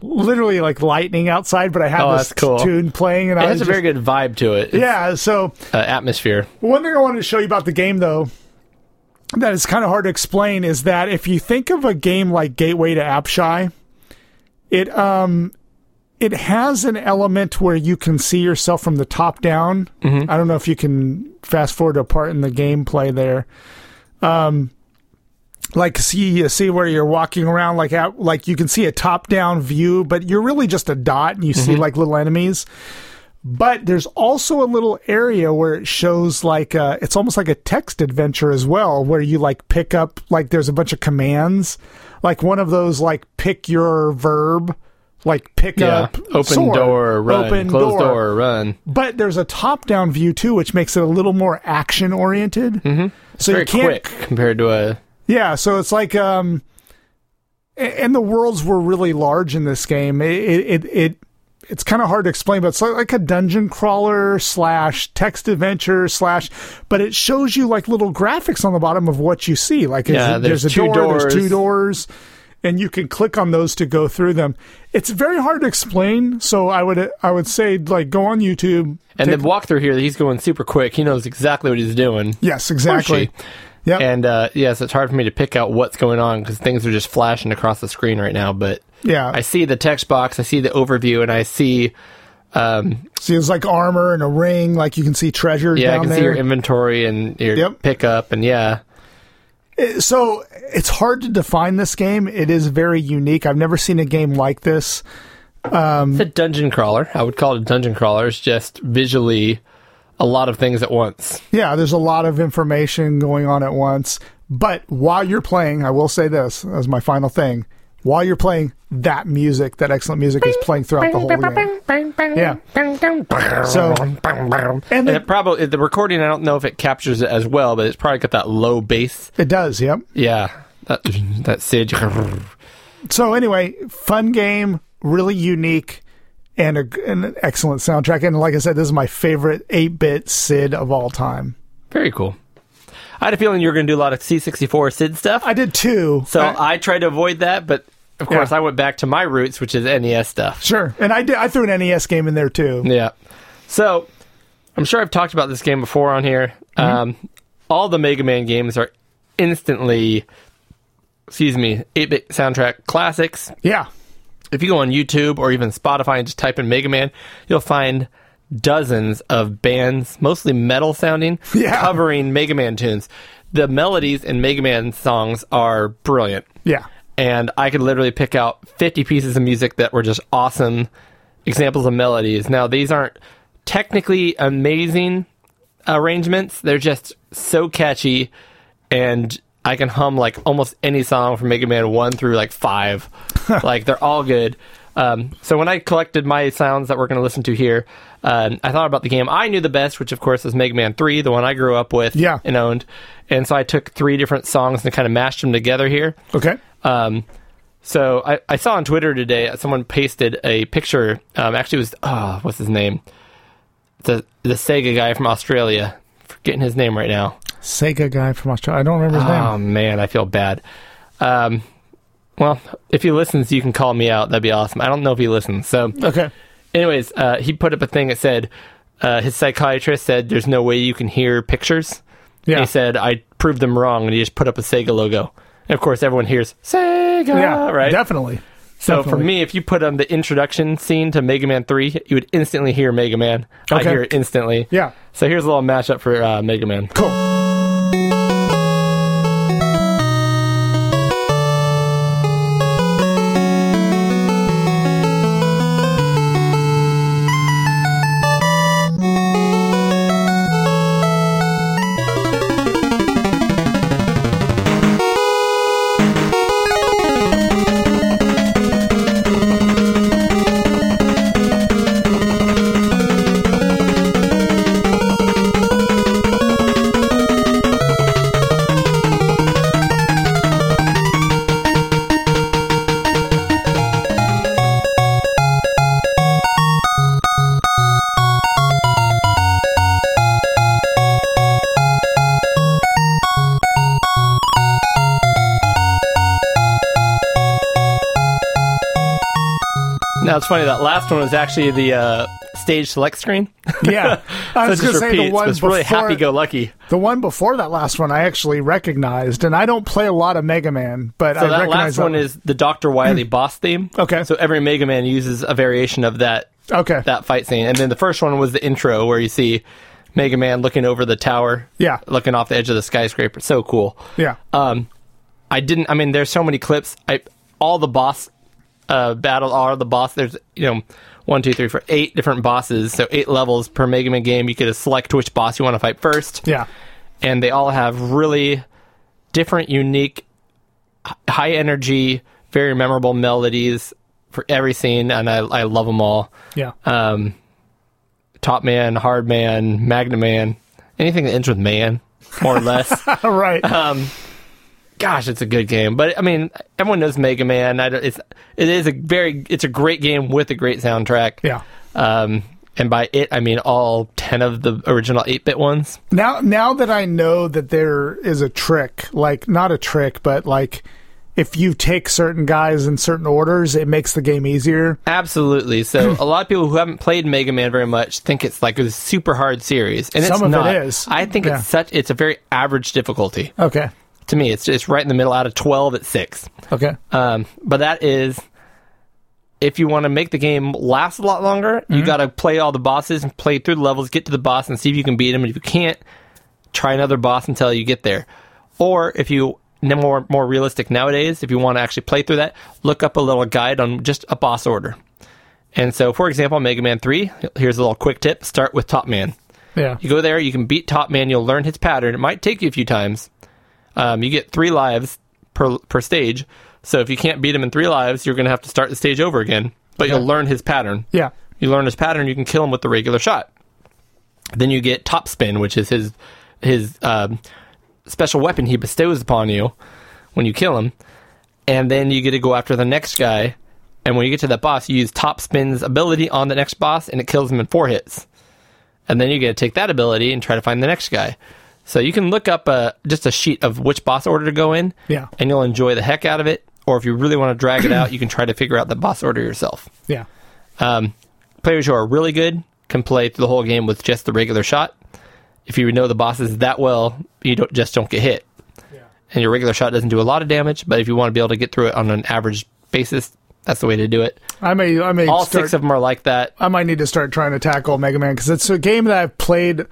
Speaker 5: literally like lightning outside, but I had
Speaker 1: Oh,
Speaker 5: this
Speaker 1: that's cool.
Speaker 5: tune playing, and
Speaker 1: It
Speaker 5: I
Speaker 1: has a
Speaker 5: just-
Speaker 1: very good vibe to it. It's,
Speaker 5: yeah. So
Speaker 1: Uh, atmosphere.
Speaker 5: one thing I wanted to show you about the game, though, that is kind of hard to explain is that if you think of a game like Gateway to Apshai, it um it has an element where you can see yourself from the top down. I don't know if you can fast forward a part in the gameplay there. Um like see you see where you're walking around like out
Speaker 1: Mm-hmm.
Speaker 5: like you can see a top down view, but you're really just a dot and you see like little enemies But there's also a little area where it shows like uh it's almost like a text adventure as well, where you like pick up like there's a bunch of commands, like one of those like pick your verb, like pick
Speaker 1: Yeah.
Speaker 5: up
Speaker 1: Open
Speaker 5: sword,
Speaker 1: door, run.
Speaker 5: open
Speaker 1: Close
Speaker 5: door.
Speaker 1: door, run.
Speaker 5: But there's a top-down view too, which makes it a little more action-oriented. Mm-hmm. So
Speaker 1: Very
Speaker 5: you can't
Speaker 1: quick compared to a
Speaker 5: yeah, so it's like um a- and the worlds were really large in this game. It it it, it it's kind of hard to explain, but it's like, like a dungeon crawler slash text adventure slash, but it shows you like little graphics on the bottom of what you see. Like is
Speaker 1: Yeah,
Speaker 5: it-
Speaker 1: there's
Speaker 5: a
Speaker 1: two
Speaker 5: door,
Speaker 1: doors.
Speaker 5: there's two doors, and you can click on those to go through them. It's very hard to explain, so I would I would say like go on YouTube.
Speaker 1: and the
Speaker 5: take-
Speaker 1: walkthrough here. He's going super quick. He knows exactly what he's doing.
Speaker 5: yes,
Speaker 1: Or
Speaker 5: exactly.
Speaker 1: she.
Speaker 5: Yep.
Speaker 1: And uh, yes, it's hard for me to pick out what's going on because things are just flashing across the screen right now. But
Speaker 5: yeah.
Speaker 1: I see the text box, I see the overview, and I see um,
Speaker 5: See, it's like armor and a ring. Like you can see treasure
Speaker 1: yeah, I
Speaker 5: down
Speaker 1: can
Speaker 5: there.
Speaker 1: see your inventory and your
Speaker 5: Yep.
Speaker 1: pickup, and yeah,
Speaker 5: so it's hard to define this game. It is very unique. I've never seen a game like this.
Speaker 1: it's a dungeon crawler. I would call it a dungeon crawler. It's just visually a lot of things at once.
Speaker 5: Yeah, there's a lot of information going on at once. But while you're playing, I will say this as my final thing. While you're playing, that music, that excellent music, is playing throughout the whole game. Yeah. So, and
Speaker 1: And
Speaker 5: it,
Speaker 1: it probably the recording. I don't know if it captures it as well, but it's probably got that low bass.
Speaker 5: it does, yep.
Speaker 1: Yeah, that that Sid.
Speaker 5: So anyway, fun game, really unique, and a, and an excellent soundtrack. And like I said, this is my favorite 8-bit Sid of all time.
Speaker 1: Very cool. I had a feeling you were going to do a lot of C64 Sid stuff.
Speaker 5: I did two.
Speaker 1: So I, tried to avoid that, but of course I went back to my roots, which is NES stuff.
Speaker 5: Sure. And I did, I threw an NES game in there too.
Speaker 1: Yeah. So I'm sure I've talked about this game before on here. Um, all the Mega Man games are instantly, excuse me, 8 bit soundtrack classics.
Speaker 5: Yeah.
Speaker 1: If you go on YouTube or even Spotify and just type in Mega Man, you'll find dozens of bands, mostly metal sounding,
Speaker 5: Yeah.
Speaker 1: covering Mega Man tunes. The melodies in Mega Man songs are brilliant.
Speaker 5: Yeah.
Speaker 1: and I could literally pick out 50 pieces of music that were just awesome examples of melodies. Now, these aren't technically amazing arrangements, they're just so catchy, and I can hum like almost any song from Mega Man 1 through like 5. like, they're all good. Um, so, when I collected my sounds that we're going to listen to here, um, I thought about the game I knew the best, which of course is Mega Man 3, the one I grew up with
Speaker 5: Yeah.
Speaker 1: and owned. And so I took three different songs and kind of mashed them together here.
Speaker 5: Okay.
Speaker 1: Um, so I, I saw on Twitter today uh, someone pasted a picture. Um, actually, it was oh, what's his name? The the Sega guy from Australia. Forgetting his name right now.
Speaker 5: Sega guy from Australia. I don't remember his
Speaker 1: Oh man, I feel bad. Um, well, if he listens, you can call me out. That'd be awesome. I don't know if he listens. So
Speaker 5: name. Okay.
Speaker 1: anyways, uh, he put up a thing that said uh, his psychiatrist said there's no way you can hear pictures.
Speaker 5: Yeah.
Speaker 1: He said I proved them wrong, and he just put up a Sega logo. And of course, everyone hears Sega,
Speaker 5: yeah.
Speaker 1: "Ah, right?
Speaker 5: Definitely.
Speaker 1: So for
Speaker 5: Definitely.
Speaker 1: me, if you put on the introduction scene to Mega Man 3, you would instantly hear Mega Man. I
Speaker 5: Okay.
Speaker 1: hear it instantly.
Speaker 5: Yeah.
Speaker 1: So here's a little mashup for uh, Mega Man.
Speaker 5: Cool.
Speaker 1: Now it's funny that last one was actually the uh, stage select screen.
Speaker 5: Yeah. I
Speaker 1: So
Speaker 5: was
Speaker 1: it
Speaker 5: going to
Speaker 1: just
Speaker 5: say the
Speaker 1: repeats, but
Speaker 5: one
Speaker 1: it's really
Speaker 5: before
Speaker 1: happy go lucky.
Speaker 5: the one before that last one I actually recognized, and I don't play a lot of Mega Man, but
Speaker 1: So
Speaker 5: I
Speaker 1: that
Speaker 5: recognize
Speaker 1: last one is the Doctor Wily boss theme.
Speaker 5: Okay.
Speaker 1: So every Mega Man uses a variation of that
Speaker 5: okay.
Speaker 1: that fight scene, and then the first one was the intro where you see Mega Man looking over the tower.
Speaker 5: Yeah.
Speaker 1: Looking off the edge of the skyscraper. So cool.
Speaker 5: yeah.
Speaker 1: Um, I didn't. I mean, there's so many clips. I all the boss uh, battle are the boss. There's you know one, two, three for eight different bosses. So eight levels per Mega Man game. You get to select which boss you want to fight first,
Speaker 5: Yeah.
Speaker 1: and they all have really different, unique, h- high energy, very memorable melodies for every scene, and I, I love them all.
Speaker 5: Yeah.
Speaker 1: Um, Top Man, Hard Man, Magna Man, anything that ends with man, more or less.
Speaker 5: All right.
Speaker 1: uh, gosh, it's a good game. But I mean, everyone knows Mega Man. I don't, it's it is a very it's a great game with a great soundtrack.
Speaker 5: yeah.
Speaker 1: Um, and by it I mean all ten of the original eight bit ones.
Speaker 5: Now, now that I know that there is a trick, like not a trick, but like if you take certain guys in certain orders, it makes the game easier.
Speaker 1: Absolutely. So a lot of people who haven't played Mega Man very much think it's like a super hard series, and it's
Speaker 5: Some of it
Speaker 1: not.
Speaker 5: is.
Speaker 1: I think
Speaker 5: Yeah.
Speaker 1: it's such. It's a very average difficulty
Speaker 5: Okay.
Speaker 1: to me. It's it's right in the middle out of twelve at six.
Speaker 5: Okay.
Speaker 1: Um, but that is if you want to make the game last a lot longer, you got to play all the bosses and play through the levels, get to the boss and see if you can beat him. And if you can't, try another boss until you get there. Or if you n- more more realistic nowadays, if you want to actually play through that, look up a little guide on just a boss order. And so, for example, Mega Man 3, here's a little quick tip start with Top Man.
Speaker 5: Yeah.
Speaker 1: You go there, you can beat Top Man, you'll learn his pattern. It might take you a few times. Um, you get three lives per, per stage. So if you can't beat him in three lives, you're going to have to start the stage over again. But you'll learn his pattern.
Speaker 5: Yeah.
Speaker 1: You learn his pattern, you can kill him with the regular shot. Then you get Top Spin, which is his, his um, special weapon he bestows upon you when you kill him. And then you get to go after the next guy. And when you get to that boss, you use Top Spin's ability on the next boss, and it kills him in four hits and then you get to take that ability and try to find the next guy. So you can look up a, just a sheet of which boss order to go in,
Speaker 5: Yeah.
Speaker 1: and you'll enjoy the heck out of it. Or if you really want to drag it out, you can try to figure out the boss order yourself.
Speaker 5: Yeah.
Speaker 1: Um, players who are really good can play through the whole game with just the regular shot. If you know the bosses that well, you don't, just don't get hit. And your regular shot doesn't do a lot of damage, but if you want to be able to get through it on an average basis, that's the way to do it.
Speaker 5: I may, I may
Speaker 1: All
Speaker 5: start,
Speaker 1: six of them are like that.
Speaker 5: I might need to start trying to tackle Mega Man because it's a game that I've played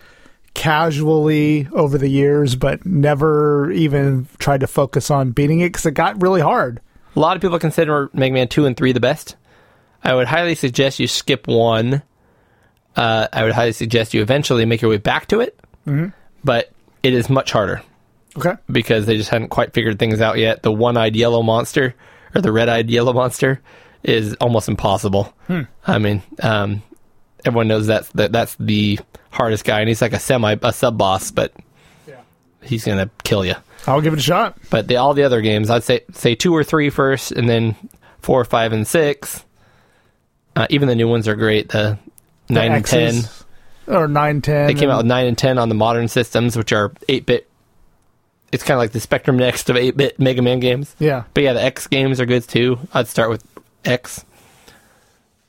Speaker 5: casually over the years, but never even tried to focus on beating it because it got really hard.
Speaker 1: A lot of people consider Mega Man 2 and 3 the best. I would highly suggest you skip 1. Uh, I would highly suggest you eventually make your way back to it. Mm-hmm. But it is much harder
Speaker 5: Okay.
Speaker 1: because they just hadn't quite figured things out yet. The one eyed yellow monster, or the red eyed yellow monster, is almost impossible.
Speaker 5: Hmm.
Speaker 1: I mean, um, everyone knows that's, that that's the hardest guy, and he's like a semi, a sub boss, but he's going to kill you.
Speaker 5: I'll give it a shot.
Speaker 1: But the, all the other games, I'd say say two or three first, and then four, five, and six. Uh, even the new ones are great. The
Speaker 5: The
Speaker 1: nine and ten.
Speaker 5: X's- Or 9, 10.
Speaker 1: They came
Speaker 5: and-
Speaker 1: out with nine and ten on the modern systems, which are eight bit. It's kind of like the Spectrum next of eight bit Mega Man games.
Speaker 5: Yeah.
Speaker 1: But yeah, the X games are good too. I'd start with X.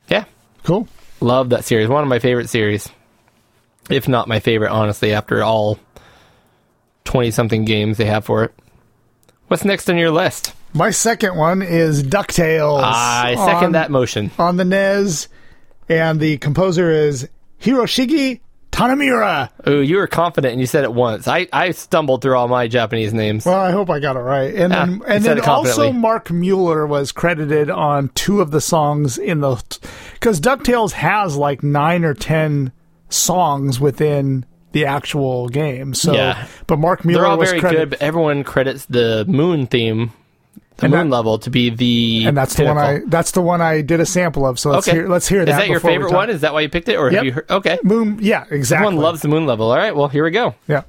Speaker 1: Yeah,
Speaker 5: Cool.
Speaker 1: love that series. One of my favorite series, if not my favorite, honestly. After all, twenty something games they have for it. What's next on your list?
Speaker 5: My second one is DuckTales.
Speaker 1: I second
Speaker 5: on-
Speaker 1: that motion.
Speaker 5: On the NES, and the composer is Hiroshige Tanamura.
Speaker 1: Ooh, you were confident and you said it once. I, I stumbled through all my Japanese names.
Speaker 5: Well, I hope I got it right. And
Speaker 1: Ah,
Speaker 5: then,
Speaker 1: you
Speaker 5: and
Speaker 1: said
Speaker 5: then
Speaker 1: it confidently.
Speaker 5: also Mark Mueller was credited on two of the songs in the because DuckTales has like nine or ten songs within the actual game. So,
Speaker 1: Yeah.
Speaker 5: but Mark Mueller
Speaker 1: They're all
Speaker 5: was
Speaker 1: very
Speaker 5: credited,
Speaker 1: good, but everyone credits the moon theme, the
Speaker 5: And
Speaker 1: moon
Speaker 5: that-
Speaker 1: level, to be the.
Speaker 5: and that's the one I
Speaker 1: pinnacle.
Speaker 5: that's the one I did a sample of. So let's
Speaker 1: Okay.
Speaker 5: hear let's hear
Speaker 1: Is
Speaker 5: that.
Speaker 1: that your
Speaker 5: before we
Speaker 1: favorite
Speaker 5: talk.
Speaker 1: one? Is that why you picked it? Or
Speaker 5: Yep.
Speaker 1: have you heard? Okay.
Speaker 5: Moon? Yeah, exactly.
Speaker 1: Everyone loves the moon level. All right, well, here we go.
Speaker 5: Yeah.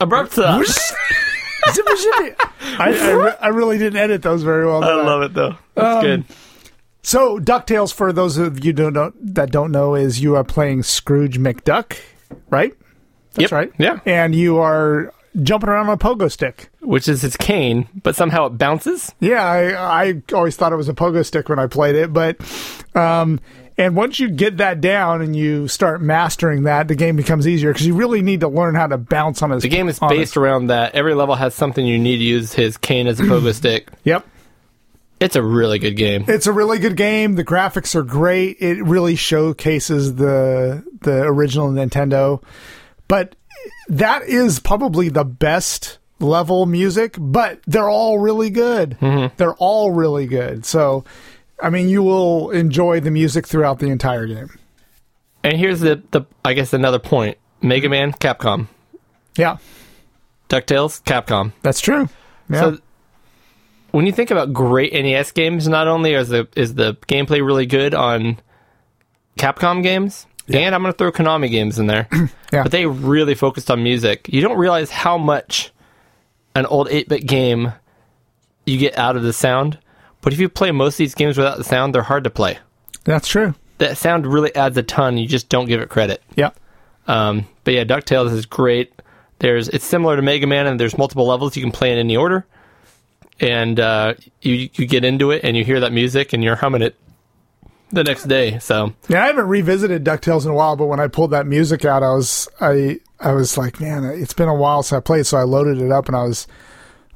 Speaker 1: Abrupt stop.
Speaker 5: Zipper zippy. I, I, re- I really didn't edit those very well.
Speaker 1: I love it, though. That's
Speaker 5: Um,
Speaker 1: good.
Speaker 5: So Ducktales, for those of you don't know, that don't know, is you are playing Scrooge McDuck, right? That's
Speaker 1: Yep.
Speaker 5: right.
Speaker 1: Yeah.
Speaker 5: and you are jumping around on a pogo stick.
Speaker 1: which is his cane, but somehow it bounces.
Speaker 5: Yeah, I, I always thought it was a pogo stick when I played it, but um, and once you get that down and you start mastering that, the game becomes easier because you really need to learn how to bounce on his.
Speaker 1: The game is
Speaker 5: on his-
Speaker 1: based around that. Every level has something you need to use his cane as a pogo stick.
Speaker 5: Yep,
Speaker 1: It's a really good game.
Speaker 5: it's a really good game. The graphics are great. It really showcases the the original Nintendo, but that is probably the best level music. But they're all really good. They're all really good. So, I mean, you will enjoy the music throughout the entire game.
Speaker 1: And here's the, the I guess another point. Mega Man, Capcom.
Speaker 5: Yeah,
Speaker 1: DuckTales, Capcom.
Speaker 5: that's true. Yeah.
Speaker 1: So when you think about great NES games, not only is the is the gameplay really good on Capcom games, and I'm going to throw Konami games in there,
Speaker 5: Yeah.
Speaker 1: but they really focused on music. You don't realize how much an old 8-bit game you get out of the sound, but if you play most of these games without the sound, they're hard to play.
Speaker 5: that's true.
Speaker 1: That sound really adds a ton. You just don't give it credit.
Speaker 5: Yeah.
Speaker 1: Um, but yeah, Ducktales is great. There's it's similar to Mega Man, and there's multiple levels you can play in any order, and uh, you you get into it and you hear that music and you're humming it the next day. So
Speaker 5: Yeah, I haven't revisited DuckTales in a while, but when I pulled that music out, I was I I was like, man, it's been a while since I played, so I loaded it up and I was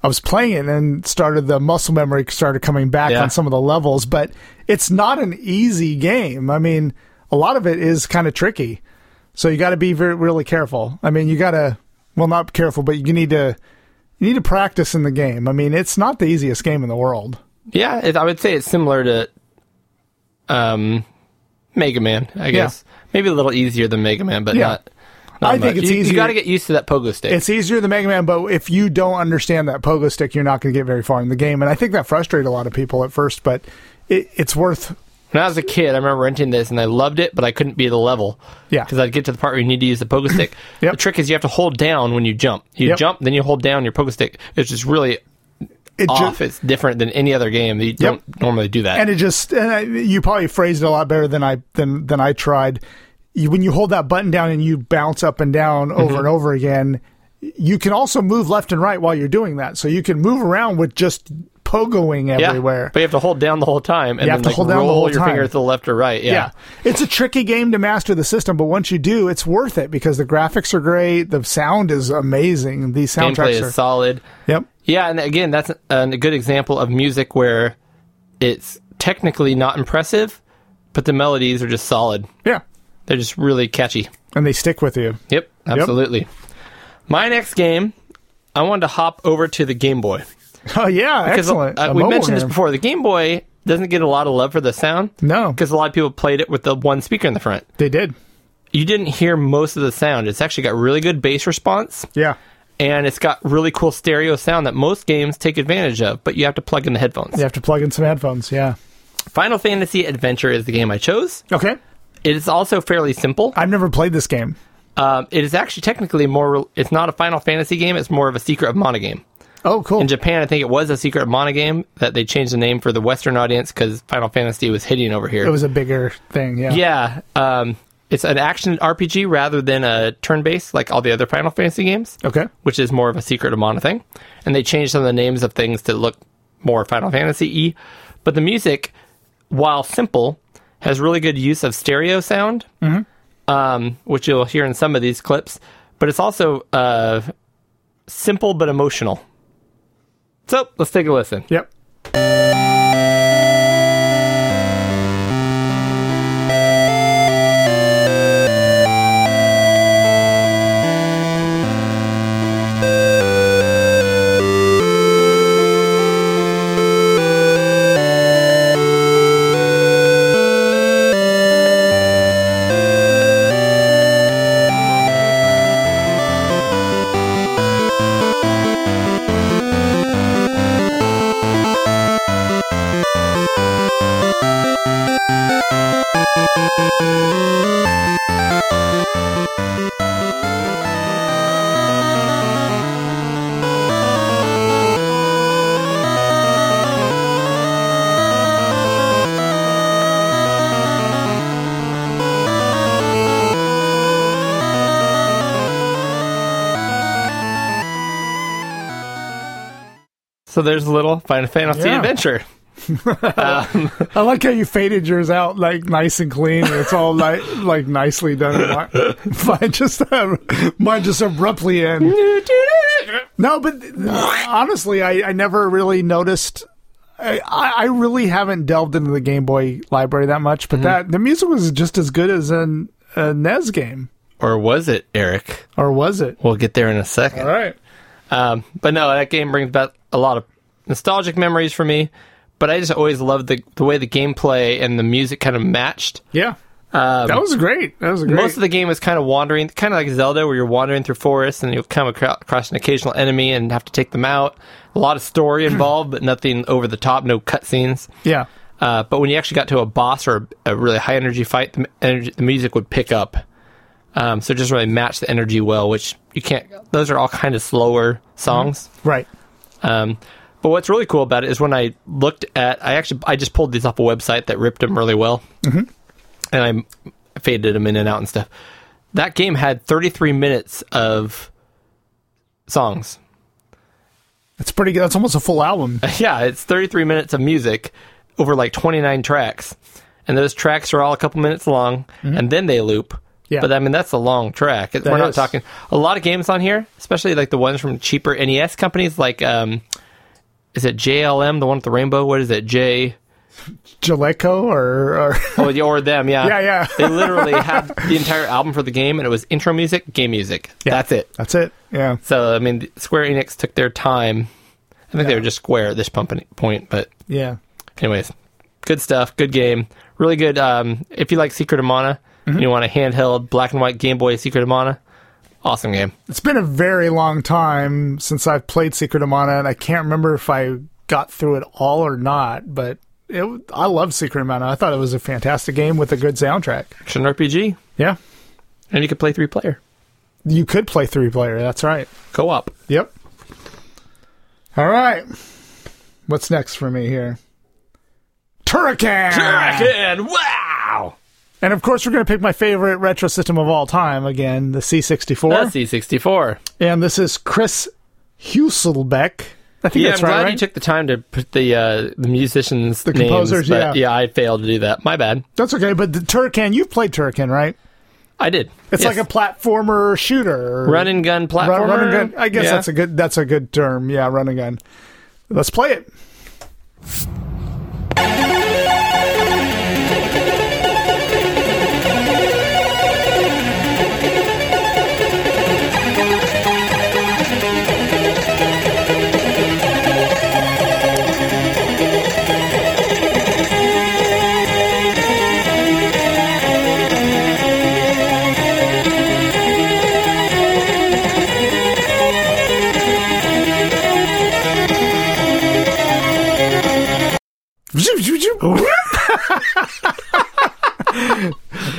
Speaker 5: I was playing it and started the muscle memory started coming back
Speaker 1: Yeah.
Speaker 5: on some of the levels, but it's not an easy game. I mean, a lot of it is kind of tricky. So you got to be very really careful. I mean, you got to well not careful, but you need to you need to practice in the game. I mean, it's not the easiest game in the world.
Speaker 1: yeah, it, I would say it's similar to um, Mega Man, I guess. Maybe a little easier than Mega Man, but
Speaker 5: Yeah.
Speaker 1: not. not
Speaker 5: I think
Speaker 1: much.
Speaker 5: it's
Speaker 1: you,
Speaker 5: easier-
Speaker 1: You got to get used to that pogo stick.
Speaker 5: it's easier than Mega Man, but if you don't understand that pogo stick, you're not going to get very far in the game. And I think that frustrated a lot of people at first, but it, it's worth.
Speaker 1: When I was a kid, I remember renting this and I loved it, but I couldn't be the level.
Speaker 5: Yeah.
Speaker 1: Because I'd get to the part where you need to use the pogo stick.
Speaker 5: Yep.
Speaker 1: The trick is you have to hold down when you jump. You
Speaker 5: Yep.
Speaker 1: jump, then you hold down your pogo stick. It's just really
Speaker 5: It ju-
Speaker 1: off. it's different than any other game. You don't normally do that.
Speaker 5: and it just and I, you probably phrased it a lot better than I than than I tried. You, when you hold that button down and you bounce up and down over
Speaker 1: Mm-hmm.
Speaker 5: and over again, you can also move left and right while you're doing that. So you can move around with just pogoing
Speaker 1: yeah.
Speaker 5: everywhere.
Speaker 1: But you have to hold down the whole time and
Speaker 5: You
Speaker 1: then
Speaker 5: have to
Speaker 1: like,
Speaker 5: hold down the
Speaker 1: roll
Speaker 5: whole
Speaker 1: your
Speaker 5: time.
Speaker 1: finger to the left or right. Yeah.
Speaker 5: yeah. It's a tricky game to master the system, but once you do, it's worth it because the graphics are great, the sound is amazing, the
Speaker 1: Gameplay
Speaker 5: soundtracks
Speaker 1: is
Speaker 5: are
Speaker 1: solid.
Speaker 5: Yep.
Speaker 1: Yeah, and again, that's a, a good example of music where it's technically not impressive, but the melodies are just solid.
Speaker 5: Yeah.
Speaker 1: They're just really catchy.
Speaker 5: And they stick with you.
Speaker 1: Yep, absolutely. My next game, I wanted to hop over to the Game Boy.
Speaker 5: Oh yeah,
Speaker 1: 'Cause,
Speaker 5: excellent.
Speaker 1: uh,
Speaker 5: A
Speaker 1: we
Speaker 5: mobile
Speaker 1: mentioned this
Speaker 5: game.
Speaker 1: before. The Game Boy doesn't get a lot of love for the sound.
Speaker 5: No.
Speaker 1: Because a lot of people played it with the one speaker in the front.
Speaker 5: They did.
Speaker 1: You didn't hear most of the sound. It's actually got really good bass response,
Speaker 5: Yeah.
Speaker 1: and it's got really cool stereo sound that most games take advantage of, but you have to plug in the headphones.
Speaker 5: You have to plug in some headphones, yeah.
Speaker 1: Final Fantasy Adventure is the game I chose.
Speaker 5: Okay.
Speaker 1: It is also fairly simple.
Speaker 5: I've never played this game.
Speaker 1: Um, it is actually technically more, it's not a Final Fantasy game, it's more of a Secret of Mana game.
Speaker 5: Oh, cool.
Speaker 1: in Japan, I think it was a Secret of Mana game that they changed the name for the Western audience because Final Fantasy was hitting over here.
Speaker 5: it was a bigger thing, yeah.
Speaker 1: yeah, um, it's an action RPG rather than a turn-based like all the other Final Fantasy games,
Speaker 5: Okay.
Speaker 1: which is more of a Secret of Mana thing. And they changed some of the names of things to look more Final Fantasy y. But the music, while simple, has really good use of stereo sound, um, which you'll hear in some of these clips. But it's also uh, simple but emotional. So let's take a listen.
Speaker 5: Yep.
Speaker 1: So there's a little Final Fantasy
Speaker 5: Yeah.
Speaker 1: adventure.
Speaker 5: I like how you faded yours out like nice and clean. and It's all like like nicely done. Mine- Mine just uh, mine just abruptly end. No, but uh, honestly, I, I never really noticed. I, I I really haven't delved into the Game Boy library that much, but that the music was just as good as an a NES game,
Speaker 1: Or was it, Eric?
Speaker 5: or was it?
Speaker 1: We'll get there in a second.
Speaker 5: All right.
Speaker 1: Um, but no, that game brings back a lot of nostalgic memories for me. But I just always loved the the way the gameplay and the music kind of matched.
Speaker 5: Yeah.
Speaker 1: Um,
Speaker 5: That was great. That was great.
Speaker 1: Most of the game is kind of wandering, kind of like Zelda, where you're wandering through forests and you'll come acro- across an occasional enemy and have to take them out. A lot of story involved, but nothing over the top, no cutscenes.
Speaker 5: yeah.
Speaker 1: Uh, but when you actually got to a boss or a, a really high energy fight, the, m- energy, the music would pick up. Um, so it just really matched the energy well, which you can't. Those are all kind of slower
Speaker 5: Mm-hmm.
Speaker 1: songs.
Speaker 5: Right.
Speaker 1: Um, but what's really cool about it is when I looked at, I actually I just pulled these off a website that ripped them really well, mm-hmm. and I m- faded them in and out and stuff. That game had 33 minutes of songs.
Speaker 5: That's pretty good. That's almost a full album.
Speaker 1: Yeah, it's 33 minutes of music over like 29 tracks, and those tracks are all a couple minutes long, and then they loop.
Speaker 5: Mm-hmm. Yeah.
Speaker 1: But I mean, that's a long track. We're not
Speaker 5: is.
Speaker 1: talking a lot of games on here, especially like the ones from cheaper NES companies, like um, is it JLM, the one with the rainbow? What is it, J?
Speaker 5: Jaleco or, or
Speaker 1: Oh, yeah, or them, yeah.
Speaker 5: Yeah, yeah.
Speaker 1: they literally had the entire album for the game, and it was intro music, game music. That's it.
Speaker 5: that's it. Yeah.
Speaker 1: So, I mean, Square Enix took their time. I think they were just Square at this pump- point, but
Speaker 5: Yeah.
Speaker 1: anyways, good stuff. Good game. Really good. Um, if you like Secret of Mana,
Speaker 5: Mm-hmm.
Speaker 1: and you want a handheld black and white Game Boy Secret of Mana, awesome game.
Speaker 5: It's been a very long time since I've played Secret of Mana, and I can't remember if I got through it all or not, but it, I love Secret of Mana. I thought it was a fantastic game with a good soundtrack.
Speaker 1: Action RPG,
Speaker 5: Yeah.
Speaker 1: and you can play three player
Speaker 5: You could play three player. That's right.
Speaker 1: co op.
Speaker 5: Yep. All right. What's next for me here? Turrican!
Speaker 1: And wow,
Speaker 5: And of course, we're going to pick my favorite retro system of all time again, the C64.
Speaker 1: that's C sixty four.
Speaker 5: and this is Chris Huselbeck. I think
Speaker 1: Yeah,
Speaker 5: that's
Speaker 1: I'm
Speaker 5: right.
Speaker 1: glad
Speaker 5: right?
Speaker 1: you took the time to put the uh, the musicians, the
Speaker 5: composers,
Speaker 1: Names, but
Speaker 5: yeah.
Speaker 1: yeah, I failed to do that. My bad.
Speaker 5: That's okay, but the Turrican, you've played Turrican, right?
Speaker 1: I did.
Speaker 5: It's
Speaker 1: Yes.
Speaker 5: like a platformer shooter. or-
Speaker 1: run and gun platformer.
Speaker 5: Run, run and gun. I guess
Speaker 1: Yeah.
Speaker 5: that's a good that's a good term. Yeah, run and gun. Let's play it.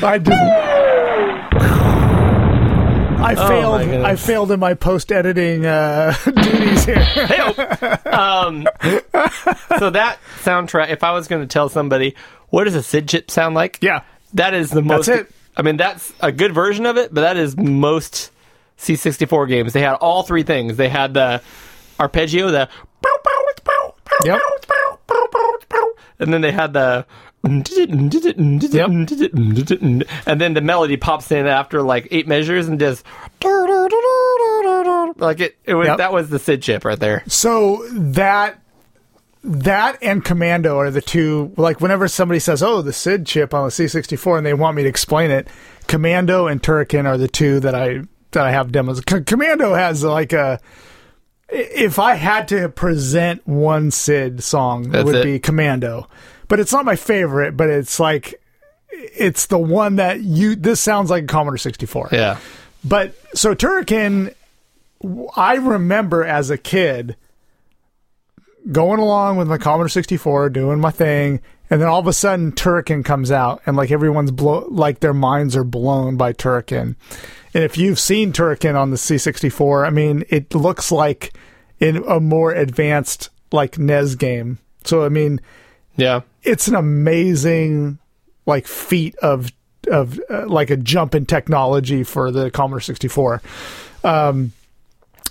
Speaker 5: I did. I failed.
Speaker 1: Oh goodness.
Speaker 5: I failed in my post editing uh, duties here.
Speaker 1: Um, so that soundtrack. If I was going to tell somebody what does a Sid chip sound like,
Speaker 5: Yeah.
Speaker 1: that is the most.
Speaker 5: it.
Speaker 1: I mean, that's a good version of it, but that is most C64 games. They had all three things. They had the arpeggio, the
Speaker 5: Yep.
Speaker 1: and then they had the um, and then the melody pops in after like eight measures and just like it. It was
Speaker 5: Yep.
Speaker 1: that was the Sid chip right there.
Speaker 5: So that that and Commando are the two. Like whenever somebody says, "Oh, the SID chip on the C64," and they want me to explain it, Commando and Turrican are the two that I that I have demos. C- Commando has like a. i- If I had to present one SID song,
Speaker 1: That's
Speaker 5: it would
Speaker 1: it.
Speaker 5: be Commando, but it's not my favorite. But it's like. It's the one that you. This sounds like a Commodore 64.
Speaker 1: Yeah.
Speaker 5: But so Turrican, w- I remember as a kid going along with my Commodore 64, doing my thing, and then all of a sudden Turrican comes out, and like everyone's blow, like their minds are blown by Turrican. And if you've seen Turrican on the C64, I mean, it looks like in a more advanced like NES game. So I mean,
Speaker 1: Yeah.
Speaker 5: it's an amazing like feat of of uh, like a jump in technology for the Commodore 64. Um,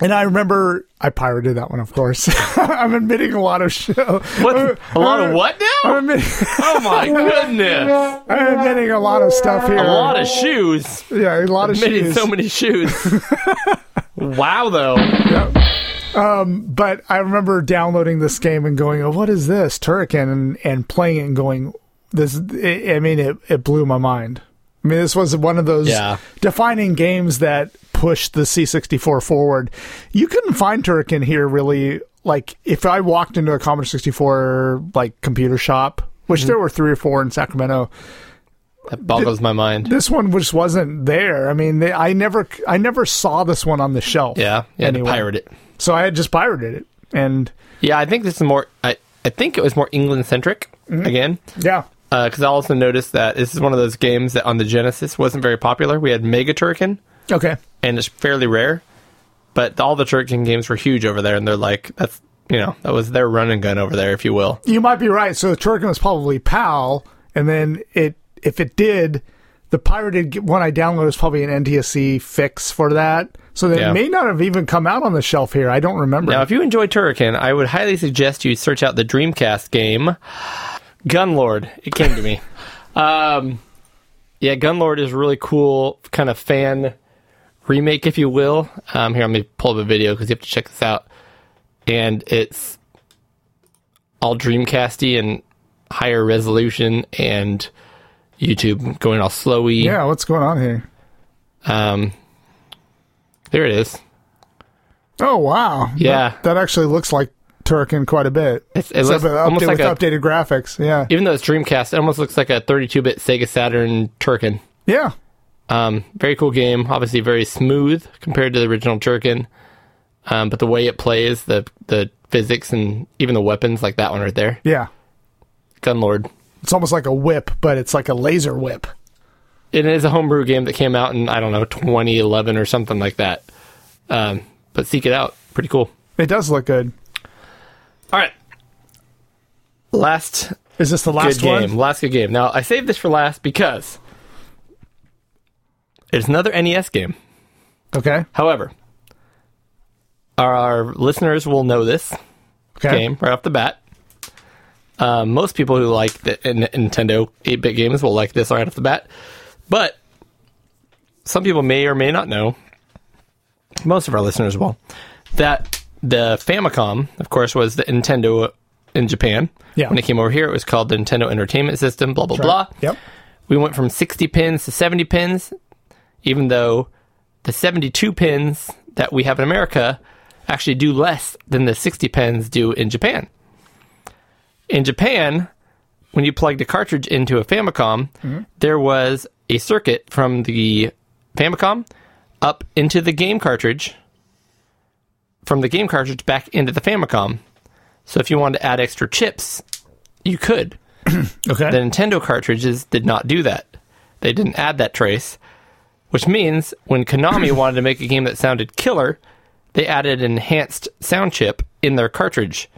Speaker 5: And I remember I pirated that one, of course. I'm admitting a lot of show.
Speaker 1: What? A lot of what now?
Speaker 5: I'm, admitting,
Speaker 1: Oh my goodness!
Speaker 5: I'm admitting a lot of stuff here.
Speaker 1: A lot of shoes.
Speaker 5: yeah, a lot of
Speaker 1: Admitted
Speaker 5: shoes.
Speaker 1: so many shoes. wow, though.
Speaker 5: but I remember downloading this game and going, "Oh, what is this Turrican?" and, and playing it and going, "This." It, I mean, it it blew my mind. I mean, this was one of those
Speaker 1: Yeah.
Speaker 5: defining games that pushed the C64 forward. You couldn't find Turrican here really. Like, if I walked into a Commodore 64 like computer shop, which
Speaker 1: Mm-hmm.
Speaker 5: there were three or four in Sacramento,
Speaker 1: That boggles my mind.
Speaker 5: this one just wasn't there. I mean, they, I never, I never saw this one on the shelf.
Speaker 1: Yeah, yeah.
Speaker 5: Anyway.
Speaker 1: To pirate it.
Speaker 5: So I had just pirated it, and
Speaker 1: Yeah, I think this is more. I I think it was more England centric again.
Speaker 5: yeah.
Speaker 1: Because I also noticed that this is one of those games that on the Genesis wasn't very popular. We had Mega Turrican,
Speaker 5: Okay.
Speaker 1: and it's fairly rare. But all the Turrican games were huge over there, and they're like that's you know that was their run and gun over there, if you will.
Speaker 5: You might be right. So Turrican was probably PAL, and then it if it did, the pirated g- one I downloaded was probably an NTSC fix for that. So that
Speaker 1: Yeah.
Speaker 5: it may not have even come out on the shelf here. I don't remember.
Speaker 1: Now, if you enjoy Turrican, I would highly suggest you search out the Dreamcast game, Gunlord. It came to me. Um, yeah, Gunlord is a really cool kind of fan remake, if you will. Um, here, let me pull up a video because you have to check this out. And it's all Dreamcasty and higher resolution, and YouTube going all slowy.
Speaker 5: yeah, what's going on here?
Speaker 1: Um, there it is.
Speaker 5: Oh wow.
Speaker 1: Yeah.
Speaker 5: That, that actually looks like Turrican quite a bit.
Speaker 1: It's, it looks
Speaker 5: Except with,
Speaker 1: almost
Speaker 5: update,
Speaker 1: like
Speaker 5: with
Speaker 1: a
Speaker 5: updated graphics. Yeah.
Speaker 1: even though it's Dreamcast, it almost looks like a 32-bit Sega Saturn Turrican.
Speaker 5: Yeah.
Speaker 1: Um, very cool game. Obviously, very smooth compared to the original Turrican. Um, but the way it plays, the the physics and even the weapons, like that one right there,
Speaker 5: Yeah.
Speaker 1: Gunlord.
Speaker 5: It's almost like a whip, but it's like a laser whip.
Speaker 1: It is a homebrew game that came out in I don't know 2011 or something like that. Um, but seek it out. Pretty cool.
Speaker 5: It does look good.
Speaker 1: All right. Last
Speaker 5: Is this the
Speaker 1: good
Speaker 5: last one?
Speaker 1: game. Last good game. Now I saved this for last because it's another NES game.
Speaker 5: Okay.
Speaker 1: However, our listeners will know this
Speaker 5: Okay.
Speaker 1: game right off the bat. Uh, most people who like the N- Nintendo 8 bit games will like this right off the bat. But some people may or may not know, most of our listeners will, that the Famicom, of course, was the Nintendo in Japan.
Speaker 5: Yeah.
Speaker 1: When it came over here, it was called the Nintendo Entertainment System, blah, blah, blah.
Speaker 5: Yep.
Speaker 1: We went from 60 pins to 70 pins, even though the 72 pins that we have in America actually do less than the 60 pins do in Japan. In Japan, when you plugged a cartridge into a Famicom, there was a circuit from the Famicom up into the game cartridge, from the game cartridge back into the Famicom. So if you wanted to add extra chips, you could
Speaker 5: Okay.
Speaker 1: the Nintendo cartridges did not do that. They didn't add that trace, which means when Konami wanted to make a game that sounded killer, they added an enhanced sound chip in their cartridge.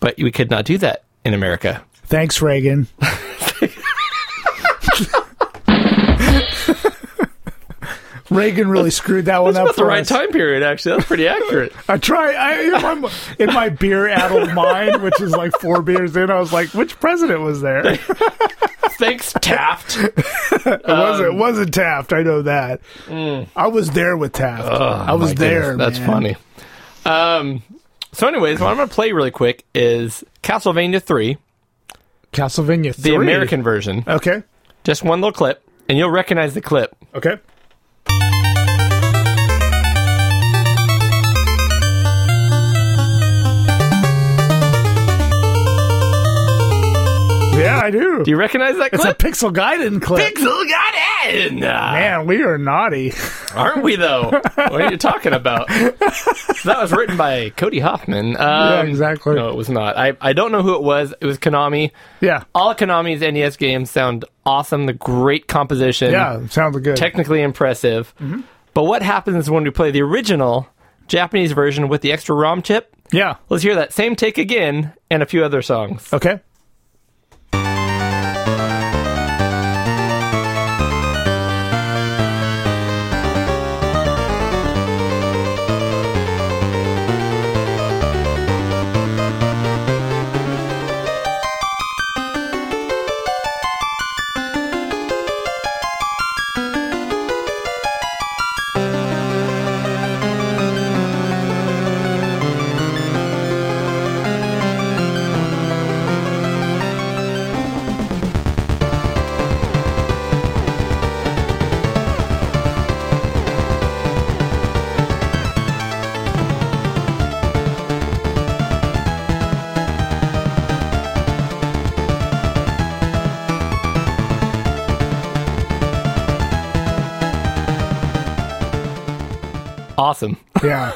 Speaker 1: But we could not do that in America.
Speaker 5: Thanks, Reagan. Reagan really screwed that one up
Speaker 1: That's
Speaker 5: for
Speaker 1: the right
Speaker 5: us.
Speaker 1: time period, actually. That's pretty accurate.
Speaker 5: I try. I, in, my, in my beer-addled mind, which is like four beers in, I was like, "Which president was there?" It
Speaker 1: Thanks, Taft. Um,
Speaker 5: was it wasn't Taft. I know that. I was there with Taft. I was
Speaker 1: mm. My goodness,
Speaker 5: there.
Speaker 1: That's
Speaker 5: man.
Speaker 1: funny. Um, so, anyways, what I'm going to play really quick is Castlevania 3,
Speaker 5: Castlevania
Speaker 1: the
Speaker 5: three.
Speaker 1: American version.
Speaker 5: Okay.
Speaker 1: Just one little clip, and you'll recognize the clip.
Speaker 5: Okay. Yeah, I do.
Speaker 1: Do you recognize that
Speaker 5: it's a
Speaker 1: clip?
Speaker 5: pixel guided clip.
Speaker 1: Pixel got in!
Speaker 5: Man, we are naughty.
Speaker 1: Aren't we though? what are you talking about? So that was written by Cody Hoffman. Um,
Speaker 5: exactly.
Speaker 1: No, it was not. I, I don't know who it was. It was Konami.
Speaker 5: Yeah.
Speaker 1: All of Konami's NES games sound awesome. The great composition.
Speaker 5: Yeah, Mm-hmm. sounds good.
Speaker 1: Technically impressive. But what happens when we play the original Japanese version with the extra ROM chip?
Speaker 5: yeah.
Speaker 1: Let's hear that same take again and a few other songs.
Speaker 5: Okay.
Speaker 1: Awesome.
Speaker 5: Yeah.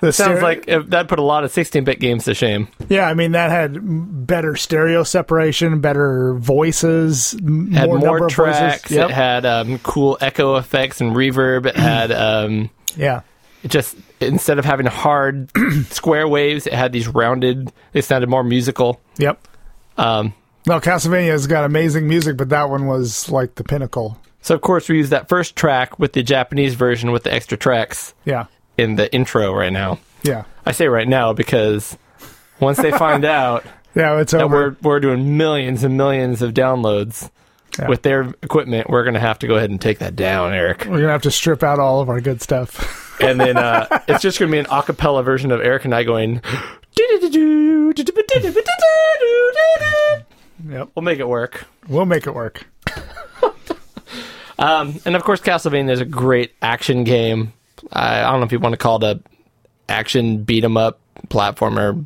Speaker 5: The
Speaker 1: Sounds
Speaker 5: stereo-
Speaker 1: like uh, that put a lot of 16-bit games to shame.
Speaker 5: Yeah, I mean that had m- better stereo separation, better voices, m-
Speaker 1: It had
Speaker 5: more,
Speaker 1: more,
Speaker 5: number of
Speaker 1: tracks.
Speaker 5: voices. Yep.
Speaker 1: It had um, cool echo effects and reverb. It had um,
Speaker 5: yeah.
Speaker 1: it just instead of having hard square waves, it had these rounded. They sounded more musical.
Speaker 5: Yep.
Speaker 1: Um,
Speaker 5: No, Castlevania's got amazing music, but that one was like the pinnacle.
Speaker 1: so of course we used that first track with the Japanese version with the extra tracks
Speaker 5: Yeah.
Speaker 1: in the intro right now.
Speaker 5: Yeah.
Speaker 1: I say right now because once they find out
Speaker 5: Yeah, it's
Speaker 1: that
Speaker 5: over.
Speaker 1: we're we're doing millions and millions of downloads
Speaker 5: Yeah.
Speaker 1: with their equipment, we're gonna have to go ahead and take that down, Eric.
Speaker 5: We're gonna have to strip out all of our good stuff.
Speaker 1: and then uh, it's just going to be an acapella version of Eric and I going.
Speaker 5: Yep.
Speaker 1: We'll make it work.
Speaker 5: We'll make it work.
Speaker 1: And of course, Castlevania is a great action game. I, I don't know if you want to call it a action beat 'em up platformer,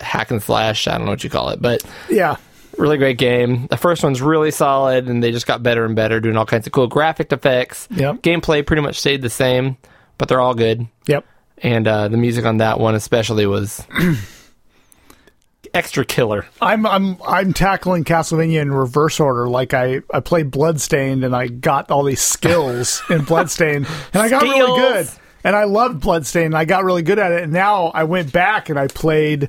Speaker 1: hack and slash. I don't know what you call it, but
Speaker 5: Yeah.
Speaker 1: really great game. The first one's really solid, and they just got better and better, doing all kinds of cool graphic effects.
Speaker 5: Yep.
Speaker 1: Gameplay pretty much stayed the same, but they're all good.
Speaker 5: Yep.
Speaker 1: and uh, the music on that one especially was extra killer.
Speaker 5: I'm I'm I'm tackling Castlevania in reverse order. Like I I played Bloodstained and I got all these skills in Bloodstained and I got
Speaker 1: Skills.
Speaker 5: really good. And I loved Bloodstained and I got really good at it. And now I went back and I played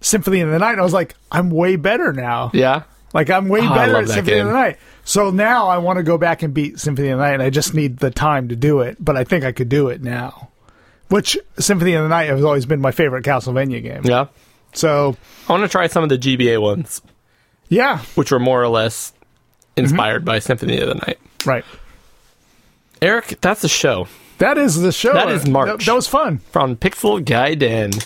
Speaker 5: Symphony of the Night and I was like, I'm way better now.
Speaker 1: Yeah,
Speaker 5: Like I'm way
Speaker 1: Oh, I
Speaker 5: better
Speaker 1: love
Speaker 5: at
Speaker 1: that
Speaker 5: Symphony of the
Speaker 1: game.
Speaker 5: Night. So now I want to go back and beat Symphony of the Night and I just need the time to do it, but I think I could do it now. Which Symphony of the Night has always been my favorite Castlevania game.
Speaker 1: yeah.
Speaker 5: So
Speaker 1: I want to try some of the GBA ones,
Speaker 5: yeah,
Speaker 1: which were more or less inspired by Symphony of the Night.
Speaker 5: right.
Speaker 1: Eric, that's the show
Speaker 5: That is the show.
Speaker 1: That is March.
Speaker 5: That, that was fun.
Speaker 1: from Pixel Gaiden.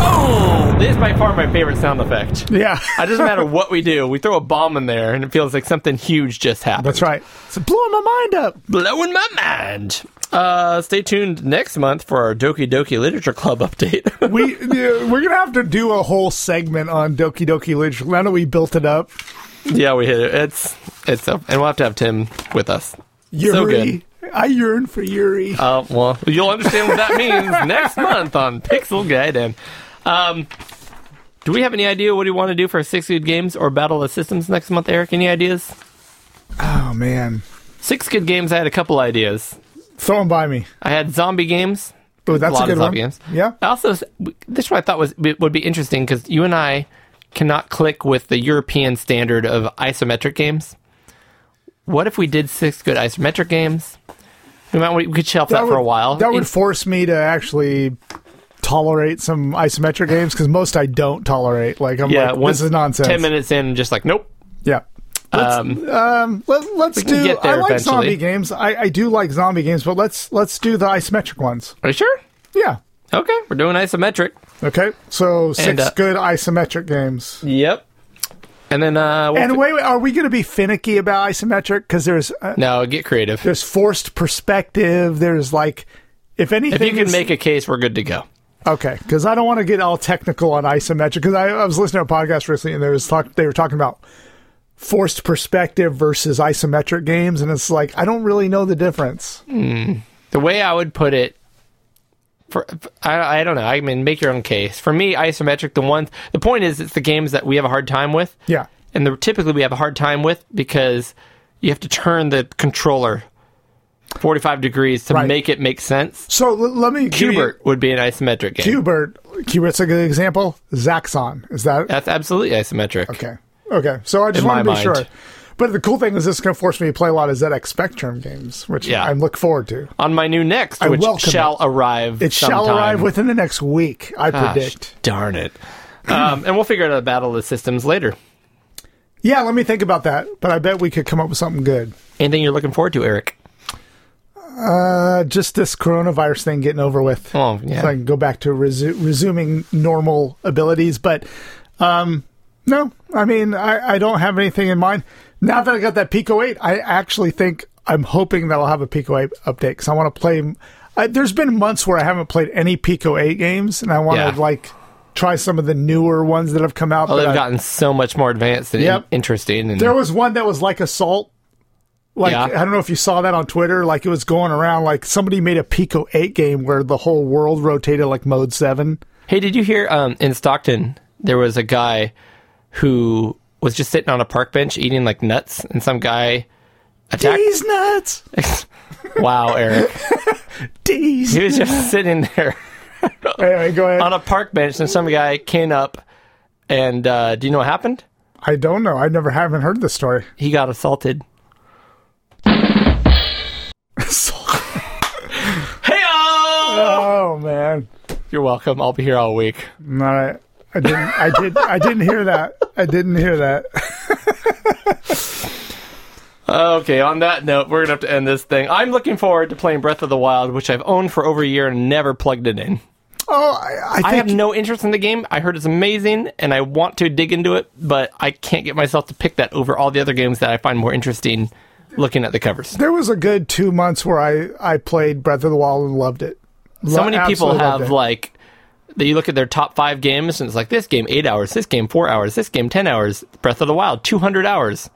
Speaker 1: Oh, this is by far my favorite sound effect.
Speaker 5: Yeah.
Speaker 1: It doesn't matter what we do, we throw a bomb in there, and it feels like something huge just happened.
Speaker 5: That's right. It's blowing my mind up.
Speaker 1: blowing my mind. Uh, stay tuned next month for our Doki Doki Literature Club update.
Speaker 5: We yeah, we're gonna have to do a whole segment on Doki Doki Literature. Now that we built it up,
Speaker 1: Yeah, we hit it. It's it's up, and we'll have to have Tim with us.
Speaker 5: Yuri.
Speaker 1: So good.
Speaker 5: I yearn for Yuri.
Speaker 1: Uh, well, you'll understand what that means next month on Pixel Gaiden. Um, do we have any idea what we want to do for Six Good Games or Battle of the Systems next month, Eric? Any ideas?
Speaker 5: oh man,
Speaker 1: Six Good Games. I had a couple ideas.
Speaker 5: throw him by me.
Speaker 1: I had zombie games.
Speaker 5: Oh, that's
Speaker 1: a lot
Speaker 5: a good
Speaker 1: of
Speaker 5: one.
Speaker 1: zombie games.
Speaker 5: Yeah.
Speaker 1: I also, this one I thought was would be interesting because you and I cannot click with the European standard of isometric games. What if we did six good isometric games? We might we could shelf that,
Speaker 5: would,
Speaker 1: for a while.
Speaker 5: That would
Speaker 1: It-
Speaker 5: force me to actually tolerate some isometric games because most I don't tolerate. Like I'm
Speaker 1: yeah,
Speaker 5: like,
Speaker 1: once
Speaker 5: this is nonsense.
Speaker 1: Ten minutes in, just like nope.
Speaker 5: Yeah.
Speaker 1: Um,
Speaker 5: Let, let's
Speaker 1: can
Speaker 5: do.
Speaker 1: get there
Speaker 5: I like
Speaker 1: eventually.
Speaker 5: zombie games. I, I do like zombie games, but let's let's do the isometric ones.
Speaker 1: are you sure?
Speaker 5: Yeah.
Speaker 1: Okay, we're doing isometric.
Speaker 5: Okay, so six
Speaker 1: And, uh,
Speaker 5: good isometric games.
Speaker 1: Yep. And then uh, we'll
Speaker 5: And
Speaker 1: fi-
Speaker 5: wait, wait, are we going to be finicky about isometric? Because there's uh,
Speaker 1: no, get creative.
Speaker 5: there's forced perspective. There's like, if
Speaker 1: If
Speaker 5: anything,
Speaker 1: you can
Speaker 5: is-
Speaker 1: make a case, we're good to go.
Speaker 5: okay. Because I don't want to get all technical on isometric. Because I, I was listening to a podcast recently, and there was talk. They were talking about forced perspective versus isometric games, and it's like I don't really know the difference.
Speaker 1: the way I would put it, for I, I don't know. I mean, make your own case. For me, isometric, the ones. The point is, it's the games that we have a hard time with.
Speaker 5: Yeah,
Speaker 1: And the, typically, we have a hard time with because you have to turn the controller forty-five degrees to
Speaker 5: Right.
Speaker 1: make it make sense.
Speaker 5: So l- let me give you-
Speaker 1: Cubert would be an isometric game.
Speaker 5: Cubert. Cubert's a good example. Zaxxon is that
Speaker 1: That's absolutely isometric.
Speaker 5: Okay. Okay. So I just
Speaker 1: In
Speaker 5: want to
Speaker 1: my
Speaker 5: be
Speaker 1: mind.
Speaker 5: sure. But the cool thing is, this is going to force me to play a lot of ZX Spectrum games, which
Speaker 1: Yeah.
Speaker 5: I look forward to.
Speaker 1: On my new next,
Speaker 5: I
Speaker 1: which
Speaker 5: welcome
Speaker 1: shall
Speaker 5: it.
Speaker 1: arrive.
Speaker 5: It shall
Speaker 1: sometime.
Speaker 5: arrive within the next week, I
Speaker 1: Gosh,
Speaker 5: predict.
Speaker 1: Darn it. um, and we'll figure out a battle of the systems later.
Speaker 5: Yeah, let me think about that. But I bet we could come up with something good.
Speaker 1: Anything you're looking forward to, Eric?
Speaker 5: Uh, just this coronavirus thing getting over with.
Speaker 1: Oh, yeah.
Speaker 5: So I can go back to resu- resuming normal abilities. But um, no, I mean, I, I don't have anything in mind. Now that I got that Pico 8, I actually think I'm hoping that I'll have a Pico 8 update because I want to play. I, there's been months where I haven't played any Pico 8 games and I want to
Speaker 1: Yeah.
Speaker 5: like try some of the newer ones that have come out.
Speaker 1: Oh,
Speaker 5: that
Speaker 1: they've
Speaker 5: I-
Speaker 1: gotten so much more advanced and
Speaker 5: Yep.
Speaker 1: in- interesting. And
Speaker 5: there was one that was like Assault. Like
Speaker 1: Yeah.
Speaker 5: I don't know if you saw that on Twitter. Like it was going around. Like somebody made a Pico Eight game where the whole world rotated like Mode Seven.
Speaker 1: Hey, did you hear um, in Stockton there was a guy who was just sitting on a park bench eating like nuts, and some guy attacked.
Speaker 5: D's nuts.
Speaker 1: wow, Eric,
Speaker 5: D's.
Speaker 1: he was just sitting there
Speaker 5: Anyway, go ahead.
Speaker 1: on a park bench, and some guy came up, and uh, do you know what happened?
Speaker 5: I don't know. I never haven't heard this story.
Speaker 1: He got assaulted. Hey,
Speaker 5: oh man.
Speaker 1: you're welcome. I'll be here all week.
Speaker 5: All right. I didn't. I did. I didn't hear that. I didn't hear that.
Speaker 1: Okay, on that note, we're gonna have to end this thing. I'm looking forward to playing Breath of the Wild, which I've owned for over a year and never plugged it in.
Speaker 5: Oh, I, I think
Speaker 1: I have no interest in the game. I heard it's amazing, and I want to dig into it, but I can't get myself to pick that over all the other games that I find more interesting. Looking at the covers,
Speaker 5: there was a good two months where I I played Breath of the Wild and loved it.
Speaker 1: so many people have
Speaker 5: like.
Speaker 1: like that. You look at their top five games, and it's like this game eight hours, this game four hours, this game ten hours, Breath of the Wild two hundred hours.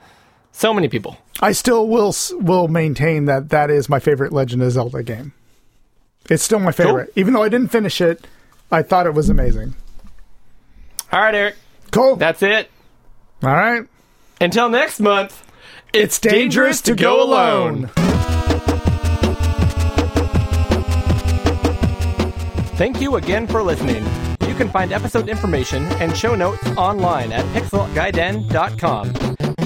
Speaker 1: So many people.
Speaker 5: I still will s- will maintain that that is my favorite Legend of Zelda game. It's still my favorite, even though I didn't finish it. I thought it was amazing.
Speaker 1: All right, Eric,
Speaker 5: Cool.
Speaker 1: that's it.
Speaker 5: All right.
Speaker 1: Until next month, it's, Thank you again for listening. You can find episode information and show notes online at pixelguiden.com.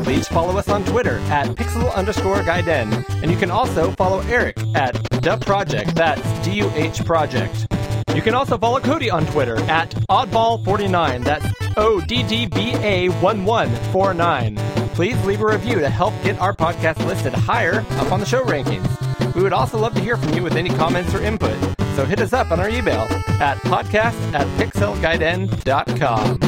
Speaker 1: Please follow us on Twitter at pixel underscore guiden, and you can also follow Eric at the project. That's D U H project. You can also follow Cody on Twitter at oddball49. That's O D D B A 1149. Please leave a review to help get our podcast listed higher up on the show rankings. We would also love to hear from you with any comments or input, so hit us up on our email at podcast at pixelguiden.com.